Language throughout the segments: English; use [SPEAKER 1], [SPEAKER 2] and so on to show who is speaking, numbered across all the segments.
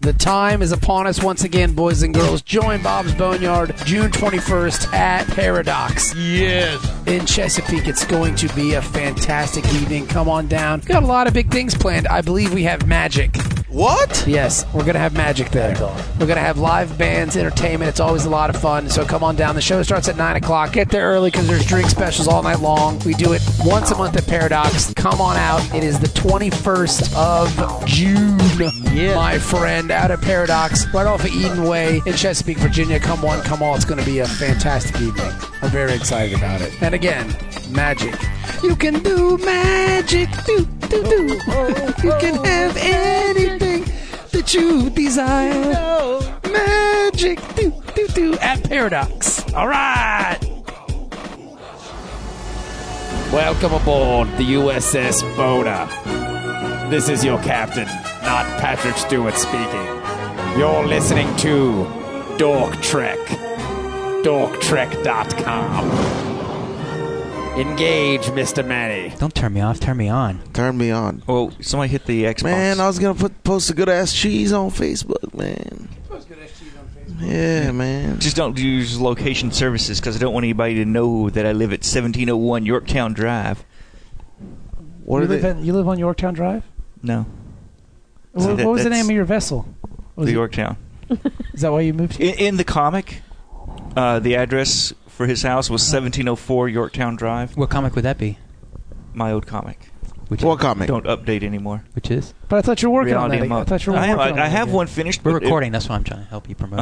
[SPEAKER 1] The time is upon us once again, boys and girls. Join Bob's Boneyard June 21st at Paradox
[SPEAKER 2] Yes.
[SPEAKER 1] in Chesapeake. It's going to be a fantastic evening. Come on down. Got a lot of big things planned. I believe we have magic.
[SPEAKER 2] What?
[SPEAKER 1] Yes, we're going to have magic there. We're going to have live bands, entertainment. It's always a lot of fun. So come on down. The show starts at 9 o'clock. Get there early because there's drink specials all night long. We do it once a month at Paradox. Come on out. It is the 21st of June, my friend, out at Paradox, right off of Eden Way in Chesapeake, Virginia. Come one, come all. It's going to be a fantastic evening. I'm very excited about it. And again, magic. You can do magic. Do, do, do. You can have anything that you desire. Magic do do do at Paradox. All right.
[SPEAKER 3] Welcome aboard the USS Boda. This is your captain, not Patrick Stewart speaking. You're listening to Dork Trek. DorkTrek.com. Engage, Mr. Manny.
[SPEAKER 4] Don't turn me off. Turn me on.
[SPEAKER 5] Turn me on.
[SPEAKER 6] Oh, somebody hit the Xbox.
[SPEAKER 5] Man, I was gonna put post a good ass cheese on Facebook, man. Yeah, man.
[SPEAKER 6] just don't use location services because I don't want anybody to know that I live at 1701 Yorktown Drive.
[SPEAKER 5] What are
[SPEAKER 1] you, live
[SPEAKER 5] they?
[SPEAKER 1] in- you live on Yorktown Drive.
[SPEAKER 6] No,
[SPEAKER 1] Wha-
[SPEAKER 6] So
[SPEAKER 1] what,
[SPEAKER 6] that-
[SPEAKER 1] was the
[SPEAKER 6] that's-
[SPEAKER 1] name of your vessel? What was
[SPEAKER 6] the
[SPEAKER 1] it-
[SPEAKER 6] Yorktown.
[SPEAKER 1] Is that why you moved?
[SPEAKER 6] In, in the comic, uh, the address for his house was 1704 Yorktown Drive.
[SPEAKER 4] What comic would that be?
[SPEAKER 6] My old comic.
[SPEAKER 4] Which
[SPEAKER 5] What comic?
[SPEAKER 6] Don't update anymore.
[SPEAKER 4] Which is?
[SPEAKER 1] But I thought you were working
[SPEAKER 6] Reality
[SPEAKER 1] on that. I
[SPEAKER 6] Mo-
[SPEAKER 1] thought you were
[SPEAKER 6] I
[SPEAKER 1] working
[SPEAKER 6] have,
[SPEAKER 1] on
[SPEAKER 6] I, I
[SPEAKER 1] that
[SPEAKER 6] have
[SPEAKER 1] again.
[SPEAKER 6] one finished.
[SPEAKER 4] We're
[SPEAKER 6] but it-
[SPEAKER 4] recording. That's why I'm trying to help you promote.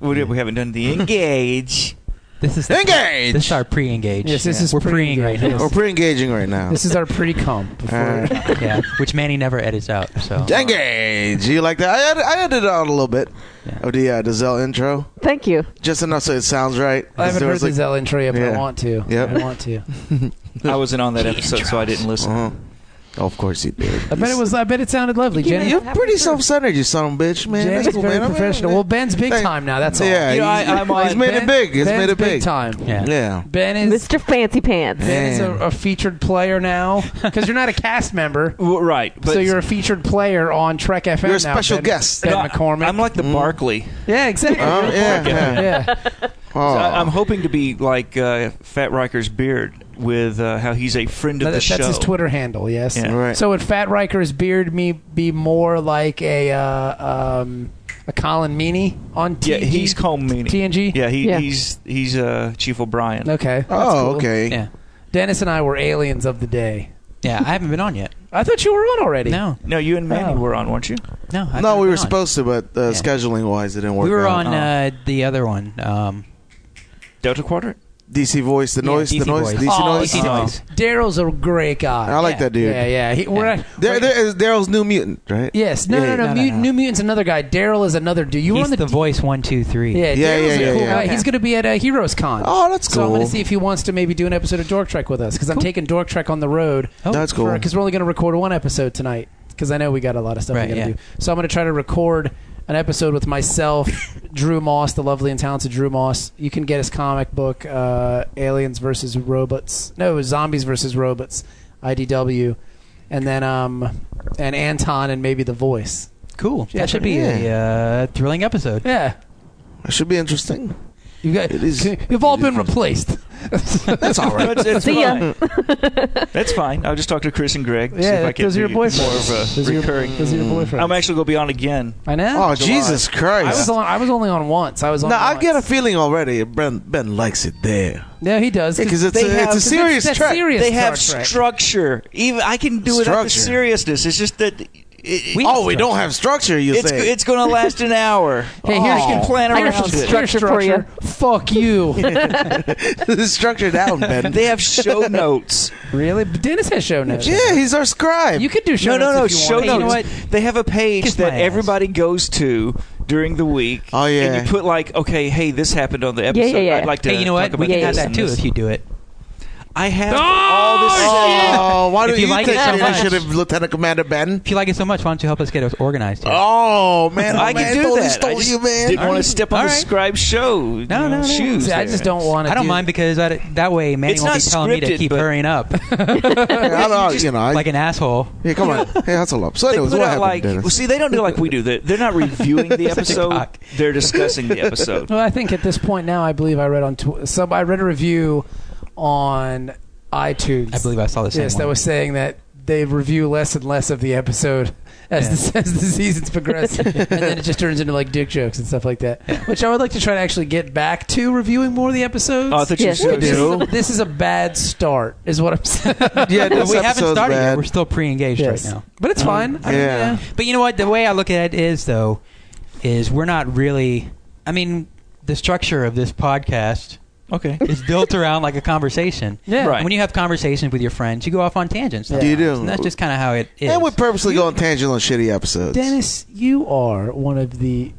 [SPEAKER 6] oh, we, we haven't done the engage.
[SPEAKER 4] This is
[SPEAKER 5] Engage!
[SPEAKER 4] This is our pre-engage.
[SPEAKER 1] Yes, this is
[SPEAKER 4] we're preeing
[SPEAKER 1] pre-engage,
[SPEAKER 4] right now.
[SPEAKER 1] yes.
[SPEAKER 5] We're pretty engaging right now.
[SPEAKER 1] This is our pre-com. Before
[SPEAKER 5] Uh,
[SPEAKER 4] yeah, which Manny never edits out. So
[SPEAKER 5] engage. You like that? I ed- I edited out a little bit
[SPEAKER 4] Yeah.
[SPEAKER 5] of the uh, the Zell intro,
[SPEAKER 7] Thank you.
[SPEAKER 5] just enough so it sounds right.
[SPEAKER 1] I haven't
[SPEAKER 5] There
[SPEAKER 1] heard
[SPEAKER 5] was
[SPEAKER 1] the
[SPEAKER 5] like-
[SPEAKER 1] Zell intro yet, but I
[SPEAKER 5] Yeah.
[SPEAKER 1] want to.
[SPEAKER 5] Yep.
[SPEAKER 1] I want to.
[SPEAKER 6] I wasn't on that episode, so I didn't listen.
[SPEAKER 5] Uh-huh. Oh, of course you did.
[SPEAKER 1] I bet it was. I bet it sounded lovely,
[SPEAKER 7] You
[SPEAKER 1] Jenny.
[SPEAKER 7] know-
[SPEAKER 5] You're pretty self-centered, you son of a bitch, man.
[SPEAKER 1] Jenny's
[SPEAKER 5] That's cool,
[SPEAKER 1] very
[SPEAKER 5] man. I mean,
[SPEAKER 1] professional. well, Ben's big
[SPEAKER 5] Hey.
[SPEAKER 1] time now. That's all.
[SPEAKER 5] yeah,
[SPEAKER 6] You know, I-
[SPEAKER 5] he's,
[SPEAKER 6] I'm on-
[SPEAKER 5] he's made it big. He's
[SPEAKER 1] Ben's
[SPEAKER 5] made it big.
[SPEAKER 1] time.
[SPEAKER 4] Yeah.
[SPEAKER 5] Yeah.
[SPEAKER 1] Ben is
[SPEAKER 7] Mr. Fancy Pants.
[SPEAKER 1] Ben is a,
[SPEAKER 5] Man.
[SPEAKER 1] a featured player now because you're not a cast member,
[SPEAKER 6] Well, right, but
[SPEAKER 1] so you're a featured player on Trek FM.
[SPEAKER 5] You're a
[SPEAKER 1] now,
[SPEAKER 5] special
[SPEAKER 1] Ben-
[SPEAKER 5] guest.
[SPEAKER 1] Ben
[SPEAKER 6] No, I-
[SPEAKER 1] McCormick.
[SPEAKER 6] I'm like the Barkley.
[SPEAKER 1] yeah, exactly.
[SPEAKER 5] Oh, yeah, yeah.
[SPEAKER 1] yeah.
[SPEAKER 5] Oh.
[SPEAKER 6] So I, I'm hoping to be like uh, Fat Riker's beard with uh, how he's a friend of
[SPEAKER 1] That-
[SPEAKER 6] the
[SPEAKER 1] that's
[SPEAKER 6] show.
[SPEAKER 1] his Twitter handle. Yes.
[SPEAKER 6] Yeah.
[SPEAKER 5] Right.
[SPEAKER 1] So would Fat Riker's beard me be more like a uh, um, a Colin Meaney on TNG?
[SPEAKER 6] Yeah, he's called Meanie.
[SPEAKER 1] TNG.
[SPEAKER 6] Yeah, he,
[SPEAKER 7] Yeah.
[SPEAKER 6] he's he's uh, Chief O'Brien.
[SPEAKER 1] Okay. that's
[SPEAKER 5] oh,
[SPEAKER 1] cool.
[SPEAKER 5] okay.
[SPEAKER 4] yeah,
[SPEAKER 1] Dennis and I were aliens of the day.
[SPEAKER 4] yeah. I haven't been on yet.
[SPEAKER 1] I thought you were on already.
[SPEAKER 4] No,
[SPEAKER 6] No, you and Manny
[SPEAKER 1] Oh.
[SPEAKER 6] were on, weren't you?
[SPEAKER 4] no. I haven't
[SPEAKER 5] No, we
[SPEAKER 4] been
[SPEAKER 5] were
[SPEAKER 4] on.
[SPEAKER 5] supposed to, but uh,
[SPEAKER 4] Yeah.
[SPEAKER 5] scheduling wise, it didn't work.
[SPEAKER 4] We were
[SPEAKER 5] out.
[SPEAKER 4] on uh, the other one. Um,
[SPEAKER 6] Delta Quadrant.
[SPEAKER 5] DC Voice, the
[SPEAKER 4] Yeah,
[SPEAKER 5] noise, the
[SPEAKER 4] DC
[SPEAKER 5] noise,
[SPEAKER 4] Voice.
[SPEAKER 5] DC
[SPEAKER 1] Oh,
[SPEAKER 5] noise.
[SPEAKER 4] DC
[SPEAKER 6] Oh.
[SPEAKER 4] noise.
[SPEAKER 1] Daryl's a great guy.
[SPEAKER 5] I like
[SPEAKER 4] Yeah.
[SPEAKER 5] that dude.
[SPEAKER 1] Yeah, yeah. He, We're
[SPEAKER 4] Yeah.
[SPEAKER 1] not,
[SPEAKER 5] There, there is Daryl's new mutant, right?
[SPEAKER 1] Yes. No,
[SPEAKER 5] Yeah,
[SPEAKER 1] no, no,
[SPEAKER 4] no, no,
[SPEAKER 1] Mut-
[SPEAKER 4] no.
[SPEAKER 1] New Mutant's another guy. Daryl is another dude. You were
[SPEAKER 4] he's
[SPEAKER 1] on the,
[SPEAKER 4] the, voice one, two, three.
[SPEAKER 1] Yeah,
[SPEAKER 5] Yeah,
[SPEAKER 1] Daryl's
[SPEAKER 5] yeah,
[SPEAKER 1] a cool
[SPEAKER 5] yeah,
[SPEAKER 1] guy.
[SPEAKER 5] yeah.
[SPEAKER 1] He's going to be at uh, Heroes Con.
[SPEAKER 5] Oh, that's
[SPEAKER 1] so
[SPEAKER 5] cool.
[SPEAKER 1] I'm going to see if he wants to maybe do an episode of Dork Trek with us because I'm
[SPEAKER 4] Cool.
[SPEAKER 1] taking Dork Trek on the road
[SPEAKER 4] Oh,
[SPEAKER 5] That's cool.
[SPEAKER 1] because we're only going to record one episode tonight because I know we got a lot of stuff
[SPEAKER 4] Right,
[SPEAKER 1] we got to
[SPEAKER 4] yeah.
[SPEAKER 1] do. So I'm going to try to record an episode with myself, Drew Moss, the lovely and talented Drew Moss. You can get his comic book, uh, Aliens versus Robots. No, Zombies versus Robots, IDW, and then um, and Anton and maybe The Voice.
[SPEAKER 4] cool.
[SPEAKER 1] Yeah,
[SPEAKER 4] that should be a uh, thrilling episode.
[SPEAKER 1] Yeah.
[SPEAKER 5] That should be interesting.
[SPEAKER 1] You got,
[SPEAKER 5] It is- Oh,
[SPEAKER 1] you've all been replaced.
[SPEAKER 5] That's all right.
[SPEAKER 6] That's, that's
[SPEAKER 7] See ya.
[SPEAKER 6] fine. that's fine. I'll just talk to Chris and Greg. see if I can
[SPEAKER 1] those are your
[SPEAKER 6] do more
[SPEAKER 1] boyfriends.
[SPEAKER 6] of a
[SPEAKER 1] Those are your-
[SPEAKER 6] recurring.
[SPEAKER 1] Those are your boyfriends.
[SPEAKER 6] I'm actually going to be on again.
[SPEAKER 1] I know.
[SPEAKER 5] oh, Jesus
[SPEAKER 1] I was
[SPEAKER 5] Christ!
[SPEAKER 1] on, I was only on once. I was on.
[SPEAKER 5] Now I get a
[SPEAKER 1] once.
[SPEAKER 5] feeling already. Ben, ben likes it there.
[SPEAKER 1] No, he does
[SPEAKER 5] Yeah, 'cause it's
[SPEAKER 1] they
[SPEAKER 5] a- it's a
[SPEAKER 1] 'cause
[SPEAKER 5] serious
[SPEAKER 1] that's
[SPEAKER 5] track.
[SPEAKER 1] serious
[SPEAKER 6] They have
[SPEAKER 1] Star Trek.
[SPEAKER 6] structure. Even I can do it
[SPEAKER 5] Structure.
[SPEAKER 6] the seriousness. It's just that. It, it,
[SPEAKER 5] oh, we don't have structure. You
[SPEAKER 6] it's
[SPEAKER 5] say
[SPEAKER 6] it's going to last an hour.
[SPEAKER 1] Hey,
[SPEAKER 6] you
[SPEAKER 1] here's
[SPEAKER 6] can plan
[SPEAKER 1] here's
[SPEAKER 6] around
[SPEAKER 1] some
[SPEAKER 6] it.
[SPEAKER 1] structure for you. Fuck you.
[SPEAKER 5] it's structured down, Ben.
[SPEAKER 6] They have show notes.
[SPEAKER 1] really? But Dennis has show notes.
[SPEAKER 5] yeah, he's our scribe.
[SPEAKER 1] You could do show
[SPEAKER 6] no, no, no.
[SPEAKER 1] notes. if you
[SPEAKER 6] Show
[SPEAKER 1] want.
[SPEAKER 6] notes.
[SPEAKER 1] Hey, you know what?
[SPEAKER 6] They have a page
[SPEAKER 4] Kiss
[SPEAKER 6] that
[SPEAKER 4] my ass.
[SPEAKER 6] everybody goes to during the week.
[SPEAKER 5] Oh, yeah.
[SPEAKER 6] And you put like, okay, hey, this happened on the
[SPEAKER 7] yeah,
[SPEAKER 6] episode.
[SPEAKER 7] yeah.
[SPEAKER 6] I'd like to.
[SPEAKER 4] Hey, you know what?
[SPEAKER 6] talk
[SPEAKER 4] We
[SPEAKER 6] about
[SPEAKER 4] can have
[SPEAKER 6] this
[SPEAKER 4] that
[SPEAKER 6] and
[SPEAKER 4] too
[SPEAKER 6] this.
[SPEAKER 4] if you do it. I have.
[SPEAKER 5] All this. Oh, why do
[SPEAKER 4] If you
[SPEAKER 5] you,
[SPEAKER 4] like it
[SPEAKER 5] think
[SPEAKER 4] so
[SPEAKER 5] that
[SPEAKER 4] much.
[SPEAKER 5] initiative, Lieutenant Commander Ben?
[SPEAKER 4] If you like it so much, why don't you help us get it organized here?
[SPEAKER 5] Oh man,
[SPEAKER 6] I
[SPEAKER 5] oh, man,
[SPEAKER 6] can do
[SPEAKER 5] totally
[SPEAKER 6] that. I
[SPEAKER 5] Stole
[SPEAKER 6] just
[SPEAKER 5] you, man.
[SPEAKER 6] didn't want
[SPEAKER 4] Alright.
[SPEAKER 6] to step on the
[SPEAKER 4] Alright.
[SPEAKER 6] scribe show.
[SPEAKER 4] No,
[SPEAKER 6] you know,
[SPEAKER 4] no, no.
[SPEAKER 6] shoes.
[SPEAKER 1] See, I
[SPEAKER 6] there.
[SPEAKER 1] just don't want to.
[SPEAKER 4] I don't mind because I, that way Manny
[SPEAKER 6] It's
[SPEAKER 4] won't be
[SPEAKER 6] not
[SPEAKER 4] telling me to
[SPEAKER 6] scripted,
[SPEAKER 4] keep
[SPEAKER 6] but-
[SPEAKER 4] hurrying up
[SPEAKER 5] Yeah, I don't- you know, I,
[SPEAKER 4] like an asshole.
[SPEAKER 5] hey, come on, hey, hustle up. So,
[SPEAKER 6] They
[SPEAKER 5] anyways,
[SPEAKER 6] put
[SPEAKER 5] what
[SPEAKER 6] out
[SPEAKER 5] happened,
[SPEAKER 6] like,
[SPEAKER 5] Dennis?
[SPEAKER 6] well, see, they don't do like we do. They're, they're not reviewing the
[SPEAKER 4] Such a
[SPEAKER 6] episode.
[SPEAKER 4] cock.
[SPEAKER 6] They're discussing the episode.
[SPEAKER 1] Well, I think at this point now, I believe I read on tw- some. I read a review on iTunes.
[SPEAKER 4] I believe I saw the same
[SPEAKER 1] yes,
[SPEAKER 4] one.
[SPEAKER 1] that was saying that they review less and less of the episode as, the, as the seasons progress, and then it just turns into like dick jokes and stuff like that. Which I would like to try to actually get back to reviewing more of the episodes.
[SPEAKER 6] Oh, I thought you
[SPEAKER 2] Yes,
[SPEAKER 6] said
[SPEAKER 2] we
[SPEAKER 1] this,
[SPEAKER 2] do.
[SPEAKER 1] is a, this is a bad start, is what I'm saying.
[SPEAKER 5] yeah,
[SPEAKER 4] But
[SPEAKER 5] this
[SPEAKER 4] we haven't
[SPEAKER 5] episode's
[SPEAKER 4] started yet.
[SPEAKER 5] bad.
[SPEAKER 4] We're still pre-engaged
[SPEAKER 1] Yes.
[SPEAKER 4] right now.
[SPEAKER 1] but it's fine. I mean,
[SPEAKER 5] yeah.
[SPEAKER 4] But you know what? The way I look at it is, though, is we're not really. I mean, the structure of this podcast
[SPEAKER 6] Okay.
[SPEAKER 4] is built around like a conversation.
[SPEAKER 1] yeah.
[SPEAKER 6] Right.
[SPEAKER 4] And when you have conversations with your friends, you go off on tangents.
[SPEAKER 1] Yeah.
[SPEAKER 5] You do.
[SPEAKER 4] And that's just kind of how it is.
[SPEAKER 5] And we purposely go on tangent on shitty episodes.
[SPEAKER 1] Dennis, you are one of the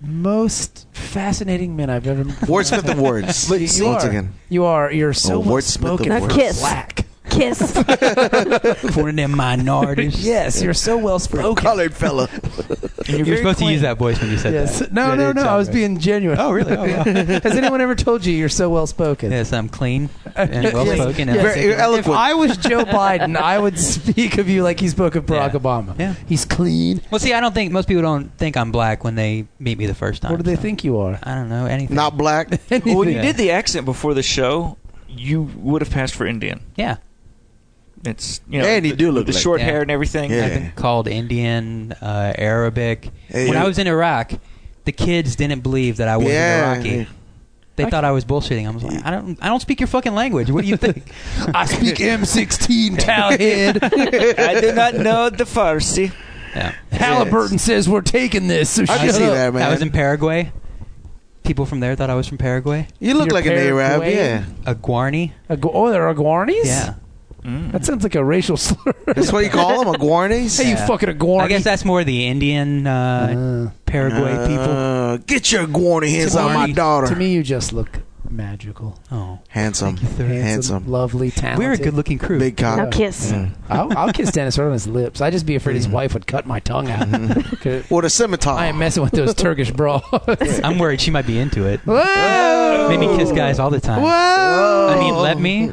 [SPEAKER 1] most fascinating men I've ever met.
[SPEAKER 5] Wordsmith the words.
[SPEAKER 1] But you
[SPEAKER 5] Once
[SPEAKER 1] are.
[SPEAKER 5] again.
[SPEAKER 1] You are. You're so
[SPEAKER 5] Oh,
[SPEAKER 1] well
[SPEAKER 5] wordsmith the
[SPEAKER 1] spoken.
[SPEAKER 2] Now
[SPEAKER 1] for
[SPEAKER 5] word.
[SPEAKER 2] kiss.
[SPEAKER 1] Black.
[SPEAKER 2] Kiss.
[SPEAKER 4] for them minorities.
[SPEAKER 1] Yes, you're so well spoken.
[SPEAKER 5] Colored fella.
[SPEAKER 4] And you're supposed to use that voice when you said
[SPEAKER 1] Yes.
[SPEAKER 4] that.
[SPEAKER 1] No,
[SPEAKER 5] Yeah,
[SPEAKER 1] no,
[SPEAKER 5] they
[SPEAKER 1] no.
[SPEAKER 5] tell
[SPEAKER 1] I was
[SPEAKER 5] me.
[SPEAKER 1] being genuine.
[SPEAKER 4] Oh, really? Oh, wow.
[SPEAKER 1] Has anyone ever told you you're so well spoken?
[SPEAKER 4] Yes, I'm clean and well
[SPEAKER 1] Yes.
[SPEAKER 4] spoken. and
[SPEAKER 5] Very
[SPEAKER 4] articulate.
[SPEAKER 1] If
[SPEAKER 5] eloquent.
[SPEAKER 1] I was Joe Biden, I would speak of you like he spoke of Barack
[SPEAKER 4] Yeah.
[SPEAKER 1] Obama.
[SPEAKER 4] Yeah.
[SPEAKER 1] He's clean.
[SPEAKER 4] Well, see, I don't think most people don't think I'm black when they meet me the first time.
[SPEAKER 1] What do they
[SPEAKER 4] so
[SPEAKER 1] think you are?
[SPEAKER 4] I don't know anything.
[SPEAKER 5] Not black.
[SPEAKER 4] Oh,
[SPEAKER 6] Well, when you
[SPEAKER 4] Yeah.
[SPEAKER 6] did the accent before the show, you would have passed for Indian.
[SPEAKER 4] yeah,
[SPEAKER 6] It's you know,
[SPEAKER 5] And you
[SPEAKER 6] the-
[SPEAKER 5] do look
[SPEAKER 6] the
[SPEAKER 5] like-
[SPEAKER 6] short
[SPEAKER 4] Yeah.
[SPEAKER 6] hair and everything.
[SPEAKER 5] Yeah.
[SPEAKER 4] I've been called Indian, uh, Arabic.
[SPEAKER 5] Hey,
[SPEAKER 4] when
[SPEAKER 5] you-
[SPEAKER 4] I was in Iraq, the kids didn't believe that I was
[SPEAKER 5] Yeah.
[SPEAKER 4] Iraqi. They thought I was bullshitting. I was like, I don't, I don't speak your fucking language. What do you think?
[SPEAKER 1] I speak M16 Talhead.
[SPEAKER 6] I did not know the Farsi.
[SPEAKER 4] yeah.
[SPEAKER 1] Halliburton says we're taking this. So
[SPEAKER 5] I
[SPEAKER 1] shut
[SPEAKER 5] can see
[SPEAKER 1] up.
[SPEAKER 5] that,
[SPEAKER 4] I was in
[SPEAKER 5] man.
[SPEAKER 4] Paraguay. People from there thought I was from Paraguay.
[SPEAKER 5] You look
[SPEAKER 1] You're
[SPEAKER 5] like an Arab,
[SPEAKER 1] Paraguayan.
[SPEAKER 5] yeah.
[SPEAKER 4] A Guarni.
[SPEAKER 1] A gu- oh, there are Guarnies?
[SPEAKER 4] Yeah.
[SPEAKER 1] That sounds like a racial slur.
[SPEAKER 5] That's what you call them, a Guarnis?
[SPEAKER 1] Hey, you
[SPEAKER 4] Yeah.
[SPEAKER 1] fucking a Guarnie.
[SPEAKER 4] I guess that's more the Indian
[SPEAKER 5] Uh-huh.
[SPEAKER 4] uh,
[SPEAKER 1] Uh,
[SPEAKER 4] Paraguay people.
[SPEAKER 5] Uh, get your Guarni hands on my
[SPEAKER 4] Guarni.
[SPEAKER 5] daughter.
[SPEAKER 1] to me, you just look magical.
[SPEAKER 4] Oh,
[SPEAKER 5] handsome. Handsome.
[SPEAKER 1] Lovely, talented.
[SPEAKER 4] we're a good-looking crew.
[SPEAKER 5] Big cock.
[SPEAKER 2] now kiss.
[SPEAKER 5] Yeah.
[SPEAKER 1] I'll, I'll kiss Dennis right on his lips. I'd just be afraid his wife would cut my tongue out. 'Cause
[SPEAKER 5] With a scimitar.
[SPEAKER 1] I am messing with those Turkish bras.
[SPEAKER 4] I'm worried she might be into it.
[SPEAKER 1] Whoa!
[SPEAKER 4] Made me kiss guys all the time.
[SPEAKER 5] Whoa. Oh,
[SPEAKER 4] I mean, let me.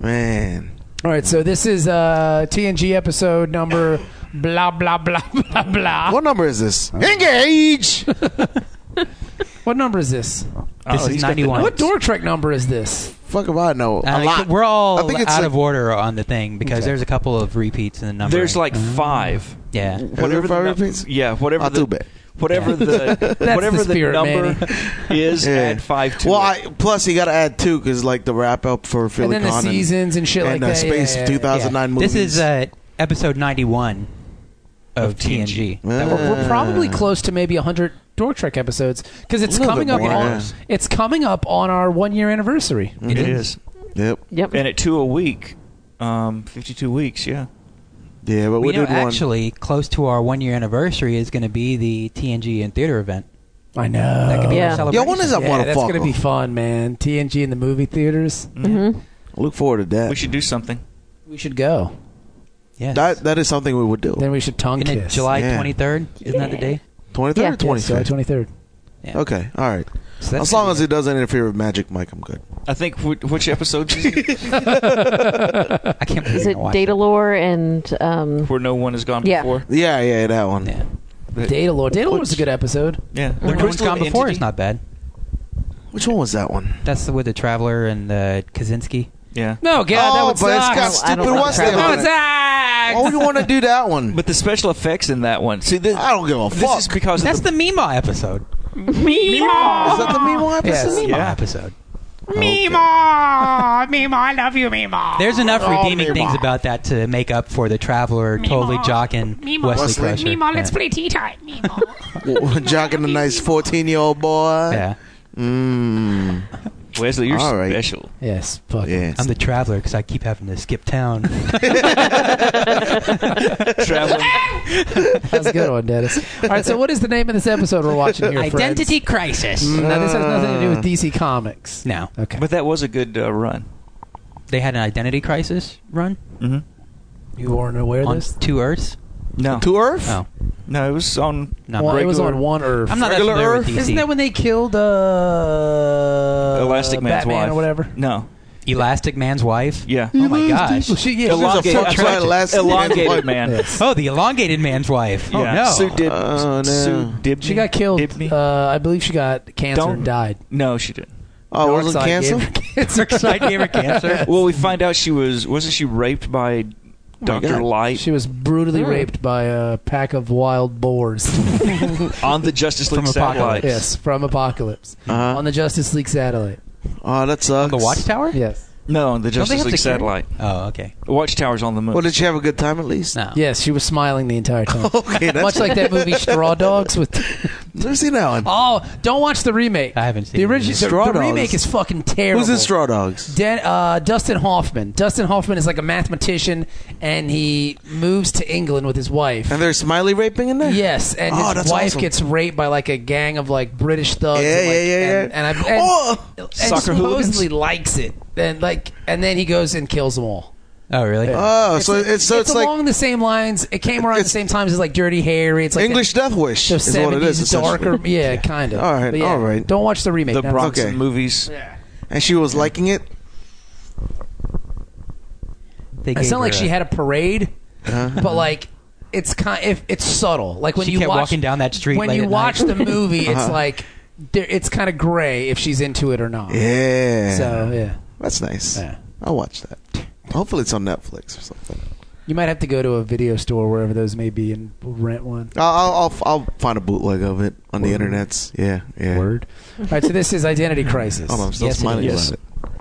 [SPEAKER 5] Man.
[SPEAKER 1] All right, so this is uh, TNG episode number blah blah blah blah blah.
[SPEAKER 5] What number is this? Engage!
[SPEAKER 1] What number is this?
[SPEAKER 4] This is
[SPEAKER 6] he's got the
[SPEAKER 4] 91.
[SPEAKER 1] What Door Trek number is this?
[SPEAKER 5] Fuck if I know.
[SPEAKER 4] Uh,
[SPEAKER 5] a lot.
[SPEAKER 4] We're all
[SPEAKER 5] I think it's
[SPEAKER 4] out
[SPEAKER 5] like-
[SPEAKER 4] of order on the thing because
[SPEAKER 1] Okay.
[SPEAKER 4] there's a couple of repeats in the number.
[SPEAKER 6] There's like five.
[SPEAKER 4] yeah.
[SPEAKER 5] there five
[SPEAKER 6] nu-
[SPEAKER 5] repeats?
[SPEAKER 6] Yeah, whatever.
[SPEAKER 5] Not
[SPEAKER 6] the,
[SPEAKER 5] too bad.
[SPEAKER 6] Whatever
[SPEAKER 4] Yeah.
[SPEAKER 6] the whatever
[SPEAKER 1] the
[SPEAKER 6] the,
[SPEAKER 1] spirit,
[SPEAKER 6] number is,
[SPEAKER 5] Yeah.
[SPEAKER 6] add five to
[SPEAKER 5] well,
[SPEAKER 6] it.
[SPEAKER 5] I, plus you got to add two because like the wrap up for Philly
[SPEAKER 1] and then the
[SPEAKER 5] Con
[SPEAKER 1] seasons and shit
[SPEAKER 5] and,
[SPEAKER 1] like
[SPEAKER 5] the
[SPEAKER 1] that.
[SPEAKER 5] Space
[SPEAKER 1] yeah, yeah, yeah.
[SPEAKER 5] 2009 movies.
[SPEAKER 4] This is uh, episode 91 of,
[SPEAKER 6] Of
[SPEAKER 4] TNG.
[SPEAKER 6] TNG.
[SPEAKER 1] Yeah. We're, we're probably
[SPEAKER 4] Uh.
[SPEAKER 5] Uh,
[SPEAKER 1] close to maybe 100 Door Trek episodes because it's
[SPEAKER 5] A little
[SPEAKER 1] coming
[SPEAKER 5] bit
[SPEAKER 1] up
[SPEAKER 5] more,
[SPEAKER 1] on
[SPEAKER 5] yeah.
[SPEAKER 1] it's coming up on our one year anniversary.
[SPEAKER 4] Mm.
[SPEAKER 6] it is.
[SPEAKER 5] Yep.
[SPEAKER 2] Yep.
[SPEAKER 6] and at two a week, um, fifty-two weeks. Yeah,
[SPEAKER 5] Yeah, but
[SPEAKER 4] We
[SPEAKER 5] we
[SPEAKER 4] know
[SPEAKER 5] did one.
[SPEAKER 4] actually close to our one year anniversary is going to be the TNG in theater event.
[SPEAKER 1] I know.
[SPEAKER 4] That could be
[SPEAKER 2] Oh. Yeah.
[SPEAKER 4] a celebration.
[SPEAKER 5] Yo, when is that
[SPEAKER 1] Yeah, that's gonna
[SPEAKER 5] motherfucker?
[SPEAKER 1] be fun, man. TNG in the movie theaters.
[SPEAKER 2] Mm-hmm.
[SPEAKER 5] Look forward to that.
[SPEAKER 6] we should do something.
[SPEAKER 1] We should go.
[SPEAKER 4] Yes.
[SPEAKER 5] that that is something we would do.
[SPEAKER 1] Then we should tongue
[SPEAKER 4] Isn't it
[SPEAKER 1] kiss.
[SPEAKER 4] July
[SPEAKER 5] Yeah.
[SPEAKER 4] 23rd? Isn't that the day?
[SPEAKER 5] Twenty
[SPEAKER 2] Yeah.
[SPEAKER 5] third, or twenty
[SPEAKER 1] Yes, July
[SPEAKER 5] fifth.
[SPEAKER 1] 23rd.
[SPEAKER 4] Yeah.
[SPEAKER 5] Okay, all right.
[SPEAKER 4] So that's
[SPEAKER 5] as long
[SPEAKER 4] gonna
[SPEAKER 5] as it doesn't interfere with Magic Mike, I'm good.
[SPEAKER 6] I think wh- which episode is it?
[SPEAKER 4] be- I can't believe
[SPEAKER 2] Is
[SPEAKER 4] I
[SPEAKER 2] it
[SPEAKER 4] didn't watch
[SPEAKER 2] data lore and um,
[SPEAKER 6] where no one has gone
[SPEAKER 2] Yeah.
[SPEAKER 6] before.
[SPEAKER 5] Yeah, yeah, that one.
[SPEAKER 4] Yeah.
[SPEAKER 5] Uh,
[SPEAKER 1] Data Lord. Data Lord was a good episode.
[SPEAKER 6] Yeah,
[SPEAKER 4] Where no one's
[SPEAKER 6] Crystal
[SPEAKER 4] gone before
[SPEAKER 6] Entity.
[SPEAKER 4] is not bad.
[SPEAKER 5] Which one was that one?
[SPEAKER 4] That's the, with the Traveler and the Kaczynski.
[SPEAKER 6] Yeah,
[SPEAKER 1] No, God,
[SPEAKER 5] oh,
[SPEAKER 1] that would
[SPEAKER 5] but
[SPEAKER 1] suck.
[SPEAKER 5] it's got
[SPEAKER 2] I don't
[SPEAKER 5] stupid
[SPEAKER 2] like
[SPEAKER 5] West
[SPEAKER 2] that.
[SPEAKER 5] there.
[SPEAKER 1] no,
[SPEAKER 5] on
[SPEAKER 1] it
[SPEAKER 5] it. Why
[SPEAKER 1] sucks.
[SPEAKER 5] would you want to do that one?
[SPEAKER 6] but the special effects in that one. See, this,
[SPEAKER 5] I don't give a
[SPEAKER 6] this
[SPEAKER 5] fuck.
[SPEAKER 6] is because
[SPEAKER 4] That's
[SPEAKER 6] of the,
[SPEAKER 4] the Meemaw episode.
[SPEAKER 5] is that the Meemaw
[SPEAKER 4] That's the
[SPEAKER 5] episode?
[SPEAKER 4] Meemaw
[SPEAKER 6] Yeah.
[SPEAKER 4] episode.
[SPEAKER 5] Okay.
[SPEAKER 4] There's enough
[SPEAKER 5] Oh,
[SPEAKER 4] redeeming
[SPEAKER 5] Meemaw.
[SPEAKER 4] things about that to make up for the Traveler totally jocking Wesley,
[SPEAKER 5] Wesley.
[SPEAKER 4] Crusher.
[SPEAKER 7] Meemaw, let's
[SPEAKER 4] yeah.
[SPEAKER 7] play tea time. Meemaw.
[SPEAKER 5] Jocking a nice fourteen year old boy.
[SPEAKER 4] Yeah.
[SPEAKER 5] Mm.
[SPEAKER 6] Wesley, you're
[SPEAKER 5] All right.
[SPEAKER 6] special.
[SPEAKER 1] Yes, fuck.
[SPEAKER 5] Yeah.
[SPEAKER 4] I'm the traveler because I keep having to skip town.
[SPEAKER 6] Traveling.
[SPEAKER 1] That's a good one, Dennis. All right, so what is the name of this episode we're watching here, friends?
[SPEAKER 4] crisis.
[SPEAKER 1] Mm, Now, this has nothing to do with DC Comics.
[SPEAKER 4] No,
[SPEAKER 1] Okay.
[SPEAKER 6] But that was a good uh, run.
[SPEAKER 4] they had an identity crisis run
[SPEAKER 6] Mm-hmm.
[SPEAKER 1] You weren't aware of
[SPEAKER 4] on
[SPEAKER 1] this?
[SPEAKER 4] two Earths.
[SPEAKER 6] No.
[SPEAKER 5] To Earth?
[SPEAKER 4] Oh,
[SPEAKER 6] No, it was on.
[SPEAKER 4] no,
[SPEAKER 1] Well, it was
[SPEAKER 6] Regular-
[SPEAKER 1] on one Earth.
[SPEAKER 4] I'm not that
[SPEAKER 5] Regular
[SPEAKER 4] familiar
[SPEAKER 5] Earth?
[SPEAKER 4] with DC.
[SPEAKER 1] Isn't that when they killed uh,
[SPEAKER 6] Elastic Man's
[SPEAKER 1] Batman
[SPEAKER 6] wife.
[SPEAKER 1] or whatever?
[SPEAKER 6] No.
[SPEAKER 4] Elastic Man's wife?
[SPEAKER 6] Yeah.
[SPEAKER 4] Oh my gosh!
[SPEAKER 1] She, yeah,
[SPEAKER 6] Elon-
[SPEAKER 1] she's
[SPEAKER 5] There's a fuck
[SPEAKER 6] Elongated-
[SPEAKER 5] ton of last-
[SPEAKER 6] Elongated man.
[SPEAKER 4] Oh, the elongated man's wife. Oh
[SPEAKER 6] yeah.
[SPEAKER 4] no!
[SPEAKER 6] Sue Dib-
[SPEAKER 5] Oh, no.
[SPEAKER 6] Sue Dibney.
[SPEAKER 1] a- she got killed.
[SPEAKER 6] Dibney?
[SPEAKER 1] Uh, I believe she got cancer
[SPEAKER 6] Don't-
[SPEAKER 1] and died.
[SPEAKER 6] no, she didn't.
[SPEAKER 5] Oh, it wasn't
[SPEAKER 1] Darkseid
[SPEAKER 5] cancer?
[SPEAKER 1] gave her
[SPEAKER 4] Her side gave her cancer.
[SPEAKER 6] Well, we find out she was wasn't she raped by Doctor
[SPEAKER 5] God.
[SPEAKER 6] Light
[SPEAKER 1] She was brutally
[SPEAKER 2] Mm.
[SPEAKER 1] raped by a pack of wild boars.
[SPEAKER 6] on the Justice League
[SPEAKER 4] From
[SPEAKER 6] satellite?
[SPEAKER 4] Apocalypse.
[SPEAKER 1] yes, from Apocalypse
[SPEAKER 5] Uh-huh.
[SPEAKER 1] on the Justice League satellite.
[SPEAKER 5] Oh, that sucks.
[SPEAKER 4] The watchtower?
[SPEAKER 1] Yes,
[SPEAKER 6] No, on the
[SPEAKER 4] Don't they
[SPEAKER 6] Justice
[SPEAKER 4] have
[SPEAKER 6] League
[SPEAKER 4] to carry-
[SPEAKER 6] satellite.
[SPEAKER 4] Oh, okay.
[SPEAKER 6] The Watchtower's on the moon.
[SPEAKER 5] Well, did you have a good time at least?
[SPEAKER 4] No.
[SPEAKER 1] yes, she was smiling the entire time.
[SPEAKER 5] Okay, Oh, that's
[SPEAKER 1] Much like that movie Straw Dogs with.
[SPEAKER 5] Never seen that one.
[SPEAKER 1] Oh, don't watch the remake.
[SPEAKER 4] I haven't seen
[SPEAKER 1] the
[SPEAKER 4] it.
[SPEAKER 1] original. The,
[SPEAKER 5] Straw
[SPEAKER 1] the
[SPEAKER 5] Dogs.
[SPEAKER 1] remake is fucking terrible.
[SPEAKER 5] Who's in Straw Dogs?
[SPEAKER 1] Dan, uh, Dustin Hoffman. Dustin Hoffman is like a mathematician, and he moves to England with his wife.
[SPEAKER 5] And there's Smiley raping in there?
[SPEAKER 1] Yes, and
[SPEAKER 5] Oh,
[SPEAKER 1] his
[SPEAKER 5] that's
[SPEAKER 1] wife
[SPEAKER 5] awesome.
[SPEAKER 1] gets raped by like a gang of like British thugs.
[SPEAKER 5] Yeah,
[SPEAKER 1] and, like,
[SPEAKER 5] yeah, yeah,
[SPEAKER 1] And,
[SPEAKER 5] yeah.
[SPEAKER 1] and, I, and,
[SPEAKER 5] Oh!
[SPEAKER 1] and
[SPEAKER 6] Soccer
[SPEAKER 1] supposedly likes it, and like, and then he goes and kills them all.
[SPEAKER 4] Oh, really?
[SPEAKER 5] Oh, so it's, so it's, like
[SPEAKER 1] along the same lines. It came around at the
[SPEAKER 5] It's-
[SPEAKER 1] same time as like Dirty Harry. It's like
[SPEAKER 5] English Death Wish
[SPEAKER 1] The
[SPEAKER 5] is what it is.
[SPEAKER 1] seventies darker,
[SPEAKER 5] essentially.
[SPEAKER 1] yeah, kind of.
[SPEAKER 5] All right,
[SPEAKER 1] But yeah,
[SPEAKER 5] all right.
[SPEAKER 1] Don't watch the remake.
[SPEAKER 6] the
[SPEAKER 1] no.
[SPEAKER 6] Bronx
[SPEAKER 5] okay.
[SPEAKER 6] and movies.
[SPEAKER 5] And she was liking it.
[SPEAKER 4] They
[SPEAKER 1] It's
[SPEAKER 4] gave
[SPEAKER 1] not like
[SPEAKER 4] her
[SPEAKER 1] she
[SPEAKER 4] a-
[SPEAKER 1] had a parade,
[SPEAKER 5] Uh-huh.
[SPEAKER 1] but like it's kind. If it's subtle, like when
[SPEAKER 4] She
[SPEAKER 1] you
[SPEAKER 4] kept
[SPEAKER 1] watch,
[SPEAKER 4] walking down that street
[SPEAKER 1] When
[SPEAKER 4] late
[SPEAKER 1] you
[SPEAKER 4] at
[SPEAKER 1] watch
[SPEAKER 4] night.
[SPEAKER 1] the movie, it's
[SPEAKER 5] Uh-huh.
[SPEAKER 1] like there, it's kind of gray if she's into it or not.
[SPEAKER 5] Yeah.
[SPEAKER 1] So yeah.
[SPEAKER 5] That's nice.
[SPEAKER 1] Yeah.
[SPEAKER 5] I'll watch that. Hopefully it's on Netflix or something.
[SPEAKER 1] You might have to go to a video store wherever those may be and rent one.
[SPEAKER 5] I'll I'll, I'll, I'll find a bootleg of it on the internets. Yeah, yeah.
[SPEAKER 1] All right, so this is identity crisis.
[SPEAKER 5] Oh, I'm still
[SPEAKER 4] Yes, it
[SPEAKER 5] smiling
[SPEAKER 6] is.
[SPEAKER 5] about it.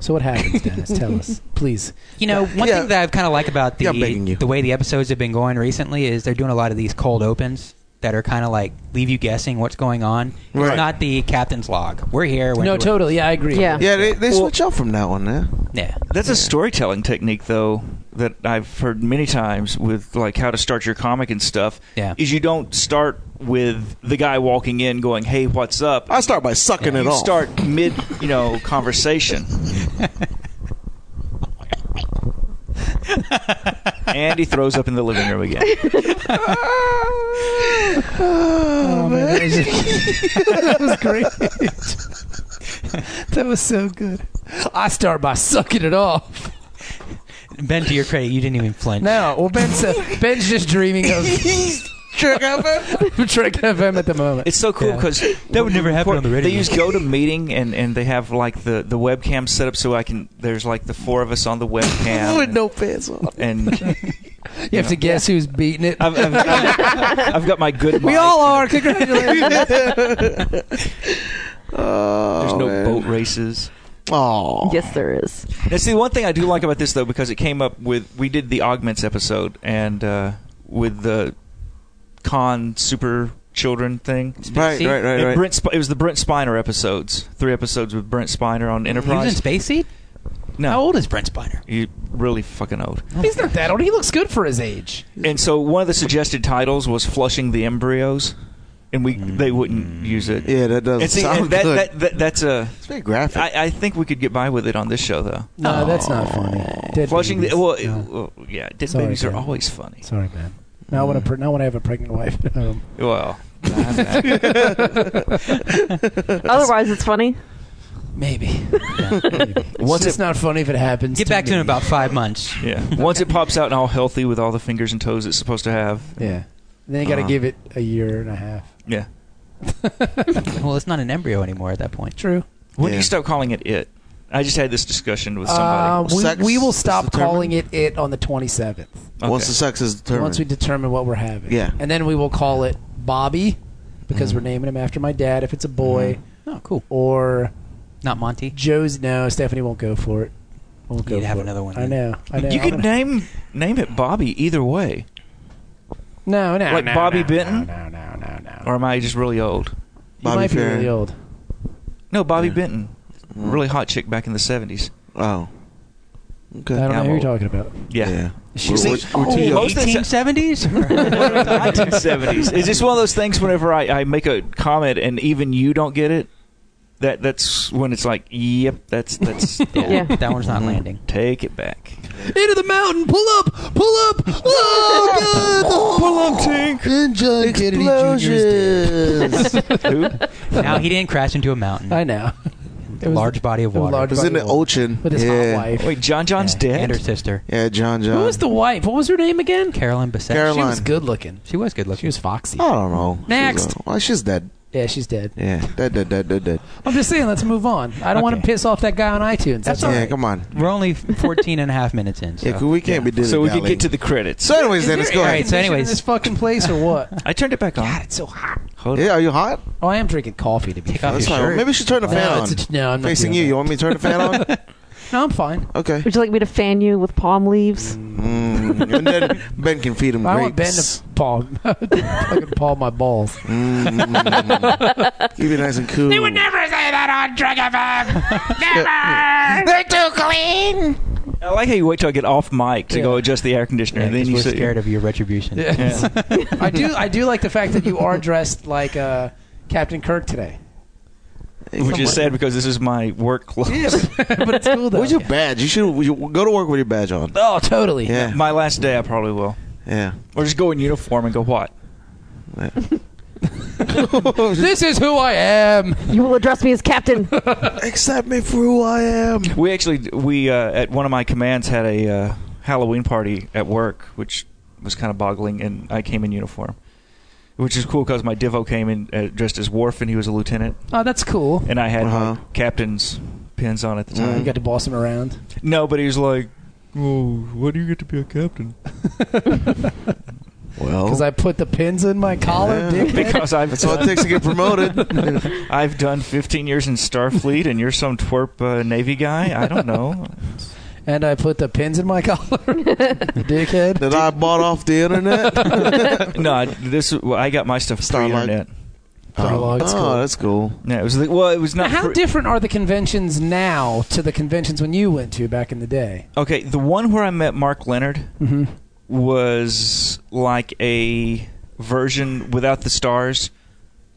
[SPEAKER 1] So what happens, Dennis? Tell us, please.
[SPEAKER 4] You know, one
[SPEAKER 5] Yeah.
[SPEAKER 4] thing that I've kind of like about the
[SPEAKER 5] Yeah, I'm begging you.
[SPEAKER 4] the way the episodes have been going recently is they're doing a lot of these cold opens that are kind of like leave you guessing what's going on.
[SPEAKER 5] Right.
[SPEAKER 4] It's not the captain's log. We're here. We're
[SPEAKER 1] No, totally. Yeah, I agree.
[SPEAKER 2] Yeah.
[SPEAKER 5] Yeah, they, they switch up from that one now.
[SPEAKER 4] Yeah.
[SPEAKER 6] That's a storytelling technique, though, that I've heard many times with like how to start your comic and stuff.
[SPEAKER 4] Yeah.
[SPEAKER 6] Is you don't start with the guy walking in going, "Hey, what's up?"
[SPEAKER 5] I start by sucking it
[SPEAKER 6] you
[SPEAKER 5] off.
[SPEAKER 6] start mid, you know, conversation. and he throws up in the living room again.
[SPEAKER 1] Oh, man, that was, that was great. that was so good. I start by sucking it off.
[SPEAKER 4] Ben, to your credit, you didn't even flinch.
[SPEAKER 1] No, well, Ben's, uh, Ben's just dreaming of
[SPEAKER 5] Trick FM.
[SPEAKER 1] Trick FM at the moment.
[SPEAKER 6] It's so cool
[SPEAKER 4] Yeah.
[SPEAKER 6] because
[SPEAKER 4] That would never happen on the radio.
[SPEAKER 6] They use go to meeting and, and they have like the, the webcam set up so I can. There's like the four of us on the webcam.
[SPEAKER 1] Oh,
[SPEAKER 5] With no pants on.
[SPEAKER 6] and
[SPEAKER 1] you have to guess who's beating it.
[SPEAKER 6] I've, I've, I've, I've got my good.
[SPEAKER 1] we
[SPEAKER 6] mic.
[SPEAKER 1] all are. Congratulations.
[SPEAKER 5] Oh,
[SPEAKER 6] There's no
[SPEAKER 5] man.
[SPEAKER 6] boat races.
[SPEAKER 5] Oh.
[SPEAKER 2] Yes, there is.
[SPEAKER 6] Now, see, one thing I do like about this though, because it came up with we did the augments episode and uh, with the con super children thing.
[SPEAKER 5] Right,
[SPEAKER 4] See?
[SPEAKER 5] right, right,
[SPEAKER 6] And
[SPEAKER 5] right.
[SPEAKER 6] Brent Sp- it was the Brent Spiner episodes, three episodes with Brent Spiner
[SPEAKER 4] He was
[SPEAKER 6] on
[SPEAKER 4] in
[SPEAKER 6] Enterprise.
[SPEAKER 4] Space Seed?
[SPEAKER 6] no,
[SPEAKER 4] How old is Brent Spiner?
[SPEAKER 6] You really fucking old.
[SPEAKER 1] He's not that old. He looks good for his age.
[SPEAKER 6] And so one of the suggested titles was "Flushing the Embryos," and we they wouldn't use it.
[SPEAKER 5] yeah, that doesn't
[SPEAKER 6] and see,
[SPEAKER 5] sound
[SPEAKER 6] and that,
[SPEAKER 5] good.
[SPEAKER 6] That, that, that's a.
[SPEAKER 5] it's very graphic.
[SPEAKER 6] I, I think we could get by with it on this show though.
[SPEAKER 1] No, that's not funny. Dead
[SPEAKER 6] Flushing
[SPEAKER 1] babies.
[SPEAKER 6] the well, it-
[SPEAKER 1] No.
[SPEAKER 6] well, yeah, dead
[SPEAKER 1] Sorry,
[SPEAKER 6] babies are
[SPEAKER 1] Dan.
[SPEAKER 6] always funny.
[SPEAKER 1] Sorry, man. Now when I pre- now when I have a pregnant wife at home.
[SPEAKER 6] Well, I'm-
[SPEAKER 2] Otherwise, it's funny.
[SPEAKER 1] Maybe.
[SPEAKER 4] Yeah.
[SPEAKER 1] What's
[SPEAKER 6] Once
[SPEAKER 1] it's
[SPEAKER 6] it,
[SPEAKER 1] not funny if it happens.
[SPEAKER 4] Get back to
[SPEAKER 1] me.
[SPEAKER 4] him in about five months.
[SPEAKER 6] yeah, once it pops out and all healthy with all the fingers and toes it's supposed to have.
[SPEAKER 1] Yeah. Then you got to
[SPEAKER 5] Uh-huh.
[SPEAKER 1] give it a year and a half.
[SPEAKER 6] Yeah.
[SPEAKER 4] Well, it's not an embryo anymore at that point.
[SPEAKER 1] True.
[SPEAKER 6] When do
[SPEAKER 5] Yeah.
[SPEAKER 6] you stop calling it it? I just had this discussion with
[SPEAKER 1] Uh,
[SPEAKER 6] somebody.
[SPEAKER 1] we,
[SPEAKER 5] Sex
[SPEAKER 1] we will
[SPEAKER 5] is
[SPEAKER 1] stop
[SPEAKER 5] determined?
[SPEAKER 1] calling it it on the 27th.
[SPEAKER 6] Okay.
[SPEAKER 5] Once the sex is determined.
[SPEAKER 1] Once we determine what we're having.
[SPEAKER 5] Yeah.
[SPEAKER 1] And then we will call it Bobby because we're naming him after my dad if it's a boy
[SPEAKER 4] Oh, cool.
[SPEAKER 1] or
[SPEAKER 4] Not Monty.
[SPEAKER 1] Joe's. No, Stephanie won't go for it. Won't go
[SPEAKER 4] You'd have
[SPEAKER 1] for it.
[SPEAKER 4] another one
[SPEAKER 1] I
[SPEAKER 4] then.
[SPEAKER 1] know. I know.
[SPEAKER 6] you
[SPEAKER 1] I'm gonna-
[SPEAKER 6] could name name it Bobby either way.
[SPEAKER 1] no, no,
[SPEAKER 6] like
[SPEAKER 1] no,
[SPEAKER 6] Bobby
[SPEAKER 1] no,
[SPEAKER 6] Benton?
[SPEAKER 1] No, no, no, no. no.
[SPEAKER 6] Or am I just really old?
[SPEAKER 1] you
[SPEAKER 5] Bobby
[SPEAKER 1] might be
[SPEAKER 5] Farron.
[SPEAKER 1] really old.
[SPEAKER 6] No, Bobby
[SPEAKER 5] Yeah.
[SPEAKER 6] Benton. really hot chick back in the '70s.
[SPEAKER 5] Oh.
[SPEAKER 1] I don't
[SPEAKER 5] Okay.
[SPEAKER 1] know who
[SPEAKER 6] Campbell.
[SPEAKER 1] you're talking about.
[SPEAKER 6] Yeah.
[SPEAKER 5] We're-
[SPEAKER 6] See,
[SPEAKER 5] we're- we're too
[SPEAKER 6] oh,
[SPEAKER 5] young.
[SPEAKER 6] Most of the-
[SPEAKER 4] 1870s?
[SPEAKER 6] Nineteen seventies. It's just one of those things. Whenever I, I make a comment and even you don't get it, that that's when it's like, yep, that's that's
[SPEAKER 2] Yeah.
[SPEAKER 4] that one's
[SPEAKER 6] Mm.
[SPEAKER 4] not landing.
[SPEAKER 6] Take it back.
[SPEAKER 5] Into the mountain. Pull up. Pull up. Oh, God. Pull up, Tink. Good John
[SPEAKER 4] Kennedy Jr.
[SPEAKER 5] Explosions.
[SPEAKER 6] Who?
[SPEAKER 4] Now he didn't crash into a mountain.
[SPEAKER 1] I know.
[SPEAKER 4] a large body of
[SPEAKER 1] it was
[SPEAKER 4] water.
[SPEAKER 1] large-
[SPEAKER 5] It was in the ocean.
[SPEAKER 1] With his
[SPEAKER 5] yeah. uh,
[SPEAKER 1] hot wife.
[SPEAKER 6] Wait, John John's
[SPEAKER 4] Yeah,
[SPEAKER 6] dead.
[SPEAKER 4] And her sister,
[SPEAKER 5] Yeah, John John.
[SPEAKER 1] Who was the wife? What was her name again?
[SPEAKER 4] Carolyn Bassett.
[SPEAKER 5] Carolyn-
[SPEAKER 1] She was good looking.
[SPEAKER 4] She was good
[SPEAKER 1] She
[SPEAKER 4] looking.
[SPEAKER 1] was foxy.
[SPEAKER 5] I don't know.
[SPEAKER 1] Next.
[SPEAKER 5] She's, uh, well, she's dead.
[SPEAKER 1] Yeah, she's dead.
[SPEAKER 5] Yeah, dead, dead, dead, dead, dead.
[SPEAKER 1] I'm just saying, let's move on. I don't want to
[SPEAKER 4] Okay.
[SPEAKER 1] piss off that guy on iTunes. That's,
[SPEAKER 4] That's
[SPEAKER 1] all
[SPEAKER 5] yeah,
[SPEAKER 1] right.
[SPEAKER 5] come on.
[SPEAKER 4] We're only 14 and a half minutes in. So.
[SPEAKER 5] Yeah, 'cause we can't be doing
[SPEAKER 6] so we
[SPEAKER 5] that
[SPEAKER 6] can
[SPEAKER 5] late.
[SPEAKER 6] get to the credits.
[SPEAKER 5] So, anyways, then let's go
[SPEAKER 4] all
[SPEAKER 5] ahead.
[SPEAKER 4] right, so
[SPEAKER 1] Anyways,
[SPEAKER 4] anyways.
[SPEAKER 1] in this fucking place or what?
[SPEAKER 6] I turned it back on.
[SPEAKER 1] God, it's so hot.
[SPEAKER 6] Hold on.
[SPEAKER 5] Yeah, are you hot?
[SPEAKER 1] Oh, I am drinking coffee to be.
[SPEAKER 4] Take
[SPEAKER 1] fair.
[SPEAKER 4] off your
[SPEAKER 5] That's fine.
[SPEAKER 4] shirt.
[SPEAKER 5] Maybe we should turn the fan
[SPEAKER 1] No,
[SPEAKER 5] on.
[SPEAKER 1] it's a, no, I'm not
[SPEAKER 5] Facing
[SPEAKER 1] doing
[SPEAKER 5] you,
[SPEAKER 1] that.
[SPEAKER 5] you want me to turn the fan on?
[SPEAKER 1] No, I'm fine.
[SPEAKER 5] Okay.
[SPEAKER 2] Would you like me to fan you with palm leaves?
[SPEAKER 5] Mm. And then Ben can feed him
[SPEAKER 1] I want Ben
[SPEAKER 5] grapes.
[SPEAKER 1] to paw, fucking paw my balls.
[SPEAKER 5] Mm. Keep it nice and cool. They would never say that on Drug FM. never. They're too clean.
[SPEAKER 6] I like how you wait till I get off mic to
[SPEAKER 1] Yeah.
[SPEAKER 6] go adjust the air conditioner,
[SPEAKER 4] Yeah,
[SPEAKER 6] and then
[SPEAKER 4] 'cause
[SPEAKER 6] you
[SPEAKER 4] we're
[SPEAKER 6] sit-
[SPEAKER 4] scared of your retribution.
[SPEAKER 6] Yeah.
[SPEAKER 1] I do. I do like the fact that you are dressed like uh, Captain Kirk today.
[SPEAKER 6] Which is sad because this is my work clothes.
[SPEAKER 1] but it's cool though.
[SPEAKER 5] Where's your badge? You should you go to work with your badge on.
[SPEAKER 1] oh, totally.
[SPEAKER 5] Yeah,
[SPEAKER 6] My last day, I probably will.
[SPEAKER 5] yeah.
[SPEAKER 6] Or just go in uniform and go what?
[SPEAKER 1] This is who I am.
[SPEAKER 2] You will address me as captain.
[SPEAKER 5] Accept me for who I am.
[SPEAKER 6] We actually we uh, at one of my commands had a uh, Halloween party at work, which was kind of boggling, and I came in uniform, which is cool because my divo came in uh, dressed as Worf, and he was a lieutenant,
[SPEAKER 1] Oh, that's cool.
[SPEAKER 6] and I had my
[SPEAKER 5] Uh-huh.
[SPEAKER 6] captain's pins on at the
[SPEAKER 1] You
[SPEAKER 6] time.
[SPEAKER 1] got to boss him around.
[SPEAKER 6] No, but he was like, "Oh, why do you get to be a captain?"
[SPEAKER 5] Well,
[SPEAKER 6] Oh.
[SPEAKER 1] Because I put the pins in my collar,
[SPEAKER 5] Yeah.
[SPEAKER 1] dickhead.
[SPEAKER 6] Because I've
[SPEAKER 5] that's all it takes to get promoted.
[SPEAKER 6] I've done 15 years in Starfleet, and you're some twerp uh, Navy guy. I don't know.
[SPEAKER 1] And I put the pins in my collar, dickhead.
[SPEAKER 5] that I bought off the internet.
[SPEAKER 6] no, I, this well, I got my stuff
[SPEAKER 5] Starlight.
[SPEAKER 6] pre-internet.
[SPEAKER 1] Dialogue, it's
[SPEAKER 5] oh,
[SPEAKER 1] cool.
[SPEAKER 5] that's cool.
[SPEAKER 6] Yeah, it was the, well, it was
[SPEAKER 1] Now,
[SPEAKER 6] not.
[SPEAKER 1] how
[SPEAKER 6] pre-
[SPEAKER 1] different are the conventions now to the conventions when you went to back in the day?
[SPEAKER 6] okay, the one where I met Mark Leonard
[SPEAKER 1] Mm-hmm.
[SPEAKER 6] was like a version without the stars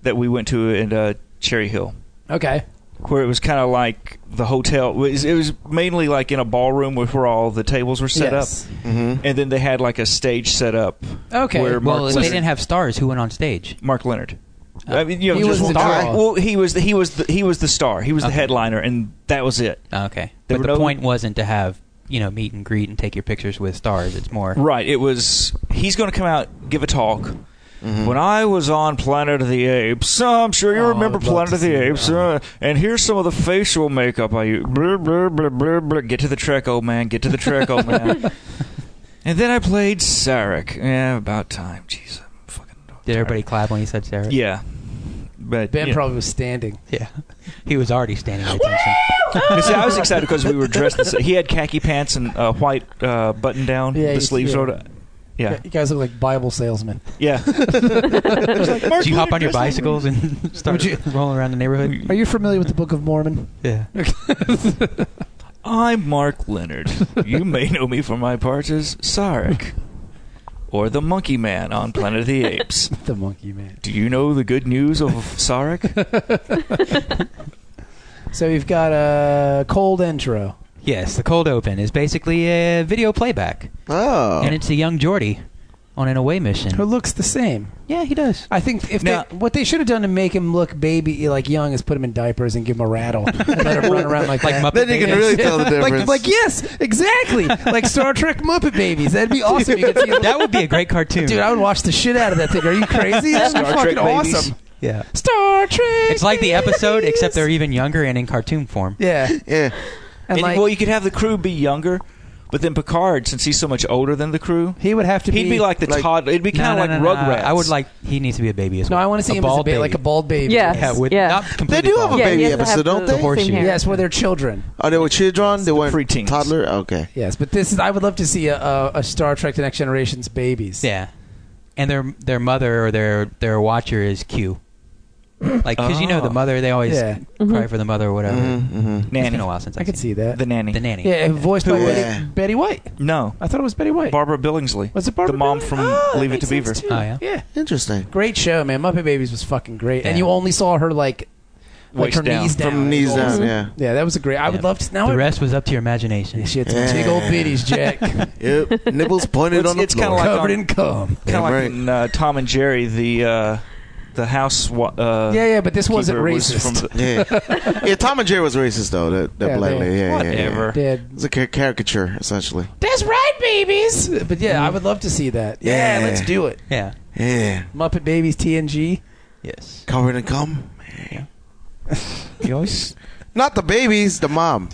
[SPEAKER 6] that we went to in uh, Cherry Hill,
[SPEAKER 1] Okay.
[SPEAKER 6] where it was kind of like the hotel. It was, it was mainly like in a ballroom where, where all the tables were set
[SPEAKER 1] yes.
[SPEAKER 5] Mm-hmm.
[SPEAKER 6] up, and then they had like a stage set up.
[SPEAKER 1] Okay.
[SPEAKER 6] Where Mark
[SPEAKER 4] Well, if they
[SPEAKER 6] Leonard,
[SPEAKER 4] didn't have stars, who went on stage?
[SPEAKER 6] Mark Leonard. I mean, you know,
[SPEAKER 1] Oh. He
[SPEAKER 6] just-
[SPEAKER 1] was the draw.
[SPEAKER 6] Well, he was the, he was the, he was the star. He was the
[SPEAKER 4] Okay.
[SPEAKER 6] headliner, and that was it.
[SPEAKER 4] Okay.
[SPEAKER 6] There
[SPEAKER 4] but
[SPEAKER 6] were
[SPEAKER 4] the
[SPEAKER 6] no-
[SPEAKER 4] point wasn't to have, you know, meet and greet and take your pictures with stars. It's more.
[SPEAKER 6] Right. It was Mm-hmm. he's going to come out give a talk. When I was on Planet of the Apes, uh, I'm sure you
[SPEAKER 1] Oh, I
[SPEAKER 6] remember
[SPEAKER 1] would love
[SPEAKER 6] Planet
[SPEAKER 1] to
[SPEAKER 6] of the
[SPEAKER 1] see that.
[SPEAKER 6] Apes. Uh, and here's some of the facial makeup I use. Blah, blah, blah, blah, blah. Get to the trek, old man. Get to the trek, old man. And then I played Sarek. Yeah, about time. Jeez, I'm fucking.
[SPEAKER 4] Did
[SPEAKER 6] tired.
[SPEAKER 4] everybody clap when he said Sarah?
[SPEAKER 6] Yeah. But
[SPEAKER 1] Ben
[SPEAKER 6] you know.
[SPEAKER 1] probably was standing.
[SPEAKER 4] Yeah. He was already standing at attention.
[SPEAKER 6] You see, I was excited because we were dressed. The, sa- he had khaki pants and uh, white uh, button down.
[SPEAKER 1] Yeah, you-
[SPEAKER 6] the sleeves
[SPEAKER 1] yeah.
[SPEAKER 6] rolled up. Yeah,
[SPEAKER 1] You guys look like Bible salesmen.
[SPEAKER 6] yeah.
[SPEAKER 4] Did you hop on your bicycles and start rolling around the neighborhood?
[SPEAKER 1] Are you familiar with the Book of Mormon?
[SPEAKER 4] Yeah.
[SPEAKER 6] I'm Mark Leonard. You may know me for my parts as Sarek, or the Monkey Man on Planet of the Apes.
[SPEAKER 1] The monkey man.
[SPEAKER 6] Do you know the good news of Sarek?
[SPEAKER 1] So you've got a cold intro.
[SPEAKER 4] Yes, the cold open is basically a video playback,
[SPEAKER 5] Oh,
[SPEAKER 4] and it's a young Geordie on an away
[SPEAKER 1] Who
[SPEAKER 4] mission.
[SPEAKER 1] looks the same?
[SPEAKER 4] Yeah, he does.
[SPEAKER 1] I think if
[SPEAKER 6] Now-
[SPEAKER 1] they, what they should have done to make him look baby like young is put him in diapers and give him a rattle and let him run around like
[SPEAKER 4] Like
[SPEAKER 1] that.
[SPEAKER 4] Muppet
[SPEAKER 5] then you can
[SPEAKER 4] Babies.
[SPEAKER 5] really tell the
[SPEAKER 1] like,
[SPEAKER 5] difference.
[SPEAKER 1] like yes, exactly. like Star Trek Muppet Babies. That'd be awesome. You could see a
[SPEAKER 4] That would be a great cartoon.
[SPEAKER 1] Dude, I would watch the shit out of that thing. Are you crazy? That's
[SPEAKER 6] Star
[SPEAKER 1] fucking
[SPEAKER 6] Trek babies.
[SPEAKER 1] awesome.
[SPEAKER 4] yeah.
[SPEAKER 1] Star Trek.
[SPEAKER 4] It's like the episode,
[SPEAKER 1] babies.
[SPEAKER 4] except they're even younger and in cartoon form.
[SPEAKER 1] yeah. And,
[SPEAKER 5] yeah,
[SPEAKER 6] And,
[SPEAKER 1] like
[SPEAKER 6] well, you could have the crew be younger, but then Picard, since he's so much older than the crew,
[SPEAKER 1] he would have to.
[SPEAKER 6] he'd be, like the
[SPEAKER 5] like-
[SPEAKER 6] toddler. It'd be
[SPEAKER 4] No,
[SPEAKER 6] kind
[SPEAKER 4] no,
[SPEAKER 6] of
[SPEAKER 4] no,
[SPEAKER 6] like
[SPEAKER 4] no, no.
[SPEAKER 6] Rugrats.
[SPEAKER 4] I would like he needs to be a baby as
[SPEAKER 1] No,
[SPEAKER 4] well.
[SPEAKER 1] I want to see
[SPEAKER 4] a
[SPEAKER 1] him as a
[SPEAKER 4] bald
[SPEAKER 1] baby, like a bald baby.
[SPEAKER 2] Yes.
[SPEAKER 4] Yeah, with
[SPEAKER 2] Yeah.
[SPEAKER 4] not
[SPEAKER 5] they
[SPEAKER 4] completely
[SPEAKER 5] do have a
[SPEAKER 4] bald.
[SPEAKER 2] Yeah, he
[SPEAKER 5] baby
[SPEAKER 2] has to have
[SPEAKER 5] episode, don't
[SPEAKER 2] the-
[SPEAKER 5] they?
[SPEAKER 2] the horse-
[SPEAKER 1] Yes,
[SPEAKER 2] Same here.
[SPEAKER 1] Yes, where they're children.
[SPEAKER 5] Are they with children? They weren't
[SPEAKER 6] preteens.
[SPEAKER 5] toddler. Okay.
[SPEAKER 1] Yes, but this is. I would love to see a, a, a Star Trek: The Next Generation's babies.
[SPEAKER 4] Yeah, and their their mother or their their watcher is Q. Like, because you know the
[SPEAKER 6] Oh.
[SPEAKER 4] mother, they always
[SPEAKER 1] Yeah.
[SPEAKER 4] cry for the mother or whatever.
[SPEAKER 5] Mm-hmm.
[SPEAKER 4] It's
[SPEAKER 6] Nanny.
[SPEAKER 4] been a while since
[SPEAKER 1] I
[SPEAKER 4] I've
[SPEAKER 1] could
[SPEAKER 4] seen
[SPEAKER 1] see that.
[SPEAKER 6] The uh, nanny.
[SPEAKER 4] it. the nanny.
[SPEAKER 1] yeah, voiced by
[SPEAKER 5] Who-
[SPEAKER 1] Betty,
[SPEAKER 5] Yeah.
[SPEAKER 1] Betty White.
[SPEAKER 6] No.
[SPEAKER 1] I thought it was Betty White.
[SPEAKER 6] Barbara Billingsley.
[SPEAKER 1] was it Barbara?
[SPEAKER 6] the mom
[SPEAKER 1] Bennett?
[SPEAKER 6] from
[SPEAKER 1] Ah, that
[SPEAKER 6] Leave It
[SPEAKER 1] makes
[SPEAKER 6] to Beaver.
[SPEAKER 1] sense, too.
[SPEAKER 4] Oh, yeah?
[SPEAKER 1] Yeah.
[SPEAKER 5] Interesting.
[SPEAKER 1] Great show, man. Muppet Babies was fucking great, and
[SPEAKER 4] Yeah.
[SPEAKER 1] you only saw her like like
[SPEAKER 6] Waist
[SPEAKER 1] her
[SPEAKER 6] down.
[SPEAKER 1] knees down,
[SPEAKER 5] From knees down, yeah.
[SPEAKER 1] Yeah, that was a great. I would
[SPEAKER 4] Yeah.
[SPEAKER 1] love to now.
[SPEAKER 4] The
[SPEAKER 1] I-
[SPEAKER 4] rest was up to your imagination.
[SPEAKER 1] She had some big old bitties, Jack,
[SPEAKER 6] um,
[SPEAKER 5] Yep. Nipples pointed
[SPEAKER 6] It's-
[SPEAKER 5] on the
[SPEAKER 6] it's kinda
[SPEAKER 5] floor.
[SPEAKER 6] like-
[SPEAKER 1] covered in cum.
[SPEAKER 6] Kind
[SPEAKER 5] Damn
[SPEAKER 6] of like
[SPEAKER 5] right.
[SPEAKER 6] in uh, Tom and Jerry, the uh, the house. wa- Uh,
[SPEAKER 1] Yeah, yeah, but this wasn't
[SPEAKER 6] keeper
[SPEAKER 1] racist.
[SPEAKER 6] was from the-
[SPEAKER 5] yeah. yeah, Tom and Jerry was racist though. That that
[SPEAKER 1] Yeah,
[SPEAKER 5] black
[SPEAKER 1] they-
[SPEAKER 5] lady. Yeah, yeah, yeah.
[SPEAKER 6] Whatever.
[SPEAKER 1] Dead.
[SPEAKER 5] It's a ca- caricature essentially.
[SPEAKER 1] That's right, babies. But yeah, I would love to see that. Yeah,
[SPEAKER 5] Yeah.
[SPEAKER 1] let's do it.
[SPEAKER 4] Yeah.
[SPEAKER 5] Yeah.
[SPEAKER 1] Muppet Babies TNG.
[SPEAKER 4] Yes.
[SPEAKER 5] Covered in cum.
[SPEAKER 4] You always.
[SPEAKER 5] Not the babies, the mom.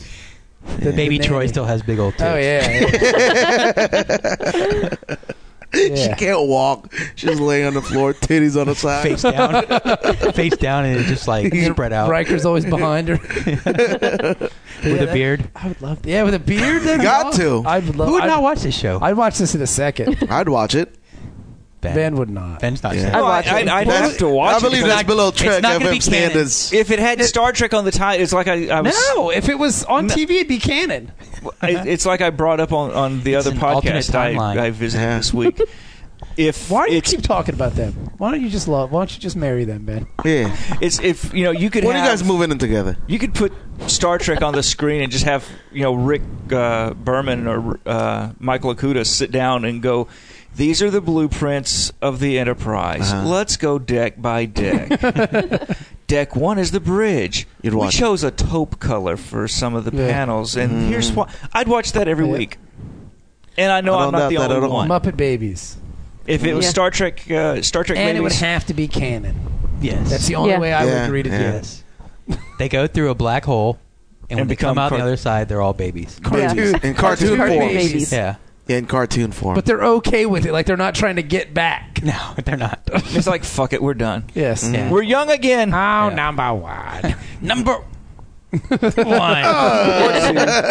[SPEAKER 1] The-
[SPEAKER 4] Baby
[SPEAKER 1] the
[SPEAKER 4] Troy
[SPEAKER 1] nanny.
[SPEAKER 4] still has big old tits.
[SPEAKER 1] Oh yeah.
[SPEAKER 5] She
[SPEAKER 1] yeah.
[SPEAKER 5] can't walk. She's laying on the floor, titties on the side.
[SPEAKER 4] Face down. Face down and it's just like spread out
[SPEAKER 1] Riker's always behind her
[SPEAKER 4] with
[SPEAKER 1] Yeah,
[SPEAKER 4] a
[SPEAKER 1] that-
[SPEAKER 4] beard.
[SPEAKER 1] I would love. Yeah, with a beard. that'd be
[SPEAKER 5] Got
[SPEAKER 1] awesome.
[SPEAKER 5] to.
[SPEAKER 1] I would love.
[SPEAKER 4] Who would
[SPEAKER 1] I'd,
[SPEAKER 4] not watch this show?
[SPEAKER 1] I'd watch this in a second.
[SPEAKER 5] I'd watch it.
[SPEAKER 4] ben.
[SPEAKER 1] ben would not.
[SPEAKER 4] Ben's not
[SPEAKER 5] Yeah.
[SPEAKER 4] saying
[SPEAKER 5] I'd
[SPEAKER 6] No,
[SPEAKER 4] that.
[SPEAKER 6] I, I'd, I'd have to watch
[SPEAKER 5] I believe
[SPEAKER 6] it.
[SPEAKER 5] that's below Trek
[SPEAKER 4] not gonna be
[SPEAKER 5] FM standards.
[SPEAKER 6] If it had Star Trek on the tie, it's like I, I was.
[SPEAKER 1] No, if it was on TV, it'd be canon.
[SPEAKER 6] I- it's like I brought up on, on the
[SPEAKER 4] It's
[SPEAKER 6] other
[SPEAKER 4] an alternate
[SPEAKER 6] podcast
[SPEAKER 4] timeline.
[SPEAKER 6] I, I visited
[SPEAKER 5] Yeah.
[SPEAKER 6] this week. If
[SPEAKER 1] Why do you
[SPEAKER 6] it's,
[SPEAKER 1] keep talking about them? Why don't you just love? Why don't you just marry them, Ben?
[SPEAKER 5] Yeah.
[SPEAKER 6] it's if you know you could
[SPEAKER 5] When are you
[SPEAKER 6] have,
[SPEAKER 5] guys moving in together?
[SPEAKER 6] you could put Star Trek on the screen and just have you know Rick uh, Berman or uh, Michael Akuda sit down and go. These are the blueprints of the Enterprise.
[SPEAKER 5] Uh-huh.
[SPEAKER 6] Let's go deck by deck. deck one is the bridge.
[SPEAKER 5] You'd
[SPEAKER 6] we
[SPEAKER 5] watch it.
[SPEAKER 6] chose a taupe color for some of the
[SPEAKER 1] Yeah.
[SPEAKER 6] panels, and
[SPEAKER 5] Mm.
[SPEAKER 6] here's why. I'd watch that every
[SPEAKER 1] Yeah.
[SPEAKER 6] week. And I know
[SPEAKER 5] I
[SPEAKER 6] I am
[SPEAKER 5] don't
[SPEAKER 6] not the
[SPEAKER 5] doubt that
[SPEAKER 6] only
[SPEAKER 5] at all.
[SPEAKER 6] one.
[SPEAKER 1] Muppet Babies,
[SPEAKER 6] If it was
[SPEAKER 2] Yeah.
[SPEAKER 6] Star Trek, uh, Star Trek,
[SPEAKER 1] and it would
[SPEAKER 6] movies,
[SPEAKER 1] have to be canon.
[SPEAKER 4] Yes.
[SPEAKER 1] That's the only
[SPEAKER 2] Yeah.
[SPEAKER 1] way I would
[SPEAKER 5] Yeah,
[SPEAKER 1] agree to do
[SPEAKER 5] yeah.
[SPEAKER 1] it.
[SPEAKER 4] Yes. they go through a black hole, and, when
[SPEAKER 6] And
[SPEAKER 4] they come
[SPEAKER 6] become
[SPEAKER 4] out the
[SPEAKER 6] cart-
[SPEAKER 4] other side, they're all babies.
[SPEAKER 1] Cartoon-
[SPEAKER 5] In
[SPEAKER 1] cartoon
[SPEAKER 5] cartoon form.
[SPEAKER 1] babies.
[SPEAKER 2] babies.
[SPEAKER 4] Yeah.
[SPEAKER 5] In cartoon form.
[SPEAKER 1] But they're okay with it. Like they're not trying to get back.
[SPEAKER 4] No, they're not.
[SPEAKER 6] it's like fuck it, we're done.
[SPEAKER 1] Yes.
[SPEAKER 4] Yeah.
[SPEAKER 6] We're young again.
[SPEAKER 1] Oh,
[SPEAKER 4] Yeah.
[SPEAKER 1] number one.
[SPEAKER 4] Number one.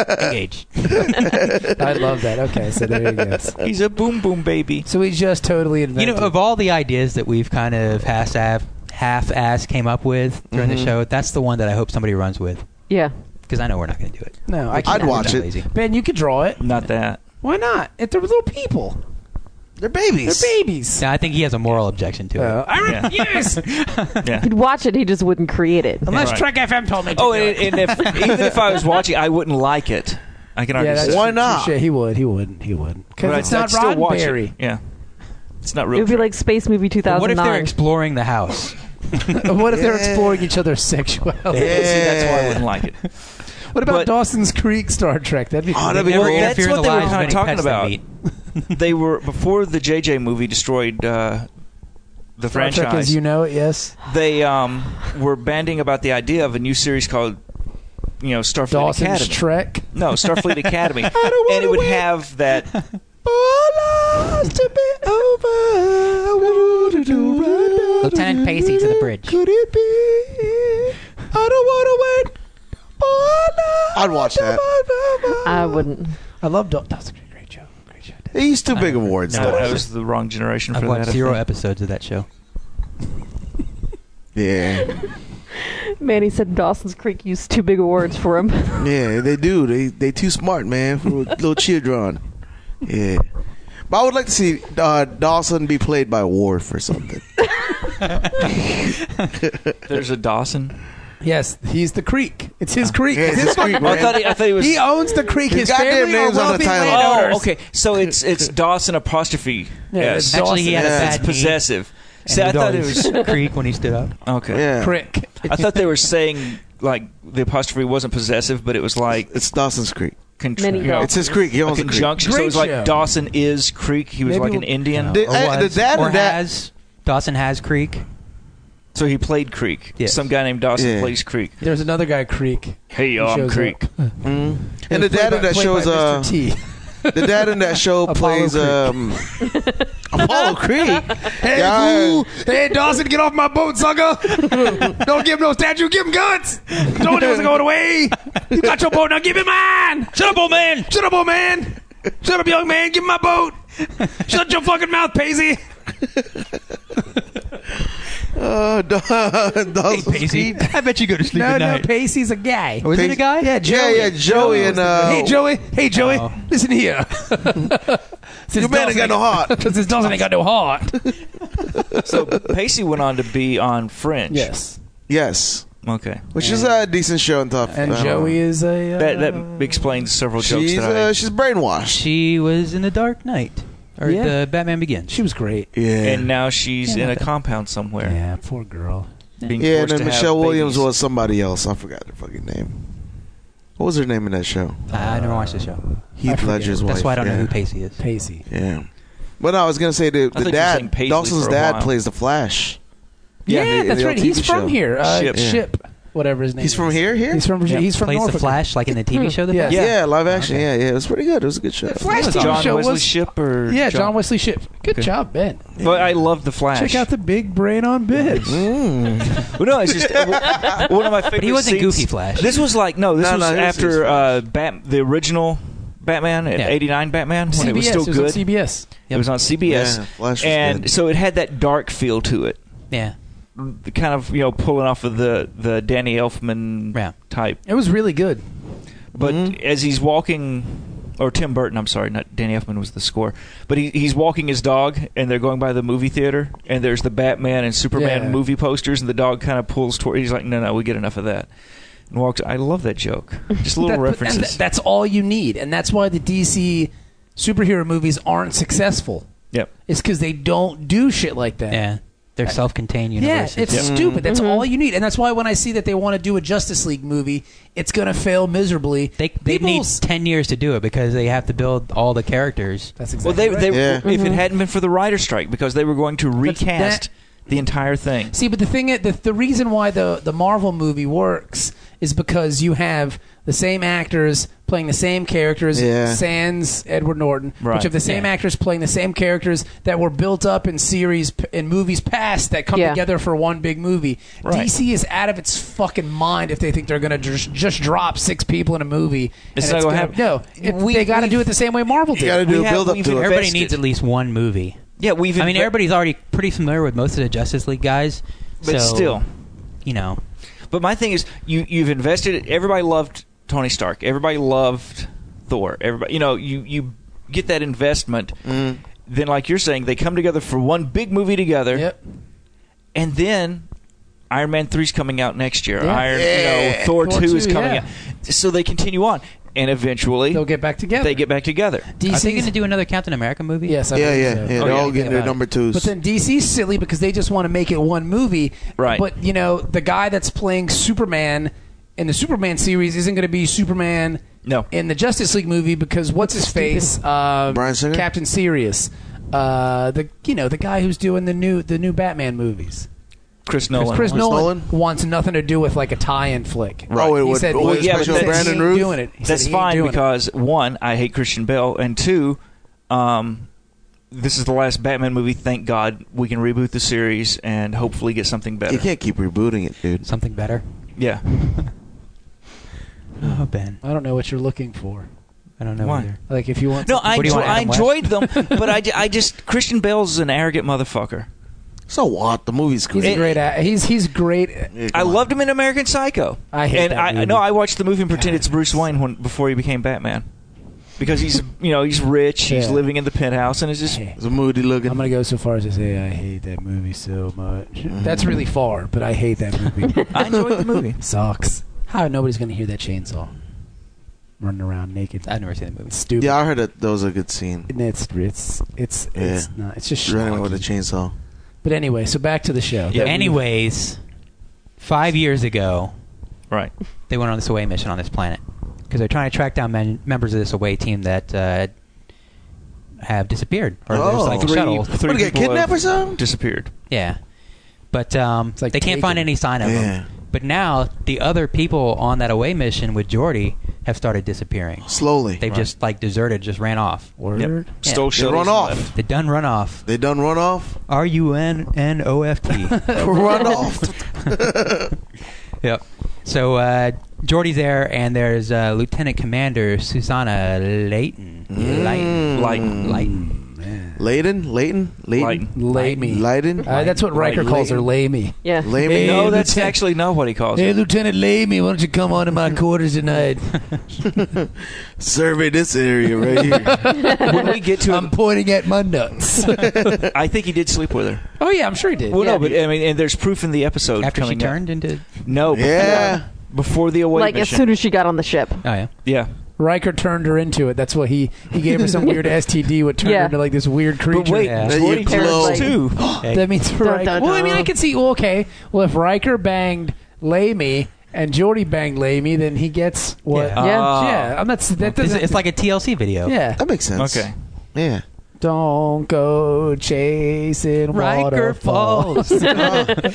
[SPEAKER 4] Engaged.
[SPEAKER 1] I love that. Okay, so there you go.
[SPEAKER 6] He's a boom boom baby.
[SPEAKER 1] So we just totally
[SPEAKER 4] You
[SPEAKER 1] invented.
[SPEAKER 4] know, of all the ideas that we've kind of half-ass, half-ass came up with during the show, that's the one that I hope somebody runs with
[SPEAKER 2] Yeah.
[SPEAKER 4] because I know we're not going to do it.
[SPEAKER 1] no, I
[SPEAKER 5] I'd
[SPEAKER 1] can't.
[SPEAKER 5] watch it.
[SPEAKER 4] We're not lazy.
[SPEAKER 1] Ben, you could draw it.
[SPEAKER 6] Not that.
[SPEAKER 1] Why not? If they're little people,
[SPEAKER 5] they're
[SPEAKER 1] they're
[SPEAKER 5] babies.
[SPEAKER 1] babies.
[SPEAKER 4] No, I think he has a moral objection to it.
[SPEAKER 1] Uh, I
[SPEAKER 6] Yeah.
[SPEAKER 1] refuse.
[SPEAKER 6] Yeah.
[SPEAKER 2] He'd watch it, he just wouldn't create it.
[SPEAKER 1] Unless
[SPEAKER 6] Right.
[SPEAKER 1] Trek FM told me to.
[SPEAKER 6] Oh,
[SPEAKER 1] do it.
[SPEAKER 6] and, and if, even if I was watching, I wouldn't like it. I can
[SPEAKER 1] yeah,
[SPEAKER 6] already
[SPEAKER 1] that's
[SPEAKER 6] say.
[SPEAKER 5] Why
[SPEAKER 1] true,
[SPEAKER 5] not?
[SPEAKER 1] touche. He would. He wouldn't. He wouldn't. Because
[SPEAKER 6] But
[SPEAKER 1] it's
[SPEAKER 6] I'd- I'd
[SPEAKER 1] not
[SPEAKER 6] still watch it.
[SPEAKER 1] Roddenberry.
[SPEAKER 6] Yeah, it's not
[SPEAKER 2] It
[SPEAKER 6] real.
[SPEAKER 2] would be like Space Movie
[SPEAKER 4] But
[SPEAKER 2] 2009.
[SPEAKER 4] what if they're exploring the house?
[SPEAKER 1] what if they're
[SPEAKER 5] Yeah.
[SPEAKER 1] exploring each other's sexuality?
[SPEAKER 5] Yeah.
[SPEAKER 6] See, that's why I wouldn't like it.
[SPEAKER 1] What about
[SPEAKER 6] But-
[SPEAKER 1] Dawson's Creek Star Trek? That'd be.
[SPEAKER 5] Oh, that'd be
[SPEAKER 4] Never
[SPEAKER 5] great.
[SPEAKER 4] interfere in
[SPEAKER 6] That's
[SPEAKER 4] the
[SPEAKER 6] what they were
[SPEAKER 4] lives of
[SPEAKER 6] kinda
[SPEAKER 4] any
[SPEAKER 6] talking
[SPEAKER 4] pets they
[SPEAKER 6] about.
[SPEAKER 4] meet.
[SPEAKER 6] They were before the JJ movie destroyed uh, the
[SPEAKER 1] Star Trek
[SPEAKER 6] franchise.
[SPEAKER 1] as you know it. Yes.
[SPEAKER 6] they um, were banding about the idea of a new series called, you know, Starfleet
[SPEAKER 1] Dawson's
[SPEAKER 6] Academy.
[SPEAKER 1] Trek.
[SPEAKER 6] No, Starfleet Academy.
[SPEAKER 1] don't
[SPEAKER 6] and it
[SPEAKER 1] wanna
[SPEAKER 6] would
[SPEAKER 1] wait.
[SPEAKER 6] have that.
[SPEAKER 1] to be over.
[SPEAKER 4] Lieutenant Pacey to the bridge.
[SPEAKER 1] Could it be? I don't want to wait.
[SPEAKER 5] I'd watch that.
[SPEAKER 2] I wouldn't.
[SPEAKER 1] I love Daw- Dawson's Creek. Great show. Great show.
[SPEAKER 5] They used to big awards.
[SPEAKER 6] No,
[SPEAKER 5] though.
[SPEAKER 6] I was the wrong generation
[SPEAKER 4] I've
[SPEAKER 6] for
[SPEAKER 4] watched
[SPEAKER 6] that. I
[SPEAKER 4] zero
[SPEAKER 6] think.
[SPEAKER 4] episodes of that show.
[SPEAKER 5] Yeah,
[SPEAKER 2] Manny said Dawson's Creek used two big awards for him.
[SPEAKER 5] yeah, they do. They they too smart, man, for little children. Yeah, but I would like to see uh, Dawson be played by Worf or something.
[SPEAKER 6] There's a Dawson.
[SPEAKER 1] Yes, he's the creek. It's his creek.
[SPEAKER 5] Yeah,
[SPEAKER 1] It's
[SPEAKER 5] it's
[SPEAKER 1] his
[SPEAKER 5] Creek,
[SPEAKER 1] fucking
[SPEAKER 5] man.
[SPEAKER 6] I thought he, I thought he was.
[SPEAKER 1] He owns the creek.
[SPEAKER 5] His
[SPEAKER 1] His,
[SPEAKER 5] goddamn
[SPEAKER 1] family are
[SPEAKER 5] name's on the
[SPEAKER 1] wealthy
[SPEAKER 5] title.
[SPEAKER 1] landowners.
[SPEAKER 6] oh, okay. So it's it's Dawson apostrophe.
[SPEAKER 1] Yeah,
[SPEAKER 6] S.
[SPEAKER 1] it's
[SPEAKER 4] Actually, he had a
[SPEAKER 5] Dawson,
[SPEAKER 4] bad
[SPEAKER 6] It's
[SPEAKER 4] knee,
[SPEAKER 6] possessive.
[SPEAKER 4] and
[SPEAKER 6] See, I
[SPEAKER 4] would
[SPEAKER 6] thought it
[SPEAKER 4] always
[SPEAKER 6] was
[SPEAKER 4] creak when he stood up.
[SPEAKER 6] okay.
[SPEAKER 5] Yeah,
[SPEAKER 1] Crick.
[SPEAKER 6] I thought they were saying like the apostrophe wasn't possessive, but it was like
[SPEAKER 5] it's Dawson's Creek.
[SPEAKER 6] contr-
[SPEAKER 2] Mini
[SPEAKER 6] you know,
[SPEAKER 5] It's his creek. He
[SPEAKER 6] Oh. a
[SPEAKER 5] owns the creek.
[SPEAKER 6] conjunction. So it was
[SPEAKER 1] Great show.
[SPEAKER 6] like Dawson is Creek. He was
[SPEAKER 1] Maybe
[SPEAKER 6] like an
[SPEAKER 1] we'll-
[SPEAKER 6] Indian,
[SPEAKER 5] Did-
[SPEAKER 4] Or
[SPEAKER 5] uh,
[SPEAKER 4] was-
[SPEAKER 5] did that
[SPEAKER 4] or
[SPEAKER 5] or that-
[SPEAKER 4] has Dawson has creek?
[SPEAKER 6] so he played Creek.
[SPEAKER 4] Yes.
[SPEAKER 6] Some guy named Dawson
[SPEAKER 5] Yeah.
[SPEAKER 6] plays Creek.
[SPEAKER 1] There's another guy, Creek.
[SPEAKER 6] Hey,
[SPEAKER 1] He
[SPEAKER 6] I'm
[SPEAKER 1] shows
[SPEAKER 6] Creek.
[SPEAKER 1] up.
[SPEAKER 5] Mm. And the
[SPEAKER 1] Played
[SPEAKER 5] dad
[SPEAKER 1] by-
[SPEAKER 5] in that
[SPEAKER 1] played
[SPEAKER 5] show
[SPEAKER 1] by
[SPEAKER 5] is uh,
[SPEAKER 1] Mr. T.
[SPEAKER 5] the dad in that show
[SPEAKER 1] Apollo
[SPEAKER 5] plays
[SPEAKER 1] Creek.
[SPEAKER 5] um, Apollo Creek.
[SPEAKER 1] Hey,
[SPEAKER 5] Yeah.
[SPEAKER 1] fool. Hey, Dawson, get off my boat, sucker! Don't give him no statue, give him guns! No one else is going away! You got your boat, now give me mine! Shut up, old man! Shut up, old man! Shut up, young man, give me my boat! Shut your fucking mouth, Paisley!
[SPEAKER 5] Uh, Da- Dawson's
[SPEAKER 4] Pacey.
[SPEAKER 5] Creek.
[SPEAKER 4] I bet you go to sleep
[SPEAKER 1] No,
[SPEAKER 4] at
[SPEAKER 1] no,
[SPEAKER 4] night.
[SPEAKER 1] Pacey's a guy.
[SPEAKER 4] oh, is it
[SPEAKER 5] Pacey-
[SPEAKER 4] a guy?
[SPEAKER 1] Yeah, Joey.
[SPEAKER 5] Yeah, yeah, Joey and uh,
[SPEAKER 1] hey, Joey. Hey, Joey.
[SPEAKER 4] Oh.
[SPEAKER 1] Listen here. Since
[SPEAKER 5] Your man ain't got no heart.
[SPEAKER 1] Since Dawson ain't got no heart.
[SPEAKER 6] So Pacey went on to be on French.
[SPEAKER 1] Yes.
[SPEAKER 5] Yes,
[SPEAKER 6] Okay.
[SPEAKER 5] which is a decent show and tough.
[SPEAKER 1] And
[SPEAKER 5] uh,
[SPEAKER 1] Joey is a. Uh,
[SPEAKER 6] That that explains several jokes
[SPEAKER 5] she's
[SPEAKER 6] that I
[SPEAKER 5] uh, she's brainwashed.
[SPEAKER 4] She was in The Dark Knight. Or
[SPEAKER 1] Yeah.
[SPEAKER 4] the Batman Begins.
[SPEAKER 1] she was great.
[SPEAKER 5] Yeah,
[SPEAKER 6] and now she's
[SPEAKER 4] Yeah,
[SPEAKER 6] in a
[SPEAKER 4] not bad.
[SPEAKER 6] compound somewhere.
[SPEAKER 1] Yeah, poor girl.
[SPEAKER 6] Being
[SPEAKER 5] yeah, and
[SPEAKER 6] forced
[SPEAKER 5] then
[SPEAKER 6] to have
[SPEAKER 5] Michelle Williams
[SPEAKER 6] babies.
[SPEAKER 5] was somebody else. I forgot her fucking name. What was her name in that show?
[SPEAKER 4] I never watched the show.
[SPEAKER 5] Heath
[SPEAKER 1] forget.
[SPEAKER 5] Ledger's wife.
[SPEAKER 4] That's why I don't
[SPEAKER 5] yeah.
[SPEAKER 4] know who Pacey is.
[SPEAKER 1] Pacey.
[SPEAKER 5] Yeah. But no, I was gonna say the,
[SPEAKER 6] thought
[SPEAKER 5] the
[SPEAKER 6] you were saying
[SPEAKER 5] dad,
[SPEAKER 6] Paisley
[SPEAKER 5] Dawson's
[SPEAKER 6] for a
[SPEAKER 5] dad
[SPEAKER 6] while.
[SPEAKER 5] plays the Flash.
[SPEAKER 1] Yeah,
[SPEAKER 5] the-
[SPEAKER 1] that's
[SPEAKER 5] the
[SPEAKER 1] right.
[SPEAKER 5] old
[SPEAKER 1] He's
[SPEAKER 5] TV
[SPEAKER 1] from
[SPEAKER 5] show.
[SPEAKER 1] here. Uh,
[SPEAKER 6] Ship.
[SPEAKER 1] Ship.
[SPEAKER 5] Yeah.
[SPEAKER 1] Whatever his name
[SPEAKER 5] He's from
[SPEAKER 1] is.
[SPEAKER 5] here. Here.
[SPEAKER 1] He's from
[SPEAKER 4] Yeah,
[SPEAKER 1] he's from
[SPEAKER 4] plays
[SPEAKER 1] Norfolk.
[SPEAKER 4] the Flash like in the TV show. The
[SPEAKER 1] Yeah.
[SPEAKER 4] Flash?
[SPEAKER 5] yeah. live action. Yeah, yeah, it was pretty good. It was a good show.
[SPEAKER 1] Flash TV
[SPEAKER 6] John
[SPEAKER 1] show
[SPEAKER 6] Wesley
[SPEAKER 1] was.
[SPEAKER 6] Ship or
[SPEAKER 1] yeah, John
[SPEAKER 6] John
[SPEAKER 1] Wesley Ship. Good
[SPEAKER 6] Okay.
[SPEAKER 1] job, Ben.
[SPEAKER 6] But I love the Flash.
[SPEAKER 1] Check out the big brain on Ben.
[SPEAKER 5] Mm.
[SPEAKER 6] Well, no, it's just uh, one of my favorite.
[SPEAKER 4] But he wasn't
[SPEAKER 6] scenes-
[SPEAKER 4] Goofy Flash.
[SPEAKER 6] This was like no, this
[SPEAKER 5] No,
[SPEAKER 6] was
[SPEAKER 5] no, this is
[SPEAKER 6] after uh, Bat- the original Batman,
[SPEAKER 4] Yeah.
[SPEAKER 6] '89 Batman, when
[SPEAKER 1] CBS.
[SPEAKER 6] it was still
[SPEAKER 1] on
[SPEAKER 6] good.
[SPEAKER 1] CBS.
[SPEAKER 6] It was on CBS,
[SPEAKER 5] Yeah, Flash was
[SPEAKER 6] and
[SPEAKER 5] good.
[SPEAKER 6] so it had that dark feel to it,
[SPEAKER 4] yeah.
[SPEAKER 6] the kind of you know pulling off of the the Danny Elfman
[SPEAKER 4] Yeah.
[SPEAKER 6] type.
[SPEAKER 1] It was really good.
[SPEAKER 6] But
[SPEAKER 5] Mhm.
[SPEAKER 6] as he's walking, or Tim Burton, I'm sorry, not Danny Elfman was the score, but he, he's walking his dog, and they're going by the movie theater, and there's the Batman and Superman
[SPEAKER 1] Yeah.
[SPEAKER 6] movie posters, and the dog kind of pulls toward. He's like, no, no, we get enough of that, and walks. I love that joke. Just little
[SPEAKER 1] That- but- and
[SPEAKER 6] references.
[SPEAKER 1] th- that's all you need, and that's why the DC superhero movies aren't successful.
[SPEAKER 6] yep.
[SPEAKER 1] It's because they don't do shit like that.
[SPEAKER 4] Yeah. They're self-contained
[SPEAKER 1] Yeah,
[SPEAKER 4] universes.
[SPEAKER 1] it's stupid. That's
[SPEAKER 4] Mm-hmm.
[SPEAKER 1] all you need, and that's why when I see that they want to do a Justice League movie, it's going to fail miserably.
[SPEAKER 4] They they need
[SPEAKER 1] People's-
[SPEAKER 4] ten years to do it because they have to build all the characters.
[SPEAKER 1] That's
[SPEAKER 6] Well,
[SPEAKER 1] exactly
[SPEAKER 6] they,
[SPEAKER 1] right.
[SPEAKER 6] they
[SPEAKER 5] Yeah. Mm-hmm.
[SPEAKER 6] if it hadn't been for the writer strike, because they were going to
[SPEAKER 1] That's-
[SPEAKER 6] recast the entire thing.
[SPEAKER 1] See, but the thing, the, the reason why the the Marvel movie works is because you have the same actors playing the same characters,
[SPEAKER 5] Yeah.
[SPEAKER 1] sans Edward Norton, but
[SPEAKER 6] Right,
[SPEAKER 1] you have the same
[SPEAKER 4] yeah.
[SPEAKER 1] actors playing the same characters that were built up in series p- in movies past that come
[SPEAKER 2] Yeah.
[SPEAKER 1] together for one big movie.
[SPEAKER 6] Right.
[SPEAKER 1] DC is out of its fucking mind if they think they're going to just, just drop six people in a movie.
[SPEAKER 6] It's
[SPEAKER 1] and
[SPEAKER 6] not gonna
[SPEAKER 1] gonna- No, it, they got to do it the same way Marvel
[SPEAKER 5] You got to
[SPEAKER 1] did.
[SPEAKER 5] do
[SPEAKER 6] We
[SPEAKER 5] a
[SPEAKER 6] have-
[SPEAKER 5] build up
[SPEAKER 6] we've
[SPEAKER 5] to it.
[SPEAKER 4] Everybody
[SPEAKER 6] invested.
[SPEAKER 4] needs at least one movie.
[SPEAKER 6] Yeah, we've.
[SPEAKER 4] I mean,
[SPEAKER 6] inve-
[SPEAKER 4] everybody's already pretty familiar with most of the Justice League guys.
[SPEAKER 6] But
[SPEAKER 4] so,
[SPEAKER 6] still.
[SPEAKER 4] you know,
[SPEAKER 6] But my thing is, you you've invested. Everybody loved Tony Stark. Everybody loved Thor. Everybody, you know, you you get that investment.
[SPEAKER 5] Mm.
[SPEAKER 6] Then, like you're saying, they come together for one big movie together,
[SPEAKER 1] Yep.
[SPEAKER 6] and then Iron Man three's coming out next year.
[SPEAKER 1] Yeah.
[SPEAKER 6] Iron, you know,
[SPEAKER 5] Yeah.
[SPEAKER 6] Thor,
[SPEAKER 1] Thor
[SPEAKER 6] two is
[SPEAKER 1] 2,
[SPEAKER 6] coming
[SPEAKER 1] yeah.
[SPEAKER 6] out. So they continue on, and eventually
[SPEAKER 1] They'll get back together.
[SPEAKER 6] they get back together.
[SPEAKER 1] DC
[SPEAKER 4] are they going to do another Captain America movie?
[SPEAKER 1] Yes, I
[SPEAKER 5] Yeah,
[SPEAKER 1] believe
[SPEAKER 5] yeah,
[SPEAKER 1] so.
[SPEAKER 5] yeah. They're
[SPEAKER 6] yeah,
[SPEAKER 5] all
[SPEAKER 6] yeah,
[SPEAKER 5] getting
[SPEAKER 1] yeah.
[SPEAKER 5] their number twos.
[SPEAKER 1] But then DC's silly because they just want to make it one movie.
[SPEAKER 6] Right.
[SPEAKER 1] But you know, the guy that's playing Superman in the Superman series isn't going to be Superman
[SPEAKER 6] No,
[SPEAKER 1] in the Justice League movie because what's his face? Uh,
[SPEAKER 5] Bryan Singer?
[SPEAKER 1] Captain Sirius. Uh, the you know the guy who's doing the new the new Batman movies.
[SPEAKER 6] Chris Nolan.
[SPEAKER 1] Chris
[SPEAKER 5] Nolan.
[SPEAKER 1] Nolan,
[SPEAKER 5] Nolan?
[SPEAKER 1] wants nothing to do with like a tie-in flick.
[SPEAKER 5] Oh, it
[SPEAKER 1] He
[SPEAKER 5] would.
[SPEAKER 1] said,
[SPEAKER 5] oh,
[SPEAKER 1] well,
[SPEAKER 5] it's
[SPEAKER 6] yeah, but
[SPEAKER 5] special
[SPEAKER 6] that's-
[SPEAKER 5] Brandon
[SPEAKER 1] he ain't
[SPEAKER 5] Ruth.
[SPEAKER 1] doing it. He said
[SPEAKER 6] That's
[SPEAKER 1] he ain't
[SPEAKER 6] fine
[SPEAKER 1] doing it.
[SPEAKER 6] because one, I hate Christian Bell, and two, um, this is the last Batman movie. Thank God we can reboot the series and hopefully get something
[SPEAKER 5] You
[SPEAKER 6] better.
[SPEAKER 5] can't keep rebooting it, dude.
[SPEAKER 4] something better.
[SPEAKER 6] Yeah,
[SPEAKER 4] Oh, Ben,
[SPEAKER 1] I don't know what you're looking for.
[SPEAKER 4] I don't know
[SPEAKER 6] Why?
[SPEAKER 4] either.
[SPEAKER 1] Like if you want,
[SPEAKER 6] no,
[SPEAKER 1] something-
[SPEAKER 6] I,
[SPEAKER 4] What do you
[SPEAKER 6] enjoy,
[SPEAKER 4] want,
[SPEAKER 6] I
[SPEAKER 4] Adam West?
[SPEAKER 6] enjoyed them, but I, ju- I just Christian Bell's an arrogant motherfucker.
[SPEAKER 5] So what? The movie's
[SPEAKER 1] he's
[SPEAKER 5] great.
[SPEAKER 1] a great. a- He's he's great
[SPEAKER 5] Yeah,
[SPEAKER 6] I
[SPEAKER 5] come on.
[SPEAKER 6] loved him in American Psycho.
[SPEAKER 1] I hate
[SPEAKER 6] and
[SPEAKER 1] that
[SPEAKER 6] I
[SPEAKER 1] movie.
[SPEAKER 6] no, I watched the movie and pretend it's Bruce Wayne when before he became Batman. Because he's you know he's rich, he's
[SPEAKER 1] Yeah.
[SPEAKER 6] living in the penthouse, and it's just
[SPEAKER 1] Hey,
[SPEAKER 5] It's a moody looking.
[SPEAKER 1] I'm gonna go so far as to say I hate that movie so much.
[SPEAKER 6] Mm.
[SPEAKER 1] That's really far, but I hate that movie.
[SPEAKER 6] I enjoyed the movie.
[SPEAKER 1] Sucks. How nobody's gonna hear that chainsaw running around naked?
[SPEAKER 4] I've never seen the movie.
[SPEAKER 1] It's stupid.
[SPEAKER 5] yeah, I heard that. That was a good scene.
[SPEAKER 1] And it's it's it's it's
[SPEAKER 5] Yeah.
[SPEAKER 1] not. It's just
[SPEAKER 5] Running with a
[SPEAKER 1] schlocky.
[SPEAKER 5] chainsaw.
[SPEAKER 1] But anyway, so back to the show.
[SPEAKER 6] Yeah.
[SPEAKER 4] Anyways, five years ago,
[SPEAKER 6] Right.
[SPEAKER 4] they went on this away mission on this planet because they're trying to track down men- members of this away team that uh, have disappeared or there's
[SPEAKER 5] Oh.
[SPEAKER 4] like
[SPEAKER 6] Three,
[SPEAKER 4] shuttles.
[SPEAKER 6] three
[SPEAKER 5] What, get
[SPEAKER 6] people
[SPEAKER 5] kidnapped
[SPEAKER 6] have
[SPEAKER 5] or something?
[SPEAKER 6] Disappeared.
[SPEAKER 4] Yeah, but um,
[SPEAKER 1] like
[SPEAKER 4] they can't find
[SPEAKER 1] Taken.
[SPEAKER 4] any sign of
[SPEAKER 5] Yeah.
[SPEAKER 4] them. But now the other people on that away mission with Jordy have started disappearing.
[SPEAKER 5] Slowly.
[SPEAKER 4] They've just like deserted, just ran off.
[SPEAKER 1] Word.
[SPEAKER 6] Yep.
[SPEAKER 5] They
[SPEAKER 6] Stole shuttles
[SPEAKER 5] run
[SPEAKER 6] and left.
[SPEAKER 5] off.
[SPEAKER 4] They done run off.
[SPEAKER 5] They done run off.
[SPEAKER 4] R U N N O F T.
[SPEAKER 5] run off.
[SPEAKER 4] Yep. So uh, Jordy's there, and there's uh, Lieutenant Commander Susanna Layton. Layton.
[SPEAKER 5] Mm.
[SPEAKER 4] Layton.
[SPEAKER 5] Layton.
[SPEAKER 4] Layton.
[SPEAKER 5] Layden? Layton? Layton?
[SPEAKER 6] Leighton.
[SPEAKER 1] Lay me.
[SPEAKER 5] Layden?
[SPEAKER 1] Uh, that's what Riker
[SPEAKER 5] Like
[SPEAKER 1] calls her,
[SPEAKER 5] Leighton.
[SPEAKER 1] lay me.
[SPEAKER 2] Yeah.
[SPEAKER 5] Layman?
[SPEAKER 1] Hey,
[SPEAKER 6] No, that's
[SPEAKER 1] Lieutenant-
[SPEAKER 6] actually not what he calls
[SPEAKER 1] Hey,
[SPEAKER 6] it.
[SPEAKER 1] Lieutenant Lamy, why don't you come on to my quarters tonight?
[SPEAKER 5] Survey this area right here.
[SPEAKER 6] when we get to
[SPEAKER 1] I'm
[SPEAKER 6] him,
[SPEAKER 1] pointing at my nuts.
[SPEAKER 6] I think he did sleep with her.
[SPEAKER 1] oh, yeah, I'm sure he did.
[SPEAKER 6] Well,
[SPEAKER 2] Yeah.
[SPEAKER 6] no, but I mean, and there's proof in the episode
[SPEAKER 4] After she
[SPEAKER 6] coming up.
[SPEAKER 4] turned into.
[SPEAKER 6] No, before,
[SPEAKER 5] Yeah.
[SPEAKER 6] before the away
[SPEAKER 2] like
[SPEAKER 6] mission.
[SPEAKER 2] as soon as she got on the ship.
[SPEAKER 4] Oh, yeah.
[SPEAKER 6] yeah,
[SPEAKER 1] Riker turned her into it. That's what he, he gave her some weird STD, what turned her
[SPEAKER 2] Yeah.
[SPEAKER 1] into like this weird creature.
[SPEAKER 6] but wait,
[SPEAKER 4] Yeah.
[SPEAKER 5] There
[SPEAKER 6] Jordy
[SPEAKER 5] you go.
[SPEAKER 6] turns too.
[SPEAKER 1] That means Riker.
[SPEAKER 2] dun,
[SPEAKER 1] Well, I mean, I
[SPEAKER 2] dun.
[SPEAKER 1] could see. Well, okay. Well, if Riker banged Lamy and Jordy banged Lamy, then he gets what?
[SPEAKER 4] Yeah.
[SPEAKER 2] Yeah.
[SPEAKER 6] Ah.
[SPEAKER 1] Yeah, I'm not. That
[SPEAKER 4] It's,
[SPEAKER 1] doesn't.
[SPEAKER 4] it's like a TLC video.
[SPEAKER 1] yeah.
[SPEAKER 5] that makes sense.
[SPEAKER 6] Okay.
[SPEAKER 5] Yeah.
[SPEAKER 1] Don't go chasing
[SPEAKER 4] Riker
[SPEAKER 1] waterfalls.
[SPEAKER 4] Falls.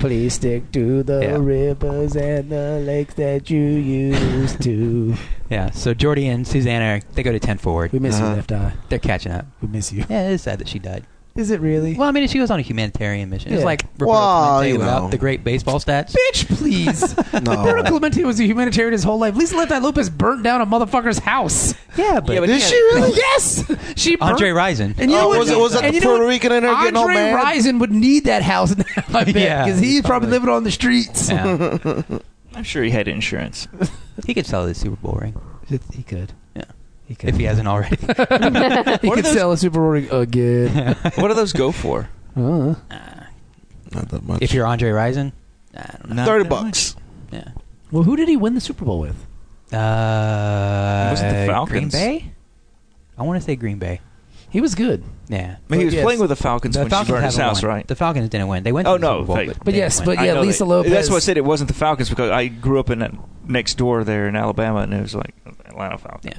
[SPEAKER 1] Please stick to the
[SPEAKER 4] Yeah.
[SPEAKER 1] rivers and the lakes that you used to.
[SPEAKER 4] yeah. So Jordy and Susanna, they go to 10 forward.
[SPEAKER 1] We miss
[SPEAKER 5] Uh-huh.
[SPEAKER 1] you, Left Eye.
[SPEAKER 4] They're catching up.
[SPEAKER 1] We miss you.
[SPEAKER 4] Yeah, it is sad that she died.
[SPEAKER 1] Is it really?
[SPEAKER 4] Well, I mean, she was on a humanitarian mission. It's
[SPEAKER 1] Yeah.
[SPEAKER 4] like Roberto
[SPEAKER 5] Well,
[SPEAKER 4] Clemente
[SPEAKER 5] you
[SPEAKER 4] without
[SPEAKER 5] know.
[SPEAKER 4] the great baseball stats.
[SPEAKER 1] Bitch, please. Roberto
[SPEAKER 5] No.
[SPEAKER 1] Clemente was a humanitarian his whole life. Lisa Left Eye Lopez burnt down a motherfucker's house.
[SPEAKER 4] Yeah, but,
[SPEAKER 5] Did she really?
[SPEAKER 1] yes, she burnt.
[SPEAKER 4] Andre Rison.
[SPEAKER 1] And you know
[SPEAKER 5] Oh,
[SPEAKER 1] what?
[SPEAKER 5] was it- was that
[SPEAKER 1] and
[SPEAKER 5] the
[SPEAKER 1] you know
[SPEAKER 5] Puerto
[SPEAKER 1] what?
[SPEAKER 5] Rican in there getting all
[SPEAKER 1] Andre
[SPEAKER 5] mad?
[SPEAKER 1] Rison would need that house now, I bet,
[SPEAKER 4] Yeah,
[SPEAKER 1] because he's probably
[SPEAKER 4] probably.
[SPEAKER 1] living on the streets.
[SPEAKER 4] Yeah.
[SPEAKER 6] I'm sure he had insurance.
[SPEAKER 4] he could sell the Super Bowl ring
[SPEAKER 1] He could.
[SPEAKER 4] Yeah. if he hasn't already.
[SPEAKER 1] He
[SPEAKER 6] What are
[SPEAKER 1] could
[SPEAKER 6] those-
[SPEAKER 1] sell a Super Bowl ring again.
[SPEAKER 6] what do those go for?
[SPEAKER 1] Uh,
[SPEAKER 5] Not that much.
[SPEAKER 4] if you're Andre Rison, I don't know.
[SPEAKER 6] Not
[SPEAKER 5] 30
[SPEAKER 6] that
[SPEAKER 5] bucks.
[SPEAKER 4] Yeah.
[SPEAKER 1] well, who did he win the Super Bowl with?
[SPEAKER 4] Uh,
[SPEAKER 6] Was it the
[SPEAKER 4] Green
[SPEAKER 6] Falcons?
[SPEAKER 4] Bay? I want to say Green Bay.
[SPEAKER 1] He was good.
[SPEAKER 4] Yeah.
[SPEAKER 6] much. I mean, he was
[SPEAKER 1] Yes.
[SPEAKER 6] playing with the Falcons when she burned his
[SPEAKER 4] haven't
[SPEAKER 6] house,
[SPEAKER 4] won.
[SPEAKER 6] right?
[SPEAKER 4] The Falcons didn't win. They went. To
[SPEAKER 6] Oh,
[SPEAKER 4] the
[SPEAKER 6] no,
[SPEAKER 4] Super Bowl,
[SPEAKER 6] they-
[SPEAKER 1] But
[SPEAKER 4] but, they
[SPEAKER 1] yes,
[SPEAKER 4] didn't win.
[SPEAKER 1] but- Yeah,
[SPEAKER 6] I know
[SPEAKER 1] Lisa
[SPEAKER 6] that.
[SPEAKER 1] Lopez.
[SPEAKER 6] That's why I said it wasn't the Falcons because I grew up in that next door there in Alabama, and it was like Atlanta Falcons.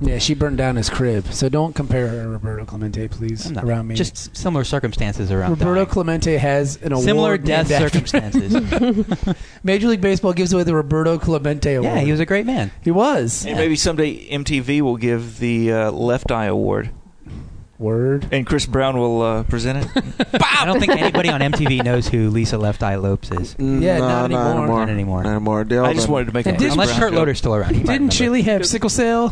[SPEAKER 4] yeah,
[SPEAKER 1] Yeah, she burned down his crib. So don't compare her to Roberto Clemente, please,
[SPEAKER 4] I'm not-
[SPEAKER 1] around me.
[SPEAKER 4] just similar circumstances around.
[SPEAKER 1] Roberto
[SPEAKER 4] dying.
[SPEAKER 1] Clemente has an award.
[SPEAKER 4] similar death
[SPEAKER 1] named after-
[SPEAKER 4] circumstances.
[SPEAKER 1] Major League Baseball gives away the Roberto Clemente Award.
[SPEAKER 4] yeah, he was a great man.
[SPEAKER 1] He was.
[SPEAKER 6] And maybe someday MTV will give the uh, Left Eye Award,
[SPEAKER 1] Word.
[SPEAKER 6] and Chris Brown will uh, present it.
[SPEAKER 4] I don't think anybody on MTV knows who Lisa Left Eye Lopes is.
[SPEAKER 1] Yeah, not anymore.
[SPEAKER 4] Not anymore.
[SPEAKER 5] Not Mm, anymore. They all
[SPEAKER 6] I just
[SPEAKER 5] done-
[SPEAKER 6] wanted to make
[SPEAKER 1] And
[SPEAKER 6] a
[SPEAKER 1] didn't-
[SPEAKER 6] Chris
[SPEAKER 4] Unless
[SPEAKER 6] Brown
[SPEAKER 4] Kurt
[SPEAKER 6] joke.
[SPEAKER 4] Loder's still around. He might
[SPEAKER 1] Didn't
[SPEAKER 4] remember.
[SPEAKER 1] Chile have sickle cell?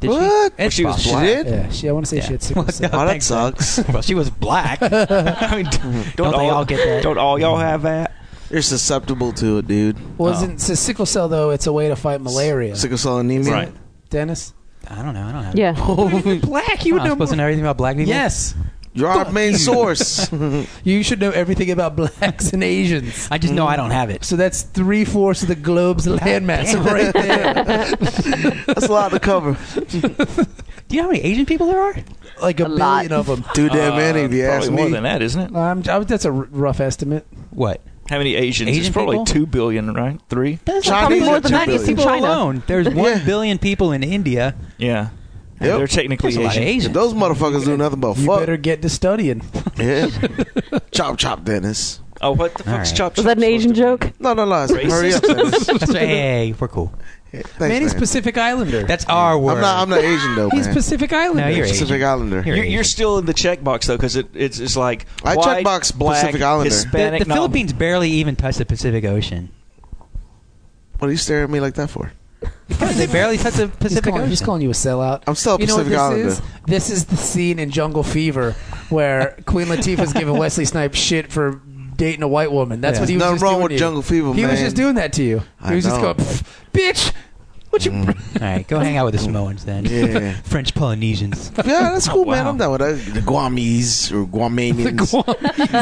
[SPEAKER 4] Did she?
[SPEAKER 5] What?
[SPEAKER 4] It's
[SPEAKER 6] She was
[SPEAKER 4] possible.
[SPEAKER 5] She did?
[SPEAKER 1] Yeah, she, I want to say
[SPEAKER 4] Yeah.
[SPEAKER 1] she had sickle
[SPEAKER 4] What the-
[SPEAKER 1] cell.
[SPEAKER 5] Oh, that
[SPEAKER 4] Thanks, man.
[SPEAKER 5] sucks.
[SPEAKER 4] Well, she was black.
[SPEAKER 6] I mean, don't,
[SPEAKER 4] Mm. Don't they all get that?
[SPEAKER 6] Don't all y'all have that?
[SPEAKER 5] You're susceptible to it, dude.
[SPEAKER 1] Wasn't so sickle cell though? It's a way to fight malaria.
[SPEAKER 5] Sickle cell anemia.
[SPEAKER 6] Right.
[SPEAKER 1] Dennis,
[SPEAKER 4] I don't know. I don't know.
[SPEAKER 2] Yeah.
[SPEAKER 1] black, you
[SPEAKER 4] I'm supposed to know everything about black people.
[SPEAKER 1] Yes,
[SPEAKER 5] You're our main source.
[SPEAKER 1] you should know everything about blacks and Asians.
[SPEAKER 4] I just know I don't have it.
[SPEAKER 1] So that's three fourths of the globe's landmass right there.
[SPEAKER 5] That's a lot to cover.
[SPEAKER 4] Do you know how many Asian people there are?
[SPEAKER 1] Like a,
[SPEAKER 2] A lot.
[SPEAKER 1] billion of them.
[SPEAKER 5] Too damn
[SPEAKER 6] Uh,
[SPEAKER 5] many, if you
[SPEAKER 6] probably
[SPEAKER 5] ask
[SPEAKER 6] more
[SPEAKER 5] me.
[SPEAKER 6] than that, isn't it?
[SPEAKER 1] Um, I- that's a r- rough estimate.
[SPEAKER 4] What?
[SPEAKER 6] How many Asians?
[SPEAKER 4] Asian
[SPEAKER 6] it's probably
[SPEAKER 4] people?
[SPEAKER 6] two billion, right? Three?
[SPEAKER 4] That's
[SPEAKER 5] Chinese
[SPEAKER 2] probably more
[SPEAKER 5] are
[SPEAKER 2] than
[SPEAKER 5] two
[SPEAKER 2] that is in
[SPEAKER 5] billion.
[SPEAKER 4] people
[SPEAKER 2] China.
[SPEAKER 4] alone. There's one billion
[SPEAKER 5] Yeah.
[SPEAKER 4] people in India.
[SPEAKER 6] Yeah.
[SPEAKER 5] Yep.
[SPEAKER 6] They're technically
[SPEAKER 4] There's a lot of
[SPEAKER 6] Asian.
[SPEAKER 5] If
[SPEAKER 4] Asians.
[SPEAKER 5] Those motherfuckers do nothing but
[SPEAKER 1] You
[SPEAKER 5] fuck.
[SPEAKER 1] better get to studying.
[SPEAKER 5] Yeah. chop, chop, Dennis.
[SPEAKER 6] Oh, what the
[SPEAKER 4] All
[SPEAKER 6] fuck's
[SPEAKER 4] right.
[SPEAKER 6] chop?
[SPEAKER 2] Was that
[SPEAKER 6] Chop
[SPEAKER 2] an Asian
[SPEAKER 6] supposed to be?
[SPEAKER 2] joke?
[SPEAKER 5] No, no, no. it's-
[SPEAKER 6] Racist.
[SPEAKER 5] Hurry up, Dennis.
[SPEAKER 4] That's right. Hey, we're cool.
[SPEAKER 5] Yeah, Thanks,
[SPEAKER 1] Manny's
[SPEAKER 5] man.
[SPEAKER 1] Pacific Islander.
[SPEAKER 4] That's our word.
[SPEAKER 5] I'm not. I'm not Asian though,
[SPEAKER 1] He's
[SPEAKER 5] man.
[SPEAKER 1] Pacific Islander.
[SPEAKER 4] No, you're
[SPEAKER 5] Pacific
[SPEAKER 4] Asian.
[SPEAKER 5] Islander.
[SPEAKER 4] You're-
[SPEAKER 6] You're, you're still in the checkbox though, because it, it's it's like
[SPEAKER 5] I
[SPEAKER 6] white,
[SPEAKER 5] checkbox
[SPEAKER 6] black,
[SPEAKER 5] Pacific Islander.
[SPEAKER 4] the,
[SPEAKER 6] Hispanic.
[SPEAKER 4] the
[SPEAKER 6] no.
[SPEAKER 4] Philippines barely even touched the Pacific Ocean.
[SPEAKER 5] What are you staring at me like that for?
[SPEAKER 4] they barely touched the
[SPEAKER 1] He's
[SPEAKER 4] Pacific
[SPEAKER 1] calling,
[SPEAKER 4] Ocean.
[SPEAKER 1] he's calling you a sellout.
[SPEAKER 5] I'm still a
[SPEAKER 1] you know what
[SPEAKER 5] Pacific
[SPEAKER 1] this
[SPEAKER 5] Islander.
[SPEAKER 1] is? This is the scene in Jungle Fever where Queen Latifah's giving Wesley Snipes shit for dating a white woman. That's
[SPEAKER 4] Yeah.
[SPEAKER 1] what he was
[SPEAKER 5] Nothing
[SPEAKER 1] just
[SPEAKER 5] wrong
[SPEAKER 1] doing
[SPEAKER 5] with
[SPEAKER 1] to you.
[SPEAKER 5] Jungle Fever,
[SPEAKER 1] He
[SPEAKER 5] man.
[SPEAKER 1] was just doing that to you.
[SPEAKER 5] I
[SPEAKER 1] he was just
[SPEAKER 5] know.
[SPEAKER 1] going, "Pff, bitch, what you?
[SPEAKER 4] All right, go hang out with the Samoans then.
[SPEAKER 5] Yeah.
[SPEAKER 4] French Polynesians.
[SPEAKER 5] Yeah, that's cool, man.
[SPEAKER 4] Wow.
[SPEAKER 5] I'm down with that. The Guamese or Guamanians,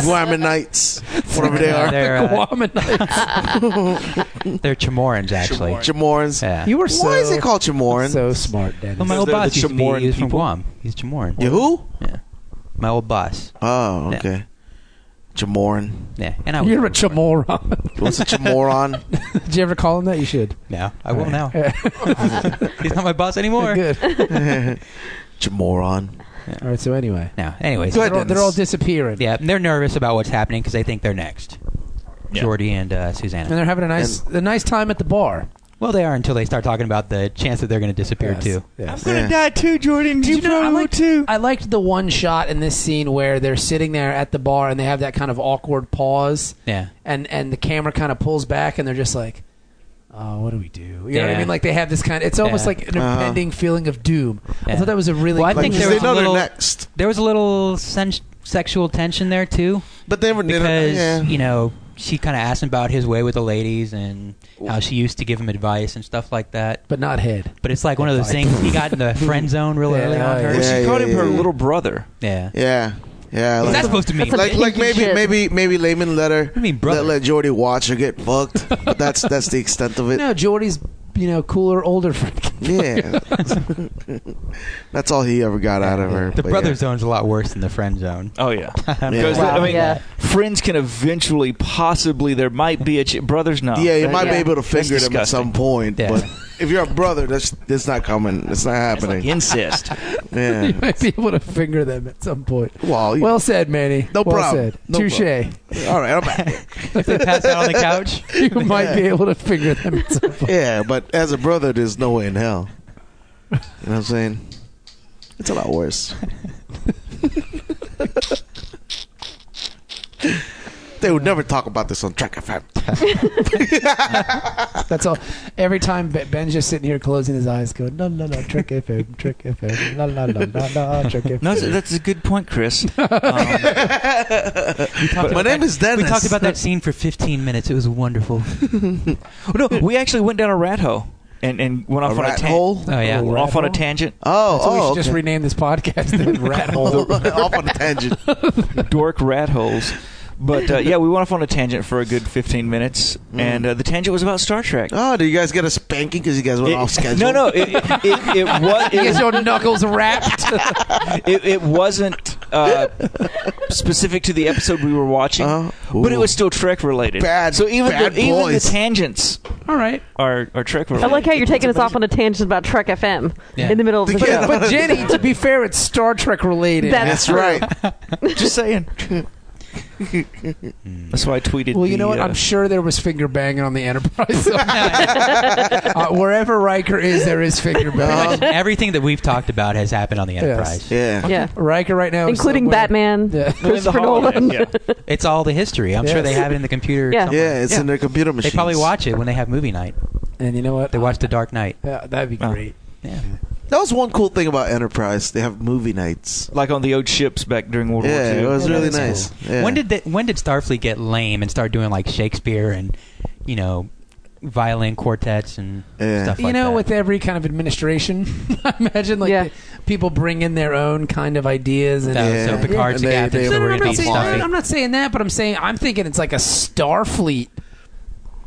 [SPEAKER 5] Guamanites, whatever they
[SPEAKER 4] Uh,
[SPEAKER 5] are.
[SPEAKER 4] they're, uh,
[SPEAKER 1] Guamanite.
[SPEAKER 4] they're Chamorans, actually.
[SPEAKER 5] Chamorans.
[SPEAKER 4] Yeah.
[SPEAKER 1] You were so,
[SPEAKER 5] Why is he called Chamoran?
[SPEAKER 1] so smart,
[SPEAKER 4] well, my
[SPEAKER 1] Dennis.
[SPEAKER 4] old
[SPEAKER 6] They're the
[SPEAKER 4] boss used to be,
[SPEAKER 6] Chamoran
[SPEAKER 4] he was from
[SPEAKER 6] people.
[SPEAKER 4] Guam. He's Chamoran.
[SPEAKER 5] you who?
[SPEAKER 4] Yeah. My old boss.
[SPEAKER 5] Oh,
[SPEAKER 4] Yeah.
[SPEAKER 5] okay. Chamoran.
[SPEAKER 4] Yeah. And I was
[SPEAKER 1] You're a chamoron.
[SPEAKER 5] What's a chamoron?
[SPEAKER 1] Did you ever call him that? You should.
[SPEAKER 4] No, I will now. He's not my boss anymore.
[SPEAKER 1] Good.
[SPEAKER 5] Chamoron.
[SPEAKER 1] All right. So anyway,
[SPEAKER 4] No. Anyways.
[SPEAKER 5] Go ahead.
[SPEAKER 1] they're all, they're all disappearing.
[SPEAKER 4] Yeah, and they're nervous about what's happening because they think they're next.
[SPEAKER 6] Yeah.
[SPEAKER 4] Jordy and uh,
[SPEAKER 1] And
[SPEAKER 4] Susanna.
[SPEAKER 1] they're having a nice, a nice time at the bar.
[SPEAKER 4] Well, they are until they start talking about the chance that they're going to disappear
[SPEAKER 1] Yes,
[SPEAKER 4] too.
[SPEAKER 1] yes.
[SPEAKER 5] Yeah.
[SPEAKER 6] die too, Jordan.
[SPEAKER 1] Did you know, I liked, I liked the one shot in this scene where they're sitting there at the bar and they have that kind of awkward pause,
[SPEAKER 4] Yeah.
[SPEAKER 1] and and the camera kind of pulls back, and they're just like, "Oh, what do we do?" You know what I
[SPEAKER 4] Yeah.
[SPEAKER 1] mean? Like they have this kind. It's almost
[SPEAKER 4] Yeah.
[SPEAKER 1] like an
[SPEAKER 5] Uh-huh.
[SPEAKER 1] impending feeling of doom. I
[SPEAKER 4] Yeah.
[SPEAKER 1] thought that was a really.
[SPEAKER 4] Well, I
[SPEAKER 1] cool
[SPEAKER 4] think
[SPEAKER 5] Like, 'cause
[SPEAKER 4] there
[SPEAKER 5] they
[SPEAKER 4] was a
[SPEAKER 5] know
[SPEAKER 4] little-
[SPEAKER 5] they're next.
[SPEAKER 4] there was a little sen- sexual tension there too,
[SPEAKER 5] But they were
[SPEAKER 4] because
[SPEAKER 5] uh, yeah.
[SPEAKER 4] you know she kind of asked him about his way with the ladies and how she used to give him advice and stuff like that.
[SPEAKER 1] but not head.
[SPEAKER 4] But it's like one of those
[SPEAKER 1] Advice.
[SPEAKER 4] things he got in the friend zone real early
[SPEAKER 1] Yeah,
[SPEAKER 4] on
[SPEAKER 1] yeah.
[SPEAKER 4] her.
[SPEAKER 6] Well,
[SPEAKER 4] Yeah,
[SPEAKER 5] Yeah,
[SPEAKER 6] she
[SPEAKER 5] yeah,
[SPEAKER 6] called him
[SPEAKER 5] yeah,
[SPEAKER 6] her
[SPEAKER 5] yeah.
[SPEAKER 6] little brother.
[SPEAKER 5] yeah, yeah.
[SPEAKER 4] What's that
[SPEAKER 5] Like,
[SPEAKER 4] supposed to mean?
[SPEAKER 2] That's a-
[SPEAKER 5] like, like maybe
[SPEAKER 2] Shit.
[SPEAKER 5] maybe maybe Layman let her
[SPEAKER 4] I mean, brother.
[SPEAKER 5] let, let Jordy watch her get fucked. but that's that's the extent of it.
[SPEAKER 1] No, Jordy's you know cooler, older friend.
[SPEAKER 5] Yeah, that's all he ever got out of her.
[SPEAKER 4] the
[SPEAKER 5] but
[SPEAKER 4] brother
[SPEAKER 5] yeah.
[SPEAKER 4] zone's a lot worse than the friend zone.
[SPEAKER 6] Oh yeah.
[SPEAKER 5] Yeah.
[SPEAKER 6] Because
[SPEAKER 2] Wow,
[SPEAKER 6] I mean,
[SPEAKER 2] yeah.
[SPEAKER 6] friends can eventually, possibly, there might be a ch- brothers. No,
[SPEAKER 5] Yeah, you
[SPEAKER 6] That-
[SPEAKER 5] might be
[SPEAKER 2] Yeah.
[SPEAKER 5] able to finger them at
[SPEAKER 6] disgusting.
[SPEAKER 5] some point,
[SPEAKER 4] Yeah.
[SPEAKER 5] but if you're a brother, that's that's not coming. It's not
[SPEAKER 6] that's like
[SPEAKER 5] happening.
[SPEAKER 6] incest.
[SPEAKER 1] you
[SPEAKER 5] yeah.
[SPEAKER 1] might be able to finger them at some point.
[SPEAKER 5] Well, you-
[SPEAKER 1] Well said, Manny.
[SPEAKER 5] No
[SPEAKER 1] well
[SPEAKER 5] problem.
[SPEAKER 1] said.
[SPEAKER 5] No
[SPEAKER 1] Touche.
[SPEAKER 5] all right, I'm back.
[SPEAKER 4] if they pass out on the couch,
[SPEAKER 1] You might be able to finger them at some point.
[SPEAKER 5] Yeah, but as a brother, there's no way in hell. You know what I'm saying? It's a lot worse. they would never talk about this on Track FM.
[SPEAKER 1] That's all. Every time Ben- Ben's just sitting here closing his eyes, going, no, no, no, trick FM, trick FM, la, la, la, la, la, trick FM.
[SPEAKER 6] No, that's, that's a good point, Chris.
[SPEAKER 4] we
[SPEAKER 6] Um,
[SPEAKER 4] talked
[SPEAKER 5] My
[SPEAKER 4] about
[SPEAKER 5] name
[SPEAKER 4] that-
[SPEAKER 5] is Dennis.
[SPEAKER 4] We talked about that scene for 15 minutes. It was wonderful.
[SPEAKER 6] Oh, no, we actually went down a rat hole and, and went off
[SPEAKER 5] a
[SPEAKER 6] on a
[SPEAKER 5] rat
[SPEAKER 6] tan-
[SPEAKER 5] hole.
[SPEAKER 4] Oh yeah,
[SPEAKER 1] Rat
[SPEAKER 6] off on a
[SPEAKER 1] hole?
[SPEAKER 6] tangent.
[SPEAKER 5] Oh,
[SPEAKER 1] so we should
[SPEAKER 5] oh,
[SPEAKER 1] just
[SPEAKER 5] okay.
[SPEAKER 1] rename this podcast the Rat Hole.
[SPEAKER 5] off on a tangent.
[SPEAKER 6] dork rat holes. But uh, yeah, we went off on a tangent for a good 15 minutes, and uh, the tangent was about Star Trek.
[SPEAKER 5] Mm. Oh, did you guys get a spanking because you guys went
[SPEAKER 6] It-
[SPEAKER 5] off schedule?
[SPEAKER 6] No, no, it, it, it, it, was,
[SPEAKER 1] You
[SPEAKER 6] it,
[SPEAKER 1] guys your knuckles wrapped.
[SPEAKER 6] it, it wasn't uh, specific to the episode we were watching,
[SPEAKER 5] Uh,
[SPEAKER 6] but it
[SPEAKER 5] ooh.
[SPEAKER 6] was still Trek related.
[SPEAKER 5] Bad-
[SPEAKER 6] so even
[SPEAKER 5] bad
[SPEAKER 6] the, even the
[SPEAKER 5] boys.
[SPEAKER 6] tangents
[SPEAKER 1] all right.
[SPEAKER 6] are, are Trek
[SPEAKER 2] I
[SPEAKER 6] related.
[SPEAKER 2] like how you're taking us off on a tangent about Trek FM
[SPEAKER 4] Yeah.
[SPEAKER 2] in the middle of the
[SPEAKER 5] Yeah.
[SPEAKER 2] show.
[SPEAKER 1] But Jenny, to be fair, it's Star Trek related.
[SPEAKER 2] That's-
[SPEAKER 5] That's right. Uh-huh.
[SPEAKER 6] Just saying. That's why I tweeted.
[SPEAKER 1] well, you know
[SPEAKER 6] the,
[SPEAKER 1] what?
[SPEAKER 6] uh,
[SPEAKER 1] I'm sure there was finger banging on the Enterprise. Uh, wherever Riker is, there is finger
[SPEAKER 5] Um,
[SPEAKER 1] banging.
[SPEAKER 4] Everything that we've talked about has happened on the Enterprise.
[SPEAKER 5] Yeah.
[SPEAKER 2] yeah,
[SPEAKER 1] Riker right now, is
[SPEAKER 2] including
[SPEAKER 1] somewhere-
[SPEAKER 2] Batman,
[SPEAKER 1] Yeah.
[SPEAKER 6] Melinda
[SPEAKER 2] Christopher
[SPEAKER 6] Holiday,
[SPEAKER 2] Nolan.
[SPEAKER 6] yeah.
[SPEAKER 4] It's all the history. I'm sure
[SPEAKER 1] Yes.
[SPEAKER 4] they have it in the computer.
[SPEAKER 2] Yeah.
[SPEAKER 4] somewhere.
[SPEAKER 5] Yeah, it's in their computer machine.
[SPEAKER 4] They probably watch it when they have movie night.
[SPEAKER 1] And you know what?
[SPEAKER 4] They watch The Dark Knight.
[SPEAKER 1] Yeah, that'd be
[SPEAKER 6] Oh.
[SPEAKER 1] great.
[SPEAKER 4] Yeah.
[SPEAKER 5] That was one cool thing about Enterprise. They have movie nights.
[SPEAKER 6] Like on the old ships back during World War
[SPEAKER 5] Yeah,
[SPEAKER 6] II.
[SPEAKER 5] it was
[SPEAKER 1] Yeah,
[SPEAKER 5] really
[SPEAKER 1] that's
[SPEAKER 5] nice. Yeah.
[SPEAKER 4] When did they, when did Starfleet get lame and start doing like Shakespeare and you know violin quartets and
[SPEAKER 5] Yeah.
[SPEAKER 4] stuff like
[SPEAKER 1] you know,
[SPEAKER 4] that?
[SPEAKER 1] with every kind of administration, I imagine like
[SPEAKER 2] Yeah.
[SPEAKER 1] the- people bring in their own kind of ideas and.
[SPEAKER 4] That was
[SPEAKER 5] Yeah.
[SPEAKER 4] so Picard's
[SPEAKER 5] And they-
[SPEAKER 4] captain,
[SPEAKER 5] they-
[SPEAKER 4] so
[SPEAKER 1] No, no,
[SPEAKER 4] we're
[SPEAKER 1] no, I'm,
[SPEAKER 4] gonna
[SPEAKER 1] not
[SPEAKER 4] be
[SPEAKER 1] saying,
[SPEAKER 4] sloppy.
[SPEAKER 1] I'm not saying that, but I'm saying I'm thinking it's like a Starfleet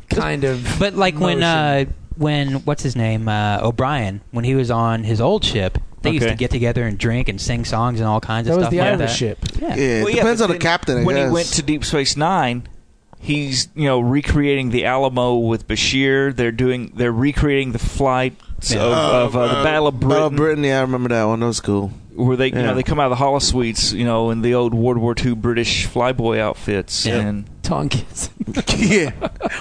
[SPEAKER 1] kind of.
[SPEAKER 4] But like when
[SPEAKER 1] motion.
[SPEAKER 4] uh, when what's his name uh, O'Brien when he was on his old ship, they used
[SPEAKER 6] Okay.
[SPEAKER 4] to get together and drink and sing songs and all kinds
[SPEAKER 1] that
[SPEAKER 4] of
[SPEAKER 1] was
[SPEAKER 4] stuff
[SPEAKER 1] the
[SPEAKER 4] like
[SPEAKER 1] Irish
[SPEAKER 4] that.
[SPEAKER 1] ship.
[SPEAKER 4] Yeah.
[SPEAKER 5] Yeah,
[SPEAKER 6] Well,
[SPEAKER 5] it
[SPEAKER 6] yeah,
[SPEAKER 5] depends
[SPEAKER 6] but
[SPEAKER 5] on the
[SPEAKER 6] then
[SPEAKER 5] captain. I
[SPEAKER 6] when
[SPEAKER 5] guess.
[SPEAKER 6] he went to Deep Space Nine, he's you know recreating the Alamo with Bashir. They're doing they're recreating the flights
[SPEAKER 4] Yeah.
[SPEAKER 6] of, of uh, the Battle of Britain,
[SPEAKER 5] Battle of Britain. Yeah, Oh, I remember that one. That was cool.
[SPEAKER 6] where they you
[SPEAKER 5] Yeah.
[SPEAKER 6] know they come out of the hollow suites, you know, in the old World War II British flyboy outfits,
[SPEAKER 4] Yeah.
[SPEAKER 6] and
[SPEAKER 1] Tonkins.
[SPEAKER 5] yeah,
[SPEAKER 6] oh, you,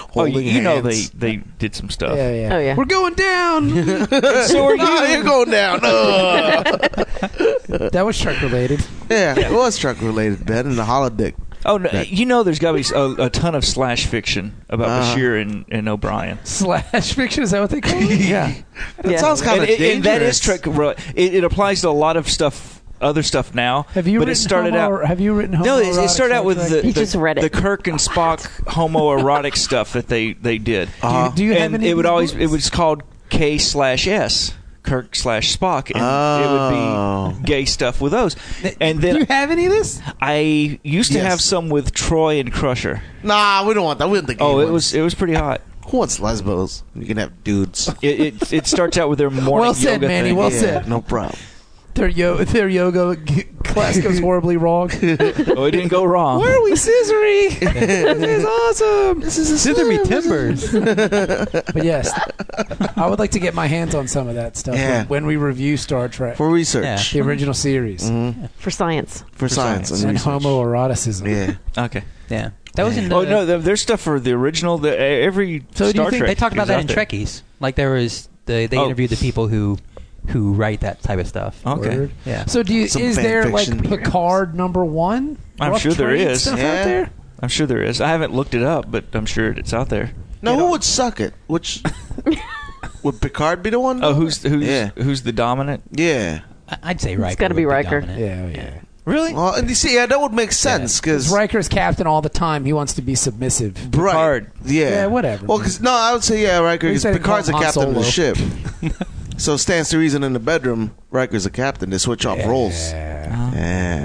[SPEAKER 5] Holding
[SPEAKER 6] you know they
[SPEAKER 5] hands.
[SPEAKER 6] they did some stuff.
[SPEAKER 1] yeah, yeah.
[SPEAKER 2] Oh, yeah.
[SPEAKER 1] We're going down.
[SPEAKER 6] So are
[SPEAKER 5] Ah,
[SPEAKER 6] you?
[SPEAKER 5] you're going down. Ugh.
[SPEAKER 1] that was shark related.
[SPEAKER 5] yeah, it was truck related, Ben, and the holodeck.
[SPEAKER 6] Oh, no, you know, there's got to be a, a ton of slash fiction about
[SPEAKER 5] Uh-huh.
[SPEAKER 6] Bashir and, and O'Brien.
[SPEAKER 1] Slash fiction, is that what they call it?
[SPEAKER 6] Yeah.
[SPEAKER 5] That
[SPEAKER 2] Yeah.
[SPEAKER 5] sounds kind
[SPEAKER 6] and,
[SPEAKER 5] of
[SPEAKER 6] it-
[SPEAKER 5] dangerous.
[SPEAKER 6] and that is Trek. It, it applies to a lot of stuff, other stuff now.
[SPEAKER 1] Have you
[SPEAKER 6] but
[SPEAKER 1] written
[SPEAKER 6] it started
[SPEAKER 1] homo,
[SPEAKER 6] out.
[SPEAKER 1] Have you written
[SPEAKER 6] No, it,
[SPEAKER 1] homoerotic
[SPEAKER 6] it started out with
[SPEAKER 1] soundtrack?
[SPEAKER 6] the,
[SPEAKER 2] He
[SPEAKER 6] the-
[SPEAKER 2] just read it.
[SPEAKER 6] the Kirk and Spock homoerotic stuff that they they did,
[SPEAKER 5] Uh-huh.
[SPEAKER 1] Do you, do you have
[SPEAKER 6] and
[SPEAKER 1] any?
[SPEAKER 6] it would
[SPEAKER 1] of
[SPEAKER 6] always
[SPEAKER 1] these
[SPEAKER 6] it
[SPEAKER 1] books?
[SPEAKER 6] was called K slash S. Kirk slash Spock, and it
[SPEAKER 5] Oh.
[SPEAKER 6] would be gay stuff with those. And
[SPEAKER 1] Do you
[SPEAKER 6] then
[SPEAKER 1] have any of this?
[SPEAKER 6] I used to
[SPEAKER 5] Yes.
[SPEAKER 6] have some with Troy and Crusher.
[SPEAKER 5] nah, we don't want that. We don't think.
[SPEAKER 6] Oh, it was it was pretty hot.
[SPEAKER 5] Who wants lesbos? You can have dudes.
[SPEAKER 6] It it, it starts out with their morning
[SPEAKER 1] Well said,
[SPEAKER 6] yoga
[SPEAKER 1] Manny,
[SPEAKER 6] thing.
[SPEAKER 1] well
[SPEAKER 5] yeah,
[SPEAKER 1] said.
[SPEAKER 5] No problem.
[SPEAKER 1] Their yo, their yoga g- class goes horribly wrong.
[SPEAKER 6] Oh, it didn't go wrong.
[SPEAKER 1] Where are we scissoring? this is awesome. This is
[SPEAKER 4] Thither be timbers.
[SPEAKER 1] But yes, I would like to get my hands on some of that stuff
[SPEAKER 5] Yeah.
[SPEAKER 1] when, when we review Star Trek,
[SPEAKER 5] For research,
[SPEAKER 1] the original series,
[SPEAKER 2] for science.
[SPEAKER 5] for, science,
[SPEAKER 6] science.
[SPEAKER 5] and
[SPEAKER 1] and
[SPEAKER 5] research.
[SPEAKER 1] homoeroticism.
[SPEAKER 5] Yeah,
[SPEAKER 6] Okay.
[SPEAKER 4] yeah. That was in the.
[SPEAKER 6] oh no, there- there's stuff for the original. The, e, every
[SPEAKER 1] So do you
[SPEAKER 6] Star
[SPEAKER 1] think
[SPEAKER 6] Trek.
[SPEAKER 4] they talked about
[SPEAKER 6] is
[SPEAKER 4] that
[SPEAKER 6] out
[SPEAKER 4] in
[SPEAKER 6] there.
[SPEAKER 4] Trekkies. Like there was they they
[SPEAKER 6] Oh.
[SPEAKER 4] interviewed the people who who write that type of stuff.
[SPEAKER 6] Okay.
[SPEAKER 1] Word.
[SPEAKER 4] Yeah.
[SPEAKER 1] So do you,
[SPEAKER 5] Some
[SPEAKER 1] is
[SPEAKER 5] fan
[SPEAKER 1] there like
[SPEAKER 5] fiction.
[SPEAKER 1] Picard number one?
[SPEAKER 6] I'm
[SPEAKER 1] Rough
[SPEAKER 6] sure there
[SPEAKER 1] trade
[SPEAKER 6] is.
[SPEAKER 1] stuff out
[SPEAKER 5] Yeah.
[SPEAKER 1] there.
[SPEAKER 6] I'm sure there is. I haven't looked it up, but I'm sure it's out there.
[SPEAKER 5] Now, who would suck it? Which would Picard be the one?
[SPEAKER 6] Oh, who's who's
[SPEAKER 5] Yeah.
[SPEAKER 6] who's the dominant?
[SPEAKER 5] yeah.
[SPEAKER 4] I- I'd say Riker.
[SPEAKER 2] gotta
[SPEAKER 4] would
[SPEAKER 2] be Riker.
[SPEAKER 4] dominant.
[SPEAKER 1] Yeah, oh, yeah.
[SPEAKER 6] Really?
[SPEAKER 5] Well, and you see, yeah, that would make sense because
[SPEAKER 1] Riker's captain all the time. He wants to be submissive.
[SPEAKER 5] Picard. Yeah.
[SPEAKER 1] Yeah, whatever,
[SPEAKER 5] Well,
[SPEAKER 1] man.
[SPEAKER 5] 'cause- no, I would say yeah, Riker.
[SPEAKER 1] We
[SPEAKER 5] 'cause
[SPEAKER 1] said it
[SPEAKER 5] Picard's the
[SPEAKER 1] called Han
[SPEAKER 5] captain of the
[SPEAKER 1] Solo.
[SPEAKER 5] ship. so stands to reason in the bedroom, Riker's the captain. They switch off roles. Yeah.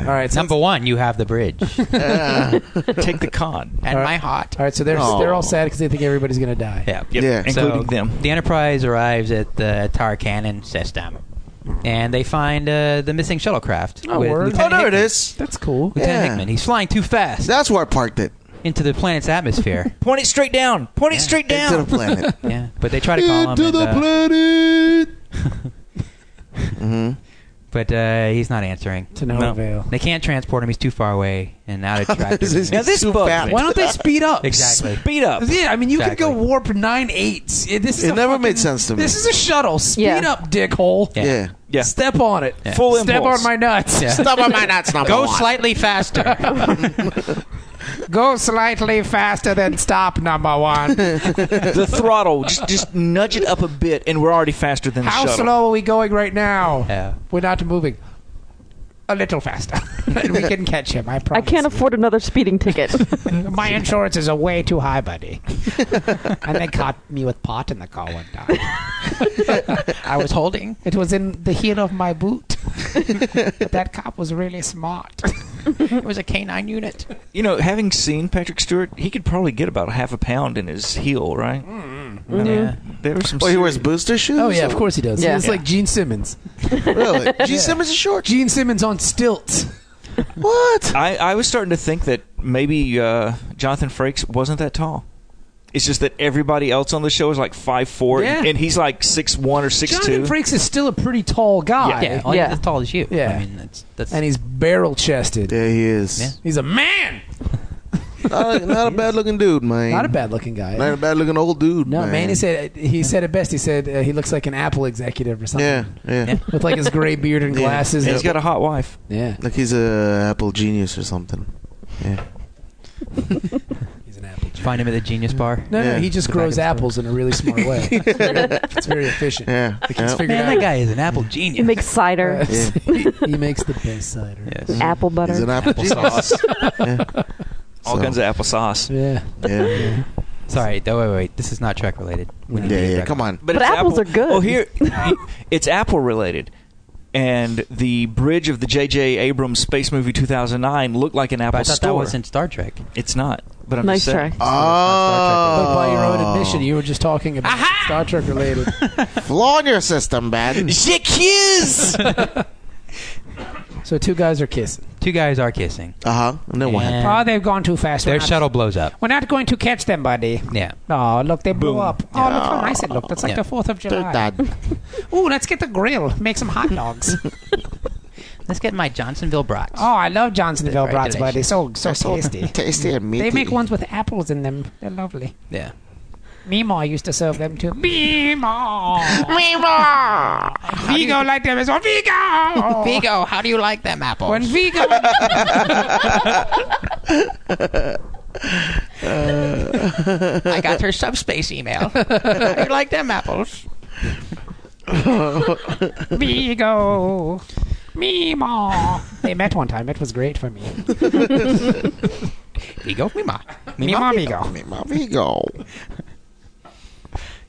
[SPEAKER 1] Uh-huh. All right, so
[SPEAKER 4] Number one, you have the bridge. and
[SPEAKER 6] Take the con.
[SPEAKER 4] my heart.
[SPEAKER 1] all right, so they're
[SPEAKER 5] Aw.
[SPEAKER 1] they're all sad because they think everybody's gonna die.
[SPEAKER 4] Yeah.
[SPEAKER 6] Yep,
[SPEAKER 5] Yeah.
[SPEAKER 6] including
[SPEAKER 4] So,
[SPEAKER 6] them.
[SPEAKER 4] The Enterprise arrives at the Tarkanan system, and they find uh, the missing shuttlecraft.
[SPEAKER 1] Oh,
[SPEAKER 4] with
[SPEAKER 1] word.
[SPEAKER 5] Oh,
[SPEAKER 4] Lieutenant
[SPEAKER 5] there it
[SPEAKER 4] Hickman.
[SPEAKER 5] is.
[SPEAKER 1] That's cool.
[SPEAKER 4] Lieutenant
[SPEAKER 5] Yeah.
[SPEAKER 4] Hickman. He's flying too fast
[SPEAKER 5] That's where I parked it.
[SPEAKER 4] into the planet's atmosphere.
[SPEAKER 6] Point it straight down. Point it straight
[SPEAKER 5] Into the
[SPEAKER 6] down.
[SPEAKER 5] planet.
[SPEAKER 4] yeah, but they try to call him.
[SPEAKER 5] Into
[SPEAKER 4] and,
[SPEAKER 5] the
[SPEAKER 4] uh,
[SPEAKER 5] planet. hmm
[SPEAKER 4] but uh, he's not answering.
[SPEAKER 1] To no,
[SPEAKER 6] No.
[SPEAKER 1] avail.
[SPEAKER 4] They can't transport him. He's too far away and out of track.
[SPEAKER 5] This is-
[SPEAKER 6] Now this
[SPEAKER 5] Too
[SPEAKER 6] bugs
[SPEAKER 5] fat.
[SPEAKER 6] me.
[SPEAKER 1] Why don't they speed up?
[SPEAKER 4] Exactly.
[SPEAKER 6] Speed up.
[SPEAKER 1] Yeah, I mean, you could go
[SPEAKER 4] Exactly.
[SPEAKER 1] warp nine eights. It- This is
[SPEAKER 5] It
[SPEAKER 1] a
[SPEAKER 5] never
[SPEAKER 1] fucking-
[SPEAKER 5] made sense to me.
[SPEAKER 1] This is a shuttle. Speed
[SPEAKER 2] Yeah.
[SPEAKER 1] up, dickhole.
[SPEAKER 4] Yeah.
[SPEAKER 5] Yeah.
[SPEAKER 6] Yeah.
[SPEAKER 1] Step on it.
[SPEAKER 4] Yeah.
[SPEAKER 6] Full
[SPEAKER 1] Step
[SPEAKER 6] impulse.
[SPEAKER 1] on my nuts.
[SPEAKER 4] Yeah.
[SPEAKER 5] Stop on my nuts, number
[SPEAKER 4] Go
[SPEAKER 5] one.
[SPEAKER 4] slightly faster.
[SPEAKER 1] Go slightly faster than stop, number one.
[SPEAKER 6] the throttle. Just, just nudge it up a bit, and we're already faster than the
[SPEAKER 1] How
[SPEAKER 6] shuttle.
[SPEAKER 1] slow are we going right now?
[SPEAKER 4] Yeah.
[SPEAKER 1] We're not moving. A little faster. we can catch him, I
[SPEAKER 2] I
[SPEAKER 1] promise.
[SPEAKER 2] can't afford another speeding ticket.
[SPEAKER 1] My insurance is a way too high, buddy. and they caught me with pot in the car one time.
[SPEAKER 4] I was holding.
[SPEAKER 1] It was in the heel of my boot. but that cop was really smart.
[SPEAKER 4] It was a K9 unit.
[SPEAKER 6] You know, having seen Patrick Stewart, he could probably get about a half a pound in his heel, right?
[SPEAKER 1] Mm.
[SPEAKER 4] Yeah.
[SPEAKER 6] There was some.
[SPEAKER 5] Oh, he
[SPEAKER 6] serious-
[SPEAKER 5] wears booster shoes.
[SPEAKER 1] course he does.
[SPEAKER 2] Yeah. He's
[SPEAKER 6] like
[SPEAKER 1] Gene Simmons.
[SPEAKER 5] Really? Gene Simmons is short.
[SPEAKER 1] Gene Simmons on stilts.
[SPEAKER 5] What?
[SPEAKER 6] I, I was starting to think that maybe uh, Jonathan Frakes wasn't that tall. It's just that everybody else on the show is like five four, and,
[SPEAKER 1] Yeah.
[SPEAKER 6] and he's like six one or six
[SPEAKER 1] Jonathan
[SPEAKER 6] two.
[SPEAKER 1] Frakes is still a pretty tall guy.
[SPEAKER 4] Yeah, like,
[SPEAKER 2] Yeah.
[SPEAKER 4] as tall as you.
[SPEAKER 1] Yeah.
[SPEAKER 4] I mean, that's that's.
[SPEAKER 1] And he's barrel chested.
[SPEAKER 5] There he is.
[SPEAKER 4] Yeah.
[SPEAKER 1] He's a man.
[SPEAKER 5] Not, a, not a bad looking dude, man.
[SPEAKER 1] Not a bad looking guy.
[SPEAKER 5] Not a bad looking old dude.
[SPEAKER 1] no,
[SPEAKER 5] man.
[SPEAKER 1] man. He said he said it best. He said uh, he looks like an Apple executive or something.
[SPEAKER 5] Yeah, yeah.
[SPEAKER 4] Yeah.
[SPEAKER 1] With like his gray beard and
[SPEAKER 5] Yeah.
[SPEAKER 1] glasses.
[SPEAKER 6] And he's got a hot wife.
[SPEAKER 1] yeah.
[SPEAKER 5] Like he's a Apple genius or something. Yeah.
[SPEAKER 1] He's an Apple.
[SPEAKER 4] find him at the Genius Bar.
[SPEAKER 1] No,
[SPEAKER 5] Yeah.
[SPEAKER 1] no, he just
[SPEAKER 4] The
[SPEAKER 1] grows
[SPEAKER 4] back of the
[SPEAKER 1] apples in a really smart way. it's, very, it's very efficient.
[SPEAKER 5] Yeah.
[SPEAKER 1] Like, he's
[SPEAKER 5] yeah.
[SPEAKER 1] figured
[SPEAKER 4] Man,
[SPEAKER 1] out.
[SPEAKER 4] that guy is an apple
[SPEAKER 2] He
[SPEAKER 4] genius.
[SPEAKER 2] makes cider,
[SPEAKER 1] he, he makes the best cider.
[SPEAKER 4] yes.
[SPEAKER 2] apple butter.
[SPEAKER 5] He's an applesauce. yeah.
[SPEAKER 6] All
[SPEAKER 5] So,
[SPEAKER 6] kinds of applesauce.
[SPEAKER 1] Yeah.
[SPEAKER 5] Yeah.
[SPEAKER 4] Sorry, no, wait, wait. This is not Trek related. We need
[SPEAKER 5] Yeah,
[SPEAKER 4] to get
[SPEAKER 5] yeah.
[SPEAKER 4] back
[SPEAKER 5] Come
[SPEAKER 4] on.
[SPEAKER 5] on.
[SPEAKER 2] But
[SPEAKER 6] it's
[SPEAKER 2] apples
[SPEAKER 6] apple-
[SPEAKER 2] are good.
[SPEAKER 6] Oh, here it's apple related, and the bridge of the J.J. Abrams space movie 2009 looked like an
[SPEAKER 4] But
[SPEAKER 6] apple
[SPEAKER 4] I thought
[SPEAKER 6] store.
[SPEAKER 4] that wasn't Star Trek.
[SPEAKER 6] It's not. But I'm
[SPEAKER 2] nice
[SPEAKER 6] just
[SPEAKER 2] try.
[SPEAKER 6] saying.
[SPEAKER 5] Oh.
[SPEAKER 1] But by your own admission, you were just talking about Star Trek related.
[SPEAKER 5] Flaw in your system, man.
[SPEAKER 6] She kiss.
[SPEAKER 1] so two guys are kissing.
[SPEAKER 4] Two guys are kissing.
[SPEAKER 5] Uh huh. And then what happened?
[SPEAKER 4] And
[SPEAKER 1] Oh, they've gone too fast.
[SPEAKER 4] their shuttle blows up.
[SPEAKER 1] We're not going to catch them, buddy.
[SPEAKER 4] Yeah.
[SPEAKER 1] Oh, look, they blew up. Oh, look how nice it looked. That's like
[SPEAKER 4] Yeah.
[SPEAKER 1] the 4th of July.
[SPEAKER 5] Dad.
[SPEAKER 1] Ooh, let's get the grill. Make some hot dogs.
[SPEAKER 4] Let's get my Johnsonville brats.
[SPEAKER 1] oh, I love Johnsonville
[SPEAKER 4] Very
[SPEAKER 1] brats, buddy.
[SPEAKER 4] delicious.
[SPEAKER 1] So, so tasty.
[SPEAKER 5] Tasty and meaty.
[SPEAKER 1] They make ones with apples in them. They're lovely.
[SPEAKER 4] Yeah.
[SPEAKER 1] Meemaw used to serve them too. Meemaw! Meemaw! Vigo liked them as well. Vigo!
[SPEAKER 4] Vigo, how do you like them apples?
[SPEAKER 1] When Vigo.
[SPEAKER 4] I got her subspace email. how do you like them apples?
[SPEAKER 1] Vigo! Meemaw! They met one time. It was great for me.
[SPEAKER 4] Vigo, Mima.
[SPEAKER 1] Meemaw, Vigo.
[SPEAKER 5] Make my Vigo.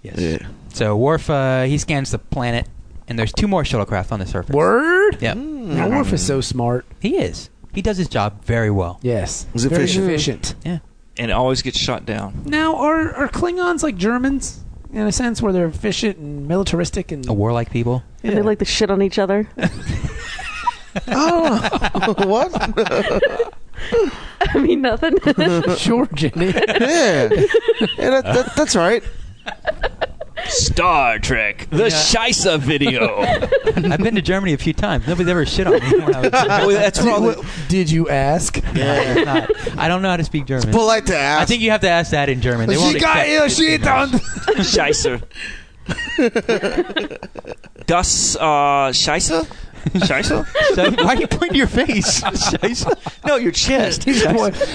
[SPEAKER 4] Yes.
[SPEAKER 5] Yeah.
[SPEAKER 4] So Worf, uh, he scans the planet, and there's two more shuttlecraft on the surface.
[SPEAKER 1] Word?
[SPEAKER 4] Yep.
[SPEAKER 1] Worf is so smart.
[SPEAKER 4] He is. He does his job very well.
[SPEAKER 1] Yes.
[SPEAKER 5] He's
[SPEAKER 1] Very
[SPEAKER 5] efficient.
[SPEAKER 1] efficient.
[SPEAKER 4] Yeah.
[SPEAKER 6] and it always gets shot down.
[SPEAKER 1] Now, are, are Klingons like Germans in a sense where they're efficient and militaristic and.
[SPEAKER 4] A warlike people.
[SPEAKER 2] And they like to shit on each other.
[SPEAKER 5] Oh, what?
[SPEAKER 2] I mean, nothing.
[SPEAKER 1] sure, Jenny.
[SPEAKER 5] yeah. yeah that, that, that's all right.
[SPEAKER 6] Star Trek, the Shisa video.
[SPEAKER 4] I've been to Germany a few times. Nobody's ever shit on me when I was
[SPEAKER 6] Well, that's where all the-
[SPEAKER 1] Did you ask?
[SPEAKER 4] Yeah. it's not. I don't know how to speak German.
[SPEAKER 5] Polite to ask.
[SPEAKER 4] I think you have to ask that in German. They won't accept it in English.
[SPEAKER 6] Scheiße. Das uh, Scheiße? Scheiße?
[SPEAKER 4] So why are you pointing to your face? Scheiße.
[SPEAKER 6] No, your chest.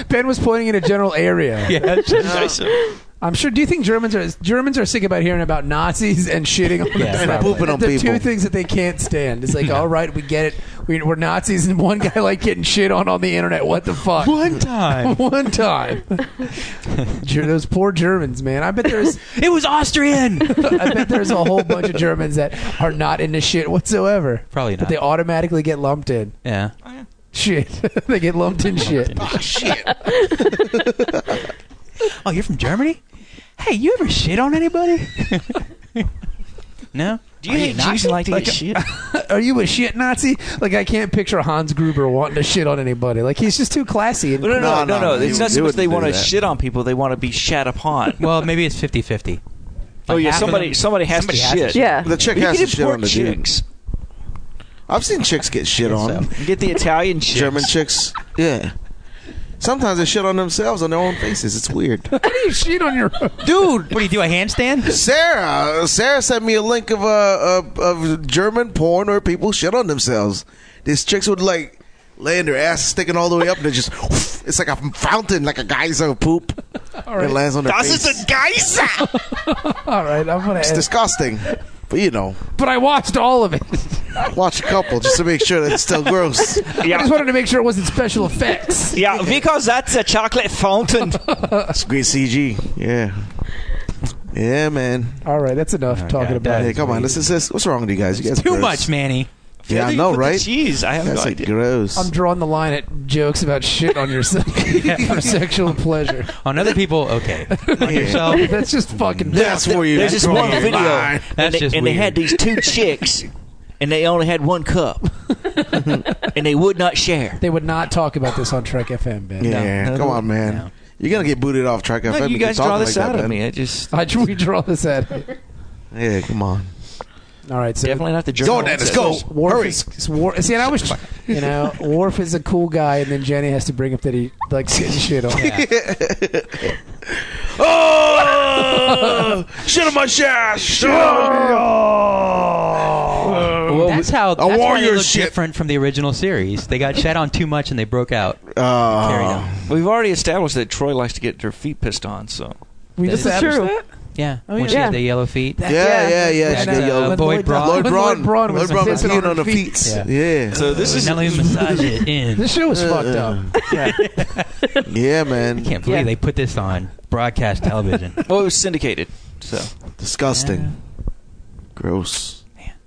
[SPEAKER 1] ben was pointing in a general area.
[SPEAKER 4] Yeah, scheiße.
[SPEAKER 6] Scheiße.
[SPEAKER 1] I'm sure. Do you think Germans are Germans are sick about hearing about Nazis and shitting on
[SPEAKER 4] Yeah,
[SPEAKER 1] them?
[SPEAKER 4] and
[SPEAKER 5] pooping on
[SPEAKER 1] the two
[SPEAKER 5] people.
[SPEAKER 1] things that they can't stand. It's like, all right, we get it. We, we're Nazis, and one guy like getting shit on on the internet. What the fuck?
[SPEAKER 4] One time.
[SPEAKER 1] One time, Ger- those poor Germans, man. I bet there's,
[SPEAKER 4] it was Austrian.
[SPEAKER 1] I bet there's a whole bunch of Germans that are not into shit whatsoever.
[SPEAKER 4] Probably
[SPEAKER 1] But
[SPEAKER 4] not.
[SPEAKER 1] they automatically get lumped in
[SPEAKER 4] yeah.
[SPEAKER 1] shit. they get lumped in shit.
[SPEAKER 4] Oh, you're from Germany? Hey, you ever shit on anybody? no. Do
[SPEAKER 6] hate cheese and like to eat shit?
[SPEAKER 1] Are you a shit Nazi? Like I can't picture Hans Gruber wanting to shit on anybody. Like he's just too classy. And
[SPEAKER 6] No, no, no, no,
[SPEAKER 5] No,
[SPEAKER 6] no.
[SPEAKER 5] no, no,
[SPEAKER 6] It's
[SPEAKER 5] they-
[SPEAKER 6] not
[SPEAKER 5] they
[SPEAKER 6] so much they
[SPEAKER 5] wouldn't do
[SPEAKER 6] want to
[SPEAKER 5] that.
[SPEAKER 6] shit on people; they want to be shat upon.
[SPEAKER 4] Well, maybe it's 50-50.
[SPEAKER 6] oh
[SPEAKER 4] Like
[SPEAKER 6] yeah,
[SPEAKER 4] half of
[SPEAKER 6] somebody,
[SPEAKER 4] them-
[SPEAKER 6] somebody has
[SPEAKER 4] somebody
[SPEAKER 6] to
[SPEAKER 4] has to
[SPEAKER 6] shit.
[SPEAKER 4] shit.
[SPEAKER 2] Yeah.
[SPEAKER 5] The chick
[SPEAKER 6] You
[SPEAKER 5] has
[SPEAKER 6] can
[SPEAKER 5] to shit
[SPEAKER 6] import
[SPEAKER 5] on the dude.
[SPEAKER 6] chicks.
[SPEAKER 5] I've seen chicks get shit on.
[SPEAKER 4] so.
[SPEAKER 6] You Get the Italian chicks.
[SPEAKER 5] German chicks, yeah. Sometimes they shit on themselves on their own faces. It's weird.
[SPEAKER 1] you shit on your
[SPEAKER 4] Dude, what do you do? A handstand?
[SPEAKER 5] Sarah, Sarah sent me a link of uh, of, of German porn where people shit on themselves. These chicks would like lay in their ass sticking all the way up and it just it's like a fountain, like a geyser of poop. It lands on their
[SPEAKER 6] Das
[SPEAKER 5] face.
[SPEAKER 6] ist ein Geiser.
[SPEAKER 1] All right, I'm gonna.
[SPEAKER 5] it's
[SPEAKER 1] End.
[SPEAKER 5] disgusting. But you know,
[SPEAKER 1] But I watched all of it.
[SPEAKER 5] watch a couple just to make sure that it's still gross.
[SPEAKER 1] I just wanted to make sure it wasn't special effects.
[SPEAKER 6] Yeah, because that's a chocolate fountain.
[SPEAKER 5] It's great CG. Yeah. Yeah, man.
[SPEAKER 1] All right, that's enough talking
[SPEAKER 4] God,
[SPEAKER 1] about
[SPEAKER 4] that
[SPEAKER 5] Hey,
[SPEAKER 1] it.
[SPEAKER 5] come on. This is this. What's wrong with you guys? You guys
[SPEAKER 4] Too
[SPEAKER 5] gross.
[SPEAKER 4] much, Manny.
[SPEAKER 5] Yeah,
[SPEAKER 6] Where
[SPEAKER 5] I
[SPEAKER 6] do you
[SPEAKER 5] know,
[SPEAKER 6] put the
[SPEAKER 5] right?
[SPEAKER 6] Cheese. I have
[SPEAKER 5] That's
[SPEAKER 6] no
[SPEAKER 5] like
[SPEAKER 6] idea.
[SPEAKER 5] gross.
[SPEAKER 1] I'm drawing the line at jokes about shit on yourself for sexual pleasure.
[SPEAKER 4] On other people, okay. On
[SPEAKER 5] Yeah.
[SPEAKER 4] yourself,
[SPEAKER 1] Oh, That's just fucking.
[SPEAKER 5] That's where you.
[SPEAKER 6] There's this
[SPEAKER 5] draw
[SPEAKER 6] one
[SPEAKER 5] your
[SPEAKER 6] video,
[SPEAKER 5] line.
[SPEAKER 6] and,
[SPEAKER 4] That's
[SPEAKER 6] they,
[SPEAKER 4] just
[SPEAKER 6] and they
[SPEAKER 4] weird.
[SPEAKER 6] had these two chicks, and they only had one cup, and they would not share.
[SPEAKER 1] They would not talk about this on Trek FM, Ben.
[SPEAKER 5] Yeah,
[SPEAKER 6] No.
[SPEAKER 5] come on, man.
[SPEAKER 4] No.
[SPEAKER 5] You're gonna get booted off track.
[SPEAKER 6] Look,
[SPEAKER 5] FM
[SPEAKER 6] you
[SPEAKER 5] if you're
[SPEAKER 6] guys draw
[SPEAKER 5] talking
[SPEAKER 6] this
[SPEAKER 5] like that,
[SPEAKER 6] out
[SPEAKER 5] man.
[SPEAKER 6] of me. It just
[SPEAKER 1] I, we draw this at.
[SPEAKER 5] Yeah, come on.
[SPEAKER 1] All right, so
[SPEAKER 6] definitely not the German.
[SPEAKER 5] Go, Dan, let's go.
[SPEAKER 1] Worf
[SPEAKER 5] Hurry.
[SPEAKER 1] is, is Worf, see, and I was, you know, Worf is a cool guy, and then Jenny has to bring up that he likes getting shit on.
[SPEAKER 5] Oh, shit on my shaft. Shit on me.
[SPEAKER 4] Well, Oh, that's how. That's why they
[SPEAKER 5] warrior
[SPEAKER 4] look
[SPEAKER 5] ship.
[SPEAKER 4] different from the original series. They got shat on too much and they broke out. Carried
[SPEAKER 5] Uh,
[SPEAKER 4] on.
[SPEAKER 6] We've already established that Troy likes to get her feet pissed on, so
[SPEAKER 1] We
[SPEAKER 4] That
[SPEAKER 1] just
[SPEAKER 4] is
[SPEAKER 1] established
[SPEAKER 2] true.
[SPEAKER 1] that.
[SPEAKER 4] Yeah,
[SPEAKER 1] Oh,
[SPEAKER 4] when she
[SPEAKER 2] yeah.
[SPEAKER 4] had the yellow feet.
[SPEAKER 5] yeah, yeah, yeah.
[SPEAKER 1] Yeah,
[SPEAKER 5] she
[SPEAKER 1] no,
[SPEAKER 5] did
[SPEAKER 1] no,
[SPEAKER 5] yellow.
[SPEAKER 1] when
[SPEAKER 4] Boyd Braun.
[SPEAKER 5] Lloyd
[SPEAKER 1] when
[SPEAKER 5] Braun.
[SPEAKER 1] Braun was
[SPEAKER 5] Lloyd Braun was
[SPEAKER 1] pissing
[SPEAKER 5] peeing on
[SPEAKER 1] her
[SPEAKER 5] the feet.
[SPEAKER 1] feet.
[SPEAKER 5] Yeah.
[SPEAKER 6] so this is
[SPEAKER 4] Now let me massage it in.
[SPEAKER 1] This shit was fucked
[SPEAKER 5] Uh,
[SPEAKER 1] up.
[SPEAKER 5] Yeah, man.
[SPEAKER 4] Can't believe
[SPEAKER 2] Yeah.
[SPEAKER 4] they put this on broadcast television.
[SPEAKER 6] well, Oh, it was syndicated. So
[SPEAKER 5] Disgusting. Gross.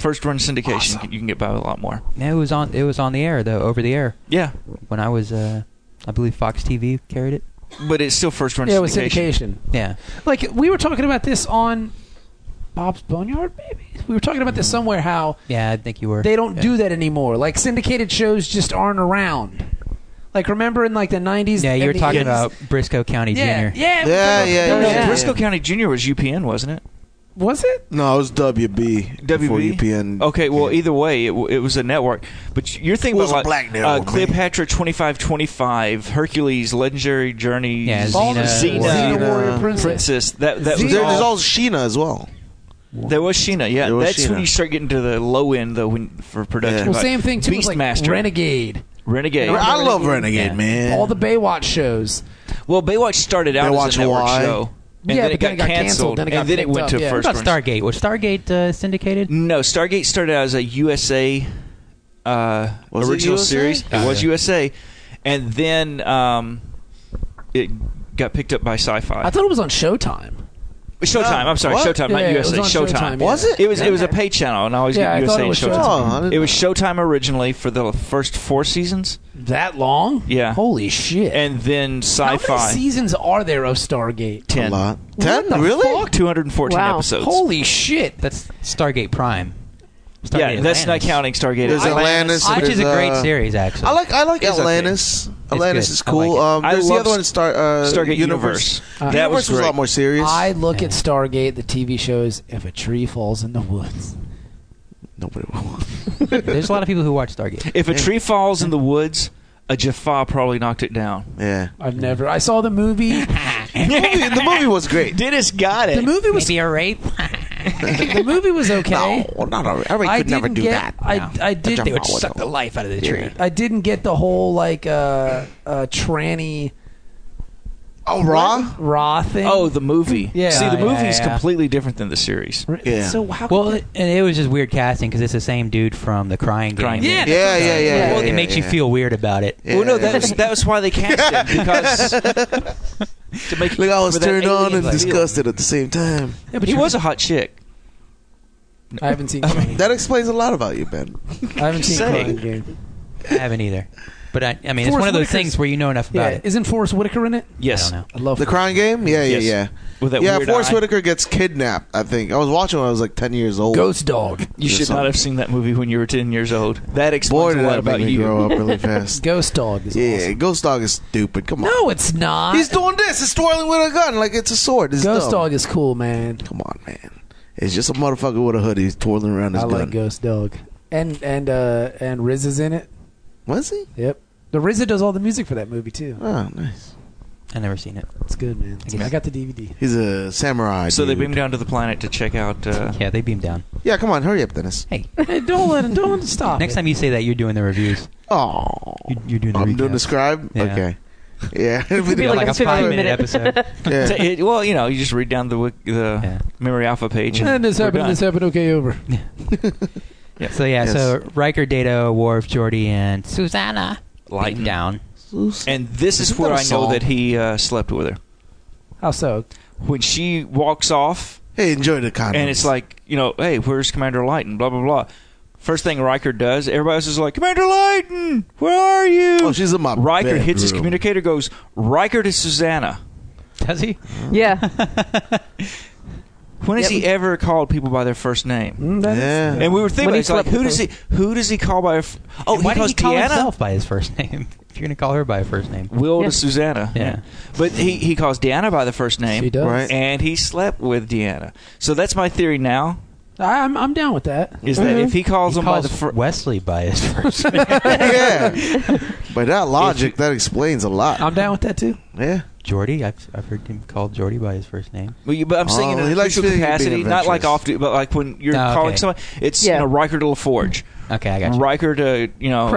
[SPEAKER 6] first run syndication, you can get by with a lot more.
[SPEAKER 4] No, it was on. It was on the air though, over the air.
[SPEAKER 6] Yeah,
[SPEAKER 4] When I was, uh, I believe Fox TV carried it.
[SPEAKER 6] but it's still first run
[SPEAKER 1] Yeah, it was
[SPEAKER 6] syndication.
[SPEAKER 1] syndication.
[SPEAKER 4] Yeah,
[SPEAKER 1] Like we were talking about this on Bob's Boneyard, maybe we were talking about this somewhere. How
[SPEAKER 4] yeah, I think you were.
[SPEAKER 1] they don't
[SPEAKER 4] yeah.
[SPEAKER 1] do that anymore. Like syndicated shows just aren't around. Like remember in like the '90s.
[SPEAKER 4] Yeah, you
[SPEAKER 1] and
[SPEAKER 4] were
[SPEAKER 1] the
[SPEAKER 4] talking
[SPEAKER 1] 80s?
[SPEAKER 4] about Briscoe County
[SPEAKER 1] Yeah, yeah,
[SPEAKER 4] Jr.
[SPEAKER 1] we
[SPEAKER 5] Yeah,
[SPEAKER 1] were-
[SPEAKER 5] yeah,
[SPEAKER 1] no,
[SPEAKER 5] yeah,
[SPEAKER 1] no,
[SPEAKER 5] yeah.
[SPEAKER 6] Briscoe County Junior was UPN, wasn't it?
[SPEAKER 1] Was it?
[SPEAKER 5] No, it was WB. Before E
[SPEAKER 6] WB?
[SPEAKER 5] UPN.
[SPEAKER 6] Okay, well, either way, it, w- it was a network. But you're thinking
[SPEAKER 5] It was
[SPEAKER 6] about
[SPEAKER 5] a
[SPEAKER 6] like,
[SPEAKER 5] black network,
[SPEAKER 6] uh,
[SPEAKER 5] man.
[SPEAKER 6] Cleopatra 2525, Hercules, Legendary Journey,
[SPEAKER 4] Yeah,
[SPEAKER 1] All the
[SPEAKER 4] Xena,
[SPEAKER 1] Xena,
[SPEAKER 6] Xena,
[SPEAKER 1] Warrior Princess.
[SPEAKER 6] Princess. That that
[SPEAKER 5] There-
[SPEAKER 6] was
[SPEAKER 5] There's
[SPEAKER 6] all-
[SPEAKER 5] all Sheena as well.
[SPEAKER 6] There was Sheena. Yeah,
[SPEAKER 5] There was
[SPEAKER 6] that's when
[SPEAKER 5] Sheena.
[SPEAKER 6] you start getting to the low end though when, for production.
[SPEAKER 5] Yeah.
[SPEAKER 1] Well,
[SPEAKER 6] Like
[SPEAKER 1] same thing too. was like
[SPEAKER 6] Beastmaster,
[SPEAKER 1] Renegade,
[SPEAKER 6] Renegade.
[SPEAKER 5] I love Renegade,
[SPEAKER 4] Yeah.
[SPEAKER 5] man.
[SPEAKER 1] all the Baywatch shows.
[SPEAKER 6] Well, Baywatch started out as
[SPEAKER 5] Baywatch
[SPEAKER 6] a network
[SPEAKER 5] Y.
[SPEAKER 6] show, and
[SPEAKER 1] Yeah,
[SPEAKER 6] then
[SPEAKER 1] but
[SPEAKER 6] it got, canceled,
[SPEAKER 1] then it got
[SPEAKER 6] and then it
[SPEAKER 1] picked
[SPEAKER 6] went
[SPEAKER 1] up,
[SPEAKER 6] to
[SPEAKER 1] yeah.
[SPEAKER 6] first.
[SPEAKER 4] What about
[SPEAKER 6] run.
[SPEAKER 4] Stargate? Was Stargate uh, syndicated?
[SPEAKER 6] No, Stargate started out as a USA uh,
[SPEAKER 5] Was it
[SPEAKER 6] original
[SPEAKER 5] USA?
[SPEAKER 6] series.
[SPEAKER 4] Ah,
[SPEAKER 6] it was
[SPEAKER 4] yeah.
[SPEAKER 6] USA, and then um, it got picked up by Sci-Fi.
[SPEAKER 1] I thought it was on Showtime.
[SPEAKER 6] Showtime. I'm sorry,
[SPEAKER 5] What?
[SPEAKER 6] Showtime,
[SPEAKER 1] Yeah,
[SPEAKER 6] not
[SPEAKER 1] it
[SPEAKER 6] USA.
[SPEAKER 1] was on Showtime,
[SPEAKER 6] Showtime.
[SPEAKER 1] yeah. Was
[SPEAKER 5] it?
[SPEAKER 6] It was. It was a
[SPEAKER 2] Okay.
[SPEAKER 6] paid channel, and I always
[SPEAKER 1] Yeah, I
[SPEAKER 6] get
[SPEAKER 1] thought
[SPEAKER 6] USA
[SPEAKER 1] it was
[SPEAKER 6] and
[SPEAKER 1] Showtime.
[SPEAKER 6] Showtime.
[SPEAKER 5] Oh, I didn't
[SPEAKER 6] It was Showtime originally for the first four seasons,
[SPEAKER 1] That long?
[SPEAKER 6] Yeah.
[SPEAKER 1] Holy shit!
[SPEAKER 6] and then
[SPEAKER 1] how
[SPEAKER 6] Sci-Fi.
[SPEAKER 1] many seasons are there of Stargate?
[SPEAKER 5] A
[SPEAKER 6] ten.
[SPEAKER 5] lot.
[SPEAKER 1] What the
[SPEAKER 5] Ten? Really?
[SPEAKER 1] fuck?
[SPEAKER 6] 214
[SPEAKER 2] Wow.
[SPEAKER 6] episodes.
[SPEAKER 1] Holy shit!
[SPEAKER 4] That's Stargate Prime. Stargate
[SPEAKER 6] yeah, that's not
[SPEAKER 4] Atlantis,
[SPEAKER 6] counting Stargate.
[SPEAKER 5] There's
[SPEAKER 6] Atlantis.
[SPEAKER 5] Atlantis. and
[SPEAKER 4] Which is a
[SPEAKER 5] there's,
[SPEAKER 4] great
[SPEAKER 5] uh,
[SPEAKER 4] series, actually.
[SPEAKER 5] I like I like
[SPEAKER 6] It's okay.
[SPEAKER 5] Atlantis. Atlantis
[SPEAKER 4] good.
[SPEAKER 5] is
[SPEAKER 4] I
[SPEAKER 5] cool.
[SPEAKER 4] like it.
[SPEAKER 5] um,
[SPEAKER 6] I
[SPEAKER 5] there's the
[SPEAKER 6] love
[SPEAKER 5] other one, Star uh,
[SPEAKER 6] Stargate Universe.
[SPEAKER 5] Universe.
[SPEAKER 6] That
[SPEAKER 5] Universe
[SPEAKER 6] was
[SPEAKER 5] a
[SPEAKER 6] great.
[SPEAKER 5] lot more serious.
[SPEAKER 1] I look
[SPEAKER 4] Yeah.
[SPEAKER 1] at Stargate, the TV shows. If a tree falls in the woods,
[SPEAKER 5] Nobody will.
[SPEAKER 4] There's a lot of people who watch Stargate.
[SPEAKER 6] If a tree falls in the woods, a Jaffa probably knocked it down.
[SPEAKER 5] Yeah.
[SPEAKER 1] I've never. I saw the movie.
[SPEAKER 5] The movie, the movie was great.
[SPEAKER 6] Dennis got
[SPEAKER 1] The movie was.
[SPEAKER 4] Maybe a rape.
[SPEAKER 1] The movie was okay.
[SPEAKER 5] No, not already. I already
[SPEAKER 1] I
[SPEAKER 5] could never
[SPEAKER 1] didn't
[SPEAKER 5] do
[SPEAKER 1] get-
[SPEAKER 5] that.
[SPEAKER 1] I- I did-
[SPEAKER 5] Jump
[SPEAKER 1] they would
[SPEAKER 5] out with
[SPEAKER 1] suck
[SPEAKER 5] it.
[SPEAKER 4] the life out of the
[SPEAKER 5] tree.
[SPEAKER 1] I didn't get the whole like uh, uh tranny
[SPEAKER 5] Oh, raw.
[SPEAKER 1] Raw thing.
[SPEAKER 6] Oh, the movie.
[SPEAKER 4] Yeah,
[SPEAKER 6] See, the
[SPEAKER 4] yeah,
[SPEAKER 6] movie's
[SPEAKER 4] yeah.
[SPEAKER 6] completely different than the series.
[SPEAKER 5] Yeah.
[SPEAKER 1] So how could
[SPEAKER 4] Well,
[SPEAKER 1] that-
[SPEAKER 4] it- and it was just weird casting because it's the same dude from the Crying Game.
[SPEAKER 6] Crying
[SPEAKER 5] Yeah,
[SPEAKER 6] Game.
[SPEAKER 5] yeah, yeah, yeah.
[SPEAKER 4] Well, it
[SPEAKER 5] yeah,
[SPEAKER 4] makes you
[SPEAKER 5] yeah.
[SPEAKER 4] feel weird about it.
[SPEAKER 5] Yeah.
[SPEAKER 8] Well, no, that was that was why they cast him because to make
[SPEAKER 5] Like I was
[SPEAKER 8] for that
[SPEAKER 5] turned on and
[SPEAKER 8] alien-like feel.
[SPEAKER 5] disgusted at the same time.
[SPEAKER 6] but he was a hot chick.
[SPEAKER 7] I haven't seen. Crying.
[SPEAKER 5] That explains a lot about you, Ben.
[SPEAKER 7] I haven't seen
[SPEAKER 6] saying.
[SPEAKER 7] Crying Game.
[SPEAKER 4] I haven't either. But I, I mean, it's
[SPEAKER 7] Forrest
[SPEAKER 4] one of those
[SPEAKER 7] Whitaker's-
[SPEAKER 4] things where you know enough about
[SPEAKER 7] Yeah,
[SPEAKER 4] it.
[SPEAKER 7] isn't Forrest Whitaker in it?
[SPEAKER 6] Yes.
[SPEAKER 4] I don't know.
[SPEAKER 7] I love
[SPEAKER 5] The crying game. Yeah, yeah,
[SPEAKER 6] Yes.
[SPEAKER 5] yeah.
[SPEAKER 6] With that
[SPEAKER 5] yeah,
[SPEAKER 6] weird
[SPEAKER 5] Forrest
[SPEAKER 6] eye.
[SPEAKER 5] Whitaker gets kidnapped. I think I was watching when I was like ten years old.
[SPEAKER 7] Ghost Dog.
[SPEAKER 6] You
[SPEAKER 5] Or
[SPEAKER 6] should
[SPEAKER 5] something.
[SPEAKER 6] not have seen that movie when you were 10 years old. That
[SPEAKER 5] Boy,
[SPEAKER 6] explains
[SPEAKER 5] did
[SPEAKER 6] a lot
[SPEAKER 5] that
[SPEAKER 6] about
[SPEAKER 5] make me
[SPEAKER 6] you.
[SPEAKER 5] grow up really fast.
[SPEAKER 7] Ghost Dog is
[SPEAKER 5] yeah,
[SPEAKER 7] awesome.
[SPEAKER 5] Ghost Dog is stupid. Come on.
[SPEAKER 7] No, it's not.
[SPEAKER 5] He's doing this. It's twirling with a gun like it's a sword. It's
[SPEAKER 7] Ghost
[SPEAKER 5] dumb.
[SPEAKER 7] Dog is cool, man.
[SPEAKER 5] Come on, man. It's just a motherfucker with a hoodie He's twirling around his
[SPEAKER 7] I
[SPEAKER 5] gun.
[SPEAKER 7] like Ghost Dog. And and uh and Riz is in it.
[SPEAKER 5] Was he?
[SPEAKER 7] Yep. The RZA does all the music for that movie too.
[SPEAKER 5] Oh, nice.
[SPEAKER 4] I've never seen it.
[SPEAKER 7] It's good, man.
[SPEAKER 4] guess-
[SPEAKER 7] I got the DVD.
[SPEAKER 5] He's a samurai.
[SPEAKER 6] So they
[SPEAKER 5] dude.
[SPEAKER 6] beam down to the planet to check out. Uh,
[SPEAKER 4] Yeah, they beam down.
[SPEAKER 5] Yeah, come on, hurry up, Dennis.
[SPEAKER 4] Hey,
[SPEAKER 7] Hey, don't let him. Don't let him
[SPEAKER 1] Oh,
[SPEAKER 7] stop.
[SPEAKER 4] next time you say that, you're doing the reviews.
[SPEAKER 5] Oh,
[SPEAKER 4] You, you're doing the
[SPEAKER 5] I'm
[SPEAKER 4] recaps.
[SPEAKER 5] doing the scribe.
[SPEAKER 4] Yeah.
[SPEAKER 5] Okay. Yeah.
[SPEAKER 4] It'd be like,
[SPEAKER 2] like a
[SPEAKER 4] a five
[SPEAKER 2] 15
[SPEAKER 4] minute
[SPEAKER 2] minute.
[SPEAKER 4] episode.
[SPEAKER 5] yeah.
[SPEAKER 6] t- it- well, you know, you just read down the wik- the
[SPEAKER 4] Yeah.
[SPEAKER 6] memory alpha page.
[SPEAKER 7] And this
[SPEAKER 6] we're
[SPEAKER 7] happened.
[SPEAKER 6] done.
[SPEAKER 7] This happened. Okay, over.
[SPEAKER 4] So yeah,
[SPEAKER 5] Yes.
[SPEAKER 4] so Riker, Data, Worf, Geordi, and Susanna
[SPEAKER 6] Lighten.
[SPEAKER 4] beam down.
[SPEAKER 6] And this is
[SPEAKER 5] Isn't
[SPEAKER 6] where
[SPEAKER 5] that a
[SPEAKER 6] I know
[SPEAKER 5] song?
[SPEAKER 6] that he uh, slept with her.
[SPEAKER 7] How so?
[SPEAKER 6] When she walks off,
[SPEAKER 5] Hey, enjoy the condoms.
[SPEAKER 6] and it's like, you know, hey, where's Commander Lighton? Blah, blah, blah. First thing Riker does, everybody else is like, Commander Lighton, where are you?
[SPEAKER 5] Oh, she's in my
[SPEAKER 6] Riker hits his
[SPEAKER 5] bedroom.
[SPEAKER 6] communicator, goes, Riker to Susanna.
[SPEAKER 4] Does he?
[SPEAKER 2] Yeah.
[SPEAKER 6] When has
[SPEAKER 2] Yep.
[SPEAKER 6] he ever called people by their first name?
[SPEAKER 7] Mm, that is-
[SPEAKER 5] Yeah.
[SPEAKER 6] And we were thinking,
[SPEAKER 2] When he
[SPEAKER 6] it's like,
[SPEAKER 2] slept
[SPEAKER 6] who
[SPEAKER 2] with
[SPEAKER 6] does he who does he call by? her F- oh,
[SPEAKER 4] And
[SPEAKER 6] he
[SPEAKER 4] why did
[SPEAKER 6] calls
[SPEAKER 4] he call
[SPEAKER 6] Deanna.
[SPEAKER 4] himself by his first name? If you're gonna call her by her first name,
[SPEAKER 6] Will
[SPEAKER 2] Yeah.
[SPEAKER 6] to Susanna.
[SPEAKER 4] Yeah.
[SPEAKER 6] but he he calls Deanna by the first name.
[SPEAKER 7] She does.
[SPEAKER 5] Right.
[SPEAKER 6] and he slept with Deanna. So that's my theory now.
[SPEAKER 7] I, I'm I'm down with that.
[SPEAKER 6] Is that if he calls
[SPEAKER 4] Mm-hmm. he
[SPEAKER 6] them
[SPEAKER 4] calls
[SPEAKER 6] by the fir-
[SPEAKER 4] Wesley by his first name.
[SPEAKER 5] yeah. By that logic, that explains a lot.
[SPEAKER 7] I'm down with that too.
[SPEAKER 5] yeah.
[SPEAKER 4] Jordy, I've I've heard him called Jordy by his first name.
[SPEAKER 6] Well, you- but I'm saying
[SPEAKER 5] Oh,
[SPEAKER 6] in
[SPEAKER 5] he
[SPEAKER 6] an
[SPEAKER 5] likes
[SPEAKER 6] official
[SPEAKER 5] to be- being
[SPEAKER 6] capacity, not like
[SPEAKER 5] adventurous.
[SPEAKER 6] off, duty, but like when you're
[SPEAKER 4] Oh,
[SPEAKER 6] calling
[SPEAKER 4] okay.
[SPEAKER 6] someone, it's
[SPEAKER 2] Yeah.
[SPEAKER 6] you know Riker to LaForge,
[SPEAKER 4] Okay, I got you.
[SPEAKER 6] Riker to you know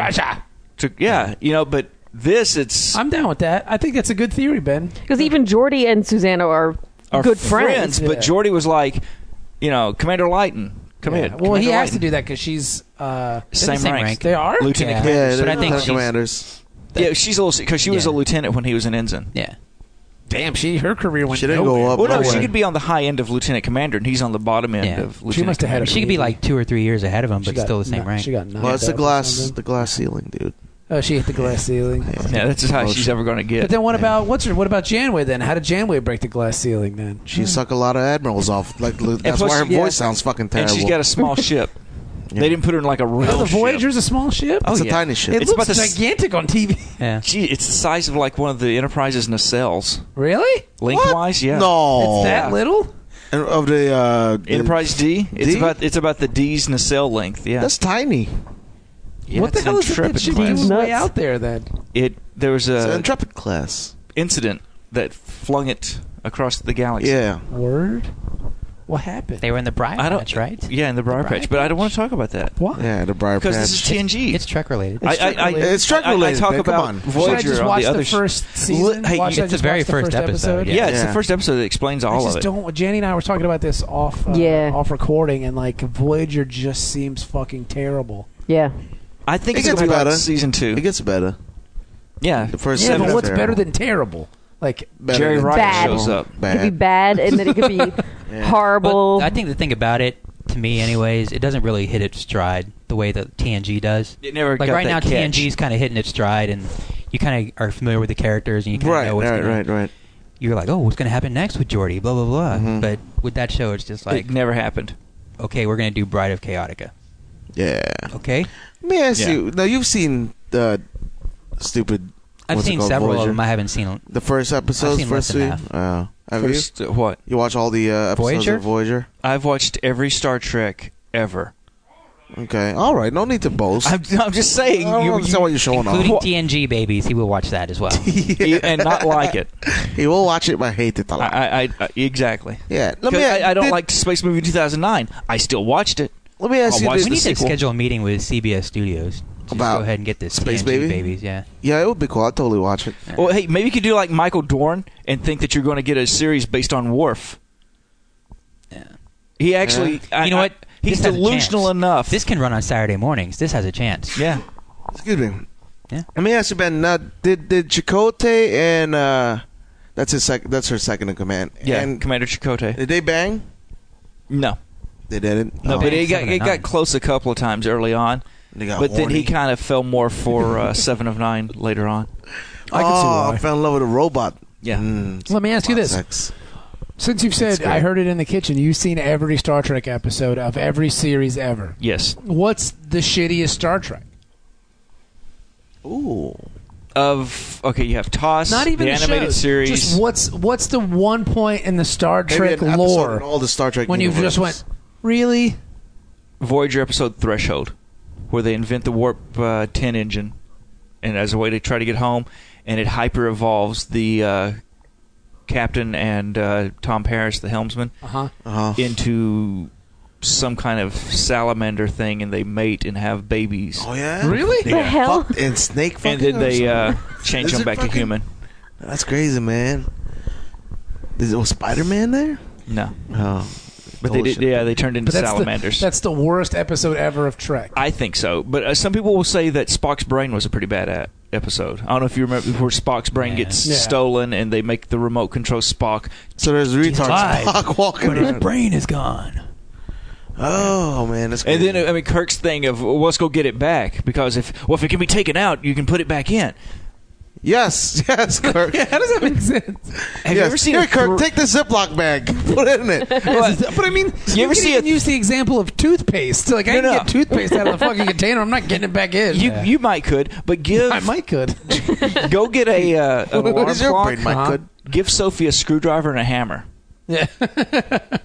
[SPEAKER 6] to yeah, you know. But this, it's
[SPEAKER 7] I'm down with that. I think that's a good theory, Ben.
[SPEAKER 2] Because even Jordy and Susanna are,
[SPEAKER 6] our
[SPEAKER 2] good friends.
[SPEAKER 6] But
[SPEAKER 7] Yeah.
[SPEAKER 6] Jordy was like, you know, Commander Lighton, come
[SPEAKER 7] Yeah.
[SPEAKER 6] in.
[SPEAKER 7] Well, he
[SPEAKER 6] Commander
[SPEAKER 7] has to
[SPEAKER 6] Lighton.
[SPEAKER 7] do that because she's. uh
[SPEAKER 4] They're
[SPEAKER 6] Same,
[SPEAKER 4] the same
[SPEAKER 6] rank.
[SPEAKER 4] rank.
[SPEAKER 7] They are.
[SPEAKER 6] Lieutenant
[SPEAKER 4] Yeah.
[SPEAKER 5] Yeah,
[SPEAKER 4] But I think
[SPEAKER 5] Lieutenant
[SPEAKER 4] she's-
[SPEAKER 5] commanders.
[SPEAKER 6] Yeah, she's a little because she was
[SPEAKER 4] Yeah.
[SPEAKER 6] a lieutenant when he was an ensign.
[SPEAKER 4] Yeah.
[SPEAKER 7] Damn, she her career went.
[SPEAKER 5] She didn't
[SPEAKER 7] nowhere.
[SPEAKER 5] go up.
[SPEAKER 6] Well, no, she
[SPEAKER 5] nowhere.
[SPEAKER 6] could be on the high end of lieutenant commander, and he's on the bottom end
[SPEAKER 4] Yeah.
[SPEAKER 6] of
[SPEAKER 7] She
[SPEAKER 6] lieutenant.
[SPEAKER 7] must have had
[SPEAKER 6] commander.
[SPEAKER 7] a-
[SPEAKER 4] She could be like two or three years ahead of him,
[SPEAKER 7] She
[SPEAKER 4] but
[SPEAKER 7] got
[SPEAKER 4] still the same
[SPEAKER 7] kno-
[SPEAKER 4] rank.
[SPEAKER 7] She got knocked
[SPEAKER 5] Well, it's the
[SPEAKER 7] up or
[SPEAKER 5] glass,
[SPEAKER 7] something.
[SPEAKER 5] the glass ceiling, dude.
[SPEAKER 7] Oh, she hit the glass ceiling.
[SPEAKER 6] Yeah, that's as high as she's
[SPEAKER 5] She,
[SPEAKER 6] ever going to
[SPEAKER 7] But
[SPEAKER 6] get.
[SPEAKER 7] then what about what's her? What about Janeway then? How did Janeway break the glass ceiling then?
[SPEAKER 5] she suck a lot of admirals off. Like li- that's
[SPEAKER 6] plus
[SPEAKER 5] why her
[SPEAKER 6] she- yeah.
[SPEAKER 5] voice sounds fucking
[SPEAKER 6] and
[SPEAKER 5] terrible.
[SPEAKER 6] she's got a small ship.
[SPEAKER 5] Yeah.
[SPEAKER 6] They didn't put her in like a real
[SPEAKER 7] Oh, the
[SPEAKER 6] ship.
[SPEAKER 7] Voyager's a small ship.
[SPEAKER 5] it's
[SPEAKER 6] yeah.
[SPEAKER 5] a tiny
[SPEAKER 7] it
[SPEAKER 5] ship.
[SPEAKER 6] it's
[SPEAKER 7] looks
[SPEAKER 6] about the s-
[SPEAKER 7] gigantic on TV.
[SPEAKER 4] Yeah.
[SPEAKER 6] Gee, it's the size of like one of the Enterprise's nacelles.
[SPEAKER 7] Really?
[SPEAKER 6] Lengthwise, yeah.
[SPEAKER 5] No,
[SPEAKER 7] It's that little?
[SPEAKER 5] And of the uh, the-
[SPEAKER 6] Enterprise D. It's
[SPEAKER 5] D?
[SPEAKER 6] about it's about the D's nacelle length. Yeah.
[SPEAKER 5] That's tiny.
[SPEAKER 6] yeah
[SPEAKER 7] what the
[SPEAKER 6] it's
[SPEAKER 7] hell
[SPEAKER 6] an
[SPEAKER 7] is that
[SPEAKER 6] Intrepid
[SPEAKER 7] shit
[SPEAKER 6] class.
[SPEAKER 7] doing way
[SPEAKER 2] Nuts.
[SPEAKER 7] out there then?
[SPEAKER 6] It there was
[SPEAKER 5] It's an
[SPEAKER 6] a
[SPEAKER 5] intrepid class.
[SPEAKER 6] incident that flung it across the galaxy.
[SPEAKER 5] Yeah.
[SPEAKER 7] Word? What happened?
[SPEAKER 4] They were in the Briar
[SPEAKER 6] I don't.
[SPEAKER 4] Patch, right?
[SPEAKER 6] Yeah, in the Briar
[SPEAKER 4] The Briar
[SPEAKER 6] Patch, but I don't want to talk about that
[SPEAKER 7] what?
[SPEAKER 5] Yeah, the Briar
[SPEAKER 6] because this is
[SPEAKER 5] Patch.
[SPEAKER 6] TNG.
[SPEAKER 4] It's Trek related.
[SPEAKER 6] I, I, I,
[SPEAKER 5] It's Trek
[SPEAKER 6] I- I- I
[SPEAKER 5] related,
[SPEAKER 6] talk
[SPEAKER 5] man, come
[SPEAKER 6] about
[SPEAKER 5] on.
[SPEAKER 7] Should I
[SPEAKER 6] Voyager
[SPEAKER 7] just
[SPEAKER 6] on
[SPEAKER 7] watch
[SPEAKER 6] the other sh-
[SPEAKER 7] first season?
[SPEAKER 6] Hey,
[SPEAKER 7] Why
[SPEAKER 6] you-
[SPEAKER 7] should I
[SPEAKER 4] it's
[SPEAKER 7] just
[SPEAKER 4] the very
[SPEAKER 7] watch
[SPEAKER 4] first episode,
[SPEAKER 6] yeah, it's
[SPEAKER 5] Yeah.
[SPEAKER 6] the first episode that explains
[SPEAKER 7] I
[SPEAKER 6] all
[SPEAKER 7] just
[SPEAKER 6] of it.
[SPEAKER 7] don't. Janny and I were talking about this off, uh,
[SPEAKER 2] Yeah.
[SPEAKER 7] off recording, and like Voyager just seems fucking terrible.
[SPEAKER 2] yeah.
[SPEAKER 6] I think
[SPEAKER 5] It
[SPEAKER 6] it's
[SPEAKER 5] gets
[SPEAKER 6] gonna be like
[SPEAKER 5] better.
[SPEAKER 6] season two.
[SPEAKER 5] It gets better.
[SPEAKER 6] yeah,
[SPEAKER 5] The first
[SPEAKER 7] Yeah,
[SPEAKER 5] seven
[SPEAKER 7] but
[SPEAKER 5] is
[SPEAKER 7] what's
[SPEAKER 5] terrible.
[SPEAKER 7] better than terrible? Like
[SPEAKER 5] Better
[SPEAKER 6] Jerry
[SPEAKER 5] than
[SPEAKER 6] Ryan
[SPEAKER 5] terrible.
[SPEAKER 6] shows up.
[SPEAKER 2] It could be
[SPEAKER 5] Bad.
[SPEAKER 2] bad and then it could be
[SPEAKER 5] Yeah.
[SPEAKER 2] horrible.
[SPEAKER 4] But I think the thing about it, to me, anyways, it doesn't really hit its stride the way that TNG does.
[SPEAKER 6] It never
[SPEAKER 4] like
[SPEAKER 6] got
[SPEAKER 4] right now,
[SPEAKER 6] that catch.
[SPEAKER 4] TNG is kind of hitting its stride, and you kind of are familiar with the characters, and you kind of
[SPEAKER 5] Right,
[SPEAKER 4] know what's
[SPEAKER 5] right,
[SPEAKER 4] gonna,
[SPEAKER 5] right, right.
[SPEAKER 4] You're like, oh, what's going to happen next with Jordy? Blah blah blah.
[SPEAKER 5] Mhm.
[SPEAKER 4] But with that show, it's just like,
[SPEAKER 6] it never happened.
[SPEAKER 4] okay, we're going to do Bride of Chaotica.
[SPEAKER 5] Yeah.
[SPEAKER 4] Okay,
[SPEAKER 5] Let me ask
[SPEAKER 6] Yeah.
[SPEAKER 5] you. Now you've seen the stupid.
[SPEAKER 4] I've
[SPEAKER 5] what's it
[SPEAKER 4] seen
[SPEAKER 5] called,
[SPEAKER 4] several of
[SPEAKER 5] Voyager?
[SPEAKER 4] them. I haven't seen
[SPEAKER 5] The first episodes,
[SPEAKER 4] seen
[SPEAKER 5] first
[SPEAKER 4] less than
[SPEAKER 5] three. Oh, have
[SPEAKER 6] First, uh, what?
[SPEAKER 5] you? You watch all the uh, episodes
[SPEAKER 4] Voyager?
[SPEAKER 5] of Voyager?
[SPEAKER 6] I've watched every Star Trek ever.
[SPEAKER 5] Okay. All right. No need to boast.
[SPEAKER 6] I'm, I'm just saying,
[SPEAKER 5] I don't
[SPEAKER 6] you-
[SPEAKER 5] understand why you're showing
[SPEAKER 4] including
[SPEAKER 5] off.
[SPEAKER 4] TNG babies. He will watch that as well.
[SPEAKER 6] you- and not like it.
[SPEAKER 5] He will watch it, but hate it a lot.
[SPEAKER 6] I, I, I exactly.
[SPEAKER 5] yeah. Let
[SPEAKER 6] 'Cause
[SPEAKER 5] me.
[SPEAKER 6] I, I don't
[SPEAKER 5] did-
[SPEAKER 6] like Space Movie 2009. I still watched it.
[SPEAKER 5] Let me ask
[SPEAKER 6] I'll
[SPEAKER 5] you
[SPEAKER 6] watch
[SPEAKER 5] this.
[SPEAKER 4] we need
[SPEAKER 6] the
[SPEAKER 4] to
[SPEAKER 6] sequel.
[SPEAKER 4] schedule a meeting with CBS Studios.
[SPEAKER 5] about
[SPEAKER 4] go ahead and get this
[SPEAKER 5] Space
[SPEAKER 4] TNG
[SPEAKER 5] Baby?
[SPEAKER 4] babies. Yeah,
[SPEAKER 5] Yeah, it would be cool. I'd totally watch it.
[SPEAKER 6] Well, hey, maybe you could do like Michael Dorn and think that you're going to get a series based on Worf.
[SPEAKER 4] Yeah.
[SPEAKER 6] He actually, I-
[SPEAKER 4] you know
[SPEAKER 6] I-
[SPEAKER 4] what?
[SPEAKER 6] he's
[SPEAKER 4] This has a
[SPEAKER 6] delusional
[SPEAKER 4] chance.
[SPEAKER 6] enough.
[SPEAKER 4] This can run on Saturday mornings. This has a chance.
[SPEAKER 6] yeah.
[SPEAKER 5] Excuse me.
[SPEAKER 4] Yeah.
[SPEAKER 5] Let me ask you, Ben. Now, did did Chakotay and uh, that's his sec- that's her second in command.
[SPEAKER 6] Yeah,
[SPEAKER 5] And
[SPEAKER 6] Commander Chakotay.
[SPEAKER 5] did they bang?
[SPEAKER 6] No,
[SPEAKER 5] They didn't.
[SPEAKER 6] no,
[SPEAKER 5] Oh.
[SPEAKER 6] but it got
[SPEAKER 4] Seven of
[SPEAKER 6] it
[SPEAKER 4] Nine.
[SPEAKER 6] got close a couple of times early on,
[SPEAKER 5] They got
[SPEAKER 6] but then he
[SPEAKER 5] horny.
[SPEAKER 6] kind of fell more for uh, Seven of Nine later on.
[SPEAKER 5] Oh, I,
[SPEAKER 1] can see why.
[SPEAKER 5] fell in love with a robot.
[SPEAKER 6] Yeah.
[SPEAKER 5] Mm,
[SPEAKER 1] Let me ask you
[SPEAKER 5] robot
[SPEAKER 1] this.
[SPEAKER 5] sex.
[SPEAKER 1] Since you've
[SPEAKER 5] That's
[SPEAKER 1] said,
[SPEAKER 5] great.
[SPEAKER 1] I heard it in the kitchen, you've seen every Star Trek episode of every series ever.
[SPEAKER 6] Yes,
[SPEAKER 1] What's the shittiest Star Trek?
[SPEAKER 5] Ooh.
[SPEAKER 6] of okay, you have Toss,
[SPEAKER 1] Not even
[SPEAKER 6] the
[SPEAKER 1] the
[SPEAKER 6] animated
[SPEAKER 1] shows.
[SPEAKER 6] series.
[SPEAKER 1] Just what's what's the one point in the Star
[SPEAKER 5] Maybe
[SPEAKER 1] Trek
[SPEAKER 5] an episode
[SPEAKER 1] lore
[SPEAKER 5] in all the Star Trek
[SPEAKER 1] when you
[SPEAKER 5] universes.
[SPEAKER 1] just went, really?
[SPEAKER 6] Voyager episode Threshold, where they invent the warp uh, ten engine, and as a way to try to get home, and it hyper evolves the uh, captain and uh, Tom Paris, the helmsman,
[SPEAKER 1] Uh huh.
[SPEAKER 5] Uh-huh.
[SPEAKER 6] into some kind of salamander thing, and they mate and have babies,
[SPEAKER 5] Oh yeah.
[SPEAKER 1] Really?
[SPEAKER 5] They
[SPEAKER 2] The
[SPEAKER 5] got
[SPEAKER 2] hell?
[SPEAKER 5] fucked and snake fucking.
[SPEAKER 6] and then
[SPEAKER 5] or
[SPEAKER 6] they uh, change
[SPEAKER 5] Is
[SPEAKER 6] them
[SPEAKER 5] it
[SPEAKER 6] back to
[SPEAKER 5] fucking-
[SPEAKER 6] human.
[SPEAKER 5] something? That's crazy, man. Is there Spider Man there?
[SPEAKER 6] No,
[SPEAKER 5] Oh.
[SPEAKER 6] but they did.
[SPEAKER 5] Bullshit.
[SPEAKER 6] Yeah, they turned into
[SPEAKER 1] But that's
[SPEAKER 6] salamanders.
[SPEAKER 1] The, that's the worst episode ever of Trek.
[SPEAKER 6] I think so, but uh, some people will say that Spock's brain was a pretty bad a- episode. I don't know if you remember where Spock's brain
[SPEAKER 4] Yeah.
[SPEAKER 6] gets
[SPEAKER 1] Yeah.
[SPEAKER 6] stolen and they make the remote control Spock.
[SPEAKER 5] So there's retards
[SPEAKER 4] lied,
[SPEAKER 5] Spock walking
[SPEAKER 4] But his
[SPEAKER 5] around.
[SPEAKER 4] brain is gone.
[SPEAKER 5] Oh man, that's
[SPEAKER 6] And
[SPEAKER 5] crazy.
[SPEAKER 6] then uh, I mean Kirk's thing of well, let's go get it back because if well if it can be taken out, you can put it back in.
[SPEAKER 5] yes, yes, Kirk.
[SPEAKER 1] How does that make sense?
[SPEAKER 6] Have you
[SPEAKER 5] Yes.
[SPEAKER 6] ever seen
[SPEAKER 5] Here,
[SPEAKER 6] a
[SPEAKER 5] Kirk?
[SPEAKER 6] thro-
[SPEAKER 5] take the Ziploc bag. Put it in it.
[SPEAKER 1] but I mean,
[SPEAKER 6] You ever
[SPEAKER 1] can
[SPEAKER 6] see a-
[SPEAKER 1] even use the example of toothpaste? Like I
[SPEAKER 6] No,
[SPEAKER 1] can
[SPEAKER 6] no.
[SPEAKER 1] get toothpaste out of the fucking container. I'm not getting it back in.
[SPEAKER 6] You you might could, but give
[SPEAKER 1] I might could.
[SPEAKER 6] go get a uh, an
[SPEAKER 5] What
[SPEAKER 6] alarm
[SPEAKER 5] is your
[SPEAKER 6] clock.
[SPEAKER 5] brain, Mike?
[SPEAKER 1] huh?
[SPEAKER 5] Good.
[SPEAKER 6] Give Sophie a screwdriver and a hammer.
[SPEAKER 1] yeah.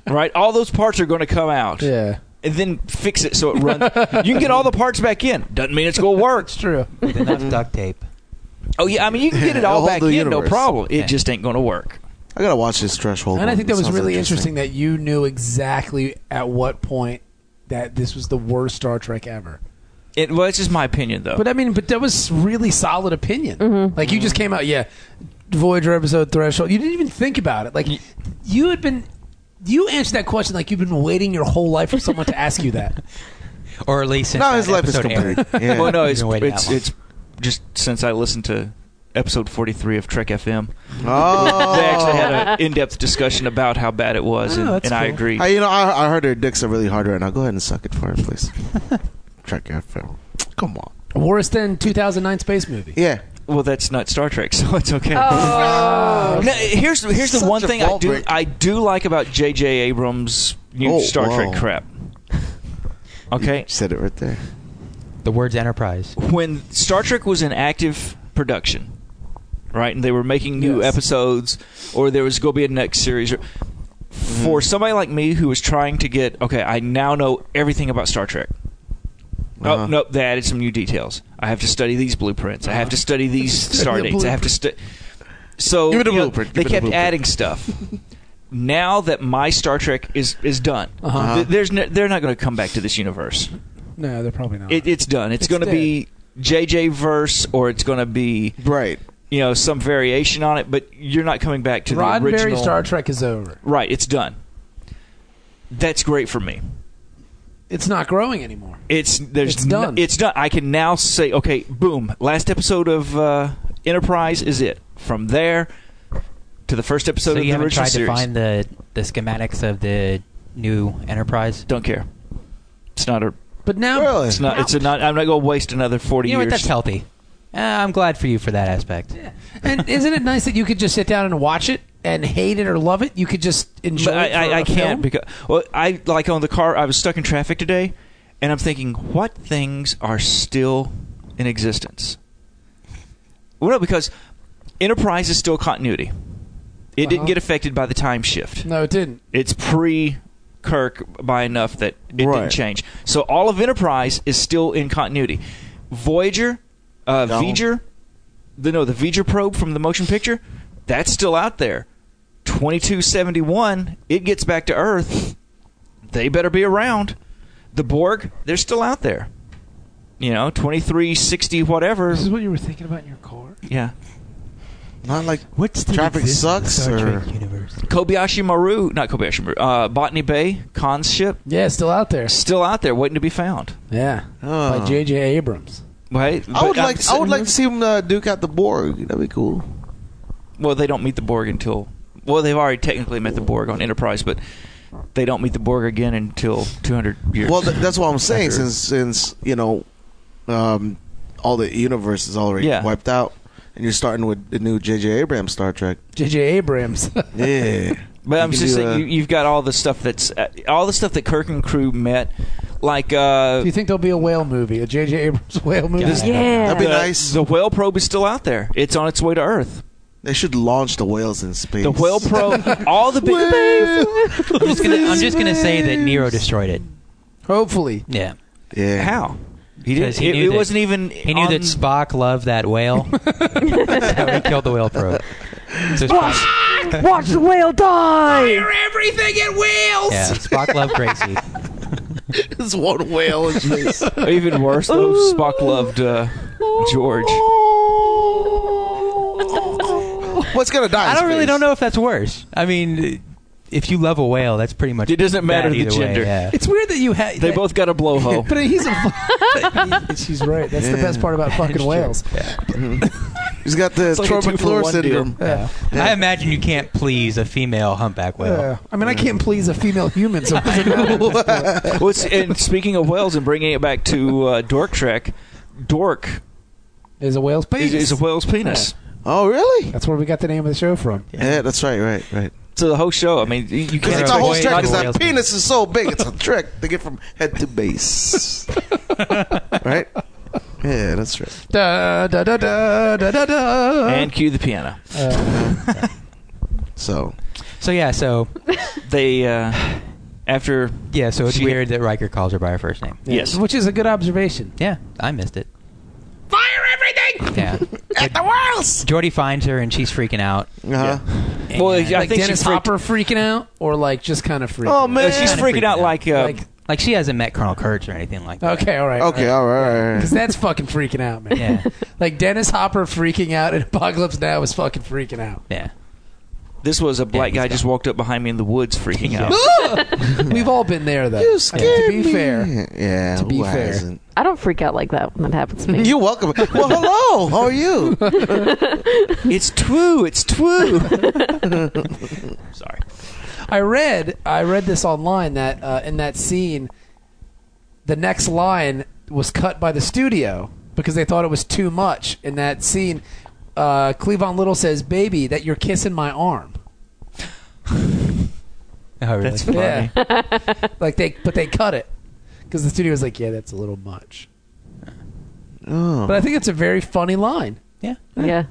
[SPEAKER 6] Right, all those parts are going to come out,
[SPEAKER 1] Yeah.
[SPEAKER 6] and then fix it so it runs. you can get all the parts back in. Doesn't mean it's going to work.
[SPEAKER 1] It's true.
[SPEAKER 4] With enough duct tape.
[SPEAKER 6] Oh yeah, I mean you can get it
[SPEAKER 5] It'll
[SPEAKER 6] all
[SPEAKER 5] hold
[SPEAKER 6] back
[SPEAKER 5] the
[SPEAKER 6] in,
[SPEAKER 5] universe.
[SPEAKER 6] no problem. It
[SPEAKER 4] Yeah.
[SPEAKER 6] just ain't going to work.
[SPEAKER 5] I gotta watch this threshold.
[SPEAKER 1] And I
[SPEAKER 5] one.
[SPEAKER 1] think that
[SPEAKER 5] It
[SPEAKER 1] was
[SPEAKER 5] sounds
[SPEAKER 1] really interesting. that you knew exactly at what point that this was the worst Star Trek ever.
[SPEAKER 6] It, well, it's just my opinion though.
[SPEAKER 1] But I mean, but that was really solid opinion.
[SPEAKER 6] Mm-hmm.
[SPEAKER 1] Like you just came out, yeah. Voyager episode threshold. You didn't even think about it. Like you had been, you answered that question like you've been waiting your whole life for someone to ask you that.
[SPEAKER 4] Or at least since
[SPEAKER 5] No,
[SPEAKER 4] that
[SPEAKER 5] his life is
[SPEAKER 4] episode aired.
[SPEAKER 5] complete. Yeah.
[SPEAKER 6] well, Oh, no,
[SPEAKER 4] You've
[SPEAKER 6] it's
[SPEAKER 4] been waiting
[SPEAKER 6] it's,
[SPEAKER 4] that long.
[SPEAKER 6] it's just since I listened to episode forty three of Trek FM,
[SPEAKER 5] Oh,
[SPEAKER 6] they actually had an in depth discussion about how bad it was, and,
[SPEAKER 1] Oh, that's
[SPEAKER 6] and I
[SPEAKER 1] cool.
[SPEAKER 6] agree.
[SPEAKER 5] Hey, you know, I, I heard their dicks are really hard right now. Go ahead and suck it for it, please. Check your film. Come on.
[SPEAKER 1] Worse than 2009 space movie.
[SPEAKER 5] Yeah.
[SPEAKER 6] well, that's not Star Trek, so it's okay.
[SPEAKER 2] Oh.
[SPEAKER 6] Now, here's here's the
[SPEAKER 5] Such
[SPEAKER 6] one
[SPEAKER 5] a
[SPEAKER 6] thing I
[SPEAKER 5] ball
[SPEAKER 6] do
[SPEAKER 5] break.
[SPEAKER 6] I do like about J.J. Abrams' new
[SPEAKER 5] Oh,
[SPEAKER 6] Star
[SPEAKER 5] wow.
[SPEAKER 6] Trek crap. Okay,
[SPEAKER 5] You said it right there.
[SPEAKER 4] the words Enterprise.
[SPEAKER 6] when Star Trek was in active production, right, and they were making new
[SPEAKER 1] Yes.
[SPEAKER 6] episodes, or there was going to be a next series. Or, for
[SPEAKER 5] Mm-hmm.
[SPEAKER 6] somebody like me who was trying to get, okay, I now know everything about Star Trek.
[SPEAKER 5] Uh-huh.
[SPEAKER 6] Oh no, they added some new details. I have to study these blueprints. I have to study
[SPEAKER 5] Uh-huh.
[SPEAKER 6] these star
[SPEAKER 1] the
[SPEAKER 6] dates. I have to study. So
[SPEAKER 5] Give me the
[SPEAKER 6] you know,
[SPEAKER 5] blueprint.
[SPEAKER 6] they
[SPEAKER 5] Give me the
[SPEAKER 6] kept
[SPEAKER 5] blueprint.
[SPEAKER 6] adding stuff. now that my Star Trek is is done,
[SPEAKER 1] Uh-huh.
[SPEAKER 6] th- there's no, they're not going to come back to this universe.
[SPEAKER 1] No, they're probably not.
[SPEAKER 6] It, it's done. It's,
[SPEAKER 1] It's
[SPEAKER 6] going to be JJ verse, or it's going to be
[SPEAKER 5] Right.
[SPEAKER 6] you know some variation on it. But you're not coming back to the original.
[SPEAKER 1] Roddenberry Star Trek is over.
[SPEAKER 6] Right. It's done. That's great for me.
[SPEAKER 1] It's not growing anymore.
[SPEAKER 6] It's there's
[SPEAKER 1] It's done.
[SPEAKER 6] n- it's done. I can now say, okay, boom. Last episode of uh, Enterprise is it. From there to the first episode
[SPEAKER 4] So,
[SPEAKER 6] of
[SPEAKER 4] you
[SPEAKER 6] the
[SPEAKER 4] haven't
[SPEAKER 6] original
[SPEAKER 4] tried
[SPEAKER 6] series.
[SPEAKER 4] to find the the schematics of the new Enterprise.
[SPEAKER 6] Don't care. It's not a.
[SPEAKER 1] But now,
[SPEAKER 5] Really?
[SPEAKER 6] It's not. It's a not. I'm not going to waste another forty
[SPEAKER 4] You know what?
[SPEAKER 6] years.
[SPEAKER 4] That's healthy. Uh, I'm glad for you for that aspect.
[SPEAKER 1] and isn't it nice that you could just sit down and watch it and hate it or love it? You could just enjoy.
[SPEAKER 6] but
[SPEAKER 1] it for
[SPEAKER 6] I, I, I
[SPEAKER 1] a
[SPEAKER 6] can't
[SPEAKER 1] film?
[SPEAKER 6] because well, I like on the car. I was stuck in traffic today, and I'm thinking, what things are still in existence? Well, no, because Enterprise is still continuity. It
[SPEAKER 1] Uh-huh.
[SPEAKER 6] didn't get affected by the time shift.
[SPEAKER 1] No, it didn't.
[SPEAKER 6] It's pre Kirk by enough that it
[SPEAKER 5] Right.
[SPEAKER 6] didn't change. So all of Enterprise is still in continuity. Voyager, uh,
[SPEAKER 5] No.
[SPEAKER 6] V'ger, the no, the V'ger probe from the motion picture, that's still out there. Twenty two seventy one, it gets back to Earth. They better be around. The Borg, they're still out there. you know, 2360 whatever.
[SPEAKER 1] This is what you were thinking about in your car.
[SPEAKER 6] Yeah.
[SPEAKER 5] Not like
[SPEAKER 4] What's the
[SPEAKER 5] Traffic
[SPEAKER 4] existence of
[SPEAKER 5] sucks,
[SPEAKER 4] Star
[SPEAKER 5] or-
[SPEAKER 4] Trek universe?
[SPEAKER 6] Kobayashi Maru, not Kobayashi Maru, uh, Botany Bay, Khan's ship,
[SPEAKER 1] Yeah, it's still out there.
[SPEAKER 6] still out there waiting to be found.
[SPEAKER 1] Yeah,
[SPEAKER 5] Oh.
[SPEAKER 1] by J.J. Abrams.
[SPEAKER 6] Right?
[SPEAKER 5] I would
[SPEAKER 6] But I'm
[SPEAKER 5] like I
[SPEAKER 6] sitting-
[SPEAKER 5] would like to see him uh, duke out the Borg. That'd be cool.
[SPEAKER 6] Well, they don't meet the Borg until. Well, they've already technically met the Borg on Enterprise, but they don't meet the Borg again until 200 years.
[SPEAKER 5] Well, th- that's what I'm saying.
[SPEAKER 6] After-
[SPEAKER 5] Since since you know, um, all the universe is already
[SPEAKER 6] Yeah.
[SPEAKER 5] wiped out, and you're starting with the new J.J. Abrams Star Trek.
[SPEAKER 1] J.J. Abrams.
[SPEAKER 5] Yeah,
[SPEAKER 6] But
[SPEAKER 5] You
[SPEAKER 6] I'm
[SPEAKER 5] can
[SPEAKER 6] just
[SPEAKER 5] do
[SPEAKER 6] saying,
[SPEAKER 5] a-
[SPEAKER 6] you, you've got all the stuff that's uh, all the stuff that Kirk and crew met, like uh,
[SPEAKER 1] Do you think there'll be a whale movie? A J.J. Abrams whale movie?
[SPEAKER 6] This-
[SPEAKER 2] Yeah.
[SPEAKER 5] That'd be
[SPEAKER 6] the,
[SPEAKER 5] nice.
[SPEAKER 6] The whale probe is still out there. It's on its way to Earth.
[SPEAKER 5] they should launch the whales in space.
[SPEAKER 6] The whale probe, all the big
[SPEAKER 4] I'm just gonna, I'm just gonna say that Nero destroyed it.
[SPEAKER 1] Hopefully.
[SPEAKER 4] Yeah,
[SPEAKER 5] Yeah.
[SPEAKER 6] how he didn't.
[SPEAKER 4] 'Cause he
[SPEAKER 6] it
[SPEAKER 4] knew
[SPEAKER 6] it
[SPEAKER 4] that-
[SPEAKER 6] wasn't even.
[SPEAKER 4] e- he knew
[SPEAKER 6] on-
[SPEAKER 4] that Spock loved that whale, so he killed the whale probe. So Spock,
[SPEAKER 2] Watch the whale die!
[SPEAKER 1] Everything at whales!
[SPEAKER 4] yeah, Spock loved Gracie.
[SPEAKER 5] This one whale in space.
[SPEAKER 6] Even worse, though, Spock loved uh, George.
[SPEAKER 5] What's gonna die? in
[SPEAKER 4] I don't really
[SPEAKER 5] space?
[SPEAKER 4] don't know if that's worse. I mean, if you love a whale, that's pretty much
[SPEAKER 6] It doesn't matter
[SPEAKER 4] bad
[SPEAKER 6] the
[SPEAKER 4] either way,
[SPEAKER 6] gender.
[SPEAKER 4] yeah.
[SPEAKER 1] It's weird that you had.
[SPEAKER 6] They both got a blowhole.
[SPEAKER 1] But he's a. She's right. That's the best part about fucking whales.
[SPEAKER 5] He's got the
[SPEAKER 6] like a
[SPEAKER 5] Troy
[SPEAKER 6] two for
[SPEAKER 5] McClure
[SPEAKER 6] one deal.
[SPEAKER 5] syndrome.
[SPEAKER 4] I imagine you can't please a female humpback whale.
[SPEAKER 1] Yeah. I mean, I can't please a female human, so it doesn't matter.
[SPEAKER 6] Well, it's- and speaking of whales and bringing it back to uh, Dork Trek, Dork
[SPEAKER 1] Is a whale's
[SPEAKER 6] is,
[SPEAKER 1] penis.
[SPEAKER 6] is a whale's penis.
[SPEAKER 5] Oh, really?
[SPEAKER 1] That's where we got the name of the show from.
[SPEAKER 5] Yeah. that's right, right, right.
[SPEAKER 6] So the whole show, I mean, you you
[SPEAKER 5] Because
[SPEAKER 6] can't
[SPEAKER 5] it's a whole
[SPEAKER 4] Wait,
[SPEAKER 5] trick.
[SPEAKER 4] not
[SPEAKER 5] Because
[SPEAKER 4] whales.
[SPEAKER 5] that penis is so big, it's a trick to get from head to base. right? Yeah, that's right.
[SPEAKER 1] Da da da da da da da.
[SPEAKER 6] and cue the piano.
[SPEAKER 1] Uh,
[SPEAKER 5] So
[SPEAKER 4] So yeah, so
[SPEAKER 6] They uh, after
[SPEAKER 4] yeah, so it's
[SPEAKER 6] She-
[SPEAKER 4] weird that Riker calls her by her first name.
[SPEAKER 6] yes,
[SPEAKER 1] Which is a good observation.
[SPEAKER 4] Yeah, I missed it.
[SPEAKER 1] Fire everything
[SPEAKER 4] Yeah,
[SPEAKER 5] at the whales.
[SPEAKER 4] Jordy finds her and she's freaking out.
[SPEAKER 5] Uh-huh.
[SPEAKER 6] Well,
[SPEAKER 4] And-
[SPEAKER 6] I
[SPEAKER 1] like
[SPEAKER 6] think
[SPEAKER 1] Dennis
[SPEAKER 6] she freaked-
[SPEAKER 1] Hopper freaking out, or like just kind of freaking.
[SPEAKER 5] Oh
[SPEAKER 1] out?
[SPEAKER 5] man,
[SPEAKER 6] she's
[SPEAKER 4] Kinda
[SPEAKER 6] freaking
[SPEAKER 4] freaking
[SPEAKER 6] out
[SPEAKER 4] out.
[SPEAKER 6] like, uh,
[SPEAKER 1] Like-
[SPEAKER 4] like she hasn't met Colonel Kurtz or anything like that.
[SPEAKER 1] Okay, all right.
[SPEAKER 5] okay, all right, all right, all
[SPEAKER 1] Because
[SPEAKER 5] right.
[SPEAKER 1] that's fucking freaking out, man.
[SPEAKER 4] Yeah,
[SPEAKER 1] Like Dennis Hopper freaking out, and Apocalypse Now is fucking freaking out.
[SPEAKER 4] yeah.
[SPEAKER 6] this was a black
[SPEAKER 4] he's
[SPEAKER 6] guy just walked up behind me in the woods freaking
[SPEAKER 4] Yeah.
[SPEAKER 6] out.
[SPEAKER 1] We've all been there, though.
[SPEAKER 5] You
[SPEAKER 1] I mean,
[SPEAKER 5] scared
[SPEAKER 1] to be
[SPEAKER 5] me.
[SPEAKER 1] fair,
[SPEAKER 5] yeah.
[SPEAKER 1] To be
[SPEAKER 5] who
[SPEAKER 1] fair.
[SPEAKER 5] hasn't?
[SPEAKER 2] I don't freak out like that when that happens to me.
[SPEAKER 5] You're welcome. Well, hello. How are you?
[SPEAKER 6] it's true. It's true. Sorry.
[SPEAKER 1] I read I read this online that uh, in that scene, the next line was cut by the studio because they thought it was too much. In that scene, uh, Cleavon Little says, "Baby, that you're kissing my arm."
[SPEAKER 4] Oh, really?
[SPEAKER 6] That's funny.
[SPEAKER 1] Yeah, like they but they cut it because the studio was like, "Yeah, that's a little much."
[SPEAKER 5] Oh.
[SPEAKER 1] But I think it's a very funny line,
[SPEAKER 4] yeah.
[SPEAKER 2] yeah.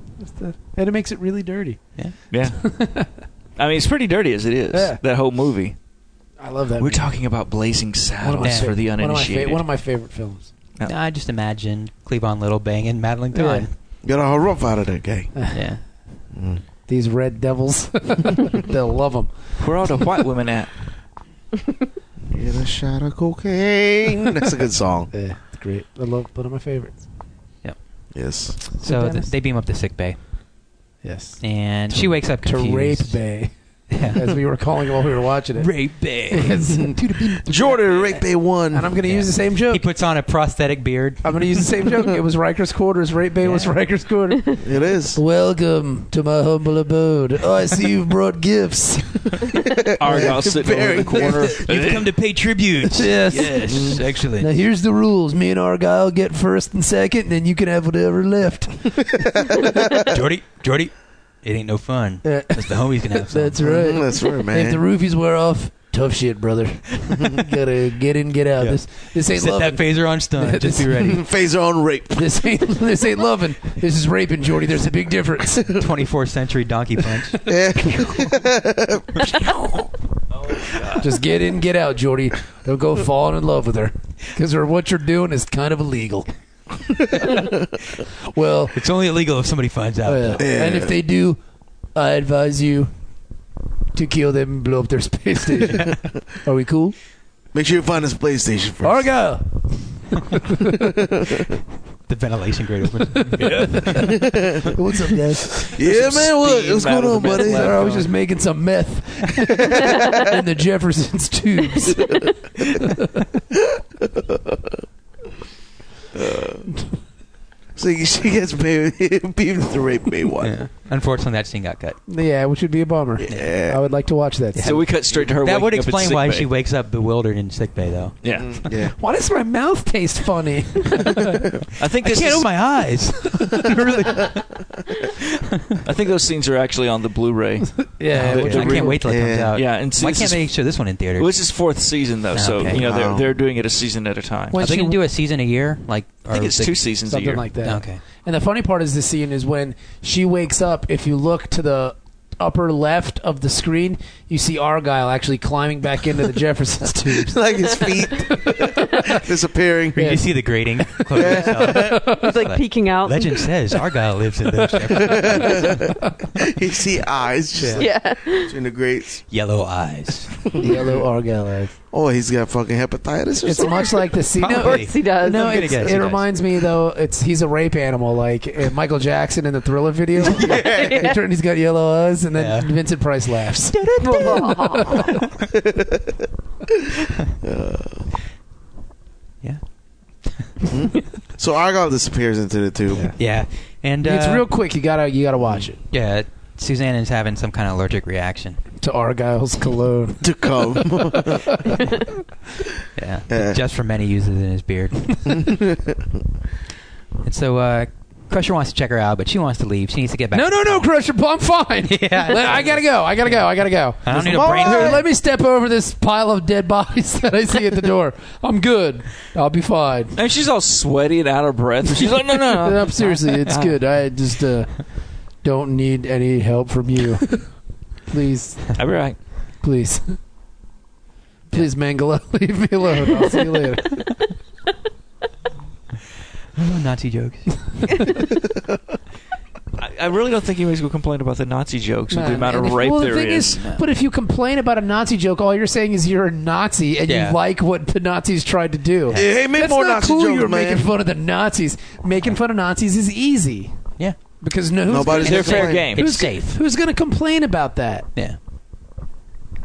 [SPEAKER 1] and it makes it really dirty.
[SPEAKER 6] Yeah. I mean, it's pretty dirty as it is.
[SPEAKER 1] Yeah.
[SPEAKER 6] That whole movie.
[SPEAKER 1] I love that.
[SPEAKER 6] We're
[SPEAKER 1] movie.
[SPEAKER 6] talking about blazing
[SPEAKER 1] One of my
[SPEAKER 6] saddles
[SPEAKER 4] Yeah.
[SPEAKER 6] for the
[SPEAKER 1] favorite- one of my fa-
[SPEAKER 6] uninitiated.
[SPEAKER 1] One of my favorite films.
[SPEAKER 6] Yeah.
[SPEAKER 4] I just imagine Cleavon Little banging Madeline
[SPEAKER 1] Yeah.
[SPEAKER 4] Kahn.
[SPEAKER 5] Get a harumph out of there, gang.
[SPEAKER 4] Yeah.
[SPEAKER 1] These red devils, they'll love them.
[SPEAKER 6] Where are all the white women at?
[SPEAKER 5] Get a shot of cocaine. That's a good song.
[SPEAKER 1] Yeah, it's great. I love one of my favorites.
[SPEAKER 5] Yes.
[SPEAKER 4] So th-
[SPEAKER 1] Dennis?
[SPEAKER 4] they beam up to sick bay,
[SPEAKER 1] Yes.
[SPEAKER 4] and she wakes up
[SPEAKER 1] To Rape
[SPEAKER 4] confused.
[SPEAKER 1] Bay,
[SPEAKER 4] Yeah.
[SPEAKER 1] as we were calling it while we were watching it.
[SPEAKER 4] rape bay.
[SPEAKER 1] Yes. To the beat.
[SPEAKER 5] Jordan Rape Bay One.
[SPEAKER 1] and I'm going to
[SPEAKER 4] Yeah.
[SPEAKER 1] use the same
[SPEAKER 4] he
[SPEAKER 1] joke.
[SPEAKER 4] puts on a prosthetic beard.
[SPEAKER 1] I'm going to use the same joke. It was Riker's quarters. Rape Bay was
[SPEAKER 4] Yeah.
[SPEAKER 1] Riker's quarters.
[SPEAKER 5] It is.
[SPEAKER 1] Welcome to my humble abode. Oh, I see you've brought gifts.
[SPEAKER 6] Argyle sitting over in
[SPEAKER 5] Very-
[SPEAKER 6] the corner.
[SPEAKER 4] You've come to pay tribute.
[SPEAKER 1] Yes.
[SPEAKER 4] Yes,
[SPEAKER 1] Now
[SPEAKER 4] excellent.
[SPEAKER 1] here's the rules. Me and Argyle get first and second, and then you can have whatever left.
[SPEAKER 4] Jordy, Jordy, it ain't no fun.
[SPEAKER 1] Yeah.
[SPEAKER 4] That's the homies gonna have some.
[SPEAKER 1] That's right.
[SPEAKER 5] Mm, That's right, man.
[SPEAKER 1] If the roofies wear off, tough shit, brother. Gotta get in, get out.
[SPEAKER 4] Yeah.
[SPEAKER 1] This this ain't
[SPEAKER 4] Set that
[SPEAKER 1] loving.
[SPEAKER 4] phaser on stun. Just be ready.
[SPEAKER 5] Phaser on rape.
[SPEAKER 1] This ain't this ain't loving. This is raping, Jordy. There's a big difference.
[SPEAKER 4] 24th century donkey punch.
[SPEAKER 1] Just get in, get out, Jordy. Don't go falling in love with her because what you're doing is kind of illegal. well,
[SPEAKER 4] It's only illegal if somebody finds
[SPEAKER 5] Oh,
[SPEAKER 2] Oh,
[SPEAKER 4] out.
[SPEAKER 1] uh, and if they do, I advise you to kill them and blow up their space station. Are we cool?
[SPEAKER 5] Make sure you find this PlayStation first.
[SPEAKER 1] Argyle,
[SPEAKER 4] The ventilation grate open.
[SPEAKER 1] What's up, guys?
[SPEAKER 5] Yeah, man. What?
[SPEAKER 9] steam
[SPEAKER 5] What's
[SPEAKER 9] out
[SPEAKER 5] going
[SPEAKER 9] of
[SPEAKER 5] on,
[SPEAKER 9] the
[SPEAKER 5] buddy?
[SPEAKER 9] vent
[SPEAKER 1] I was just making some meth in the Jefferson's tubes.
[SPEAKER 5] So you- she gets beamed to rape me one.
[SPEAKER 4] Yeah. Unfortunately, that scene got cut.
[SPEAKER 1] yeah, which would be a bummer. I
[SPEAKER 5] Yeah.
[SPEAKER 1] would like to watch that.
[SPEAKER 9] So we cut straight to her.
[SPEAKER 4] That would
[SPEAKER 9] waking up in
[SPEAKER 4] explain
[SPEAKER 9] sick
[SPEAKER 4] why
[SPEAKER 9] bay.
[SPEAKER 4] she wakes up bewildered in sickbay, though.
[SPEAKER 6] Yeah.
[SPEAKER 5] Yeah.
[SPEAKER 1] Why does my mouth taste funny?
[SPEAKER 6] I think
[SPEAKER 4] I
[SPEAKER 6] this
[SPEAKER 4] can't
[SPEAKER 6] is-
[SPEAKER 4] open my eyes. really?
[SPEAKER 6] I think those scenes are actually on the Blu-ray.
[SPEAKER 1] yeah,
[SPEAKER 6] The-
[SPEAKER 1] which
[SPEAKER 6] the
[SPEAKER 4] I can't wait till it comes
[SPEAKER 5] Yeah.
[SPEAKER 4] out.
[SPEAKER 6] Yeah, and see,
[SPEAKER 4] Uh, why
[SPEAKER 6] this
[SPEAKER 4] can't
[SPEAKER 6] is-
[SPEAKER 4] they show this one in theaters?
[SPEAKER 6] Well, it's his fourth season though, so
[SPEAKER 4] Okay.
[SPEAKER 6] you know
[SPEAKER 5] Wow.
[SPEAKER 6] they're they're doing it a season at a time.
[SPEAKER 1] When
[SPEAKER 4] Are they
[SPEAKER 1] she-
[SPEAKER 4] gonna do a season a year? Like
[SPEAKER 6] I think
[SPEAKER 4] or
[SPEAKER 6] it's
[SPEAKER 4] they-
[SPEAKER 6] two seasons a
[SPEAKER 1] something
[SPEAKER 6] year.
[SPEAKER 1] like that.
[SPEAKER 4] Okay.
[SPEAKER 1] And the funny part is the scene is when she wakes up. If you look to the upper left of the screen, you see Argyle actually climbing back into the Jefferson's tubes.
[SPEAKER 5] like his feet disappearing.
[SPEAKER 4] You see the grating. Close yourself.
[SPEAKER 2] He's like peeking out.
[SPEAKER 4] Legend says Argyle lives in those Jefferson-
[SPEAKER 5] You see eyes just like,
[SPEAKER 2] Yeah.
[SPEAKER 5] between the grates.
[SPEAKER 4] yellow eyes.
[SPEAKER 1] Yellow Argyle
[SPEAKER 5] Oh, he's got fucking hepatitis or
[SPEAKER 1] It's
[SPEAKER 5] something.
[SPEAKER 1] much like the scene.
[SPEAKER 2] Of
[SPEAKER 4] Probably.
[SPEAKER 1] No,
[SPEAKER 2] course he does.
[SPEAKER 1] no,
[SPEAKER 4] I'm gonna
[SPEAKER 1] it's-
[SPEAKER 4] guess he
[SPEAKER 1] it
[SPEAKER 4] does.
[SPEAKER 1] reminds me though. It's he's a rape animal, like uh, Michael Jackson in the Thriller video. He turned- he's got yellow eyes, and then
[SPEAKER 4] Yeah.
[SPEAKER 1] Vincent Price laughs.
[SPEAKER 4] Yeah.
[SPEAKER 5] So Argyle disappears into the tube.
[SPEAKER 4] Yeah. And uh,
[SPEAKER 1] it's real quick. You gotta you gotta watch it
[SPEAKER 4] Yeah. Suzanne is having some kind of allergic reaction.
[SPEAKER 1] to Argyle's cologne.
[SPEAKER 5] To come.
[SPEAKER 4] Yeah.
[SPEAKER 5] Yeah.
[SPEAKER 4] Just for many uses in his beard. and so uh, Crusher wants to check her out, but she wants to leave. She needs to get back.
[SPEAKER 1] No, no, no, Crusher. I'm fine.
[SPEAKER 4] Yeah.
[SPEAKER 1] Let- I gotta go. I gotta go. I gotta go.
[SPEAKER 4] I don't need a
[SPEAKER 1] Mom,
[SPEAKER 4] brain.
[SPEAKER 1] here, Let me step over this pile of dead bodies that I see at the door. I'm good. I'll be fine.
[SPEAKER 9] And she's all sweaty and out of breath. She's like, no, no, no.
[SPEAKER 1] No, seriously, it's good. I just uh, don't need any help from you. Please,
[SPEAKER 9] I'll be right.
[SPEAKER 1] please, please, Mangala, leave me alone. I'll see you later.
[SPEAKER 4] Oh, Nazi jokes.
[SPEAKER 6] I, I really don't think anybody's gonna complain about the Nazi jokes with
[SPEAKER 1] Nah,
[SPEAKER 6] the amount
[SPEAKER 1] and
[SPEAKER 6] of
[SPEAKER 1] if-
[SPEAKER 6] rape
[SPEAKER 1] well,
[SPEAKER 6] there
[SPEAKER 1] the thing
[SPEAKER 6] is.
[SPEAKER 1] is, but if you complain about a Nazi joke, all you're saying is you're a Nazi and
[SPEAKER 4] Yeah.
[SPEAKER 1] you like what the Nazis tried to do.
[SPEAKER 5] Yeah, hey, make
[SPEAKER 1] That's
[SPEAKER 5] more
[SPEAKER 1] not
[SPEAKER 5] Nazi
[SPEAKER 1] cool.
[SPEAKER 5] jokes,
[SPEAKER 1] you're
[SPEAKER 5] man.
[SPEAKER 1] making fun of the Nazis. Making fun of Nazis is easy
[SPEAKER 4] Yeah.
[SPEAKER 1] because no, who's
[SPEAKER 5] Nobody's
[SPEAKER 9] They're
[SPEAKER 1] gonna,
[SPEAKER 9] fair
[SPEAKER 5] complain.
[SPEAKER 9] game.
[SPEAKER 4] It's
[SPEAKER 1] who's,
[SPEAKER 4] safe.
[SPEAKER 1] Who's going to complain about that?
[SPEAKER 4] Yeah.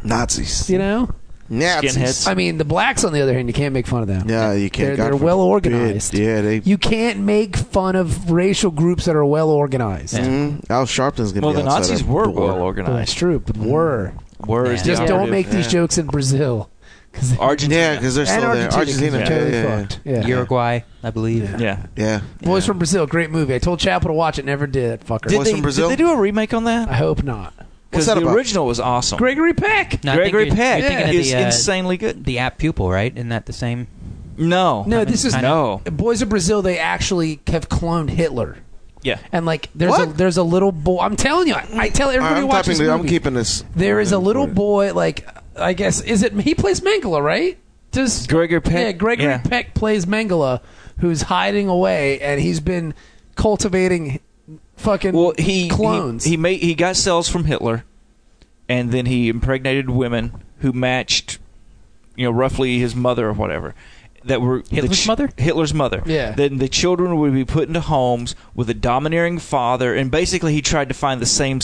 [SPEAKER 5] Nazis.
[SPEAKER 1] You know,
[SPEAKER 5] Nazis.
[SPEAKER 6] Skinheads.
[SPEAKER 1] I mean, the blacks, on the other hand, you can't make fun of them.
[SPEAKER 5] Yeah, you
[SPEAKER 1] They're-
[SPEAKER 5] can't.
[SPEAKER 1] they're
[SPEAKER 5] God
[SPEAKER 1] well
[SPEAKER 5] forbid.
[SPEAKER 1] organized.
[SPEAKER 5] Yeah, they.
[SPEAKER 1] You can't make fun of racial groups that are well organized.
[SPEAKER 5] Mhm. Al Sharpton's gonna
[SPEAKER 6] Well,
[SPEAKER 5] be
[SPEAKER 6] the
[SPEAKER 5] outside
[SPEAKER 6] Nazis
[SPEAKER 5] our
[SPEAKER 6] were
[SPEAKER 5] door.
[SPEAKER 6] well
[SPEAKER 1] That's
[SPEAKER 6] organized.
[SPEAKER 1] true, but were
[SPEAKER 6] Were
[SPEAKER 4] Yeah.
[SPEAKER 6] is the
[SPEAKER 1] just don't
[SPEAKER 6] operative.
[SPEAKER 1] make these
[SPEAKER 5] Mm-hmm. yeah.
[SPEAKER 1] jokes in Brazil because
[SPEAKER 6] Argentina.
[SPEAKER 5] Yeah, because they're still there. Argentina.
[SPEAKER 6] yeah.
[SPEAKER 5] Yeah,
[SPEAKER 1] totally
[SPEAKER 5] yeah, yeah.
[SPEAKER 1] fucked. Yeah.
[SPEAKER 4] Uruguay, I believe.
[SPEAKER 6] yeah.
[SPEAKER 5] Yeah.
[SPEAKER 1] Boys from Brazil, great movie. I told Chapel to watch it, never did. Fucker.
[SPEAKER 5] Did- Boys from Brazil?
[SPEAKER 6] did they do a remake on
[SPEAKER 1] I
[SPEAKER 6] that?
[SPEAKER 1] hope not.
[SPEAKER 5] What's
[SPEAKER 6] Because
[SPEAKER 5] that
[SPEAKER 6] the
[SPEAKER 5] about?
[SPEAKER 6] original was awesome.
[SPEAKER 1] Gregory Peck.
[SPEAKER 4] No, I think
[SPEAKER 6] Gregory
[SPEAKER 4] you're-
[SPEAKER 6] Peck
[SPEAKER 4] you're thinking of
[SPEAKER 6] is
[SPEAKER 4] the, uh,
[SPEAKER 6] insanely good.
[SPEAKER 4] The app pupil, right? Isn't that the same?
[SPEAKER 6] No.
[SPEAKER 1] No, this is
[SPEAKER 6] No.
[SPEAKER 1] Boys of Brazil. They actually have cloned Hitler,
[SPEAKER 6] Yeah.
[SPEAKER 1] and like there's a
[SPEAKER 5] What?
[SPEAKER 1] there's a little boy. I'm telling you, I, I tell
[SPEAKER 5] All right,
[SPEAKER 1] everybody
[SPEAKER 5] I'm
[SPEAKER 1] watch
[SPEAKER 5] typing.
[SPEAKER 1] this
[SPEAKER 5] The, I'm
[SPEAKER 1] movie.
[SPEAKER 5] keeping this.
[SPEAKER 1] there is a little
[SPEAKER 5] recorded.
[SPEAKER 1] boy. Like I guess is it he plays Mangala, right? Does
[SPEAKER 6] Gregory Peck.
[SPEAKER 1] Yeah, Gregory
[SPEAKER 6] Yeah.
[SPEAKER 1] Peck plays Mangala, who's hiding away, and he's been cultivating fucking
[SPEAKER 6] Well, he
[SPEAKER 1] clones.
[SPEAKER 6] He, he made he got cells from Hitler, and then he impregnated women who matched, you know, roughly his mother or whatever. That were the
[SPEAKER 4] Hitler's mother?
[SPEAKER 6] Hitler's mother.
[SPEAKER 1] Yeah.
[SPEAKER 6] Then the children would be put into homes with a domineering father, and basically he tried to find the same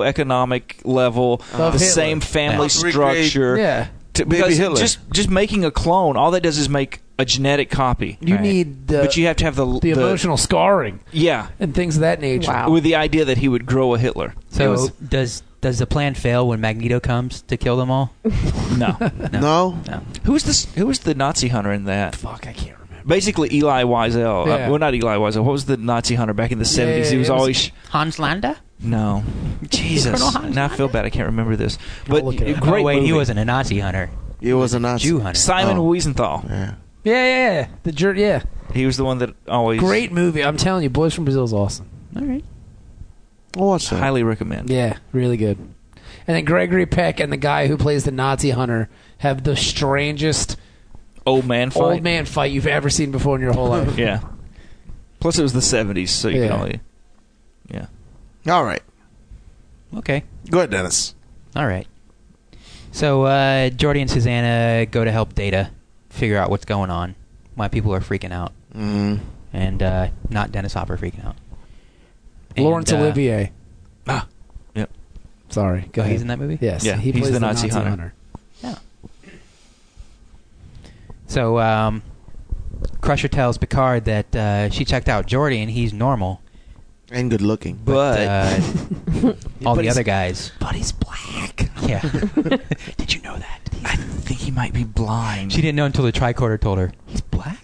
[SPEAKER 6] socioeconomic level, the
[SPEAKER 1] Of Hitler.
[SPEAKER 6] same family
[SPEAKER 5] Yeah. Recreate-
[SPEAKER 6] structure.
[SPEAKER 1] yeah,
[SPEAKER 6] To,
[SPEAKER 5] Baby
[SPEAKER 6] because
[SPEAKER 5] Hitler.
[SPEAKER 6] just just making a clone, all that does is make a genetic copy.
[SPEAKER 1] you
[SPEAKER 4] Right.
[SPEAKER 1] need the,
[SPEAKER 6] but you have to have the
[SPEAKER 1] the emotional scarring
[SPEAKER 6] Yeah.
[SPEAKER 1] and things of that nature.
[SPEAKER 6] With the idea that he would grow a Hitler.
[SPEAKER 4] So
[SPEAKER 6] It was-
[SPEAKER 4] does does the plan fail when Magneto comes to kill them all?
[SPEAKER 6] no.
[SPEAKER 5] No.
[SPEAKER 6] Who was this? Who was the Nazi hunter in that?
[SPEAKER 1] Fuck, I can't remember.
[SPEAKER 6] Basically, Eli Wiesel.
[SPEAKER 1] Yeah.
[SPEAKER 6] Uh, well, not Eli Wiesel. What was the Nazi hunter back in the seventies? he
[SPEAKER 1] yeah,
[SPEAKER 6] was
[SPEAKER 1] it was-
[SPEAKER 6] always
[SPEAKER 4] Hans Landa?
[SPEAKER 6] no. Jesus,
[SPEAKER 4] Colonel Hans
[SPEAKER 6] now I feel bad. I can't remember this. But
[SPEAKER 1] look it up.
[SPEAKER 6] great.
[SPEAKER 4] oh, wait,
[SPEAKER 6] movie.
[SPEAKER 4] he wasn't a Nazi hunter.
[SPEAKER 5] It was a Nazi.
[SPEAKER 4] Jew hunter.
[SPEAKER 6] Simon
[SPEAKER 5] Oh.
[SPEAKER 6] Wiesenthal.
[SPEAKER 5] Yeah.
[SPEAKER 1] Yeah, yeah, yeah. The jer- yeah.
[SPEAKER 6] He was the one that always
[SPEAKER 1] Great movie. I'm telling you, Boys from Brazil is awesome.
[SPEAKER 4] all right.
[SPEAKER 5] I'll watch that.
[SPEAKER 6] Highly recommend.
[SPEAKER 1] Yeah, really good. And then Gregory Peck and the guy who plays the Nazi hunter have the strangest
[SPEAKER 6] Old man fight.
[SPEAKER 1] old man fight you've ever seen before in your whole life.
[SPEAKER 6] Yeah. Plus, it was the seventies, so you can
[SPEAKER 1] Yeah.
[SPEAKER 6] only. Yeah.
[SPEAKER 5] All right.
[SPEAKER 4] Okay.
[SPEAKER 5] Go ahead, Dennis.
[SPEAKER 4] All right. So uh, Jordy and Susanna go to help Data figure out what's going on. why people are freaking out,
[SPEAKER 5] Mm.
[SPEAKER 4] and uh, not Dennis Hopper freaking out. And,
[SPEAKER 1] Lawrence
[SPEAKER 4] uh,
[SPEAKER 1] Olivier.
[SPEAKER 6] Ah, yep.
[SPEAKER 1] Sorry. Go
[SPEAKER 4] Oh,
[SPEAKER 1] ahead.
[SPEAKER 4] he's in that movie.
[SPEAKER 1] Yes.
[SPEAKER 6] Yeah,
[SPEAKER 1] He
[SPEAKER 6] he's
[SPEAKER 1] plays
[SPEAKER 6] the Nazi hunter.
[SPEAKER 4] Yeah. So um, Crusher tells Picard that uh, she checked out Jordy and he's normal,
[SPEAKER 5] And good looking.
[SPEAKER 4] but,
[SPEAKER 8] But
[SPEAKER 4] uh, all the
[SPEAKER 8] he's-
[SPEAKER 4] other guys.
[SPEAKER 6] But he's black.
[SPEAKER 4] Yeah. Did you know that?
[SPEAKER 6] I think he might be blind.
[SPEAKER 4] She didn't know until the tricorder told her. He's black.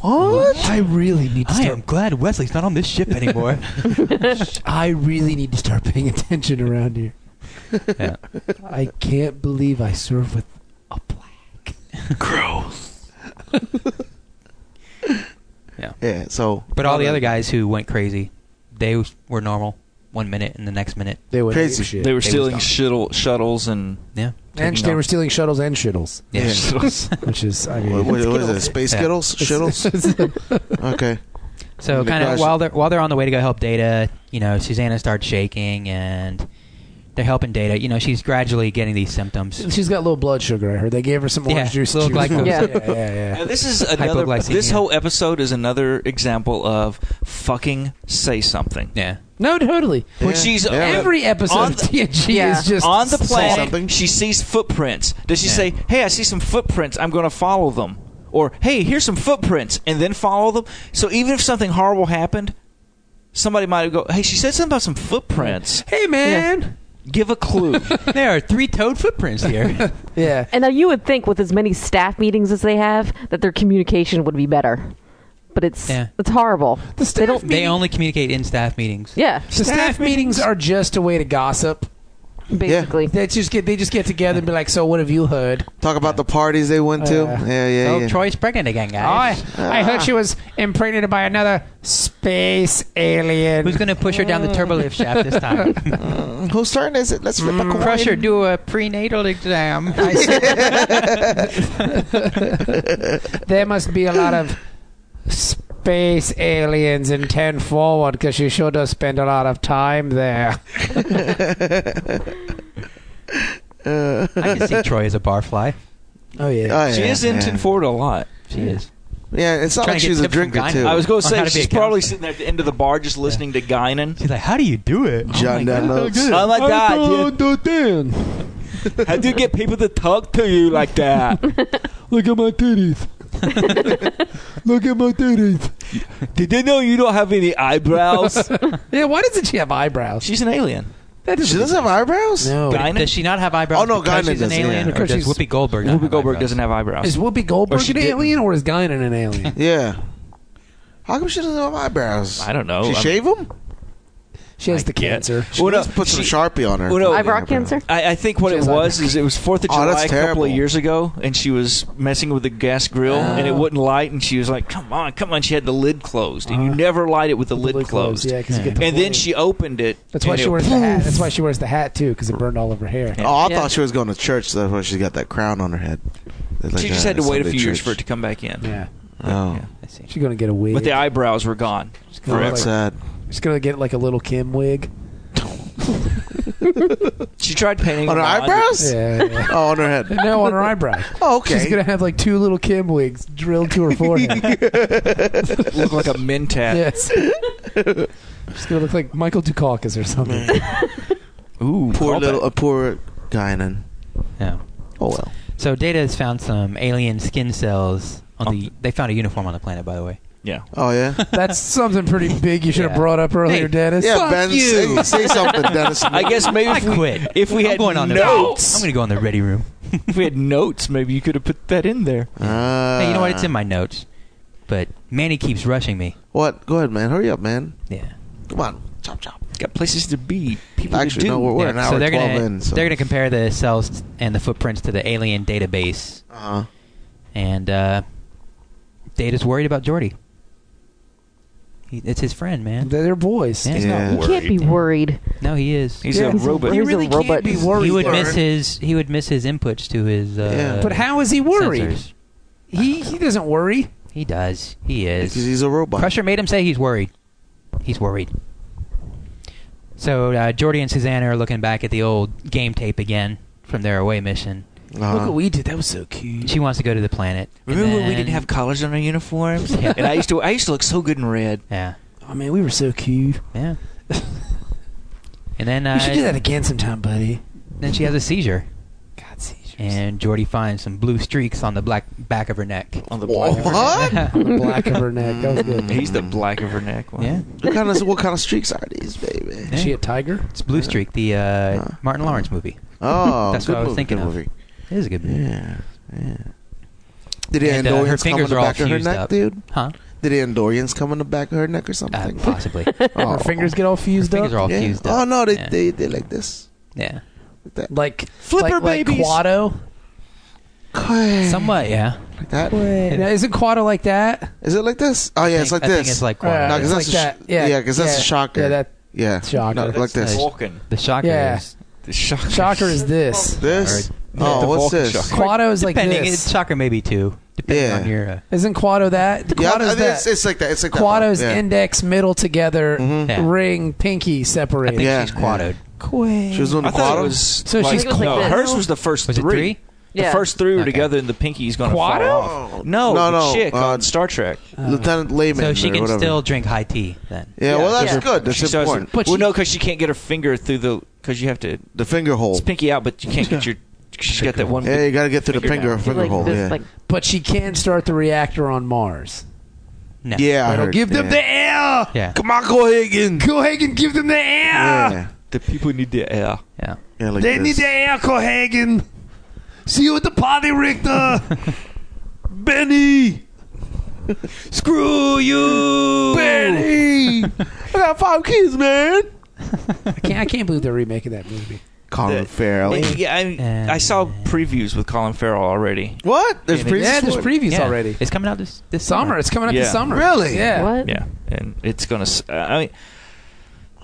[SPEAKER 1] What? I really need to
[SPEAKER 4] I
[SPEAKER 1] start.
[SPEAKER 4] am glad Wesley's not on this ship anymore.
[SPEAKER 1] I really need to start paying attention around here.
[SPEAKER 4] yeah.
[SPEAKER 1] I can't believe I serve with a black.
[SPEAKER 5] Yeah, so
[SPEAKER 4] But all the other guys who went crazy, they was- were normal one minute and the next minute.
[SPEAKER 1] They went
[SPEAKER 5] Crazy.
[SPEAKER 1] ape shit.
[SPEAKER 6] They were
[SPEAKER 4] They
[SPEAKER 6] stealing
[SPEAKER 4] was
[SPEAKER 6] shuttle, shuttles and
[SPEAKER 4] Yeah.
[SPEAKER 1] and
[SPEAKER 6] taking
[SPEAKER 1] they
[SPEAKER 6] off.
[SPEAKER 1] were stealing shuttles and shittles,
[SPEAKER 4] Yeah.
[SPEAKER 5] Yeah.
[SPEAKER 6] shuttles.
[SPEAKER 1] which is I mean,
[SPEAKER 5] what, what- what is it? Space
[SPEAKER 4] Yeah.
[SPEAKER 5] Skittles? Shittles? okay.
[SPEAKER 4] So
[SPEAKER 5] The
[SPEAKER 4] kind of
[SPEAKER 5] crash-
[SPEAKER 4] while they're while they're on the way to go help Data, you know, Susanna starts shaking and they're helping Data. You know, she's gradually getting these symptoms.
[SPEAKER 1] she's got low blood sugar. I heard they gave her some orange
[SPEAKER 4] Yeah,
[SPEAKER 1] juice.
[SPEAKER 4] little
[SPEAKER 1] she was
[SPEAKER 4] glycose.
[SPEAKER 1] fine.
[SPEAKER 2] Yeah.
[SPEAKER 1] yeah, yeah,
[SPEAKER 6] Now,
[SPEAKER 1] yeah.
[SPEAKER 6] this is another.
[SPEAKER 4] Hypoglycemia.
[SPEAKER 6] This whole episode is another example of fucking say something.
[SPEAKER 4] Yeah.
[SPEAKER 1] No, totally.
[SPEAKER 6] When she's
[SPEAKER 5] Yeah.
[SPEAKER 1] Every episode
[SPEAKER 6] On
[SPEAKER 1] of
[SPEAKER 6] the-
[SPEAKER 1] TNG
[SPEAKER 2] Yeah.
[SPEAKER 1] is just
[SPEAKER 6] on the
[SPEAKER 5] something.
[SPEAKER 6] planet, she sees footprints. Does she
[SPEAKER 4] Yeah.
[SPEAKER 6] say, "Hey, I see some footprints. I'm going to follow them," or "Hey, here's some footprints," and then follow them? So even if something horrible happened, somebody might go, "Hey, she said something about some footprints.
[SPEAKER 1] Hey, man.
[SPEAKER 6] Give a clue."
[SPEAKER 4] there are three toad footprints here.
[SPEAKER 1] Yeah.
[SPEAKER 2] And now you would think with as many staff meetings as they have that their communication would be better. But it's
[SPEAKER 4] Yeah.
[SPEAKER 2] it's horrible.
[SPEAKER 1] The staff
[SPEAKER 2] they don't
[SPEAKER 4] they only communicate in staff meetings.
[SPEAKER 2] Yeah,
[SPEAKER 1] The staff meetings are just a way to gossip.
[SPEAKER 2] basically.
[SPEAKER 1] They just get they just get together and be like, "So what have you heard?"
[SPEAKER 5] Talk about the parties they went to.
[SPEAKER 1] Uh,
[SPEAKER 5] yeah, yeah,
[SPEAKER 4] Oh,
[SPEAKER 5] yeah.
[SPEAKER 4] Troy's pregnant again, guys.
[SPEAKER 1] I heard she was impregnated by another space alien.
[SPEAKER 4] Who's going to push her down the turbolift shaft this time?
[SPEAKER 5] Whose turn is it? Let's flip
[SPEAKER 1] Mm-hmm.
[SPEAKER 5] a coin.
[SPEAKER 4] Crusher, do a prenatal exam.
[SPEAKER 1] There must be a lot of space aliens in 10 forward because she sure does spend a lot of time there.
[SPEAKER 4] I can see Troy as a barfly.
[SPEAKER 1] Oh, yeah.
[SPEAKER 5] Oh,
[SPEAKER 6] she
[SPEAKER 5] yeah,
[SPEAKER 6] is in
[SPEAKER 5] yeah.
[SPEAKER 6] Tinford a lot.
[SPEAKER 4] She is.
[SPEAKER 5] Yeah, it's not
[SPEAKER 4] Trying
[SPEAKER 5] like
[SPEAKER 4] to get
[SPEAKER 5] she's a
[SPEAKER 4] tips from
[SPEAKER 5] drinker
[SPEAKER 4] Guyana.
[SPEAKER 5] too.
[SPEAKER 6] I was going to
[SPEAKER 4] On how
[SPEAKER 6] say
[SPEAKER 4] to be
[SPEAKER 6] she's
[SPEAKER 4] a counselor.
[SPEAKER 6] probably sitting there at the end of the bar just listening to Guinan.
[SPEAKER 4] She's like, how do you do it?
[SPEAKER 5] John Dunlop's. Uh,
[SPEAKER 6] Oh my god,
[SPEAKER 1] Dan.
[SPEAKER 6] dude. how do you get people to talk to you like that?
[SPEAKER 1] Look at my titties. Look at my titties.
[SPEAKER 6] Did they know you don't have any eyebrows?
[SPEAKER 1] Yeah, why doesn't she have eyebrows?
[SPEAKER 6] She's an alien.
[SPEAKER 1] That
[SPEAKER 5] She doesn't have eyebrows.
[SPEAKER 1] No.
[SPEAKER 6] Guy-
[SPEAKER 4] But
[SPEAKER 6] Guinan?
[SPEAKER 4] Does she not have eyebrows?
[SPEAKER 5] Oh, no,
[SPEAKER 4] because
[SPEAKER 5] Guinan
[SPEAKER 4] she's an
[SPEAKER 5] doesn't,
[SPEAKER 4] alien,
[SPEAKER 5] yeah.
[SPEAKER 4] or
[SPEAKER 1] Because
[SPEAKER 4] does
[SPEAKER 1] she's-
[SPEAKER 4] Whoopi Goldberg? not
[SPEAKER 6] Whoopi
[SPEAKER 4] have
[SPEAKER 6] Goldberg
[SPEAKER 4] eyebrows?
[SPEAKER 6] doesn't have eyebrows.
[SPEAKER 1] Is Whoopi
[SPEAKER 6] Or
[SPEAKER 1] Goldberg
[SPEAKER 6] she
[SPEAKER 1] an
[SPEAKER 6] didn't.
[SPEAKER 1] alien or is Guinan an alien?
[SPEAKER 5] Yeah. How come she doesn't have eyebrows?
[SPEAKER 6] I don't know.
[SPEAKER 5] She
[SPEAKER 6] I'm-
[SPEAKER 5] shave them?
[SPEAKER 1] She has
[SPEAKER 6] I
[SPEAKER 1] the
[SPEAKER 6] get-
[SPEAKER 1] cancer.
[SPEAKER 5] She
[SPEAKER 6] Well, no,
[SPEAKER 5] just put some
[SPEAKER 6] she-
[SPEAKER 5] Sharpie on her.
[SPEAKER 6] Well, no,
[SPEAKER 2] Eyebrow cancer.
[SPEAKER 6] I, I think what
[SPEAKER 1] She
[SPEAKER 6] it
[SPEAKER 1] has
[SPEAKER 6] was is it was Fourth of
[SPEAKER 5] Oh,
[SPEAKER 6] July
[SPEAKER 5] that's
[SPEAKER 6] a couple
[SPEAKER 5] terrible.
[SPEAKER 6] of years ago, and she was messing with the gas grill, and it wouldn't light, and she was like, "Come on, come on!" She had the lid closed, and you never light it with the, lid, closed.
[SPEAKER 1] Yeah, 'cause you get the
[SPEAKER 6] and then
[SPEAKER 1] flame.
[SPEAKER 6] she opened it.
[SPEAKER 1] That's why
[SPEAKER 6] and
[SPEAKER 1] she
[SPEAKER 6] it-
[SPEAKER 1] wears the hat. That's why she wears the hat too, because it burned all of her hair.
[SPEAKER 5] Oh, I
[SPEAKER 2] Yeah.
[SPEAKER 5] thought she was going to church. So that's why she's got that crown on her head. It's like uh,
[SPEAKER 6] She just had to wait a
[SPEAKER 5] Sunday
[SPEAKER 6] few years
[SPEAKER 5] church.
[SPEAKER 6] for it to come back in,
[SPEAKER 1] Yeah,
[SPEAKER 5] Oh,
[SPEAKER 6] Yeah.
[SPEAKER 4] I see.
[SPEAKER 1] she's gonna get a wig.
[SPEAKER 6] but the eyebrows were gone
[SPEAKER 1] gonna
[SPEAKER 6] forever.
[SPEAKER 5] that's sad.
[SPEAKER 1] she's gonna get like a little Kim wig.
[SPEAKER 6] She tried painting
[SPEAKER 5] On her
[SPEAKER 6] them
[SPEAKER 5] eyebrows?
[SPEAKER 1] Yeah. yeah.
[SPEAKER 5] Oh, on her head.
[SPEAKER 1] no, on her eyebrow.
[SPEAKER 5] Oh, okay.
[SPEAKER 1] She's gonna have like two little Kim wigs drilled to her forehead.
[SPEAKER 6] Look like a mentat.
[SPEAKER 1] yes. She's gonna look like Michael Dukakis or something.
[SPEAKER 6] Ooh,
[SPEAKER 5] poor
[SPEAKER 6] callback.
[SPEAKER 5] little, a poor Guinan.
[SPEAKER 4] Yeah.
[SPEAKER 5] Oh well.
[SPEAKER 4] So Data has found some alien skin cells on
[SPEAKER 6] Oh.
[SPEAKER 4] the. They found a uniform on the planet, by the way.
[SPEAKER 6] Yeah,
[SPEAKER 5] Oh yeah.
[SPEAKER 1] That's something pretty big. You should have
[SPEAKER 4] Yeah.
[SPEAKER 1] brought up earlier,
[SPEAKER 4] Hey,
[SPEAKER 1] Dennis.
[SPEAKER 5] Yeah,
[SPEAKER 4] Fuck
[SPEAKER 5] Ben. Say,
[SPEAKER 4] you.
[SPEAKER 5] say something, Dennis.
[SPEAKER 6] I guess maybe
[SPEAKER 4] I
[SPEAKER 6] if we,
[SPEAKER 4] quit.
[SPEAKER 6] if we
[SPEAKER 4] I'm
[SPEAKER 6] had
[SPEAKER 4] going on the-
[SPEAKER 6] notes,
[SPEAKER 4] I'm going to go in the ready room.
[SPEAKER 6] if we had notes, maybe you could have put that in there.
[SPEAKER 5] Uh,
[SPEAKER 4] hey, you know what? It's in my notes, but Manny keeps rushing me.
[SPEAKER 5] Uh, What? Go ahead, man. Hurry up, man.
[SPEAKER 4] Yeah.
[SPEAKER 5] Come on. Chop chop.
[SPEAKER 6] Got places to be. People to
[SPEAKER 5] Actually,
[SPEAKER 6] do.
[SPEAKER 5] no. We're, we're
[SPEAKER 4] Yeah,
[SPEAKER 5] an hour
[SPEAKER 4] so they're
[SPEAKER 5] 12
[SPEAKER 4] gonna,
[SPEAKER 5] in. So.
[SPEAKER 4] They're going to compare the cells and the footprints to the alien database,
[SPEAKER 5] Uh-huh.
[SPEAKER 4] and uh, Data's worried about Jordy. He, it's his friend, man.
[SPEAKER 1] They're boys.
[SPEAKER 4] Yeah.
[SPEAKER 5] Yeah.
[SPEAKER 2] You can't be worried.
[SPEAKER 4] No, he is.
[SPEAKER 6] He's
[SPEAKER 1] Yeah,
[SPEAKER 6] a
[SPEAKER 1] he's
[SPEAKER 6] robot.
[SPEAKER 1] You
[SPEAKER 2] He's a
[SPEAKER 1] really can't
[SPEAKER 2] robot.
[SPEAKER 1] be worried.
[SPEAKER 4] he would
[SPEAKER 1] though.
[SPEAKER 4] miss his. He would miss his inputs to his. Uh,
[SPEAKER 5] Yeah.
[SPEAKER 1] But how is he worried?
[SPEAKER 4] sensors.
[SPEAKER 1] He he doesn't worry.
[SPEAKER 4] He does. He is.
[SPEAKER 5] Because he's a robot.
[SPEAKER 4] Crusher made him say he's worried. He's worried. So uh, Jordy and Susanna are looking back at the old game tape again from their away mission,
[SPEAKER 5] Uh-huh.
[SPEAKER 1] Look what we did. That was so cute.
[SPEAKER 4] She wants to go to the planet. and
[SPEAKER 6] Remember when we
[SPEAKER 4] then-
[SPEAKER 6] didn't have collars on our uniforms?
[SPEAKER 4] Yeah.
[SPEAKER 6] and I used to I used to look so good in red.
[SPEAKER 4] Yeah,
[SPEAKER 1] Oh man, we were so cute.
[SPEAKER 4] yeah. and then uh,
[SPEAKER 1] We should do that again sometime, buddy.
[SPEAKER 4] then she has a seizure,
[SPEAKER 1] God, seizures.
[SPEAKER 4] and Jordy finds some blue streaks on the black back of her neck.
[SPEAKER 6] On the black of her Mm-hmm.
[SPEAKER 5] What?
[SPEAKER 1] Black of her neck. That was good.
[SPEAKER 6] He's the black of her neck one.
[SPEAKER 4] Yeah,
[SPEAKER 5] what kind of what kind of streaks are these, baby?
[SPEAKER 1] Is she a tiger?
[SPEAKER 4] it's Blue Streak, the uh,
[SPEAKER 5] Huh.
[SPEAKER 4] Martin Lawrence movie.
[SPEAKER 5] Oh,
[SPEAKER 4] That's
[SPEAKER 5] good
[SPEAKER 4] what I was
[SPEAKER 5] movie,
[SPEAKER 4] thinking
[SPEAKER 5] good
[SPEAKER 4] of.
[SPEAKER 5] Movie.
[SPEAKER 4] It is a good movie.
[SPEAKER 5] Yeah, yeah. Did the
[SPEAKER 4] And, uh, her
[SPEAKER 5] Andorians come in
[SPEAKER 4] fingers
[SPEAKER 5] the
[SPEAKER 4] are all
[SPEAKER 5] back of her
[SPEAKER 4] fused
[SPEAKER 5] neck,
[SPEAKER 4] up.
[SPEAKER 5] dude?
[SPEAKER 4] Huh?
[SPEAKER 5] Did the Andorians come in the back of her neck or
[SPEAKER 4] Uh,
[SPEAKER 5] something?
[SPEAKER 4] possibly.
[SPEAKER 5] oh.
[SPEAKER 1] Her fingers get all fused
[SPEAKER 4] Fingers are
[SPEAKER 1] up.
[SPEAKER 4] all
[SPEAKER 5] yeah.
[SPEAKER 4] fused
[SPEAKER 5] Oh
[SPEAKER 4] up.
[SPEAKER 5] no, they,
[SPEAKER 4] yeah.
[SPEAKER 5] they they like this.
[SPEAKER 4] yeah.
[SPEAKER 5] Like that.
[SPEAKER 1] Like
[SPEAKER 6] Flipper
[SPEAKER 1] like, like
[SPEAKER 6] babies.
[SPEAKER 1] Quado.
[SPEAKER 4] Somewhat, yeah.
[SPEAKER 5] like that.
[SPEAKER 1] Yeah, isn't Quado like that?
[SPEAKER 5] Is it like this? Oh yeah, it's like
[SPEAKER 4] I
[SPEAKER 5] this.
[SPEAKER 4] Think it's like quad.
[SPEAKER 5] No, 'cause
[SPEAKER 1] it's
[SPEAKER 5] that's
[SPEAKER 1] like
[SPEAKER 5] a sh-
[SPEAKER 1] that. Yeah,
[SPEAKER 5] yeah, 'cause that's a shocker.
[SPEAKER 1] Yeah, that
[SPEAKER 5] yeah,
[SPEAKER 1] shocker.
[SPEAKER 5] No, like this.
[SPEAKER 4] That's-
[SPEAKER 6] Vulcan.
[SPEAKER 4] the shocker
[SPEAKER 1] Yeah.
[SPEAKER 4] is
[SPEAKER 6] The shock.
[SPEAKER 1] shocker is this.
[SPEAKER 5] This.
[SPEAKER 6] Yeah,
[SPEAKER 5] Oh,
[SPEAKER 6] the
[SPEAKER 5] what's
[SPEAKER 6] Vulcan
[SPEAKER 5] this?
[SPEAKER 6] shocker.
[SPEAKER 1] Quado is like
[SPEAKER 4] depending. It's
[SPEAKER 1] this.
[SPEAKER 4] shocker maybe two, depending
[SPEAKER 5] Yeah.
[SPEAKER 4] on your. Uh,
[SPEAKER 1] Isn't Quado that?
[SPEAKER 5] Yeah, I- I
[SPEAKER 1] Quado's
[SPEAKER 5] think
[SPEAKER 1] that.
[SPEAKER 5] it's, it's like that. It's like that.
[SPEAKER 1] Quado's
[SPEAKER 5] yeah.
[SPEAKER 1] index, middle together,
[SPEAKER 5] Mhm.
[SPEAKER 4] Yeah.
[SPEAKER 1] ring, pinky
[SPEAKER 4] I think
[SPEAKER 1] separated.
[SPEAKER 5] Yeah,
[SPEAKER 4] she's
[SPEAKER 5] yeah.
[SPEAKER 4] quadoed.
[SPEAKER 1] Quay.
[SPEAKER 5] She was doing
[SPEAKER 6] I
[SPEAKER 5] the
[SPEAKER 6] thought it
[SPEAKER 5] quad.
[SPEAKER 6] was
[SPEAKER 1] So
[SPEAKER 6] like,
[SPEAKER 1] she's like
[SPEAKER 6] no,
[SPEAKER 2] this.
[SPEAKER 6] hers was the first
[SPEAKER 4] Was it
[SPEAKER 6] three.
[SPEAKER 4] three?
[SPEAKER 2] Yeah.
[SPEAKER 6] The first three were
[SPEAKER 4] Okay.
[SPEAKER 6] together, and the pinky's gonna
[SPEAKER 1] Quado?
[SPEAKER 6] fall off. No,
[SPEAKER 5] No,
[SPEAKER 6] no,
[SPEAKER 5] no,
[SPEAKER 6] chick
[SPEAKER 5] uh,
[SPEAKER 6] on Star Trek.
[SPEAKER 1] Uh,
[SPEAKER 5] Lieutenant Layman.
[SPEAKER 4] So she
[SPEAKER 5] or
[SPEAKER 4] can
[SPEAKER 5] whatever.
[SPEAKER 4] still drink high tea then.
[SPEAKER 5] Yeah, well, that's
[SPEAKER 2] Yeah.
[SPEAKER 5] good. That's
[SPEAKER 6] she doesn't-
[SPEAKER 5] important.
[SPEAKER 1] But
[SPEAKER 6] well,
[SPEAKER 1] she-
[SPEAKER 6] no, because she can't get her finger through the because you have to
[SPEAKER 5] The finger hole.
[SPEAKER 6] it's pinky out, but you can't get your. She's got that one.
[SPEAKER 5] Yeah, you gotta get through the finger
[SPEAKER 6] Finger down.
[SPEAKER 5] finger
[SPEAKER 2] like
[SPEAKER 5] hole.
[SPEAKER 2] this,
[SPEAKER 5] yeah.
[SPEAKER 2] like
[SPEAKER 1] But she can start the reactor on Mars.
[SPEAKER 4] No.
[SPEAKER 5] yeah, I
[SPEAKER 1] That'll
[SPEAKER 5] heard,
[SPEAKER 1] give them
[SPEAKER 5] yeah.
[SPEAKER 1] the air.
[SPEAKER 4] Yeah.
[SPEAKER 5] Come on, go Higgins.
[SPEAKER 1] Cohagen, give them the air.
[SPEAKER 5] Yeah,
[SPEAKER 6] The people need the air.
[SPEAKER 4] Yeah.
[SPEAKER 5] yeah, like
[SPEAKER 1] They
[SPEAKER 5] this.
[SPEAKER 1] need the air, Cohagen. See you at the party, Richter. Benny.
[SPEAKER 6] Screw you,
[SPEAKER 5] Benny. I got five kids, man.
[SPEAKER 1] I can't, I can't believe they're remaking that movie.
[SPEAKER 5] Colin
[SPEAKER 6] The-
[SPEAKER 5] Farrell.
[SPEAKER 6] Oh, Yeah, I,
[SPEAKER 4] And-
[SPEAKER 6] I saw previews with Colin Farrell already.
[SPEAKER 5] What? There's
[SPEAKER 6] Yeah,
[SPEAKER 5] previous.
[SPEAKER 1] yeah, there's previews
[SPEAKER 4] Yeah.
[SPEAKER 1] already.
[SPEAKER 4] It's coming out this this
[SPEAKER 1] Summer. It's coming up
[SPEAKER 6] Yeah.
[SPEAKER 1] this summer.
[SPEAKER 5] Really?
[SPEAKER 1] Yeah.
[SPEAKER 2] what?
[SPEAKER 6] Yeah, and it's gonna. s- Uh, I mean,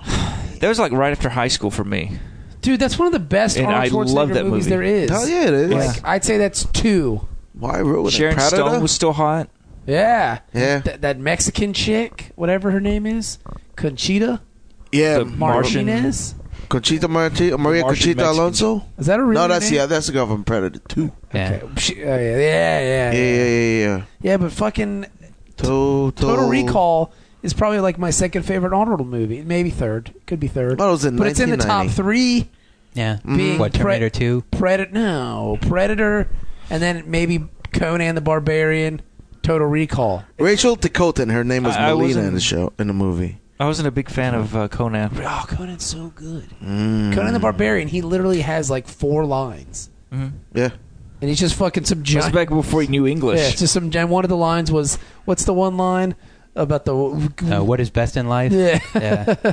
[SPEAKER 6] that was like right after high school for me.
[SPEAKER 1] Dude, that's one of the best
[SPEAKER 6] And I
[SPEAKER 1] Arnold Schwarzenegger
[SPEAKER 6] love that
[SPEAKER 1] movies
[SPEAKER 6] movie.
[SPEAKER 1] there is.
[SPEAKER 5] Hell yeah, it is.
[SPEAKER 1] Like, I'd say that's two.
[SPEAKER 5] Why ruin
[SPEAKER 6] Sharon
[SPEAKER 5] it? Predator?
[SPEAKER 6] Stone was still hot.
[SPEAKER 1] Yeah.
[SPEAKER 5] Yeah.
[SPEAKER 1] Th- that Mexican chick, whatever her name is, Conchita
[SPEAKER 5] yeah,
[SPEAKER 6] the
[SPEAKER 5] Mar-
[SPEAKER 6] Martian.
[SPEAKER 1] Martinez.
[SPEAKER 5] Conchita Marti- Maria Conchita
[SPEAKER 6] Martian Mexican.
[SPEAKER 5] Alonso.
[SPEAKER 1] Is that a real
[SPEAKER 5] no, that's
[SPEAKER 1] name?
[SPEAKER 5] yeah, that's the girl from Predator Two.
[SPEAKER 4] Yeah.
[SPEAKER 1] Okay. She- oh, yeah, yeah, yeah,
[SPEAKER 5] Yeah, yeah, yeah, yeah.
[SPEAKER 1] Yeah, but fucking
[SPEAKER 5] Total,
[SPEAKER 1] Total Recall is probably like my second favorite honorable movie. Maybe third. Could be third.
[SPEAKER 5] Well, it was in
[SPEAKER 1] but it's in the top
[SPEAKER 5] 1990.
[SPEAKER 1] three.
[SPEAKER 4] Yeah.
[SPEAKER 5] Mm-hmm.
[SPEAKER 1] Being
[SPEAKER 4] What
[SPEAKER 1] pre-
[SPEAKER 4] Terminator Two?
[SPEAKER 1] Predator. No, Predator, and then maybe Conan the Barbarian. Total Recall.
[SPEAKER 5] Rachel Dakota, and her name was
[SPEAKER 6] I- I
[SPEAKER 5] Melina
[SPEAKER 6] wasn't-
[SPEAKER 5] in the show in the movie.
[SPEAKER 6] I wasn't a big fan of uh, Conan.
[SPEAKER 1] Oh, Conan's so good.
[SPEAKER 5] Mm.
[SPEAKER 1] Conan the Barbarian. He literally has like four lines,
[SPEAKER 5] Yeah,
[SPEAKER 1] and he's just fucking some
[SPEAKER 6] It was
[SPEAKER 1] giant.
[SPEAKER 6] back before he knew English.
[SPEAKER 1] Yeah, it's just some. And one of the lines was, "What's the one line about the?"
[SPEAKER 4] Uh, what is best in life?
[SPEAKER 1] Yeah.
[SPEAKER 4] Yeah.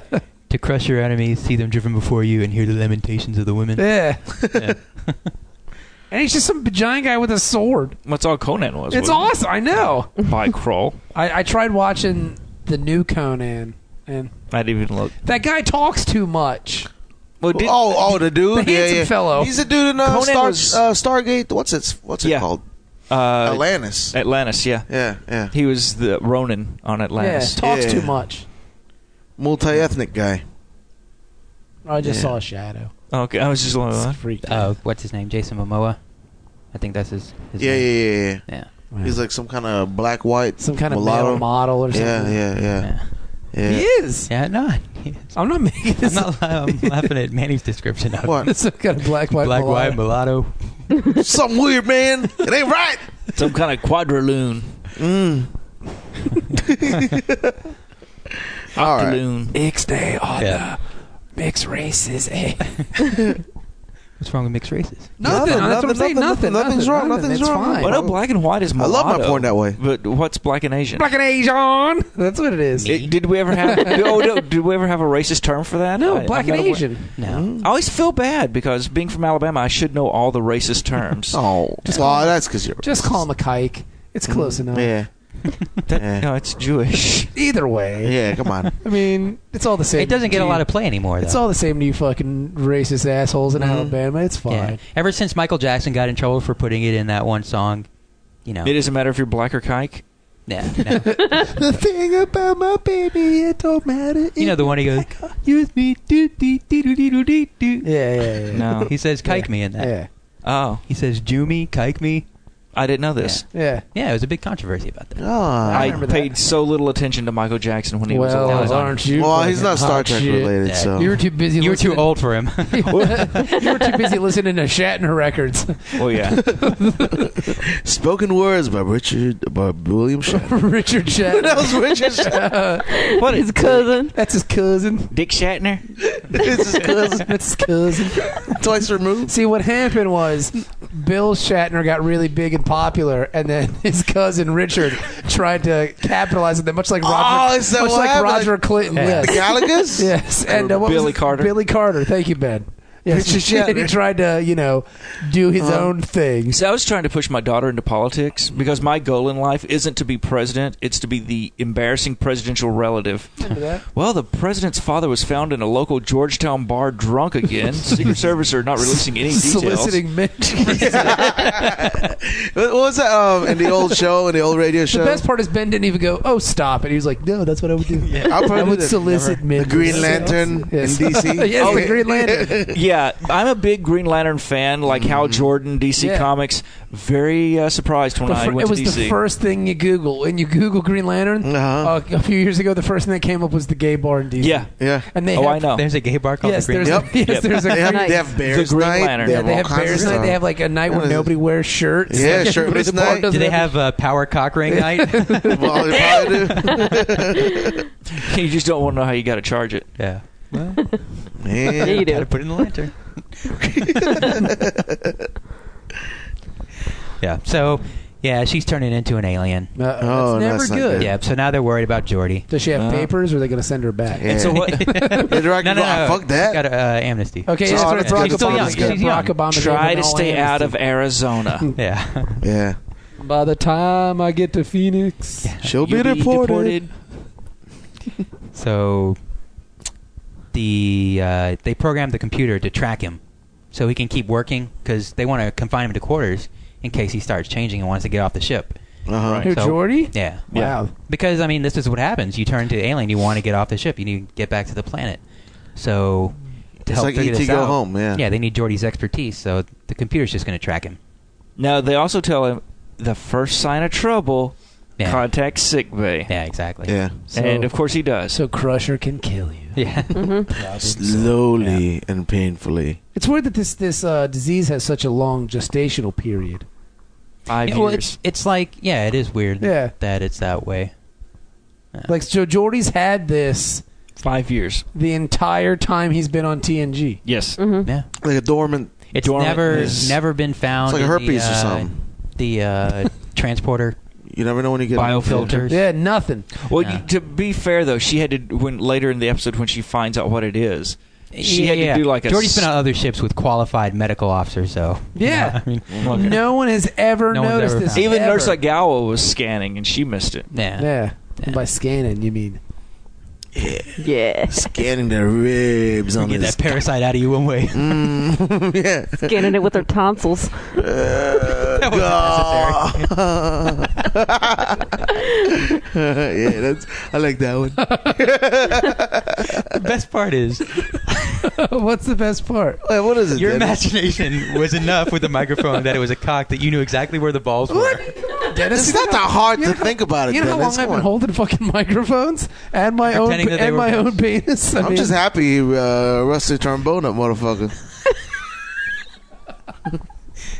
[SPEAKER 4] to crush your enemies, see them driven before you, and hear the lamentations of the women.
[SPEAKER 1] Yeah,
[SPEAKER 4] Yeah.
[SPEAKER 1] and he's just some giant guy with a sword.
[SPEAKER 6] That's all Conan was.
[SPEAKER 1] It's
[SPEAKER 6] wasn't
[SPEAKER 1] awesome. I know.
[SPEAKER 6] it? By Kroll.
[SPEAKER 1] I, I tried watching the new Conan, and
[SPEAKER 6] I didn't even look.
[SPEAKER 1] that guy talks too much.
[SPEAKER 6] Well, did,
[SPEAKER 5] oh, oh, the dude,
[SPEAKER 1] the
[SPEAKER 5] yeah,
[SPEAKER 1] handsome
[SPEAKER 5] yeah.
[SPEAKER 1] fellow.
[SPEAKER 5] He's the dude in uh,
[SPEAKER 6] Conan
[SPEAKER 5] Star,
[SPEAKER 6] was-
[SPEAKER 5] uh, Stargate. What's it? What's it
[SPEAKER 6] Yeah.
[SPEAKER 5] called?
[SPEAKER 6] uh,
[SPEAKER 5] Atlantis.
[SPEAKER 6] Atlantis, yeah.
[SPEAKER 5] yeah, yeah.
[SPEAKER 6] He was the Ronin on Atlantis.
[SPEAKER 1] Yeah, talks
[SPEAKER 5] Yeah.
[SPEAKER 1] too much.
[SPEAKER 5] Multi-ethnic guy.
[SPEAKER 1] I just
[SPEAKER 5] Yeah.
[SPEAKER 1] saw a shadow.
[SPEAKER 6] Okay, I was just like,
[SPEAKER 1] It's
[SPEAKER 6] uh,
[SPEAKER 1] freaked
[SPEAKER 4] Uh,
[SPEAKER 1] out.
[SPEAKER 4] what's his name? Jason Momoa. I think that's his. his
[SPEAKER 5] Yeah, yeah,
[SPEAKER 4] name.
[SPEAKER 5] yeah, yeah.
[SPEAKER 4] Yeah.
[SPEAKER 1] Wow.
[SPEAKER 5] He's like some kind of black white,
[SPEAKER 1] some kind of
[SPEAKER 5] mulatto.
[SPEAKER 1] male model or something.
[SPEAKER 5] yeah, yeah, yeah,
[SPEAKER 4] Yeah.
[SPEAKER 5] yeah.
[SPEAKER 1] He is.
[SPEAKER 4] Yeah. No.
[SPEAKER 1] I'm not making
[SPEAKER 4] I'm
[SPEAKER 1] this. up.
[SPEAKER 4] not. I'm laughing at Manny's description of
[SPEAKER 5] What?
[SPEAKER 1] Some kind of black white
[SPEAKER 4] black,
[SPEAKER 1] mulatto.
[SPEAKER 4] white, mulatto.
[SPEAKER 5] Something weird, man. It ain't right.
[SPEAKER 6] some kind of quadriloon.
[SPEAKER 5] Mm. All right.
[SPEAKER 6] Octaloon.
[SPEAKER 1] X day on
[SPEAKER 4] Yeah.
[SPEAKER 1] the mixed races. Eh?
[SPEAKER 4] What's wrong with mixed races?
[SPEAKER 1] Nothing. That's what I'm saying. Nothing.
[SPEAKER 5] nothing, nothing's wrong, nothing's
[SPEAKER 1] It's
[SPEAKER 5] wrong.
[SPEAKER 1] fine.
[SPEAKER 6] Well, no, black and white is
[SPEAKER 5] I
[SPEAKER 6] mulatto.
[SPEAKER 5] love my porn that way.
[SPEAKER 6] But what's black and Asian?
[SPEAKER 1] Black and Asian. That's what it is.
[SPEAKER 6] It- did we ever have? oh no, did we ever have a racist term for that?
[SPEAKER 1] no,
[SPEAKER 6] I-
[SPEAKER 1] black
[SPEAKER 6] I'm
[SPEAKER 1] and
[SPEAKER 6] not aware-
[SPEAKER 1] Asian. Mm.
[SPEAKER 4] No.
[SPEAKER 6] I always feel bad because being from Alabama, I should know all the racist terms.
[SPEAKER 5] Oh, well, that's because you're
[SPEAKER 1] Just call him a kike. It's
[SPEAKER 4] Mm.
[SPEAKER 1] close enough.
[SPEAKER 5] Yeah,
[SPEAKER 6] That-
[SPEAKER 5] Yeah.
[SPEAKER 6] No, it's Jewish.
[SPEAKER 1] Either way,
[SPEAKER 5] yeah. Come on.
[SPEAKER 1] I mean, it's all the same.
[SPEAKER 4] It doesn't get
[SPEAKER 1] to
[SPEAKER 4] a
[SPEAKER 1] you.
[SPEAKER 4] lot of play anymore. Though. Mm.
[SPEAKER 1] It's all the same to you, fucking racist assholes in
[SPEAKER 5] Mhm.
[SPEAKER 1] Alabama. It's
[SPEAKER 4] Yeah.
[SPEAKER 1] fine.
[SPEAKER 4] Ever since Michael Jackson got in trouble for putting it in that one song, you know.
[SPEAKER 6] It doesn't matter if you're black or kike.
[SPEAKER 4] Yeah. no.
[SPEAKER 1] the thing about my baby, it don't matter.
[SPEAKER 4] you know the one he goes, "Use me, do do do do do do do."
[SPEAKER 1] Yeah, yeah, yeah.
[SPEAKER 6] No.
[SPEAKER 4] He Oh, says, "Kike me" in that.
[SPEAKER 1] yeah.
[SPEAKER 6] Oh,
[SPEAKER 4] He says, "Jew me, kike me."
[SPEAKER 6] I didn't know this.
[SPEAKER 1] Yeah.
[SPEAKER 4] Yeah, it was a big controversy about that.
[SPEAKER 5] Ah.
[SPEAKER 6] I,
[SPEAKER 1] remember that.
[SPEAKER 6] paid so little attention to Michael Jackson when he was
[SPEAKER 1] Well, uh,
[SPEAKER 6] alive.
[SPEAKER 1] aren't you?
[SPEAKER 5] well, he's
[SPEAKER 1] fucking
[SPEAKER 5] not Star
[SPEAKER 1] hot
[SPEAKER 5] Trek
[SPEAKER 1] shit.
[SPEAKER 5] related,
[SPEAKER 4] Yeah.
[SPEAKER 5] so
[SPEAKER 1] You were too busy.
[SPEAKER 4] You were too
[SPEAKER 1] listening-
[SPEAKER 4] old for him.
[SPEAKER 1] you were too busy listening to Shatner records.
[SPEAKER 6] Well, Oh, yeah.
[SPEAKER 5] spoken words by Richard by William Shatner.
[SPEAKER 1] Richard Shatner.
[SPEAKER 5] that was Richard. Shatner.
[SPEAKER 1] uh,
[SPEAKER 6] What
[SPEAKER 2] His
[SPEAKER 6] is
[SPEAKER 2] cousin.
[SPEAKER 1] That's his cousin.
[SPEAKER 6] Dick Shatner?
[SPEAKER 5] it's his cousin,
[SPEAKER 1] That's his cousin.
[SPEAKER 5] twice removed.
[SPEAKER 1] See, what happened was Bill Shatner got really big and popular, and then his cousin Richard tried to capitalize on that, much like Roger,
[SPEAKER 5] Oh, is that
[SPEAKER 1] much
[SPEAKER 5] what
[SPEAKER 1] like
[SPEAKER 5] happened?
[SPEAKER 1] Roger Clinton.
[SPEAKER 5] The
[SPEAKER 1] Yes,
[SPEAKER 5] Gallagher's.
[SPEAKER 1] yes, and uh, what was
[SPEAKER 6] Billy
[SPEAKER 1] his-
[SPEAKER 6] Carter.
[SPEAKER 1] Billy Carter. Thank you, Ben. Yes,
[SPEAKER 5] Richard Shatner. Uh-huh.
[SPEAKER 1] he tried to, you know, do his own thing.
[SPEAKER 6] See, I was trying to push my daughter into politics because my goal in life isn't to be president, it's to be the embarrassing presidential relative.
[SPEAKER 1] uh,
[SPEAKER 6] Well, the president's father was found in a local Georgetown bar drunk again. Secret Service are not releasing any details.
[SPEAKER 1] Soliciting mentions.
[SPEAKER 5] What was that? Um, in the old show, in the old radio
[SPEAKER 1] The
[SPEAKER 5] show.
[SPEAKER 1] best part is Ben didn't even go, "Oh, stop!" And he was like, "No, that's what I would do.
[SPEAKER 5] I'll probably
[SPEAKER 1] I would
[SPEAKER 5] do that.
[SPEAKER 1] solicit men."
[SPEAKER 5] the Green Lantern
[SPEAKER 1] Yes.
[SPEAKER 5] in Oh, DC.
[SPEAKER 1] yes, the Green Lantern.
[SPEAKER 6] Yeah, I'm a big Green Lantern fan, like Hal Jordan, DC
[SPEAKER 1] Mm-hmm. Yeah.
[SPEAKER 6] Comics. Very uh, surprised when
[SPEAKER 1] The
[SPEAKER 6] I
[SPEAKER 1] fir-
[SPEAKER 6] went
[SPEAKER 1] it was
[SPEAKER 6] to
[SPEAKER 1] the
[SPEAKER 6] DC.
[SPEAKER 1] first thing you Google. When you Google Green Lantern,
[SPEAKER 5] Uh-huh.
[SPEAKER 1] uh, a few years ago, the first thing that came up was the gay bar in DC.
[SPEAKER 6] yeah.
[SPEAKER 5] yeah.
[SPEAKER 1] and they
[SPEAKER 6] Oh,
[SPEAKER 1] have,
[SPEAKER 6] I know.
[SPEAKER 4] There's a gay bar called
[SPEAKER 1] Yes,
[SPEAKER 4] the Green.
[SPEAKER 1] there's
[SPEAKER 5] Yep.
[SPEAKER 1] a, yes,
[SPEAKER 6] Yep.
[SPEAKER 1] there's a.
[SPEAKER 5] They have,
[SPEAKER 1] green-
[SPEAKER 5] they have Bears
[SPEAKER 6] Green
[SPEAKER 5] night.
[SPEAKER 6] Lantern.
[SPEAKER 5] They
[SPEAKER 1] yeah,
[SPEAKER 5] have,
[SPEAKER 1] they
[SPEAKER 5] all
[SPEAKER 1] have
[SPEAKER 5] kinds
[SPEAKER 1] bears
[SPEAKER 5] of
[SPEAKER 1] night.
[SPEAKER 5] stuff.
[SPEAKER 1] They have like a night
[SPEAKER 5] Yeah,
[SPEAKER 1] where
[SPEAKER 5] there's-
[SPEAKER 1] nobody wears shirts.
[SPEAKER 5] Yeah,
[SPEAKER 1] Like,
[SPEAKER 5] shirtless
[SPEAKER 1] the bar
[SPEAKER 5] night.
[SPEAKER 1] doesn't
[SPEAKER 4] Do they have uh, power cock ring night?
[SPEAKER 5] Well, they probably do.
[SPEAKER 6] You just don't want to know how you got to charge it.
[SPEAKER 4] yeah. Well,
[SPEAKER 2] Yeah,
[SPEAKER 5] Man.
[SPEAKER 2] you
[SPEAKER 4] gotta
[SPEAKER 2] do.
[SPEAKER 4] put it in the lantern. yeah. So, yeah, she's turning into an alien.
[SPEAKER 1] Uh, that's never
[SPEAKER 5] Oh, that's not
[SPEAKER 1] good.
[SPEAKER 5] good.
[SPEAKER 4] Yeah. So now they're worried about Jordy.
[SPEAKER 1] Does she have
[SPEAKER 6] Uh,
[SPEAKER 1] papers, or are they going to send her back?
[SPEAKER 5] Yeah.
[SPEAKER 6] And so what?
[SPEAKER 5] They're like,
[SPEAKER 4] No, no,
[SPEAKER 5] "Ah,
[SPEAKER 4] no.
[SPEAKER 5] fuck
[SPEAKER 4] She's got
[SPEAKER 5] that. Oh,
[SPEAKER 4] uh, amnesty.
[SPEAKER 1] Okay,
[SPEAKER 5] She's
[SPEAKER 1] yeah,
[SPEAKER 5] still-
[SPEAKER 1] that's right.
[SPEAKER 5] she's
[SPEAKER 1] Barack
[SPEAKER 5] still
[SPEAKER 1] Obama-
[SPEAKER 5] young.
[SPEAKER 1] Barack
[SPEAKER 5] She's
[SPEAKER 4] young.
[SPEAKER 1] Obama gave
[SPEAKER 6] Try to
[SPEAKER 1] them all
[SPEAKER 6] stay out
[SPEAKER 1] amnesty.
[SPEAKER 6] of Arizona.
[SPEAKER 4] Yeah.
[SPEAKER 5] Yeah,
[SPEAKER 1] By the time I get to Phoenix,
[SPEAKER 5] she'll be
[SPEAKER 6] You'll be
[SPEAKER 5] deported.
[SPEAKER 6] deported.
[SPEAKER 4] So the uh, they programmed the computer to track him, so he can keep working because they want to confine him to quarters in case he starts changing and wants to get off the ship.
[SPEAKER 5] Uh-huh.
[SPEAKER 6] Right.
[SPEAKER 1] who
[SPEAKER 4] So-
[SPEAKER 1] Jordy?
[SPEAKER 4] Yeah.
[SPEAKER 1] Wow.
[SPEAKER 4] Because I mean, this is what happens. You turn to alien. You want to get off the ship. You need to get back to the planet. So to
[SPEAKER 5] It's
[SPEAKER 4] help
[SPEAKER 5] like
[SPEAKER 4] figure
[SPEAKER 5] E.T.
[SPEAKER 4] this
[SPEAKER 5] Go
[SPEAKER 4] out,
[SPEAKER 5] Home, yeah.
[SPEAKER 4] they need Jordy's expertise. So the computer's just going to track him.
[SPEAKER 6] Now they also tell him the first sign of trouble,
[SPEAKER 4] Yeah.
[SPEAKER 6] contact sick bay.
[SPEAKER 4] Yeah. Exactly.
[SPEAKER 5] Yeah,
[SPEAKER 6] and of course he does.
[SPEAKER 1] So Crusher can kill you.
[SPEAKER 4] Yeah.
[SPEAKER 2] Mm-hmm.
[SPEAKER 5] slowly and painfully.
[SPEAKER 1] It's weird that this this uh, disease has such a long gestational period.
[SPEAKER 6] Five
[SPEAKER 4] Yeah, well, it's,
[SPEAKER 6] years.
[SPEAKER 4] it's like yeah, it is weird.
[SPEAKER 1] Yeah.
[SPEAKER 4] That it's that way.
[SPEAKER 1] Like so, Jordy's had this
[SPEAKER 6] Five years.
[SPEAKER 1] the entire time he's been on TNG.
[SPEAKER 6] Yes.
[SPEAKER 4] Yeah.
[SPEAKER 5] Like a Mm-hmm. dormant.
[SPEAKER 4] It's
[SPEAKER 6] Dormant
[SPEAKER 4] never
[SPEAKER 6] is-
[SPEAKER 4] never been found.
[SPEAKER 5] It's like
[SPEAKER 4] in
[SPEAKER 5] herpes
[SPEAKER 4] the,
[SPEAKER 5] or
[SPEAKER 4] uh,
[SPEAKER 5] something.
[SPEAKER 4] The uh, transporter
[SPEAKER 5] You never know when you get
[SPEAKER 4] biofilters.
[SPEAKER 1] Yeah, nothing.
[SPEAKER 6] Well,
[SPEAKER 4] Yeah.
[SPEAKER 6] you, to be fair though, she had to when later in the episode when she finds out what it is, she had to do like a.
[SPEAKER 4] Jordy's been
[SPEAKER 6] s-
[SPEAKER 4] on other ships with qualified medical officers, so
[SPEAKER 1] Yeah.
[SPEAKER 4] I mean,
[SPEAKER 1] No one has ever
[SPEAKER 4] No one's
[SPEAKER 1] noticed
[SPEAKER 4] ever
[SPEAKER 1] this.
[SPEAKER 4] found it.
[SPEAKER 6] even
[SPEAKER 1] ever.
[SPEAKER 6] Nurse Agawa was scanning and she missed it.
[SPEAKER 4] yeah.
[SPEAKER 1] Yeah.
[SPEAKER 4] Yeah.
[SPEAKER 1] By scanning, you mean?
[SPEAKER 2] Yeah.
[SPEAKER 5] Scanning the ribs on
[SPEAKER 4] Get
[SPEAKER 5] this.
[SPEAKER 4] that parasite out of you one way.
[SPEAKER 5] Mm, yeah. Uh,
[SPEAKER 2] Scanning it with her tonsils.
[SPEAKER 5] that yeah, that's. I like that one.
[SPEAKER 4] the best part is
[SPEAKER 1] What's the best part?
[SPEAKER 5] Wait, what is it?
[SPEAKER 4] your
[SPEAKER 5] Dennis?
[SPEAKER 4] imagination was enough with the microphone that it was a cock that you knew exactly where the balls were.
[SPEAKER 1] Dennis,
[SPEAKER 5] It's
[SPEAKER 1] you know-
[SPEAKER 5] not that hard
[SPEAKER 1] you
[SPEAKER 5] to
[SPEAKER 1] know-
[SPEAKER 5] think about it.
[SPEAKER 1] You know how
[SPEAKER 5] Dennis.
[SPEAKER 1] long I've
[SPEAKER 5] Come
[SPEAKER 1] been
[SPEAKER 5] on.
[SPEAKER 1] holding fucking microphones and my own
[SPEAKER 4] Pretending that they
[SPEAKER 1] and
[SPEAKER 4] were
[SPEAKER 1] my
[SPEAKER 4] balls.
[SPEAKER 1] own penis. I
[SPEAKER 5] I'm
[SPEAKER 1] mean,
[SPEAKER 5] just happy he uh, rusted trombone up, motherfucker.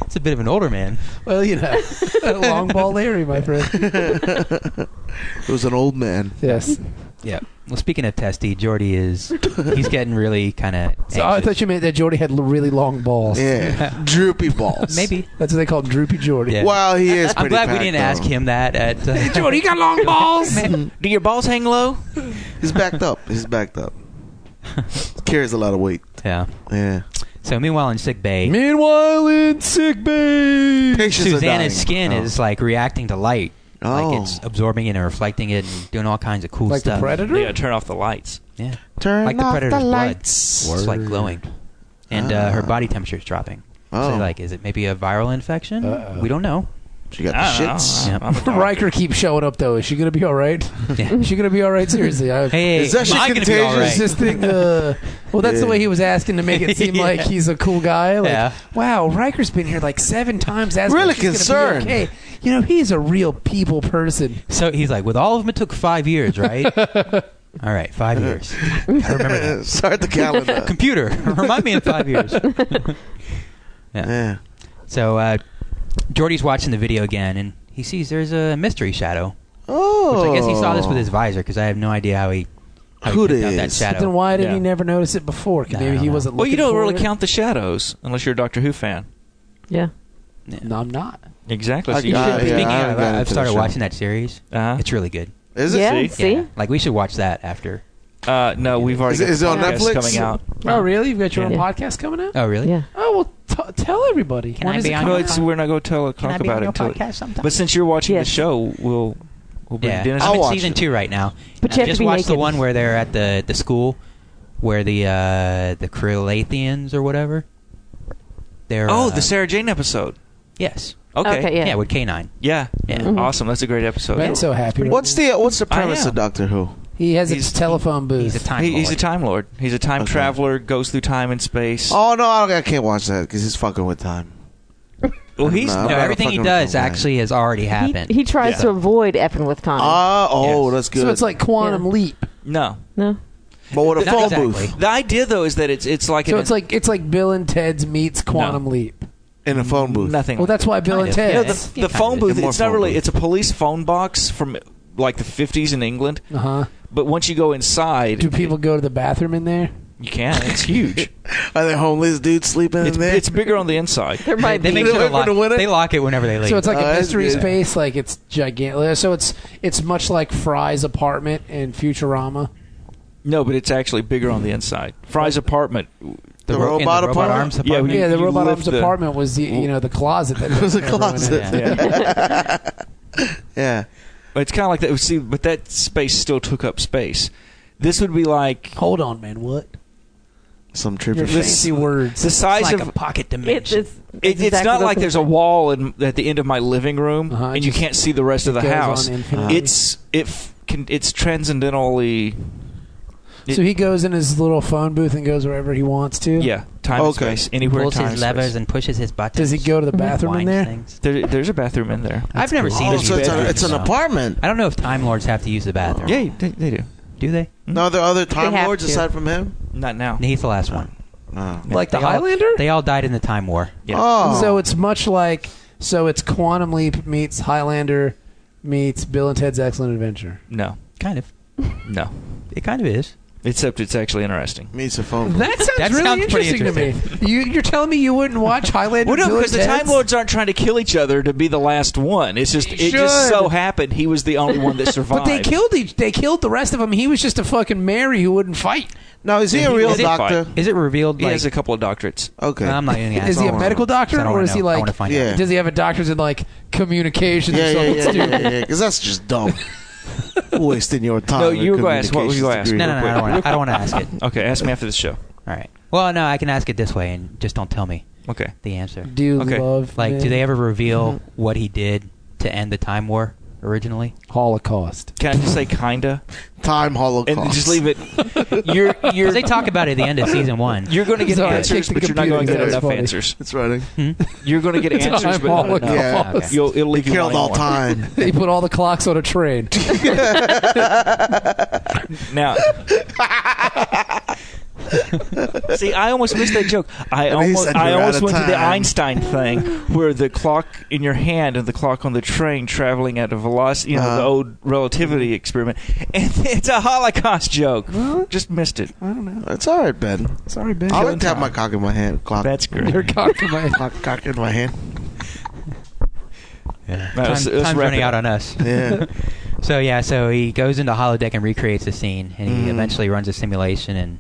[SPEAKER 4] It's a bit of an older man.
[SPEAKER 1] well, you know, long ball Larry, my friend.
[SPEAKER 5] It was an old man.
[SPEAKER 1] Yes.
[SPEAKER 4] Yeah. Well, speaking of testy, Jordy is he's getting really kind of.
[SPEAKER 1] So oh, I thought you meant that Jordy had l- really long balls.
[SPEAKER 5] Yeah, droopy balls.
[SPEAKER 4] maybe.
[SPEAKER 1] That's what they call him, droopy Jordy.
[SPEAKER 4] Yeah.
[SPEAKER 5] Well, he is.
[SPEAKER 4] I'm
[SPEAKER 5] pretty
[SPEAKER 4] glad we
[SPEAKER 5] packed,
[SPEAKER 4] didn't
[SPEAKER 5] though.
[SPEAKER 4] ask him that at. Uh,
[SPEAKER 1] Jordy, you got long balls.
[SPEAKER 6] Do your balls hang low?
[SPEAKER 5] He's backed up. He's backed up. Carries a lot of weight.
[SPEAKER 4] yeah.
[SPEAKER 5] Yeah.
[SPEAKER 4] So meanwhile, in sick bay,
[SPEAKER 1] Meanwhile, in sick bay.
[SPEAKER 5] Patients are
[SPEAKER 4] Susanna's
[SPEAKER 5] dying.
[SPEAKER 4] skin
[SPEAKER 5] Oh.
[SPEAKER 4] is like reacting to light. Like
[SPEAKER 5] Oh.
[SPEAKER 4] it's absorbing it and reflecting it and doing all kinds of cool
[SPEAKER 1] Like
[SPEAKER 4] stuff.
[SPEAKER 1] the predator.
[SPEAKER 6] Yeah, turn off the lights.
[SPEAKER 4] Yeah.
[SPEAKER 5] Turn
[SPEAKER 4] like the
[SPEAKER 5] off
[SPEAKER 4] predator's
[SPEAKER 5] the
[SPEAKER 4] blood.
[SPEAKER 5] lights.
[SPEAKER 4] It's like glowing. And uh, her
[SPEAKER 5] Ah.
[SPEAKER 4] body temperature is dropping.
[SPEAKER 5] Oh.
[SPEAKER 4] So like, is it maybe a viral infection?
[SPEAKER 1] Uh-oh.
[SPEAKER 4] We don't know.
[SPEAKER 5] She got the
[SPEAKER 6] I don't know.
[SPEAKER 5] shits.
[SPEAKER 4] Yep.
[SPEAKER 6] I'm a dog.
[SPEAKER 1] Riker keeps showing up though. Is she gonna be all right?
[SPEAKER 4] Yeah.
[SPEAKER 1] Is she gonna be all right? Seriously, I,
[SPEAKER 4] Hey,
[SPEAKER 5] Is that shit
[SPEAKER 4] am I gonna be all
[SPEAKER 5] contagious?
[SPEAKER 1] is this thing? Uh, well, that's the
[SPEAKER 5] Yeah.
[SPEAKER 1] way he was asking to make it seem
[SPEAKER 4] Yeah.
[SPEAKER 1] like he's a cool guy. Like,
[SPEAKER 4] Yeah.
[SPEAKER 1] wow, Riker's been here like seven times. Asking
[SPEAKER 5] Really
[SPEAKER 1] if she's gonna be
[SPEAKER 5] concerned.
[SPEAKER 1] Okay, you know he's a real people person.
[SPEAKER 4] So he's like, with all of them, it took five years, right? all right, five years. I remember that.
[SPEAKER 5] Start the calendar.
[SPEAKER 4] Computer, remind me in five years.
[SPEAKER 5] yeah.
[SPEAKER 4] So uh, Jordy's watching the video again, and he sees there's a mystery shadow.
[SPEAKER 5] Oh.
[SPEAKER 4] Which I guess he saw this with his visor, because I have no idea how he, how
[SPEAKER 5] Who
[SPEAKER 4] he picked out that
[SPEAKER 5] dis?
[SPEAKER 4] shadow.
[SPEAKER 1] Then why did
[SPEAKER 6] Yeah.
[SPEAKER 1] he never notice it before? 'Cause
[SPEAKER 4] I
[SPEAKER 1] Maybe
[SPEAKER 4] don't
[SPEAKER 1] he
[SPEAKER 4] know.
[SPEAKER 1] wasn't.
[SPEAKER 6] Well, you
[SPEAKER 1] looking
[SPEAKER 6] don't
[SPEAKER 1] for
[SPEAKER 6] really
[SPEAKER 1] it.
[SPEAKER 6] count the shadows unless you're a Doctor Who fan.
[SPEAKER 2] Yeah.
[SPEAKER 1] No, I'm not.
[SPEAKER 6] Exactly. Uh,
[SPEAKER 5] I
[SPEAKER 6] So you
[SPEAKER 5] got
[SPEAKER 6] should
[SPEAKER 5] it.
[SPEAKER 6] be-
[SPEAKER 4] Speaking
[SPEAKER 5] Ah, I haven't
[SPEAKER 4] of,
[SPEAKER 5] gotten
[SPEAKER 4] I've
[SPEAKER 5] into
[SPEAKER 4] started
[SPEAKER 5] the show.
[SPEAKER 4] watching that series.
[SPEAKER 6] Uh-huh.
[SPEAKER 4] It's really good.
[SPEAKER 5] Oh. Is it?
[SPEAKER 2] yeah.
[SPEAKER 6] See?
[SPEAKER 2] See?
[SPEAKER 4] Yeah. Like we should watch that after.
[SPEAKER 6] Uh, no, we've already
[SPEAKER 5] Is it-
[SPEAKER 6] got
[SPEAKER 5] is it on
[SPEAKER 6] podcasts
[SPEAKER 5] Netflix?
[SPEAKER 6] coming out.
[SPEAKER 1] Oh, really? You've got your
[SPEAKER 2] Yeah.
[SPEAKER 1] own podcast coming out?
[SPEAKER 4] Oh really?
[SPEAKER 2] Yeah.
[SPEAKER 1] Oh well, t- tell everybody.
[SPEAKER 4] Can
[SPEAKER 1] When
[SPEAKER 4] I
[SPEAKER 1] is
[SPEAKER 4] be
[SPEAKER 1] it
[SPEAKER 4] on
[SPEAKER 6] No,
[SPEAKER 1] coming
[SPEAKER 6] it's
[SPEAKER 1] out?
[SPEAKER 6] we're not going to tell talk about it. until-
[SPEAKER 4] sometime?
[SPEAKER 6] But since you're watching
[SPEAKER 2] Yes.
[SPEAKER 6] the show, we'll we'll bring
[SPEAKER 4] yeah,
[SPEAKER 6] Dennis.
[SPEAKER 4] I'm in
[SPEAKER 5] watch
[SPEAKER 4] season
[SPEAKER 5] it.
[SPEAKER 4] two right now.
[SPEAKER 2] But
[SPEAKER 4] And
[SPEAKER 2] you
[SPEAKER 4] I
[SPEAKER 2] have to
[SPEAKER 4] just
[SPEAKER 2] be
[SPEAKER 4] watched the
[SPEAKER 2] naked.
[SPEAKER 4] one where they're at the the school, where the uh, the Krylathians or whatever. They're
[SPEAKER 6] Oh,
[SPEAKER 4] uh,
[SPEAKER 6] the Sarah Jane episode.
[SPEAKER 4] yes,
[SPEAKER 6] Okay.
[SPEAKER 2] Okay, yeah.
[SPEAKER 4] yeah, with K9.
[SPEAKER 6] Yeah.
[SPEAKER 4] Yeah.
[SPEAKER 2] Mhm.
[SPEAKER 6] Awesome. That's a great episode.
[SPEAKER 1] I'm so happy. with
[SPEAKER 5] What's
[SPEAKER 1] it.
[SPEAKER 5] the What's the
[SPEAKER 6] I
[SPEAKER 5] premise
[SPEAKER 6] am.
[SPEAKER 5] of Doctor Who?
[SPEAKER 1] he has
[SPEAKER 6] he's-
[SPEAKER 1] his telephone booth?
[SPEAKER 4] He's a time.
[SPEAKER 6] He, he's a
[SPEAKER 4] lord.
[SPEAKER 6] time lord. He's a time
[SPEAKER 5] Okay.
[SPEAKER 6] traveler. Goes through time and space.
[SPEAKER 5] Oh no, I, don't- I can't watch that because he's fucking with time.
[SPEAKER 6] well, he's
[SPEAKER 5] no.
[SPEAKER 4] No,
[SPEAKER 5] I'm not a
[SPEAKER 4] everything he
[SPEAKER 5] fucking
[SPEAKER 4] does
[SPEAKER 5] film guy.
[SPEAKER 4] actually has already
[SPEAKER 2] He,
[SPEAKER 4] happened.
[SPEAKER 2] he tries
[SPEAKER 6] Yeah.
[SPEAKER 2] to avoid effing with Connie.
[SPEAKER 5] Ah, oh, that's good.
[SPEAKER 1] so it's like quantum
[SPEAKER 2] Yeah.
[SPEAKER 1] leap.
[SPEAKER 6] no.
[SPEAKER 2] no.
[SPEAKER 5] but with a
[SPEAKER 4] Not
[SPEAKER 5] phone
[SPEAKER 4] exactly.
[SPEAKER 5] booth
[SPEAKER 6] The idea though is that it's it's like
[SPEAKER 1] So
[SPEAKER 6] an,
[SPEAKER 1] it's like it's like Bill and Ted's meets quantum leap.
[SPEAKER 5] in a phone booth.
[SPEAKER 6] nothing.
[SPEAKER 1] Well,
[SPEAKER 6] like
[SPEAKER 1] that's why Bill and
[SPEAKER 4] Kind of, yeah.
[SPEAKER 6] that.
[SPEAKER 1] Ted.
[SPEAKER 6] no,
[SPEAKER 4] No,
[SPEAKER 6] the,
[SPEAKER 4] Yeah,
[SPEAKER 6] the phone
[SPEAKER 4] kinda.
[SPEAKER 6] booth.
[SPEAKER 5] More
[SPEAKER 6] It's not
[SPEAKER 5] phone
[SPEAKER 6] really.
[SPEAKER 5] booth.
[SPEAKER 6] It's a police phone box from like the 50s in England.
[SPEAKER 1] uh huh.
[SPEAKER 6] But once you go inside,
[SPEAKER 1] Do people go to the bathroom in there?
[SPEAKER 6] you can. It's huge.
[SPEAKER 5] Are there homeless dudes sleeping
[SPEAKER 6] it's,
[SPEAKER 5] in there?
[SPEAKER 6] it's bigger on the inside.
[SPEAKER 2] There
[SPEAKER 4] They,
[SPEAKER 2] might
[SPEAKER 4] they
[SPEAKER 2] be.
[SPEAKER 4] make
[SPEAKER 5] They
[SPEAKER 4] sure to
[SPEAKER 5] wait for
[SPEAKER 4] lock,
[SPEAKER 5] the winner?
[SPEAKER 4] they lock it whenever they leave.
[SPEAKER 1] So it's like
[SPEAKER 5] Oh,
[SPEAKER 1] a
[SPEAKER 5] that's
[SPEAKER 1] mystery
[SPEAKER 5] good.
[SPEAKER 1] space. Like it's gigantic. So it's it's much like Fry's apartment in Futurama.
[SPEAKER 6] No, but it's actually bigger on the inside. Fry's apartment.
[SPEAKER 5] the
[SPEAKER 4] ro- in
[SPEAKER 5] robot apartment?
[SPEAKER 4] arms
[SPEAKER 6] Yeah,
[SPEAKER 4] apartment.
[SPEAKER 6] You-
[SPEAKER 1] yeah, the
[SPEAKER 6] you
[SPEAKER 1] robot
[SPEAKER 6] lift
[SPEAKER 1] arms
[SPEAKER 6] the-
[SPEAKER 1] apartment was the you know the closet that
[SPEAKER 5] It was a
[SPEAKER 1] everyone in.
[SPEAKER 5] closet.
[SPEAKER 6] Yeah.
[SPEAKER 5] yeah.
[SPEAKER 6] it's kind of like that. See, but that space still took up space. This would be like
[SPEAKER 1] Hold on, man. What?
[SPEAKER 5] Some
[SPEAKER 1] Your
[SPEAKER 5] trippy shit.
[SPEAKER 1] fancy words.
[SPEAKER 6] the size
[SPEAKER 4] It's like
[SPEAKER 6] of.
[SPEAKER 4] a pocket
[SPEAKER 2] It, it's,
[SPEAKER 4] dimension.
[SPEAKER 2] it's,
[SPEAKER 6] it, it's
[SPEAKER 2] exactly
[SPEAKER 6] not
[SPEAKER 2] the
[SPEAKER 6] like
[SPEAKER 2] thing.
[SPEAKER 6] there's a wall in, at the end of my living room
[SPEAKER 1] Uh-huh,
[SPEAKER 6] and you can't see the rest of the
[SPEAKER 1] goes on
[SPEAKER 6] house. Uh,
[SPEAKER 1] infinitely.
[SPEAKER 6] It's it f- can, it's transcendentally. it-
[SPEAKER 1] so he goes in his little phone booth and goes wherever he wants to.
[SPEAKER 6] Yeah, time and
[SPEAKER 5] Okay.
[SPEAKER 6] space anywhere. in
[SPEAKER 4] pulls
[SPEAKER 6] time
[SPEAKER 4] his
[SPEAKER 6] and
[SPEAKER 4] levers
[SPEAKER 6] space.
[SPEAKER 4] and pushes his buttons.
[SPEAKER 1] Does he go to the bathroom in
[SPEAKER 4] Winds
[SPEAKER 1] there?
[SPEAKER 4] things.
[SPEAKER 6] There, there's a bathroom in there.
[SPEAKER 4] I've never seen
[SPEAKER 5] Oh,
[SPEAKER 4] these
[SPEAKER 5] so it's, a,
[SPEAKER 4] bedrooms,
[SPEAKER 5] it's an
[SPEAKER 4] so.
[SPEAKER 5] apartment.
[SPEAKER 4] I don't know if Time Lords have to use the bathroom.
[SPEAKER 6] Yeah, they, they do.
[SPEAKER 4] Do they?
[SPEAKER 5] No, Mm-hmm. are there other time
[SPEAKER 2] have
[SPEAKER 5] lords
[SPEAKER 2] to.
[SPEAKER 5] aside from him?
[SPEAKER 6] Not now.
[SPEAKER 4] He's the last one.
[SPEAKER 5] No.
[SPEAKER 1] Like the
[SPEAKER 4] They all-
[SPEAKER 1] Highlander?
[SPEAKER 4] They all died in the Time War.
[SPEAKER 6] Yeah.
[SPEAKER 5] Oh,
[SPEAKER 1] So it's much like so it's Quantum Leap meets Highlander meets Bill and Ted's Excellent Adventure.
[SPEAKER 6] No,
[SPEAKER 4] Kind of.
[SPEAKER 6] no.
[SPEAKER 4] It kind of is.
[SPEAKER 6] Except it's actually interesting.
[SPEAKER 5] meets a phone. Booth.
[SPEAKER 1] That sounds
[SPEAKER 4] That
[SPEAKER 1] really
[SPEAKER 4] sounds pretty
[SPEAKER 1] interesting, to me. You, you're telling me you wouldn't watch Highlander?
[SPEAKER 6] Well, no,
[SPEAKER 1] Bill
[SPEAKER 6] because the
[SPEAKER 1] and
[SPEAKER 6] Time
[SPEAKER 1] Ted's?
[SPEAKER 6] Lords aren't trying to kill each other to be the last one. It's just it just
[SPEAKER 1] should.
[SPEAKER 6] so happened he was the only one that survived.
[SPEAKER 1] But they killed each. They killed the rest of them. He was just a fucking Mary who wouldn't fight.
[SPEAKER 5] Now is he a real
[SPEAKER 6] Is it-
[SPEAKER 5] doctor?
[SPEAKER 4] Is it revealed?
[SPEAKER 6] He
[SPEAKER 4] like,
[SPEAKER 6] has a couple of doctorates.
[SPEAKER 5] Okay.
[SPEAKER 4] I'm not even. gonna
[SPEAKER 1] Is
[SPEAKER 4] ask
[SPEAKER 1] he a
[SPEAKER 4] that.
[SPEAKER 1] medical doctor
[SPEAKER 4] I don't
[SPEAKER 1] or
[SPEAKER 4] wanna
[SPEAKER 1] is he
[SPEAKER 4] know. I
[SPEAKER 1] like?
[SPEAKER 4] wanna find
[SPEAKER 5] Yeah.
[SPEAKER 4] out.
[SPEAKER 1] Does he have a doctor's in like communications
[SPEAKER 5] yeah,
[SPEAKER 1] or
[SPEAKER 5] yeah,
[SPEAKER 1] something?
[SPEAKER 5] yeah, yeah,
[SPEAKER 1] stupid?
[SPEAKER 5] yeah, Because that's just dumb. Wasting your time.
[SPEAKER 6] No, you
[SPEAKER 5] with
[SPEAKER 6] were gonna ask. What were you gonna ask?
[SPEAKER 5] communications
[SPEAKER 4] No, no, no. I don't
[SPEAKER 6] Real
[SPEAKER 4] wanna-
[SPEAKER 6] quick.
[SPEAKER 4] I don't want to ask it.
[SPEAKER 6] Okay, ask me after the show.
[SPEAKER 4] All right. Well, no, I can ask it this way, and just don't tell me
[SPEAKER 6] Okay.
[SPEAKER 4] the answer.
[SPEAKER 1] Do you Mm-hmm.
[SPEAKER 6] Okay.
[SPEAKER 1] love
[SPEAKER 4] Like,
[SPEAKER 1] men?
[SPEAKER 4] do they ever reveal what he did to end the Time War originally?
[SPEAKER 1] Holocaust?
[SPEAKER 6] Can I just say kinda
[SPEAKER 5] degree. Time holocaust.
[SPEAKER 6] and just leave it? You're
[SPEAKER 4] Because
[SPEAKER 6] you're
[SPEAKER 4] they talk about it at the end of season one.
[SPEAKER 6] you're going to get
[SPEAKER 1] Sorry, I
[SPEAKER 6] answers,
[SPEAKER 1] checked the
[SPEAKER 6] but you're not
[SPEAKER 1] computer.
[SPEAKER 6] going to
[SPEAKER 1] That
[SPEAKER 6] get
[SPEAKER 1] was
[SPEAKER 6] enough
[SPEAKER 1] funny.
[SPEAKER 6] answers.
[SPEAKER 5] It's running.
[SPEAKER 4] Hmm?
[SPEAKER 6] You're going to get
[SPEAKER 1] Time
[SPEAKER 6] answers, but not
[SPEAKER 1] Holocaust.
[SPEAKER 6] enough.
[SPEAKER 5] Yeah.
[SPEAKER 4] Okay.
[SPEAKER 6] You'll, it'll
[SPEAKER 5] He
[SPEAKER 6] leave you
[SPEAKER 5] killed
[SPEAKER 6] wanting
[SPEAKER 5] all
[SPEAKER 6] more.
[SPEAKER 5] time.
[SPEAKER 1] He put all the clocks on a train.
[SPEAKER 6] Now, see, I almost missed that joke. I
[SPEAKER 5] And he
[SPEAKER 6] almost,
[SPEAKER 5] said
[SPEAKER 6] I
[SPEAKER 5] you're
[SPEAKER 6] almost
[SPEAKER 5] out of
[SPEAKER 6] went to the
[SPEAKER 5] time.
[SPEAKER 6] Einstein thing where the clock in your hand and the clock on the train traveling at a velocity, you know, the
[SPEAKER 5] Uh-huh.
[SPEAKER 6] old relativity experiment. And it's a Holocaust joke. Just missed it.
[SPEAKER 5] It's all right, Ben.
[SPEAKER 1] Sorry, Ben.
[SPEAKER 5] I like to have my cock in my hand. Clock.
[SPEAKER 6] That's great.
[SPEAKER 1] Your cock to my
[SPEAKER 5] Cock, cock in my hand.
[SPEAKER 4] Yeah.
[SPEAKER 6] All right,
[SPEAKER 4] Time,
[SPEAKER 6] let's- let's
[SPEAKER 4] time's
[SPEAKER 6] wrap
[SPEAKER 4] running
[SPEAKER 6] it
[SPEAKER 4] out
[SPEAKER 6] up.
[SPEAKER 4] on us.
[SPEAKER 5] Yeah.
[SPEAKER 4] So yeah, so he goes into holodeck and recreates the scene, and he
[SPEAKER 5] Mm.
[SPEAKER 4] eventually runs a simulation and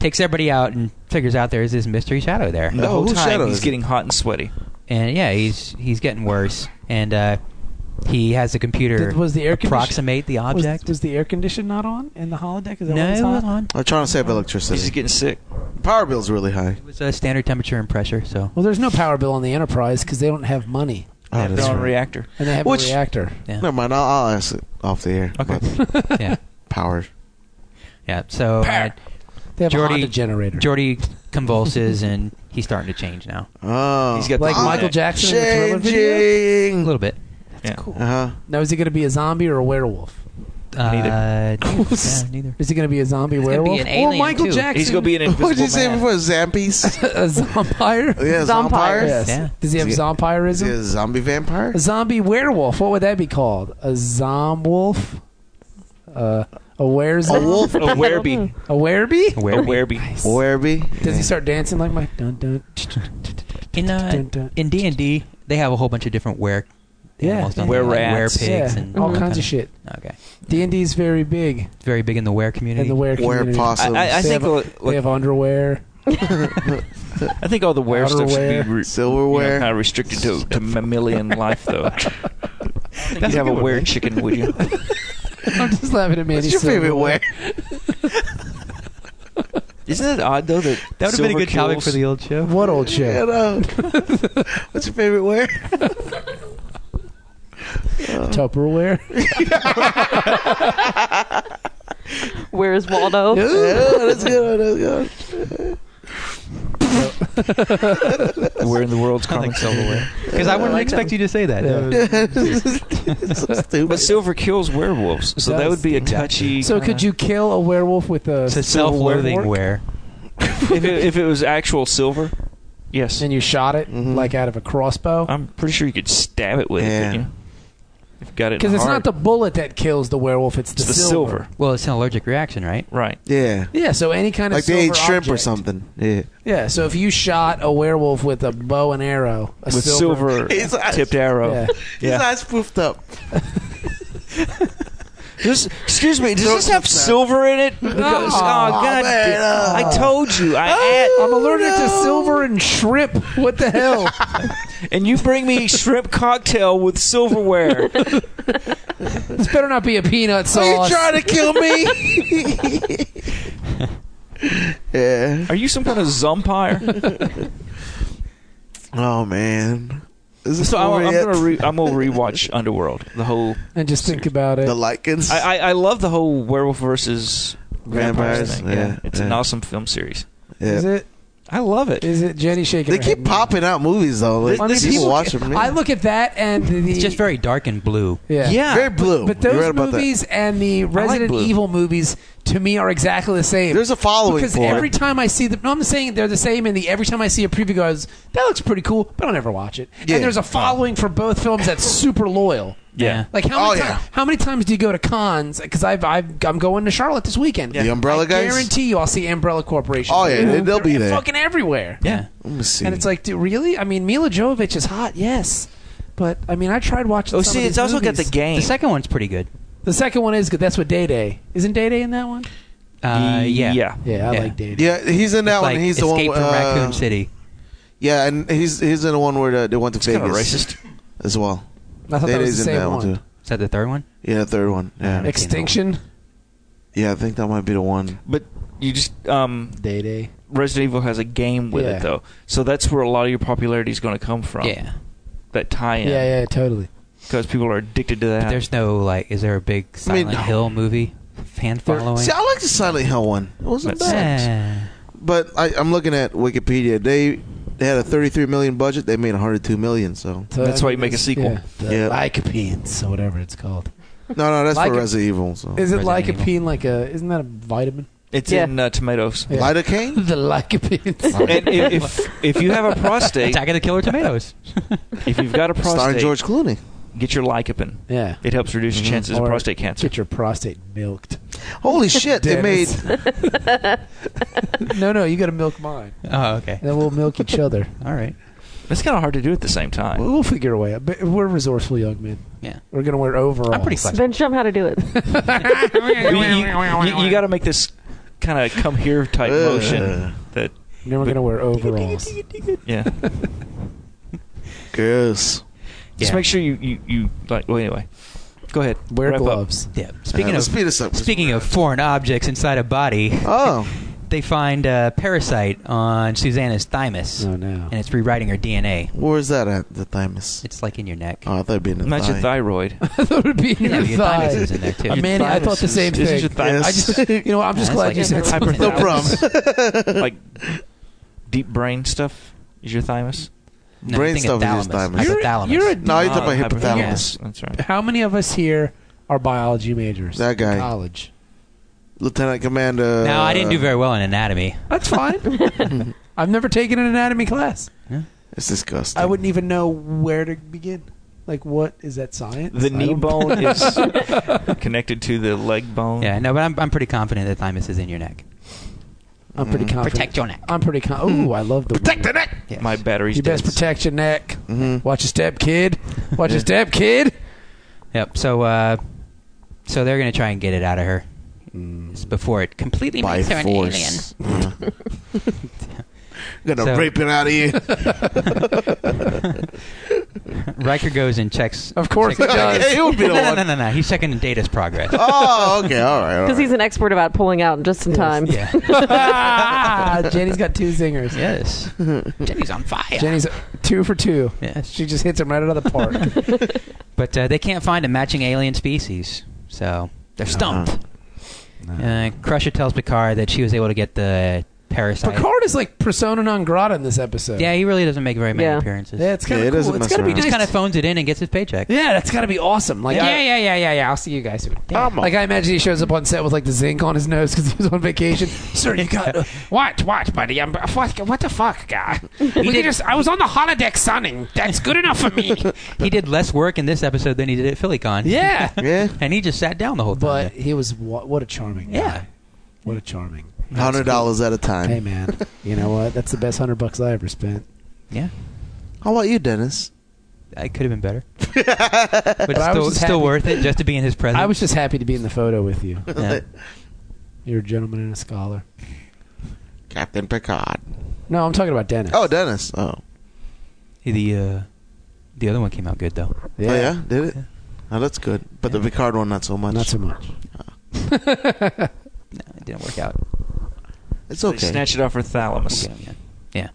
[SPEAKER 4] takes everybody out and figures out there is this mystery shadow there.
[SPEAKER 6] The
[SPEAKER 5] No,
[SPEAKER 6] whole
[SPEAKER 5] Oh, who
[SPEAKER 6] time
[SPEAKER 5] shadows
[SPEAKER 6] he's
[SPEAKER 5] it?
[SPEAKER 6] getting hot and sweaty.
[SPEAKER 4] And yeah, he's he's getting worse, and uh, he has the computer
[SPEAKER 1] Did- was the air condition-
[SPEAKER 4] approximate the
[SPEAKER 1] Was,
[SPEAKER 4] object.
[SPEAKER 1] was the air condition not on in the holodeck? Is that
[SPEAKER 4] no,
[SPEAKER 1] why
[SPEAKER 4] it
[SPEAKER 1] it's
[SPEAKER 4] was
[SPEAKER 1] hot?
[SPEAKER 4] on.
[SPEAKER 5] I'm trying to save
[SPEAKER 6] He's just
[SPEAKER 5] electricity.
[SPEAKER 6] getting sick.
[SPEAKER 5] Power bill's really high.
[SPEAKER 4] It was uh, standard temperature and pressure. So
[SPEAKER 1] Well, there's no power bill on the Enterprise because they don't have money.
[SPEAKER 5] Oh,
[SPEAKER 6] Their
[SPEAKER 5] that's
[SPEAKER 6] own
[SPEAKER 5] right.
[SPEAKER 6] reactor.
[SPEAKER 1] and they have
[SPEAKER 5] Which-
[SPEAKER 1] a reactor.
[SPEAKER 5] Never mind. I'll, I'll ask it off the air.
[SPEAKER 6] Okay.
[SPEAKER 5] But
[SPEAKER 4] yeah,
[SPEAKER 5] power.
[SPEAKER 4] yeah. So uh,
[SPEAKER 1] They have
[SPEAKER 4] Jordy-
[SPEAKER 1] a Honda generator.
[SPEAKER 4] Jordy convulses and he's starting to change now
[SPEAKER 5] Oh,
[SPEAKER 10] He's got
[SPEAKER 1] like
[SPEAKER 10] the,
[SPEAKER 1] Michael Jackson in the Thriller video.
[SPEAKER 4] a
[SPEAKER 5] changing.
[SPEAKER 4] little bit.
[SPEAKER 6] Yeah.
[SPEAKER 5] Uh huh.
[SPEAKER 1] Now is he going to be a zombie or a werewolf?
[SPEAKER 4] Uh,
[SPEAKER 6] Neither.
[SPEAKER 4] yeah, neither.
[SPEAKER 1] Is he going to be a zombie
[SPEAKER 4] He's gonna be
[SPEAKER 1] werewolf
[SPEAKER 4] an
[SPEAKER 6] Oh,
[SPEAKER 1] or
[SPEAKER 4] alien,
[SPEAKER 1] Michael
[SPEAKER 4] too.
[SPEAKER 1] Jackson?
[SPEAKER 10] He's gonna be an invisible
[SPEAKER 5] What did you say
[SPEAKER 10] man.
[SPEAKER 5] before? Zampies?
[SPEAKER 1] a zombie.
[SPEAKER 5] yeah,
[SPEAKER 2] Zompire.
[SPEAKER 5] zompires.
[SPEAKER 1] Yes.
[SPEAKER 4] Yeah.
[SPEAKER 1] Does he have
[SPEAKER 5] Is he- Is
[SPEAKER 1] zompirism?
[SPEAKER 5] he a zombie vampire?
[SPEAKER 1] A zombie werewolf. What would that be called? A zom wolf? Uh, a werewolf?
[SPEAKER 5] A wolf?
[SPEAKER 1] Oh.
[SPEAKER 6] A wereby.
[SPEAKER 1] A wereby?
[SPEAKER 6] A
[SPEAKER 4] Where
[SPEAKER 6] wereby.
[SPEAKER 5] Werby?
[SPEAKER 1] Does he start dancing like my dun dun?
[SPEAKER 4] in uh,
[SPEAKER 1] dun, dun.
[SPEAKER 4] in D and D they have a whole bunch of different were
[SPEAKER 1] Yeah.
[SPEAKER 4] animals, don't
[SPEAKER 6] Were
[SPEAKER 4] they? Like were
[SPEAKER 6] rats.
[SPEAKER 4] pigs
[SPEAKER 1] Yeah,
[SPEAKER 4] and
[SPEAKER 1] all
[SPEAKER 4] that
[SPEAKER 1] kinds
[SPEAKER 4] kinda-
[SPEAKER 1] of shit.
[SPEAKER 4] Okay,
[SPEAKER 1] D and D is very big
[SPEAKER 4] it's very big in the were
[SPEAKER 1] in
[SPEAKER 4] community.
[SPEAKER 1] the were
[SPEAKER 5] Were
[SPEAKER 1] community.
[SPEAKER 5] possums?
[SPEAKER 6] I, I
[SPEAKER 1] They
[SPEAKER 6] think.
[SPEAKER 1] have
[SPEAKER 6] Like,
[SPEAKER 1] They have underwear.
[SPEAKER 6] I think all the were stuff should be
[SPEAKER 1] outerwear,
[SPEAKER 6] re-
[SPEAKER 5] silverware.
[SPEAKER 6] kind of restricted to, to mammalian life, though. You'd have a were chicken, would you?
[SPEAKER 1] I'm just laughing at Manny.
[SPEAKER 5] What's your favorite were?
[SPEAKER 6] Isn't it odd though that
[SPEAKER 4] that would have been a good topic for the old show.
[SPEAKER 1] What old
[SPEAKER 5] You
[SPEAKER 1] shit?
[SPEAKER 5] know? What's your favorite were?
[SPEAKER 1] Tupperware.
[SPEAKER 2] Where's Waldo?
[SPEAKER 5] Oh, that's good. That's good.
[SPEAKER 6] we're in the world's common silverware?
[SPEAKER 4] Because I wouldn't expect you to say that.
[SPEAKER 1] Yeah.
[SPEAKER 5] so stupid.
[SPEAKER 6] But silver kills werewolves, so that would be a touchy.
[SPEAKER 1] So could you kill a werewolf with a
[SPEAKER 4] It's a
[SPEAKER 1] silver
[SPEAKER 4] self-loathing
[SPEAKER 1] fork?
[SPEAKER 4] were.
[SPEAKER 6] if, it, if it was actual silver, yes.
[SPEAKER 1] And you shot it
[SPEAKER 5] Mhm.
[SPEAKER 1] like out of a crossbow.
[SPEAKER 6] I'm pretty sure you could stab it with.
[SPEAKER 5] Yeah.
[SPEAKER 6] it, couldn't you? If you got it.
[SPEAKER 1] Because it's
[SPEAKER 6] hard.
[SPEAKER 1] not the bullet that kills the werewolf; it's the,
[SPEAKER 6] It's the silver.
[SPEAKER 4] Well, it's an allergic reaction, right?
[SPEAKER 6] Right.
[SPEAKER 5] yeah.
[SPEAKER 1] Yeah, so any kind of
[SPEAKER 5] Like they ate
[SPEAKER 1] silver
[SPEAKER 5] shrimp or
[SPEAKER 1] object.
[SPEAKER 5] something. Yeah.
[SPEAKER 1] Yeah, so if you shot a werewolf with a bow and arrow, a
[SPEAKER 6] With silver,
[SPEAKER 5] His eyes-
[SPEAKER 6] tipped arrow.
[SPEAKER 1] Yeah.
[SPEAKER 5] His
[SPEAKER 6] Yeah.
[SPEAKER 5] eyes poofed up.
[SPEAKER 6] This- excuse me, does
[SPEAKER 5] Don't
[SPEAKER 6] this have
[SPEAKER 5] stop.
[SPEAKER 6] silver in it? Because, oh, God.
[SPEAKER 5] man,
[SPEAKER 6] damn-
[SPEAKER 5] oh.
[SPEAKER 6] I told you. I had-
[SPEAKER 1] I'm allergic to silver and shrimp. What the hell?
[SPEAKER 6] And you bring me shrimp cocktail with silverware.
[SPEAKER 1] this better not be a peanut
[SPEAKER 5] Are you
[SPEAKER 1] Oh, sauce.
[SPEAKER 5] trying to kill me? yeah.
[SPEAKER 6] Are you some kind of zumpire?
[SPEAKER 5] Oh man. Is this
[SPEAKER 6] so
[SPEAKER 5] over
[SPEAKER 6] I'm, I'm
[SPEAKER 5] yet?
[SPEAKER 6] gonna re- I'm gonna rewatch Underworld. The whole
[SPEAKER 1] and just think about
[SPEAKER 5] the
[SPEAKER 1] it.
[SPEAKER 5] lichens.
[SPEAKER 6] I, I, I love the whole werewolf versus
[SPEAKER 5] Vampires,
[SPEAKER 6] vampires, thing.
[SPEAKER 5] yeah,
[SPEAKER 6] Yeah, it's an
[SPEAKER 5] yeah.
[SPEAKER 6] awesome film series.
[SPEAKER 5] Yeah.
[SPEAKER 1] Is it?
[SPEAKER 6] I love it.
[SPEAKER 1] Is it Jenny shaking?
[SPEAKER 5] They
[SPEAKER 1] her
[SPEAKER 5] keep
[SPEAKER 1] head no.
[SPEAKER 5] popping out movies though. Like,
[SPEAKER 6] I mean,
[SPEAKER 5] people
[SPEAKER 6] people-
[SPEAKER 5] watch them.
[SPEAKER 1] I look at that and the.
[SPEAKER 4] It's just very dark and blue.
[SPEAKER 1] Yeah.
[SPEAKER 6] Yeah. Oh,
[SPEAKER 5] very blue.
[SPEAKER 1] But
[SPEAKER 5] you
[SPEAKER 1] those
[SPEAKER 5] read about
[SPEAKER 1] movies and the Resident
[SPEAKER 6] blue.
[SPEAKER 1] Evil movies to me are exactly the
[SPEAKER 5] that.
[SPEAKER 1] same.
[SPEAKER 5] There's a following
[SPEAKER 1] because
[SPEAKER 5] for
[SPEAKER 1] every
[SPEAKER 5] it.
[SPEAKER 1] time I see the, no, I'm saying they're the same. And the every time I see a preview, goes that looks pretty cool, but I'll never watch it.
[SPEAKER 5] Yeah.
[SPEAKER 1] And there's a following for both films that's super loyal.
[SPEAKER 6] yeah.
[SPEAKER 1] Like how
[SPEAKER 5] Oh,
[SPEAKER 1] many, ti-
[SPEAKER 5] yeah.
[SPEAKER 1] how many times do you go to cons? Because I've, I've I'm going to Charlotte this weekend.
[SPEAKER 5] The Umbrella
[SPEAKER 1] I
[SPEAKER 5] guys?
[SPEAKER 1] guarantee you, I'll see Umbrella Corporation.
[SPEAKER 5] Oh, yeah, they- they'll be
[SPEAKER 1] They're
[SPEAKER 5] there.
[SPEAKER 1] Fucking everywhere.
[SPEAKER 4] Yeah.
[SPEAKER 5] Let me see.
[SPEAKER 1] And it's like, dude, really? I mean, Mila Jovovich is hot, yes, but I mean, I tried watching.
[SPEAKER 6] Oh,
[SPEAKER 1] some
[SPEAKER 6] see,
[SPEAKER 1] of
[SPEAKER 6] it's
[SPEAKER 1] these
[SPEAKER 6] also got
[SPEAKER 1] movies.
[SPEAKER 6] the game.
[SPEAKER 4] The second one's pretty good.
[SPEAKER 1] The second one is good. That's with Day Day. Isn't Day Day in that one?
[SPEAKER 4] Uh, yeah.
[SPEAKER 6] yeah.
[SPEAKER 1] Yeah, I
[SPEAKER 4] Yeah.
[SPEAKER 1] like Day Day.
[SPEAKER 5] yeah, he's in that
[SPEAKER 4] It's
[SPEAKER 5] one.
[SPEAKER 4] like
[SPEAKER 5] he's the one.
[SPEAKER 4] Escape from
[SPEAKER 5] uh,
[SPEAKER 4] Raccoon City.
[SPEAKER 5] Yeah, and he's he's in the one where the, they went to
[SPEAKER 6] Kind of
[SPEAKER 5] Vegas
[SPEAKER 6] racist.
[SPEAKER 5] as well.
[SPEAKER 1] I thought that was
[SPEAKER 5] Daddy's
[SPEAKER 1] the same
[SPEAKER 5] in that
[SPEAKER 1] one.
[SPEAKER 5] one too.
[SPEAKER 4] Is that the third one?
[SPEAKER 5] Yeah, the third one. Yeah.
[SPEAKER 4] Ex-
[SPEAKER 1] Extinction.
[SPEAKER 5] yeah, I think that might be the one.
[SPEAKER 6] But you just um,
[SPEAKER 1] Day Day.
[SPEAKER 6] Resident Evil has a game with
[SPEAKER 1] Yeah.
[SPEAKER 6] it though, so that's where a lot of your popularity is going to come from.
[SPEAKER 4] Yeah.
[SPEAKER 6] That tie-in.
[SPEAKER 1] Yeah, yeah, totally.
[SPEAKER 6] Because people are addicted to
[SPEAKER 4] But
[SPEAKER 6] that.
[SPEAKER 4] there's no like. Is there a big Silent
[SPEAKER 5] no.
[SPEAKER 4] Hill movie fan following?
[SPEAKER 5] See, I like the Silent Hill one. It wasn't
[SPEAKER 6] That's-
[SPEAKER 5] bad.
[SPEAKER 4] Yeah.
[SPEAKER 5] But I, I'm looking at Wikipedia. They they had a 33 million budget. They made 102 million. So
[SPEAKER 1] So,
[SPEAKER 6] That's
[SPEAKER 1] I
[SPEAKER 6] why
[SPEAKER 1] mean,
[SPEAKER 6] you make a
[SPEAKER 1] it's-
[SPEAKER 6] sequel.
[SPEAKER 1] Yeah, the
[SPEAKER 5] Yeah.
[SPEAKER 1] lycopenes or whatever it's called.
[SPEAKER 5] no, no, that's
[SPEAKER 1] Like
[SPEAKER 5] for
[SPEAKER 1] it.
[SPEAKER 5] Resident Evil. So
[SPEAKER 1] Is it
[SPEAKER 4] Resident
[SPEAKER 1] lycopene like a? Isn't that a vitamin?
[SPEAKER 6] it's
[SPEAKER 2] Yeah.
[SPEAKER 6] in uh, tomatoes.
[SPEAKER 1] Yeah.
[SPEAKER 5] lidocaine?
[SPEAKER 1] the lycopenes.
[SPEAKER 6] And if, if if you have a prostate,
[SPEAKER 4] Attack of the Killer Tomatoes.
[SPEAKER 6] if you've got a
[SPEAKER 5] Starring
[SPEAKER 6] prostate,
[SPEAKER 5] George Clooney.
[SPEAKER 6] get your lycopene.
[SPEAKER 1] yeah.
[SPEAKER 6] It helps reduce your chances
[SPEAKER 1] Mm-hmm. Or
[SPEAKER 6] of prostate cancer.
[SPEAKER 1] Get your prostate milked.
[SPEAKER 5] Holy shit! They made
[SPEAKER 1] Dennis. no, no, you got to milk mine,
[SPEAKER 4] oh, okay.
[SPEAKER 1] and then we'll milk each other.
[SPEAKER 4] All right.
[SPEAKER 6] That's kind of hard to do at the same time.
[SPEAKER 1] We'll figure a way out. But we're resourceful young men.
[SPEAKER 4] Yeah.
[SPEAKER 1] We're gonna wear overalls.
[SPEAKER 4] I'm pretty flexible.
[SPEAKER 2] Then show him how to do it.
[SPEAKER 6] you, got to make this kind of come here type
[SPEAKER 5] Ugh.
[SPEAKER 6] motion. That
[SPEAKER 1] Then we're gonna wear overalls.
[SPEAKER 6] yeah.
[SPEAKER 5] Yes.
[SPEAKER 6] Just
[SPEAKER 4] Yeah.
[SPEAKER 6] make sure you, you, you like. Well, anyway, go ahead.
[SPEAKER 1] Wear
[SPEAKER 6] Wrap up.
[SPEAKER 1] gloves.
[SPEAKER 4] Yeah.
[SPEAKER 5] Uh,
[SPEAKER 4] Speaking
[SPEAKER 5] let's
[SPEAKER 4] of
[SPEAKER 5] speed this up.
[SPEAKER 4] speaking of foreign objects inside a body,
[SPEAKER 5] oh,
[SPEAKER 4] they find a parasite on Susanna's thymus,
[SPEAKER 1] Oh, no.
[SPEAKER 4] and it's rewriting her DNA.
[SPEAKER 5] Where's that at? The thymus.
[SPEAKER 4] It's like in your neck.
[SPEAKER 5] Oh, I thought it'd be in the
[SPEAKER 6] Not
[SPEAKER 5] thigh.
[SPEAKER 6] your thyroid.
[SPEAKER 1] I thought it would be in
[SPEAKER 4] Yeah,
[SPEAKER 1] your
[SPEAKER 4] your
[SPEAKER 1] thigh.
[SPEAKER 4] thymus is in there, too.
[SPEAKER 1] Uh, Manny, I thought the same
[SPEAKER 6] This
[SPEAKER 1] thing.
[SPEAKER 6] is your thymus.
[SPEAKER 1] I just, you know, what, I'm just
[SPEAKER 4] That's
[SPEAKER 1] glad
[SPEAKER 4] like
[SPEAKER 1] you said
[SPEAKER 4] hyper-
[SPEAKER 1] something.
[SPEAKER 5] No problem.
[SPEAKER 6] like deep brain stuff is your thymus.
[SPEAKER 4] No,
[SPEAKER 5] Brain
[SPEAKER 4] I Oh, think
[SPEAKER 5] stuff
[SPEAKER 4] a
[SPEAKER 5] is just
[SPEAKER 4] thalamus.
[SPEAKER 5] thymus.
[SPEAKER 4] It's a
[SPEAKER 1] You're,
[SPEAKER 4] thalamus.
[SPEAKER 1] you're a
[SPEAKER 5] No, you're
[SPEAKER 6] Ah,
[SPEAKER 5] talking about hypothalamus.
[SPEAKER 6] hypothalamus. That's right.
[SPEAKER 1] How many of us here are biology majors?
[SPEAKER 5] That guy.
[SPEAKER 1] in college.
[SPEAKER 5] Lieutenant Commander.
[SPEAKER 4] no, I didn't do very well in anatomy.
[SPEAKER 1] That's fine. I've never taken an anatomy class.
[SPEAKER 5] uh, It's disgusting.
[SPEAKER 1] I wouldn't even know where to begin. Like, what is that science? I
[SPEAKER 6] The knee
[SPEAKER 1] don't-
[SPEAKER 6] bone is connected to the leg bone.
[SPEAKER 4] Yeah, no, but I'm, I'm pretty confident that thymus is in your neck.
[SPEAKER 1] I'm pretty confident.
[SPEAKER 4] Mm-hmm. Protect your neck.
[SPEAKER 1] I'm pretty confident. Ooh, I love the protect the neck.
[SPEAKER 4] Yes.
[SPEAKER 6] My battery's
[SPEAKER 1] You best
[SPEAKER 6] dead.
[SPEAKER 1] protect your neck.
[SPEAKER 5] Mhm.
[SPEAKER 1] Watch your step, kid. Watch your step, kid.
[SPEAKER 4] Yep. So, uh, so they're gonna try and get it out of her
[SPEAKER 5] Mm.
[SPEAKER 4] It's before it completely
[SPEAKER 5] By
[SPEAKER 4] makes her
[SPEAKER 5] force. Yeah. Gonna
[SPEAKER 4] So-
[SPEAKER 5] rape it out of you.
[SPEAKER 4] an alien. Riker goes and checks.
[SPEAKER 1] Of course
[SPEAKER 4] checks
[SPEAKER 1] he does.
[SPEAKER 5] Yeah, he would be the
[SPEAKER 4] no, no,
[SPEAKER 5] one.
[SPEAKER 4] no, no, no. He's checking the data's progress.
[SPEAKER 5] Oh, okay, all right. all
[SPEAKER 2] Because
[SPEAKER 5] right.
[SPEAKER 2] he's an expert about pulling out just in time.
[SPEAKER 4] Yeah.
[SPEAKER 1] Ah, Jenny's got two zingers.
[SPEAKER 4] yes. Jenny's on fire.
[SPEAKER 1] Jenny's two for two.
[SPEAKER 4] Yes.
[SPEAKER 1] She just hits him right out of the park.
[SPEAKER 4] But uh, they can't find a matching alien species, so they're
[SPEAKER 1] Uh-huh.
[SPEAKER 4] stumped. uh Crusher tells Picard that she was able to get the parasite.
[SPEAKER 1] Picard is like persona non grata in this episode.
[SPEAKER 4] Yeah, he really doesn't make very many
[SPEAKER 2] Yeah.
[SPEAKER 4] appearances.
[SPEAKER 1] Yeah, it's kind
[SPEAKER 5] Yeah, it
[SPEAKER 1] of
[SPEAKER 5] doesn't
[SPEAKER 1] cool. It's
[SPEAKER 5] mess
[SPEAKER 1] got to be
[SPEAKER 5] around.
[SPEAKER 4] He just
[SPEAKER 1] nice.
[SPEAKER 4] kind of phones it in and gets his paycheck.
[SPEAKER 1] Yeah, that's got to be awesome. Like, yeah, yeah, yeah, yeah, yeah. I'll see you guys soon. Yeah.
[SPEAKER 5] Come on.
[SPEAKER 1] Like, I imagine he shows up on set with like the zinc on his nose because he was on vacation. Sir, you got uh,
[SPEAKER 11] Watch, watch, buddy. I'm, what, what the fuck, guy? We can just, I was on the holodeck sunning. That's good enough for me.
[SPEAKER 4] He did less work in this episode than he did at PhillyCon.
[SPEAKER 1] yeah.
[SPEAKER 5] yeah,
[SPEAKER 4] And he just sat down the whole time.
[SPEAKER 1] But he was what, what a charming. guy.
[SPEAKER 4] yeah.
[SPEAKER 1] what a charming.
[SPEAKER 5] hundred dollars at a time.
[SPEAKER 1] Hey man, you know what? That's the best hundred bucks I ever spent.
[SPEAKER 4] Yeah.
[SPEAKER 5] How about you, Dennis?
[SPEAKER 4] It could have been better. but it's
[SPEAKER 1] I was
[SPEAKER 4] still,
[SPEAKER 1] just
[SPEAKER 4] still
[SPEAKER 1] happy-
[SPEAKER 4] worth it just to be in his presence.
[SPEAKER 1] I was just happy to be in the photo with you.
[SPEAKER 4] Yeah.
[SPEAKER 1] You're a gentleman and a scholar.
[SPEAKER 5] Captain Picard.
[SPEAKER 1] No, I'm talking about Dennis.
[SPEAKER 5] Oh, Dennis. Oh,
[SPEAKER 4] The, uh, the other one came out good, though.
[SPEAKER 5] yeah, oh, yeah? did it?
[SPEAKER 4] Yeah.
[SPEAKER 5] Oh, that's good. But the Picard one, not so much.
[SPEAKER 1] not so much.
[SPEAKER 4] No, it didn't work out.
[SPEAKER 5] It's
[SPEAKER 6] They
[SPEAKER 5] okay.
[SPEAKER 6] snatch it off her thalamus.
[SPEAKER 4] Yeah.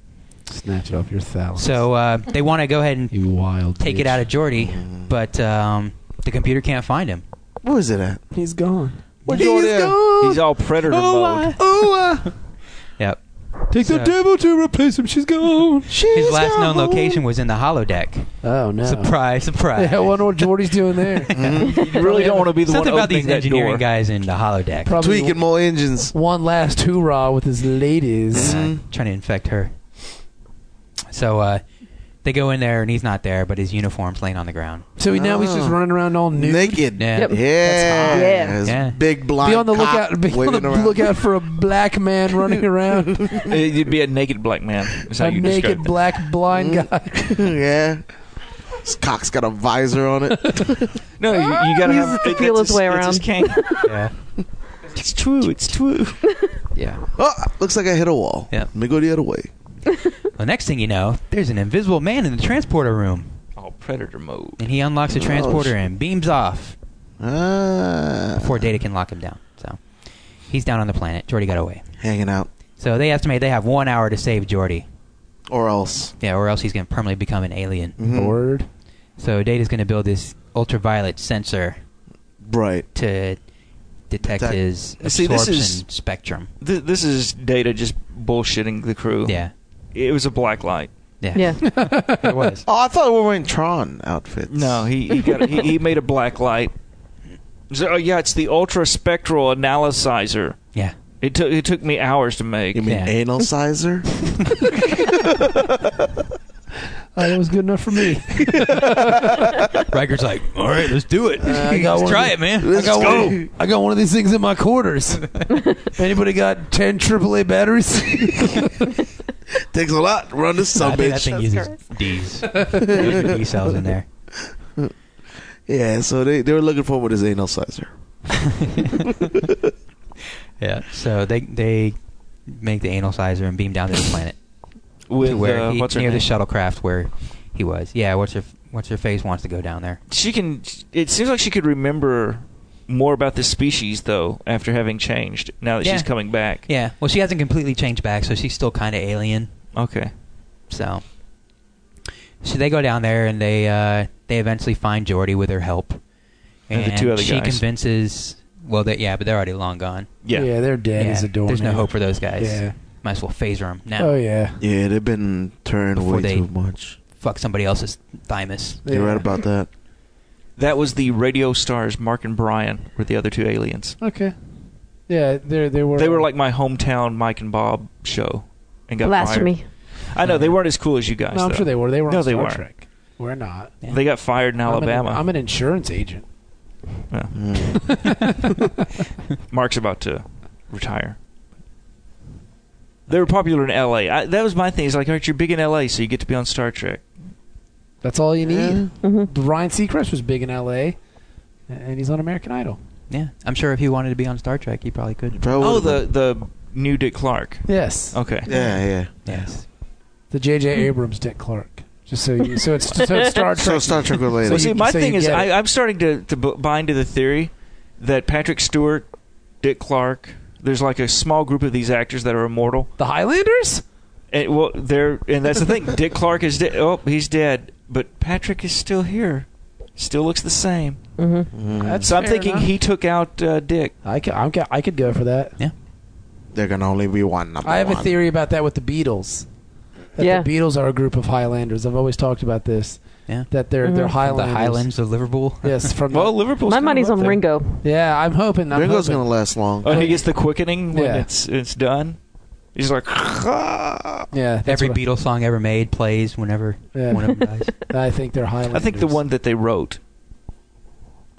[SPEAKER 1] Snatch it off your thalamus.
[SPEAKER 4] So uh, they want to go ahead and
[SPEAKER 1] you wild.
[SPEAKER 4] take it
[SPEAKER 1] bitch.
[SPEAKER 4] out of Jordy, but um, the computer can't find him.
[SPEAKER 5] Where is it at?
[SPEAKER 1] He's gone.
[SPEAKER 5] Where'd you go there?
[SPEAKER 6] He's all predator mode.
[SPEAKER 5] Oh, uh,
[SPEAKER 4] Yep.
[SPEAKER 1] Take
[SPEAKER 4] the So-
[SPEAKER 1] devil to replace him. She's gone.
[SPEAKER 4] His last known location was in the holodeck.
[SPEAKER 1] Oh no!
[SPEAKER 4] Surprise, surprise.
[SPEAKER 1] Yeah, I wonder what Jordy's doing there.
[SPEAKER 5] Mm-hmm.
[SPEAKER 6] You really don't want to be the
[SPEAKER 4] Something
[SPEAKER 6] one
[SPEAKER 4] about these
[SPEAKER 6] opening that
[SPEAKER 4] engineering
[SPEAKER 6] door.
[SPEAKER 4] guys in the holodeck.
[SPEAKER 1] Probably
[SPEAKER 5] Tweaking more engines.
[SPEAKER 1] one last hoorah with his
[SPEAKER 5] Mm-hmm.
[SPEAKER 1] ladies.
[SPEAKER 4] Yeah, Uh, trying to infect her. So uh, they go in there, and he's not there, but his uniform's laying on the ground.
[SPEAKER 1] So he, now he's just running around all nude.
[SPEAKER 5] Mm-hmm. Naked.
[SPEAKER 4] Yeah.
[SPEAKER 5] Yeah.
[SPEAKER 4] Yep.
[SPEAKER 5] Yeah.
[SPEAKER 2] That's hot.
[SPEAKER 5] His
[SPEAKER 4] Yeah.
[SPEAKER 5] Big blind.
[SPEAKER 1] Be on the
[SPEAKER 5] cock
[SPEAKER 1] lookout. Be on the
[SPEAKER 5] waving around.
[SPEAKER 1] lookout for a black man running around.
[SPEAKER 6] Uh, You'd be a naked black man. Is how
[SPEAKER 1] a
[SPEAKER 6] you
[SPEAKER 1] naked
[SPEAKER 6] describe
[SPEAKER 1] black blind guy.
[SPEAKER 5] yeah. His cock's got a visor on it.
[SPEAKER 6] it. No, you, you gotta have
[SPEAKER 2] to feel
[SPEAKER 6] that's
[SPEAKER 2] his way
[SPEAKER 6] that's
[SPEAKER 2] around.
[SPEAKER 6] his kink.
[SPEAKER 4] Yeah.
[SPEAKER 6] it's true. It's true.
[SPEAKER 4] Yeah.
[SPEAKER 5] Oh, looks like I hit a wall.
[SPEAKER 4] Yeah.
[SPEAKER 5] Let me go the other way.
[SPEAKER 4] Well, next thing you know, there's an invisible man in the transporter room,
[SPEAKER 6] All predator mode.
[SPEAKER 4] and he unlocks the
[SPEAKER 5] Oh,
[SPEAKER 4] transporter
[SPEAKER 5] shit.
[SPEAKER 4] and beams off
[SPEAKER 5] Ah.
[SPEAKER 4] before Data can lock him down. So he's down on the planet. Jordy got away.
[SPEAKER 5] Hanging out.
[SPEAKER 4] So they estimate they have one hour to save Jordy.
[SPEAKER 5] Or else.
[SPEAKER 4] Yeah, or else he's going to permanently become an alien.
[SPEAKER 1] Mm-hmm.
[SPEAKER 5] Mhm.
[SPEAKER 1] Word.
[SPEAKER 4] So Data's going to build this ultraviolet sensor
[SPEAKER 5] Right.
[SPEAKER 4] to detect
[SPEAKER 5] Detect-
[SPEAKER 4] his
[SPEAKER 6] You see, this
[SPEAKER 4] absorption
[SPEAKER 6] is-
[SPEAKER 4] spectrum.
[SPEAKER 6] Th- this is data just bullshitting the crew.
[SPEAKER 4] Yeah.
[SPEAKER 6] It was a black light.
[SPEAKER 4] Yeah.
[SPEAKER 2] Yeah.
[SPEAKER 4] It was.
[SPEAKER 5] Oh, I thought we were wearing Tron outfits.
[SPEAKER 6] No, he he, got, he he made a black light. So, oh yeah, it's the ultra spectral analyzer.
[SPEAKER 4] Yeah.
[SPEAKER 6] It took it took me hours to make.
[SPEAKER 5] You mean
[SPEAKER 4] Yeah.
[SPEAKER 5] anal sizer?
[SPEAKER 1] Oh, that was good enough for me.
[SPEAKER 4] Riker's like, all right, let's do it.
[SPEAKER 1] I got
[SPEAKER 4] let's
[SPEAKER 1] one.
[SPEAKER 4] try it, man.
[SPEAKER 1] I got One, I got one of these things in my quarters. Anybody got ten AAA batteries?
[SPEAKER 5] Takes a lot to run this
[SPEAKER 4] I
[SPEAKER 5] some
[SPEAKER 4] think that
[SPEAKER 5] bitch.
[SPEAKER 4] thing uses D's. There's D cells in there.
[SPEAKER 5] Yeah, so they, they were looking for him with his anal sizer.
[SPEAKER 4] Yeah. So they they make the anal sizer and beam down to the planet
[SPEAKER 6] With
[SPEAKER 4] to where
[SPEAKER 6] uh,
[SPEAKER 4] he,
[SPEAKER 6] what's her
[SPEAKER 4] near
[SPEAKER 6] name?
[SPEAKER 4] the shuttlecraft where he was. Yeah. What's her What's her face wants to go down there.
[SPEAKER 6] she can. It seems like she could remember more about this species though after having changed. Now that
[SPEAKER 4] Yeah.
[SPEAKER 6] she's coming back.
[SPEAKER 4] Yeah. Well, she hasn't completely changed back, so she's still kind of alien.
[SPEAKER 6] Okay.
[SPEAKER 4] So, so they go down there and they uh, they eventually find Jordy with her help,
[SPEAKER 6] And the two other
[SPEAKER 4] she
[SPEAKER 6] guys.
[SPEAKER 4] convinces. Well, they, yeah, but they're already long gone.
[SPEAKER 6] Yeah.
[SPEAKER 1] they're dead
[SPEAKER 4] Yeah,
[SPEAKER 1] as a door.
[SPEAKER 4] There's no
[SPEAKER 1] man.
[SPEAKER 4] hope for those guys.
[SPEAKER 1] Yeah.
[SPEAKER 4] Might as well phaser them now.
[SPEAKER 1] Oh yeah.
[SPEAKER 5] Yeah, they've been turned
[SPEAKER 4] Before
[SPEAKER 5] way
[SPEAKER 4] they-
[SPEAKER 5] too much.
[SPEAKER 4] Fuck somebody else's thymus.
[SPEAKER 5] You're right about that.
[SPEAKER 6] That was the radio stars Mark and Brian were the other two aliens.
[SPEAKER 1] Okay. Yeah, they they were.
[SPEAKER 6] They were like my hometown Mike and Bob show and got fired.
[SPEAKER 2] Blasphemy.
[SPEAKER 6] I know they weren't as cool as you guys.
[SPEAKER 1] No, I'm
[SPEAKER 6] though.
[SPEAKER 1] sure they were. They were.
[SPEAKER 6] No,
[SPEAKER 1] on
[SPEAKER 6] they
[SPEAKER 1] Star
[SPEAKER 6] weren't.
[SPEAKER 1] Trek. We're not.
[SPEAKER 6] They got fired in Alabama.
[SPEAKER 1] I'm an, I'm an insurance agent.
[SPEAKER 5] Mm.
[SPEAKER 6] Mark's about to retire. They were popular in L.A. I, that was my thing. It's like, all right, you're big in L.A., so you get to be on Star Trek.
[SPEAKER 1] That's all you need.
[SPEAKER 2] hmm
[SPEAKER 1] Ryan Seacrest was big in L.A. and he's on American Idol.
[SPEAKER 4] Yeah, I'm sure if he wanted to be on Star Trek, he probably could.
[SPEAKER 5] Probably
[SPEAKER 6] Oh, the
[SPEAKER 5] would've
[SPEAKER 6] the new Dick Clark.
[SPEAKER 1] Yes.
[SPEAKER 6] Okay.
[SPEAKER 5] been- yeah, yeah.
[SPEAKER 4] Yes.
[SPEAKER 1] The J.J. Abrams Dick Clark. Just so you, so it's so it's Star
[SPEAKER 5] So
[SPEAKER 1] Trek.
[SPEAKER 5] Star Trek
[SPEAKER 6] Well,
[SPEAKER 5] related.
[SPEAKER 1] So
[SPEAKER 6] see,
[SPEAKER 1] you-
[SPEAKER 6] my
[SPEAKER 1] you
[SPEAKER 6] thing is,
[SPEAKER 1] get
[SPEAKER 6] I,
[SPEAKER 1] it.
[SPEAKER 6] I'm starting to, to b- buy into the theory that Patrick Stewart, Dick Clark, there's like a small group of these actors that are immortal.
[SPEAKER 1] the Highlanders.
[SPEAKER 6] And, well, they're and that's the thing. Dick Clark is dead. Oh, he's dead, but Patrick is still here. Still looks the same.
[SPEAKER 2] hmm
[SPEAKER 5] Mm.
[SPEAKER 1] That's
[SPEAKER 6] so I'm
[SPEAKER 1] fair
[SPEAKER 6] thinking
[SPEAKER 1] enough.
[SPEAKER 6] he took out uh, Dick.
[SPEAKER 1] I could, I'm, ca- I could go for that.
[SPEAKER 5] there can only be one number
[SPEAKER 1] I have a
[SPEAKER 5] one.
[SPEAKER 1] theory about that with the Beatles. That
[SPEAKER 2] Yeah.
[SPEAKER 1] the Beatles are a group of Highlanders. I've always talked about this.
[SPEAKER 4] Yeah.
[SPEAKER 1] That they're
[SPEAKER 2] Mhm.
[SPEAKER 1] they're
[SPEAKER 4] The
[SPEAKER 1] Highlanders.
[SPEAKER 4] Highlands of Liverpool.
[SPEAKER 1] Yes, from the-
[SPEAKER 6] Well, Liverpool's
[SPEAKER 2] My
[SPEAKER 6] kinda
[SPEAKER 2] money's
[SPEAKER 6] up
[SPEAKER 2] on
[SPEAKER 6] there.
[SPEAKER 2] Ringo.
[SPEAKER 1] yeah. I'm hoping. I'm
[SPEAKER 5] Ringo's
[SPEAKER 1] hoping.
[SPEAKER 5] gonna last long.
[SPEAKER 6] Oh, he gets the quickening when
[SPEAKER 1] Yeah.
[SPEAKER 6] it's it's done. He's like, I
[SPEAKER 1] Yeah, that's
[SPEAKER 4] Every
[SPEAKER 1] what I-
[SPEAKER 4] Beatles song ever made plays whenever
[SPEAKER 1] Yeah.
[SPEAKER 4] one of them dies.
[SPEAKER 1] I think they're Highlanders.
[SPEAKER 6] think the one that they wrote.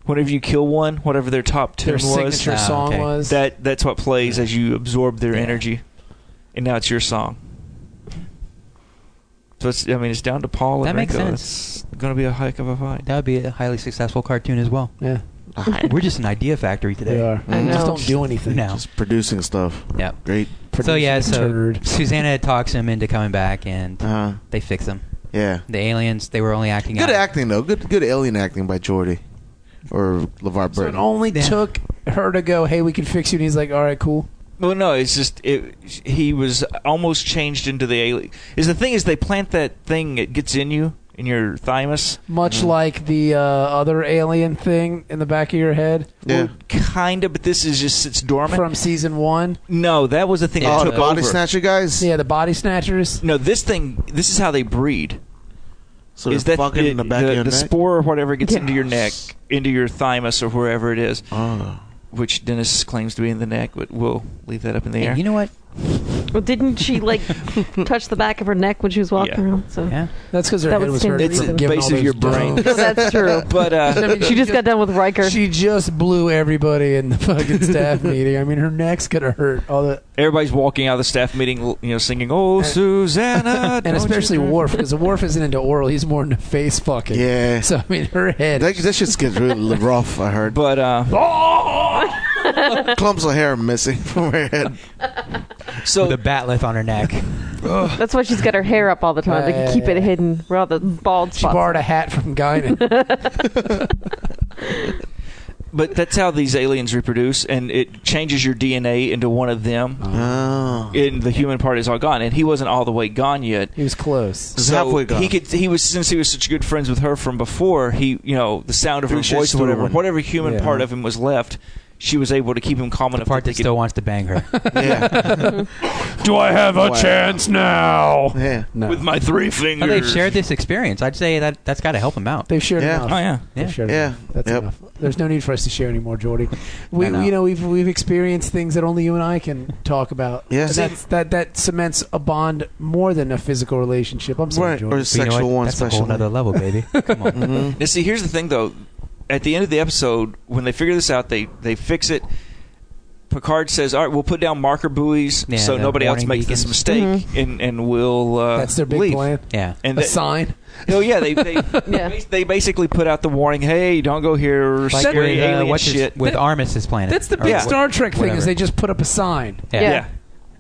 [SPEAKER 6] Whenever you kill one, whatever their top ten
[SPEAKER 1] their
[SPEAKER 6] was,
[SPEAKER 1] signature
[SPEAKER 4] Ah,
[SPEAKER 1] song
[SPEAKER 4] okay.
[SPEAKER 1] was.
[SPEAKER 6] that that's what plays as you absorb their
[SPEAKER 4] Yeah.
[SPEAKER 6] energy, and now it's your song. So it's, I mean, it's down to Paul.
[SPEAKER 4] That
[SPEAKER 6] and
[SPEAKER 4] makes
[SPEAKER 6] Ringo.
[SPEAKER 4] sense.
[SPEAKER 6] It's gonna be a heck of a fight.
[SPEAKER 4] That would be a highly successful cartoon as well.
[SPEAKER 1] yeah,
[SPEAKER 4] We're just an idea factory
[SPEAKER 1] they
[SPEAKER 4] today.
[SPEAKER 1] are.
[SPEAKER 5] I
[SPEAKER 1] They Just
[SPEAKER 2] know.
[SPEAKER 1] don't do anything.
[SPEAKER 4] No.
[SPEAKER 5] Just producing stuff.
[SPEAKER 4] Yeah.
[SPEAKER 5] Great.
[SPEAKER 4] So yeah, so
[SPEAKER 1] Turd.
[SPEAKER 4] Susanna talks him into coming back, and
[SPEAKER 5] Uh,
[SPEAKER 4] they fix him.
[SPEAKER 5] yeah.
[SPEAKER 4] The aliens, they were only acting
[SPEAKER 5] Good
[SPEAKER 4] out.
[SPEAKER 5] acting though. Good good alien acting by Jordy or LeVar
[SPEAKER 1] So it
[SPEAKER 5] Burton.
[SPEAKER 1] only
[SPEAKER 4] Yeah.
[SPEAKER 1] took her to go. Hey, we can fix you. And he's like, all right, cool.
[SPEAKER 6] Well, no, it's just it, he was almost changed into the alien. Is the thing is they plant that thing it gets in you in your thymus.
[SPEAKER 1] Much
[SPEAKER 4] Mm.
[SPEAKER 1] like the uh, other alien thing in the back of your head
[SPEAKER 5] yeah.
[SPEAKER 6] Kinda, but this is just it's dormant.
[SPEAKER 1] from season one.
[SPEAKER 6] no, that was the thing.
[SPEAKER 4] Yeah,
[SPEAKER 6] that
[SPEAKER 5] oh, the
[SPEAKER 6] took
[SPEAKER 5] body
[SPEAKER 6] over.
[SPEAKER 5] snatcher guys.
[SPEAKER 1] Yeah, the body snatchers.
[SPEAKER 6] No, this thing. This is how they breed.
[SPEAKER 5] So
[SPEAKER 6] is
[SPEAKER 5] they're
[SPEAKER 6] that
[SPEAKER 5] fucking
[SPEAKER 6] the,
[SPEAKER 5] in the back
[SPEAKER 6] the,
[SPEAKER 5] of your
[SPEAKER 6] the
[SPEAKER 5] neck.
[SPEAKER 6] spore or whatever gets
[SPEAKER 2] Yeah.
[SPEAKER 6] into your neck, into your thymus or wherever it is,
[SPEAKER 5] Oh.
[SPEAKER 6] which Dennis claims to be in the neck, but we'll leave that up in the air.
[SPEAKER 4] And you know what?
[SPEAKER 2] Well, didn't she like touch the back of her neck when she was walking
[SPEAKER 6] Yeah.
[SPEAKER 2] around? So
[SPEAKER 4] Yeah.
[SPEAKER 1] That's because her
[SPEAKER 2] That
[SPEAKER 1] head
[SPEAKER 2] would
[SPEAKER 1] was
[SPEAKER 2] stand
[SPEAKER 1] hurt.
[SPEAKER 2] to
[SPEAKER 6] it's
[SPEAKER 2] reason.
[SPEAKER 6] the
[SPEAKER 2] Given
[SPEAKER 6] base of your brain.
[SPEAKER 2] No, that's true.
[SPEAKER 6] but uh,
[SPEAKER 2] she just got done with Riker.
[SPEAKER 1] She just blew everybody in the fucking staff meeting. I mean, her neck's gonna hurt. All the
[SPEAKER 6] everybody's walking out of the staff meeting, l- you know, singing "Oh,
[SPEAKER 4] Uh,
[SPEAKER 6] Susanna,"
[SPEAKER 1] and
[SPEAKER 6] don't
[SPEAKER 1] especially
[SPEAKER 6] you dare-"
[SPEAKER 1] Worf because Worf isn't into oral. He's more into face fucking.
[SPEAKER 5] Yeah.
[SPEAKER 1] So I mean, her head.
[SPEAKER 5] That, that shit's getting really rough. I heard.
[SPEAKER 6] But uh,
[SPEAKER 5] Clumps of hair missing from her head.
[SPEAKER 6] so
[SPEAKER 4] With a batleth on her neck.
[SPEAKER 2] That's why she's got her hair up all the time.
[SPEAKER 1] Yeah,
[SPEAKER 2] to
[SPEAKER 1] yeah,
[SPEAKER 2] keep
[SPEAKER 1] yeah.
[SPEAKER 2] it hidden where all the bald
[SPEAKER 1] she
[SPEAKER 2] spots.
[SPEAKER 1] borrowed a hat from Guinan.
[SPEAKER 6] but that's how these aliens reproduce, and it changes your DNA into one of them.
[SPEAKER 5] Oh.
[SPEAKER 6] And the human part is all gone, and he wasn't all the way gone yet.
[SPEAKER 1] he was close.
[SPEAKER 5] It's halfway gone.
[SPEAKER 6] He could. He was since he was such good friends with her from before. He, you know, the sound of
[SPEAKER 5] Dude,
[SPEAKER 6] her
[SPEAKER 5] she's
[SPEAKER 6] voice, or whatever,
[SPEAKER 5] stubborn.
[SPEAKER 6] whatever human
[SPEAKER 1] Yeah.
[SPEAKER 6] part of him was left, she was able to keep him calm
[SPEAKER 4] The
[SPEAKER 6] enough.
[SPEAKER 4] part
[SPEAKER 6] to
[SPEAKER 4] that still wants to bang her.
[SPEAKER 5] yeah.
[SPEAKER 12] Do I have a
[SPEAKER 5] Wow.
[SPEAKER 12] chance now?
[SPEAKER 5] Yeah.
[SPEAKER 1] No,
[SPEAKER 6] with my three fingers.
[SPEAKER 4] well, they've shared this experience. I'd say that that's got to help him out.
[SPEAKER 1] they've shared
[SPEAKER 5] Yeah.
[SPEAKER 1] enough.
[SPEAKER 6] Oh yeah.
[SPEAKER 1] They've
[SPEAKER 4] Yeah.
[SPEAKER 1] shared
[SPEAKER 5] Yeah.
[SPEAKER 1] enough. That's
[SPEAKER 5] Yep.
[SPEAKER 1] enough. There's no need for us to share anymore, Jordy. We,
[SPEAKER 4] I know.
[SPEAKER 1] you know, we've we've experienced things that only you and I can talk about.
[SPEAKER 5] Yeah.
[SPEAKER 1] And that's, that that cements a bond more than a physical relationship. I'm sorry,
[SPEAKER 5] Right.
[SPEAKER 1] Jordy.
[SPEAKER 5] Or
[SPEAKER 4] But you know
[SPEAKER 5] sexual
[SPEAKER 4] what?
[SPEAKER 5] one
[SPEAKER 4] That's
[SPEAKER 5] special.
[SPEAKER 4] a whole other level, baby. Come on.
[SPEAKER 5] Mhm.
[SPEAKER 6] Now, see, here's the thing, though. At the end of the episode, when they figure this out, they they fix it. Picard says, "All right, we'll put down marker buoys
[SPEAKER 4] Yeah,
[SPEAKER 6] so
[SPEAKER 4] the
[SPEAKER 6] nobody else
[SPEAKER 4] warning
[SPEAKER 6] makes this
[SPEAKER 4] beacons.
[SPEAKER 6] mistake, and and we'll uh,
[SPEAKER 1] That's their big
[SPEAKER 6] leave.
[SPEAKER 1] plan.
[SPEAKER 4] Yeah.
[SPEAKER 6] And
[SPEAKER 1] a
[SPEAKER 6] they,
[SPEAKER 1] sign.
[SPEAKER 6] no, Oh, yeah, they they,
[SPEAKER 2] Yeah.
[SPEAKER 6] they basically put out the warning: Hey, don't go here,
[SPEAKER 4] Like
[SPEAKER 6] scary
[SPEAKER 4] with, uh,
[SPEAKER 6] alien
[SPEAKER 4] what's his-
[SPEAKER 6] shit.
[SPEAKER 4] with Armis's planet.
[SPEAKER 1] That's the
[SPEAKER 4] or
[SPEAKER 1] big
[SPEAKER 6] Yeah.
[SPEAKER 4] what-
[SPEAKER 1] Star Trek thing
[SPEAKER 4] whatever.
[SPEAKER 1] is they just put up a sign.
[SPEAKER 4] Yeah.
[SPEAKER 2] Yeah.
[SPEAKER 6] yeah,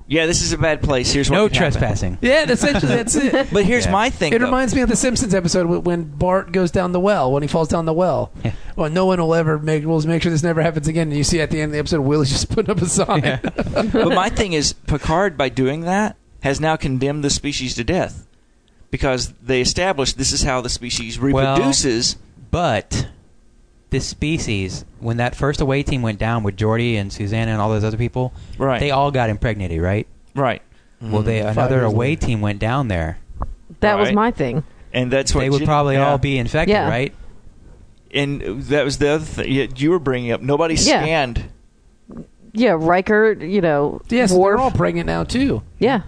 [SPEAKER 6] yeah, this is a bad place. Here's what
[SPEAKER 4] No
[SPEAKER 6] could happen.
[SPEAKER 4] trespassing.
[SPEAKER 1] Yeah, essentially that's it.
[SPEAKER 6] But here's
[SPEAKER 4] Yeah.
[SPEAKER 6] my thing.
[SPEAKER 1] It
[SPEAKER 6] though.
[SPEAKER 1] reminds me of the Simpsons episode wh- when Bart goes down the well when he falls down the well.
[SPEAKER 4] Yeah.
[SPEAKER 1] Well, no one will ever make rules. Make sure this never happens again. And you see at the end of the episode, Willie's just putting up a sign.
[SPEAKER 6] but my thing is, Picard, by doing that, has now condemned the species to death because they established this is how the species
[SPEAKER 4] Well-
[SPEAKER 6] reproduces.
[SPEAKER 4] But this species, when that first away team went down with Jordy and Susanna and all those other people,
[SPEAKER 6] Right.
[SPEAKER 4] they all got impregnated, right?
[SPEAKER 6] right.
[SPEAKER 4] Well, they another
[SPEAKER 1] Mm-hmm. years
[SPEAKER 4] away team went down there.
[SPEAKER 2] That was
[SPEAKER 6] Right.
[SPEAKER 2] my thing.
[SPEAKER 6] And that's what
[SPEAKER 4] They would
[SPEAKER 6] Jin-
[SPEAKER 4] probably
[SPEAKER 6] yeah.
[SPEAKER 4] all be infected,
[SPEAKER 2] Yeah.
[SPEAKER 4] right?
[SPEAKER 6] And that was the other thing yeah, you were bringing up. Nobody
[SPEAKER 2] Yeah.
[SPEAKER 6] scanned.
[SPEAKER 2] Yeah, Riker, you know,
[SPEAKER 1] Yes,
[SPEAKER 2] Worf.
[SPEAKER 1] they're all pregnant now too.
[SPEAKER 2] yeah.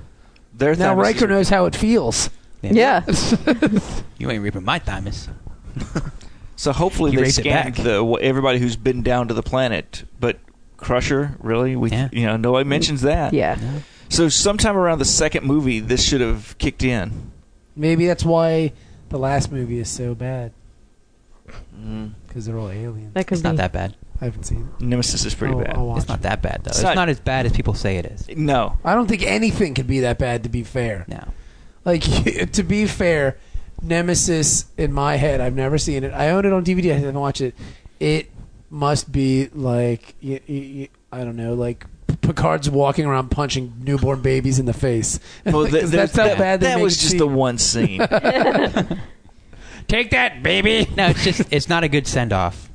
[SPEAKER 6] Their
[SPEAKER 1] Now
[SPEAKER 6] thymuses.
[SPEAKER 1] Riker knows how it feels.
[SPEAKER 2] Yeah.
[SPEAKER 4] You ain't reaping my thymus.
[SPEAKER 6] So hopefully
[SPEAKER 4] He
[SPEAKER 6] they
[SPEAKER 4] raped it
[SPEAKER 6] scanned
[SPEAKER 4] back.
[SPEAKER 6] the wh- everybody who's been down to the planet, but. Crusher, really? We,
[SPEAKER 4] Yeah.
[SPEAKER 6] you know, nobody mentions that.
[SPEAKER 2] Yeah.
[SPEAKER 6] So sometime around the second movie, this should have kicked in.
[SPEAKER 1] Maybe that's why the last movie is so bad
[SPEAKER 6] Mm.
[SPEAKER 1] because they're all aliens.
[SPEAKER 2] That could
[SPEAKER 4] It's
[SPEAKER 2] be.
[SPEAKER 4] not that bad.
[SPEAKER 1] I haven't seen it.
[SPEAKER 6] Nemesis is pretty
[SPEAKER 1] I'll-
[SPEAKER 6] bad.
[SPEAKER 1] I'll watch
[SPEAKER 4] It's not that bad though.
[SPEAKER 6] It's
[SPEAKER 4] It's,
[SPEAKER 6] not-
[SPEAKER 4] not, as bad as people say it is.
[SPEAKER 6] No,
[SPEAKER 1] I don't think anything could be that bad. To be fair,
[SPEAKER 4] No.
[SPEAKER 1] Like to be fair, Nemesis in my head, I've never seen it. I own it on DVD. I haven't watched it. It must be like y- y- y- I don't know, like Picard's walking around punching newborn babies in the face.
[SPEAKER 6] Well,
[SPEAKER 1] Like,
[SPEAKER 6] th-
[SPEAKER 1] 'cause
[SPEAKER 6] there's-
[SPEAKER 1] that's how
[SPEAKER 6] that,
[SPEAKER 1] bad they
[SPEAKER 6] that
[SPEAKER 1] make
[SPEAKER 6] was
[SPEAKER 1] it
[SPEAKER 6] just
[SPEAKER 1] seem.
[SPEAKER 6] the one scene.
[SPEAKER 13] Take that, baby.
[SPEAKER 4] No, it's just it's not a good send off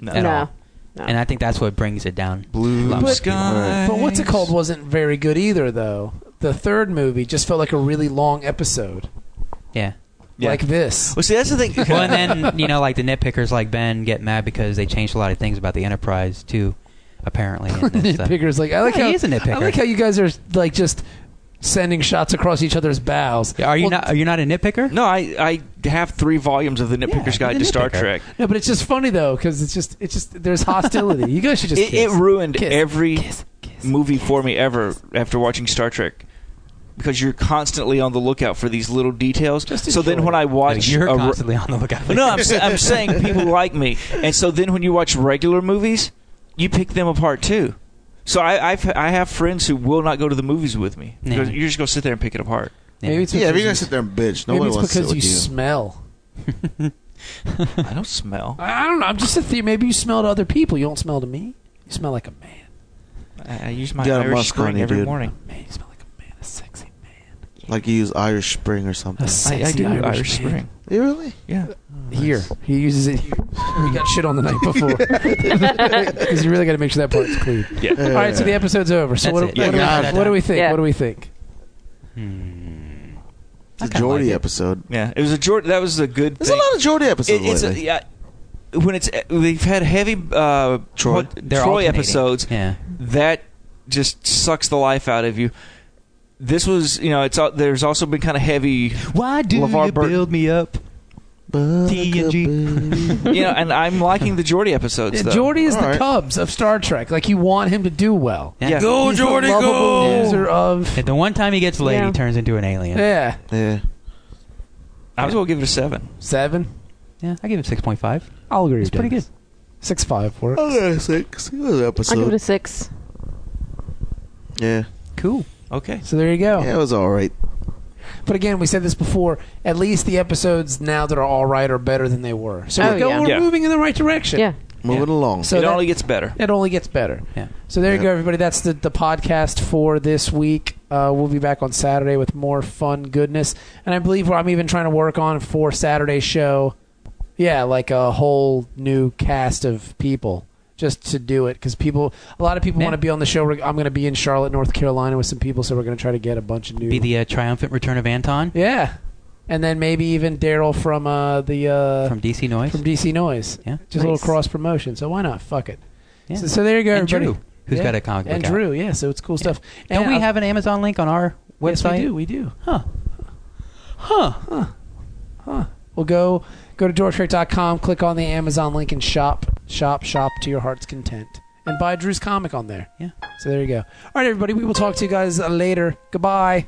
[SPEAKER 6] No.
[SPEAKER 4] at
[SPEAKER 2] No.
[SPEAKER 4] all.
[SPEAKER 2] No.
[SPEAKER 4] And I think that's what brings it down.
[SPEAKER 6] Blue
[SPEAKER 4] But-
[SPEAKER 6] sky.
[SPEAKER 1] But what's it called wasn't very good either, though. The third movie just felt like a really long episode,
[SPEAKER 4] Yeah.
[SPEAKER 6] Yeah.
[SPEAKER 1] like this.
[SPEAKER 6] Well, see, that's the thing.
[SPEAKER 4] well, and then you know, like the nitpickers like Ben get mad because they changed a lot of things about the Enterprise too, apparently. and it's, uh,
[SPEAKER 1] Nitpickers, like I like
[SPEAKER 4] Yeah,
[SPEAKER 1] how
[SPEAKER 4] he is a nitpicker.
[SPEAKER 1] I like how you guys are like just sending shots across each other's bows.
[SPEAKER 4] Are you
[SPEAKER 1] Well,
[SPEAKER 4] not? Are you not a nitpicker?
[SPEAKER 6] no, I I have three volumes of the Nitpicker's
[SPEAKER 4] Yeah,
[SPEAKER 6] Guide
[SPEAKER 4] the
[SPEAKER 6] to Star
[SPEAKER 4] Nitpicker.
[SPEAKER 6] Trek.
[SPEAKER 1] No, but it's just funny though, because it's just it's just there's hostility. you guys should just
[SPEAKER 6] It, it
[SPEAKER 1] kiss.
[SPEAKER 6] ruined
[SPEAKER 1] Kiss.
[SPEAKER 6] every
[SPEAKER 1] Kiss. Kiss.
[SPEAKER 6] movie for me ever after watching Star Trek. Because you're constantly on the lookout for these little details.
[SPEAKER 1] Just
[SPEAKER 6] so then,
[SPEAKER 1] enjoy
[SPEAKER 6] when I
[SPEAKER 4] No,
[SPEAKER 6] watch,
[SPEAKER 4] you're
[SPEAKER 6] a re-
[SPEAKER 4] constantly on the lookout.
[SPEAKER 6] no, I'm, s- I'm saying people like me, and so then when you watch regular movies, you pick them apart too. So I I've, I have friends who will not go to the movies with me.
[SPEAKER 4] Yeah.
[SPEAKER 6] because You're just gonna sit there and pick it apart.
[SPEAKER 4] Yeah.
[SPEAKER 1] Maybe it's
[SPEAKER 5] Yeah,
[SPEAKER 1] because
[SPEAKER 5] if you're
[SPEAKER 1] you-
[SPEAKER 5] gonna sit there and bitch,
[SPEAKER 1] maybe
[SPEAKER 5] nobody
[SPEAKER 1] it's
[SPEAKER 5] wants to sit
[SPEAKER 1] because
[SPEAKER 5] with
[SPEAKER 1] you
[SPEAKER 5] you.
[SPEAKER 1] smell.
[SPEAKER 6] I don't smell.
[SPEAKER 1] I, I don't know. I'm just a theory. Maybe you smell to other people. You don't smell to me. You smell like a man.
[SPEAKER 6] I, I use my
[SPEAKER 5] Got a
[SPEAKER 6] Irish
[SPEAKER 5] musk on
[SPEAKER 6] Spring
[SPEAKER 5] you,
[SPEAKER 6] every
[SPEAKER 5] dude.
[SPEAKER 6] morning.
[SPEAKER 1] Man, you smell like a man, a sexy man,
[SPEAKER 5] like you use Irish Spring or something.
[SPEAKER 1] a
[SPEAKER 6] I,
[SPEAKER 1] sexy
[SPEAKER 6] I do
[SPEAKER 1] Irish,
[SPEAKER 6] Irish,
[SPEAKER 1] man.
[SPEAKER 6] Spring.
[SPEAKER 5] You really?
[SPEAKER 6] Yeah.
[SPEAKER 1] Here, he uses it. Here. He got shit on the night before because you really got to make sure that part's clean.
[SPEAKER 6] Yeah.
[SPEAKER 1] All right, so the episode's over. So
[SPEAKER 4] That's
[SPEAKER 1] what,
[SPEAKER 4] it.
[SPEAKER 1] what
[SPEAKER 4] Yeah,
[SPEAKER 1] do we,
[SPEAKER 5] God.
[SPEAKER 1] what do we think?
[SPEAKER 2] Yeah.
[SPEAKER 1] What do we think?
[SPEAKER 4] Hmm.
[SPEAKER 5] It's a
[SPEAKER 4] kinda
[SPEAKER 5] Jordy
[SPEAKER 4] like it.
[SPEAKER 5] episode.
[SPEAKER 6] Yeah. It was a Jordan. That was a good.
[SPEAKER 5] There's a
[SPEAKER 6] thing.
[SPEAKER 5] lot of Jordy episodes
[SPEAKER 6] It- it's a,
[SPEAKER 5] lately.
[SPEAKER 6] yeah. When it's we've had heavy uh,
[SPEAKER 5] Troy.
[SPEAKER 6] what-
[SPEAKER 4] They're
[SPEAKER 6] Troy
[SPEAKER 4] alternating.
[SPEAKER 6] episodes
[SPEAKER 4] Yeah.
[SPEAKER 6] that just sucks the life out of you. This was, you know, it's al- there's also been kind of heavy
[SPEAKER 4] Why do
[SPEAKER 6] LeVar you Burton. build
[SPEAKER 4] me up?
[SPEAKER 5] But
[SPEAKER 4] TNG.
[SPEAKER 5] a
[SPEAKER 6] you know, and I'm liking the Jordy episodes. Though.
[SPEAKER 1] Jordy is the
[SPEAKER 5] All right.
[SPEAKER 1] Cubs of Star Trek. Like you want him to do well.
[SPEAKER 6] yeah.
[SPEAKER 1] Go Jordy, go! Loser of
[SPEAKER 4] At the one time he gets laid,
[SPEAKER 2] Yeah.
[SPEAKER 4] he turns into an alien.
[SPEAKER 1] yeah
[SPEAKER 5] baby. yeah.
[SPEAKER 6] I was gonna give it a seven.
[SPEAKER 1] seven.
[SPEAKER 4] Yeah, I give him six point five.
[SPEAKER 1] I'll agree.
[SPEAKER 4] It's pretty good.
[SPEAKER 1] Six five works.
[SPEAKER 5] I got a six. It was an
[SPEAKER 2] I'll give it a
[SPEAKER 5] episode.
[SPEAKER 2] six.
[SPEAKER 5] Yeah.
[SPEAKER 4] Cool.
[SPEAKER 6] Okay.
[SPEAKER 1] So there you go.
[SPEAKER 5] Yeah, it was all right.
[SPEAKER 1] But again, we said this before. At least the episodes now that are all right are better than they were. So
[SPEAKER 2] Oh,
[SPEAKER 1] we're, go-
[SPEAKER 2] yeah.
[SPEAKER 1] we're
[SPEAKER 6] Yeah.
[SPEAKER 1] moving in the right direction.
[SPEAKER 2] Yeah.
[SPEAKER 5] Moving along.
[SPEAKER 1] So
[SPEAKER 6] it
[SPEAKER 1] that-
[SPEAKER 6] only gets better.
[SPEAKER 1] It only gets better.
[SPEAKER 4] Yeah.
[SPEAKER 1] So there you
[SPEAKER 5] Yeah.
[SPEAKER 1] go, everybody. That's the, the podcast for this week. Uh, we'll be back on Saturday with more fun goodness. And I believe what I'm even trying to work on for Saturday's show, yeah, like a whole new cast of people just to do it because people, a lot of people
[SPEAKER 4] Yeah.
[SPEAKER 1] want to be on the show. We're, I'm going to be in Charlotte, North Carolina with some people, so we're going to try to get a bunch of new.
[SPEAKER 4] Be the uh, triumphant return of Anton
[SPEAKER 1] yeah. And then maybe even Daryl from uh, the uh,
[SPEAKER 4] from DC Noise.
[SPEAKER 1] from DC Noise.
[SPEAKER 4] Yeah.
[SPEAKER 1] Just a
[SPEAKER 2] Nice.
[SPEAKER 1] little cross promotion. So why not? Fuck it.
[SPEAKER 4] Yeah.
[SPEAKER 1] So, so there you go,
[SPEAKER 4] And
[SPEAKER 1] everybody.
[SPEAKER 4] Drew, who's
[SPEAKER 1] Yeah.
[SPEAKER 4] got a comic book
[SPEAKER 1] And
[SPEAKER 4] out.
[SPEAKER 1] Drew, yeah. So it's cool stuff.
[SPEAKER 4] Don't
[SPEAKER 1] And
[SPEAKER 4] we
[SPEAKER 1] I'll-
[SPEAKER 4] have an Amazon link on our
[SPEAKER 1] Yes, we
[SPEAKER 4] website?
[SPEAKER 1] do. We do.
[SPEAKER 4] Huh. Huh.
[SPEAKER 1] Well, go go to DoorTrek.com, click on the Amazon link, and shop, shop, shop to your heart's content, and buy Drew's comic on there.
[SPEAKER 4] Yeah.
[SPEAKER 1] So there you go. All right, everybody. We will talk to you guys uh, later. Goodbye.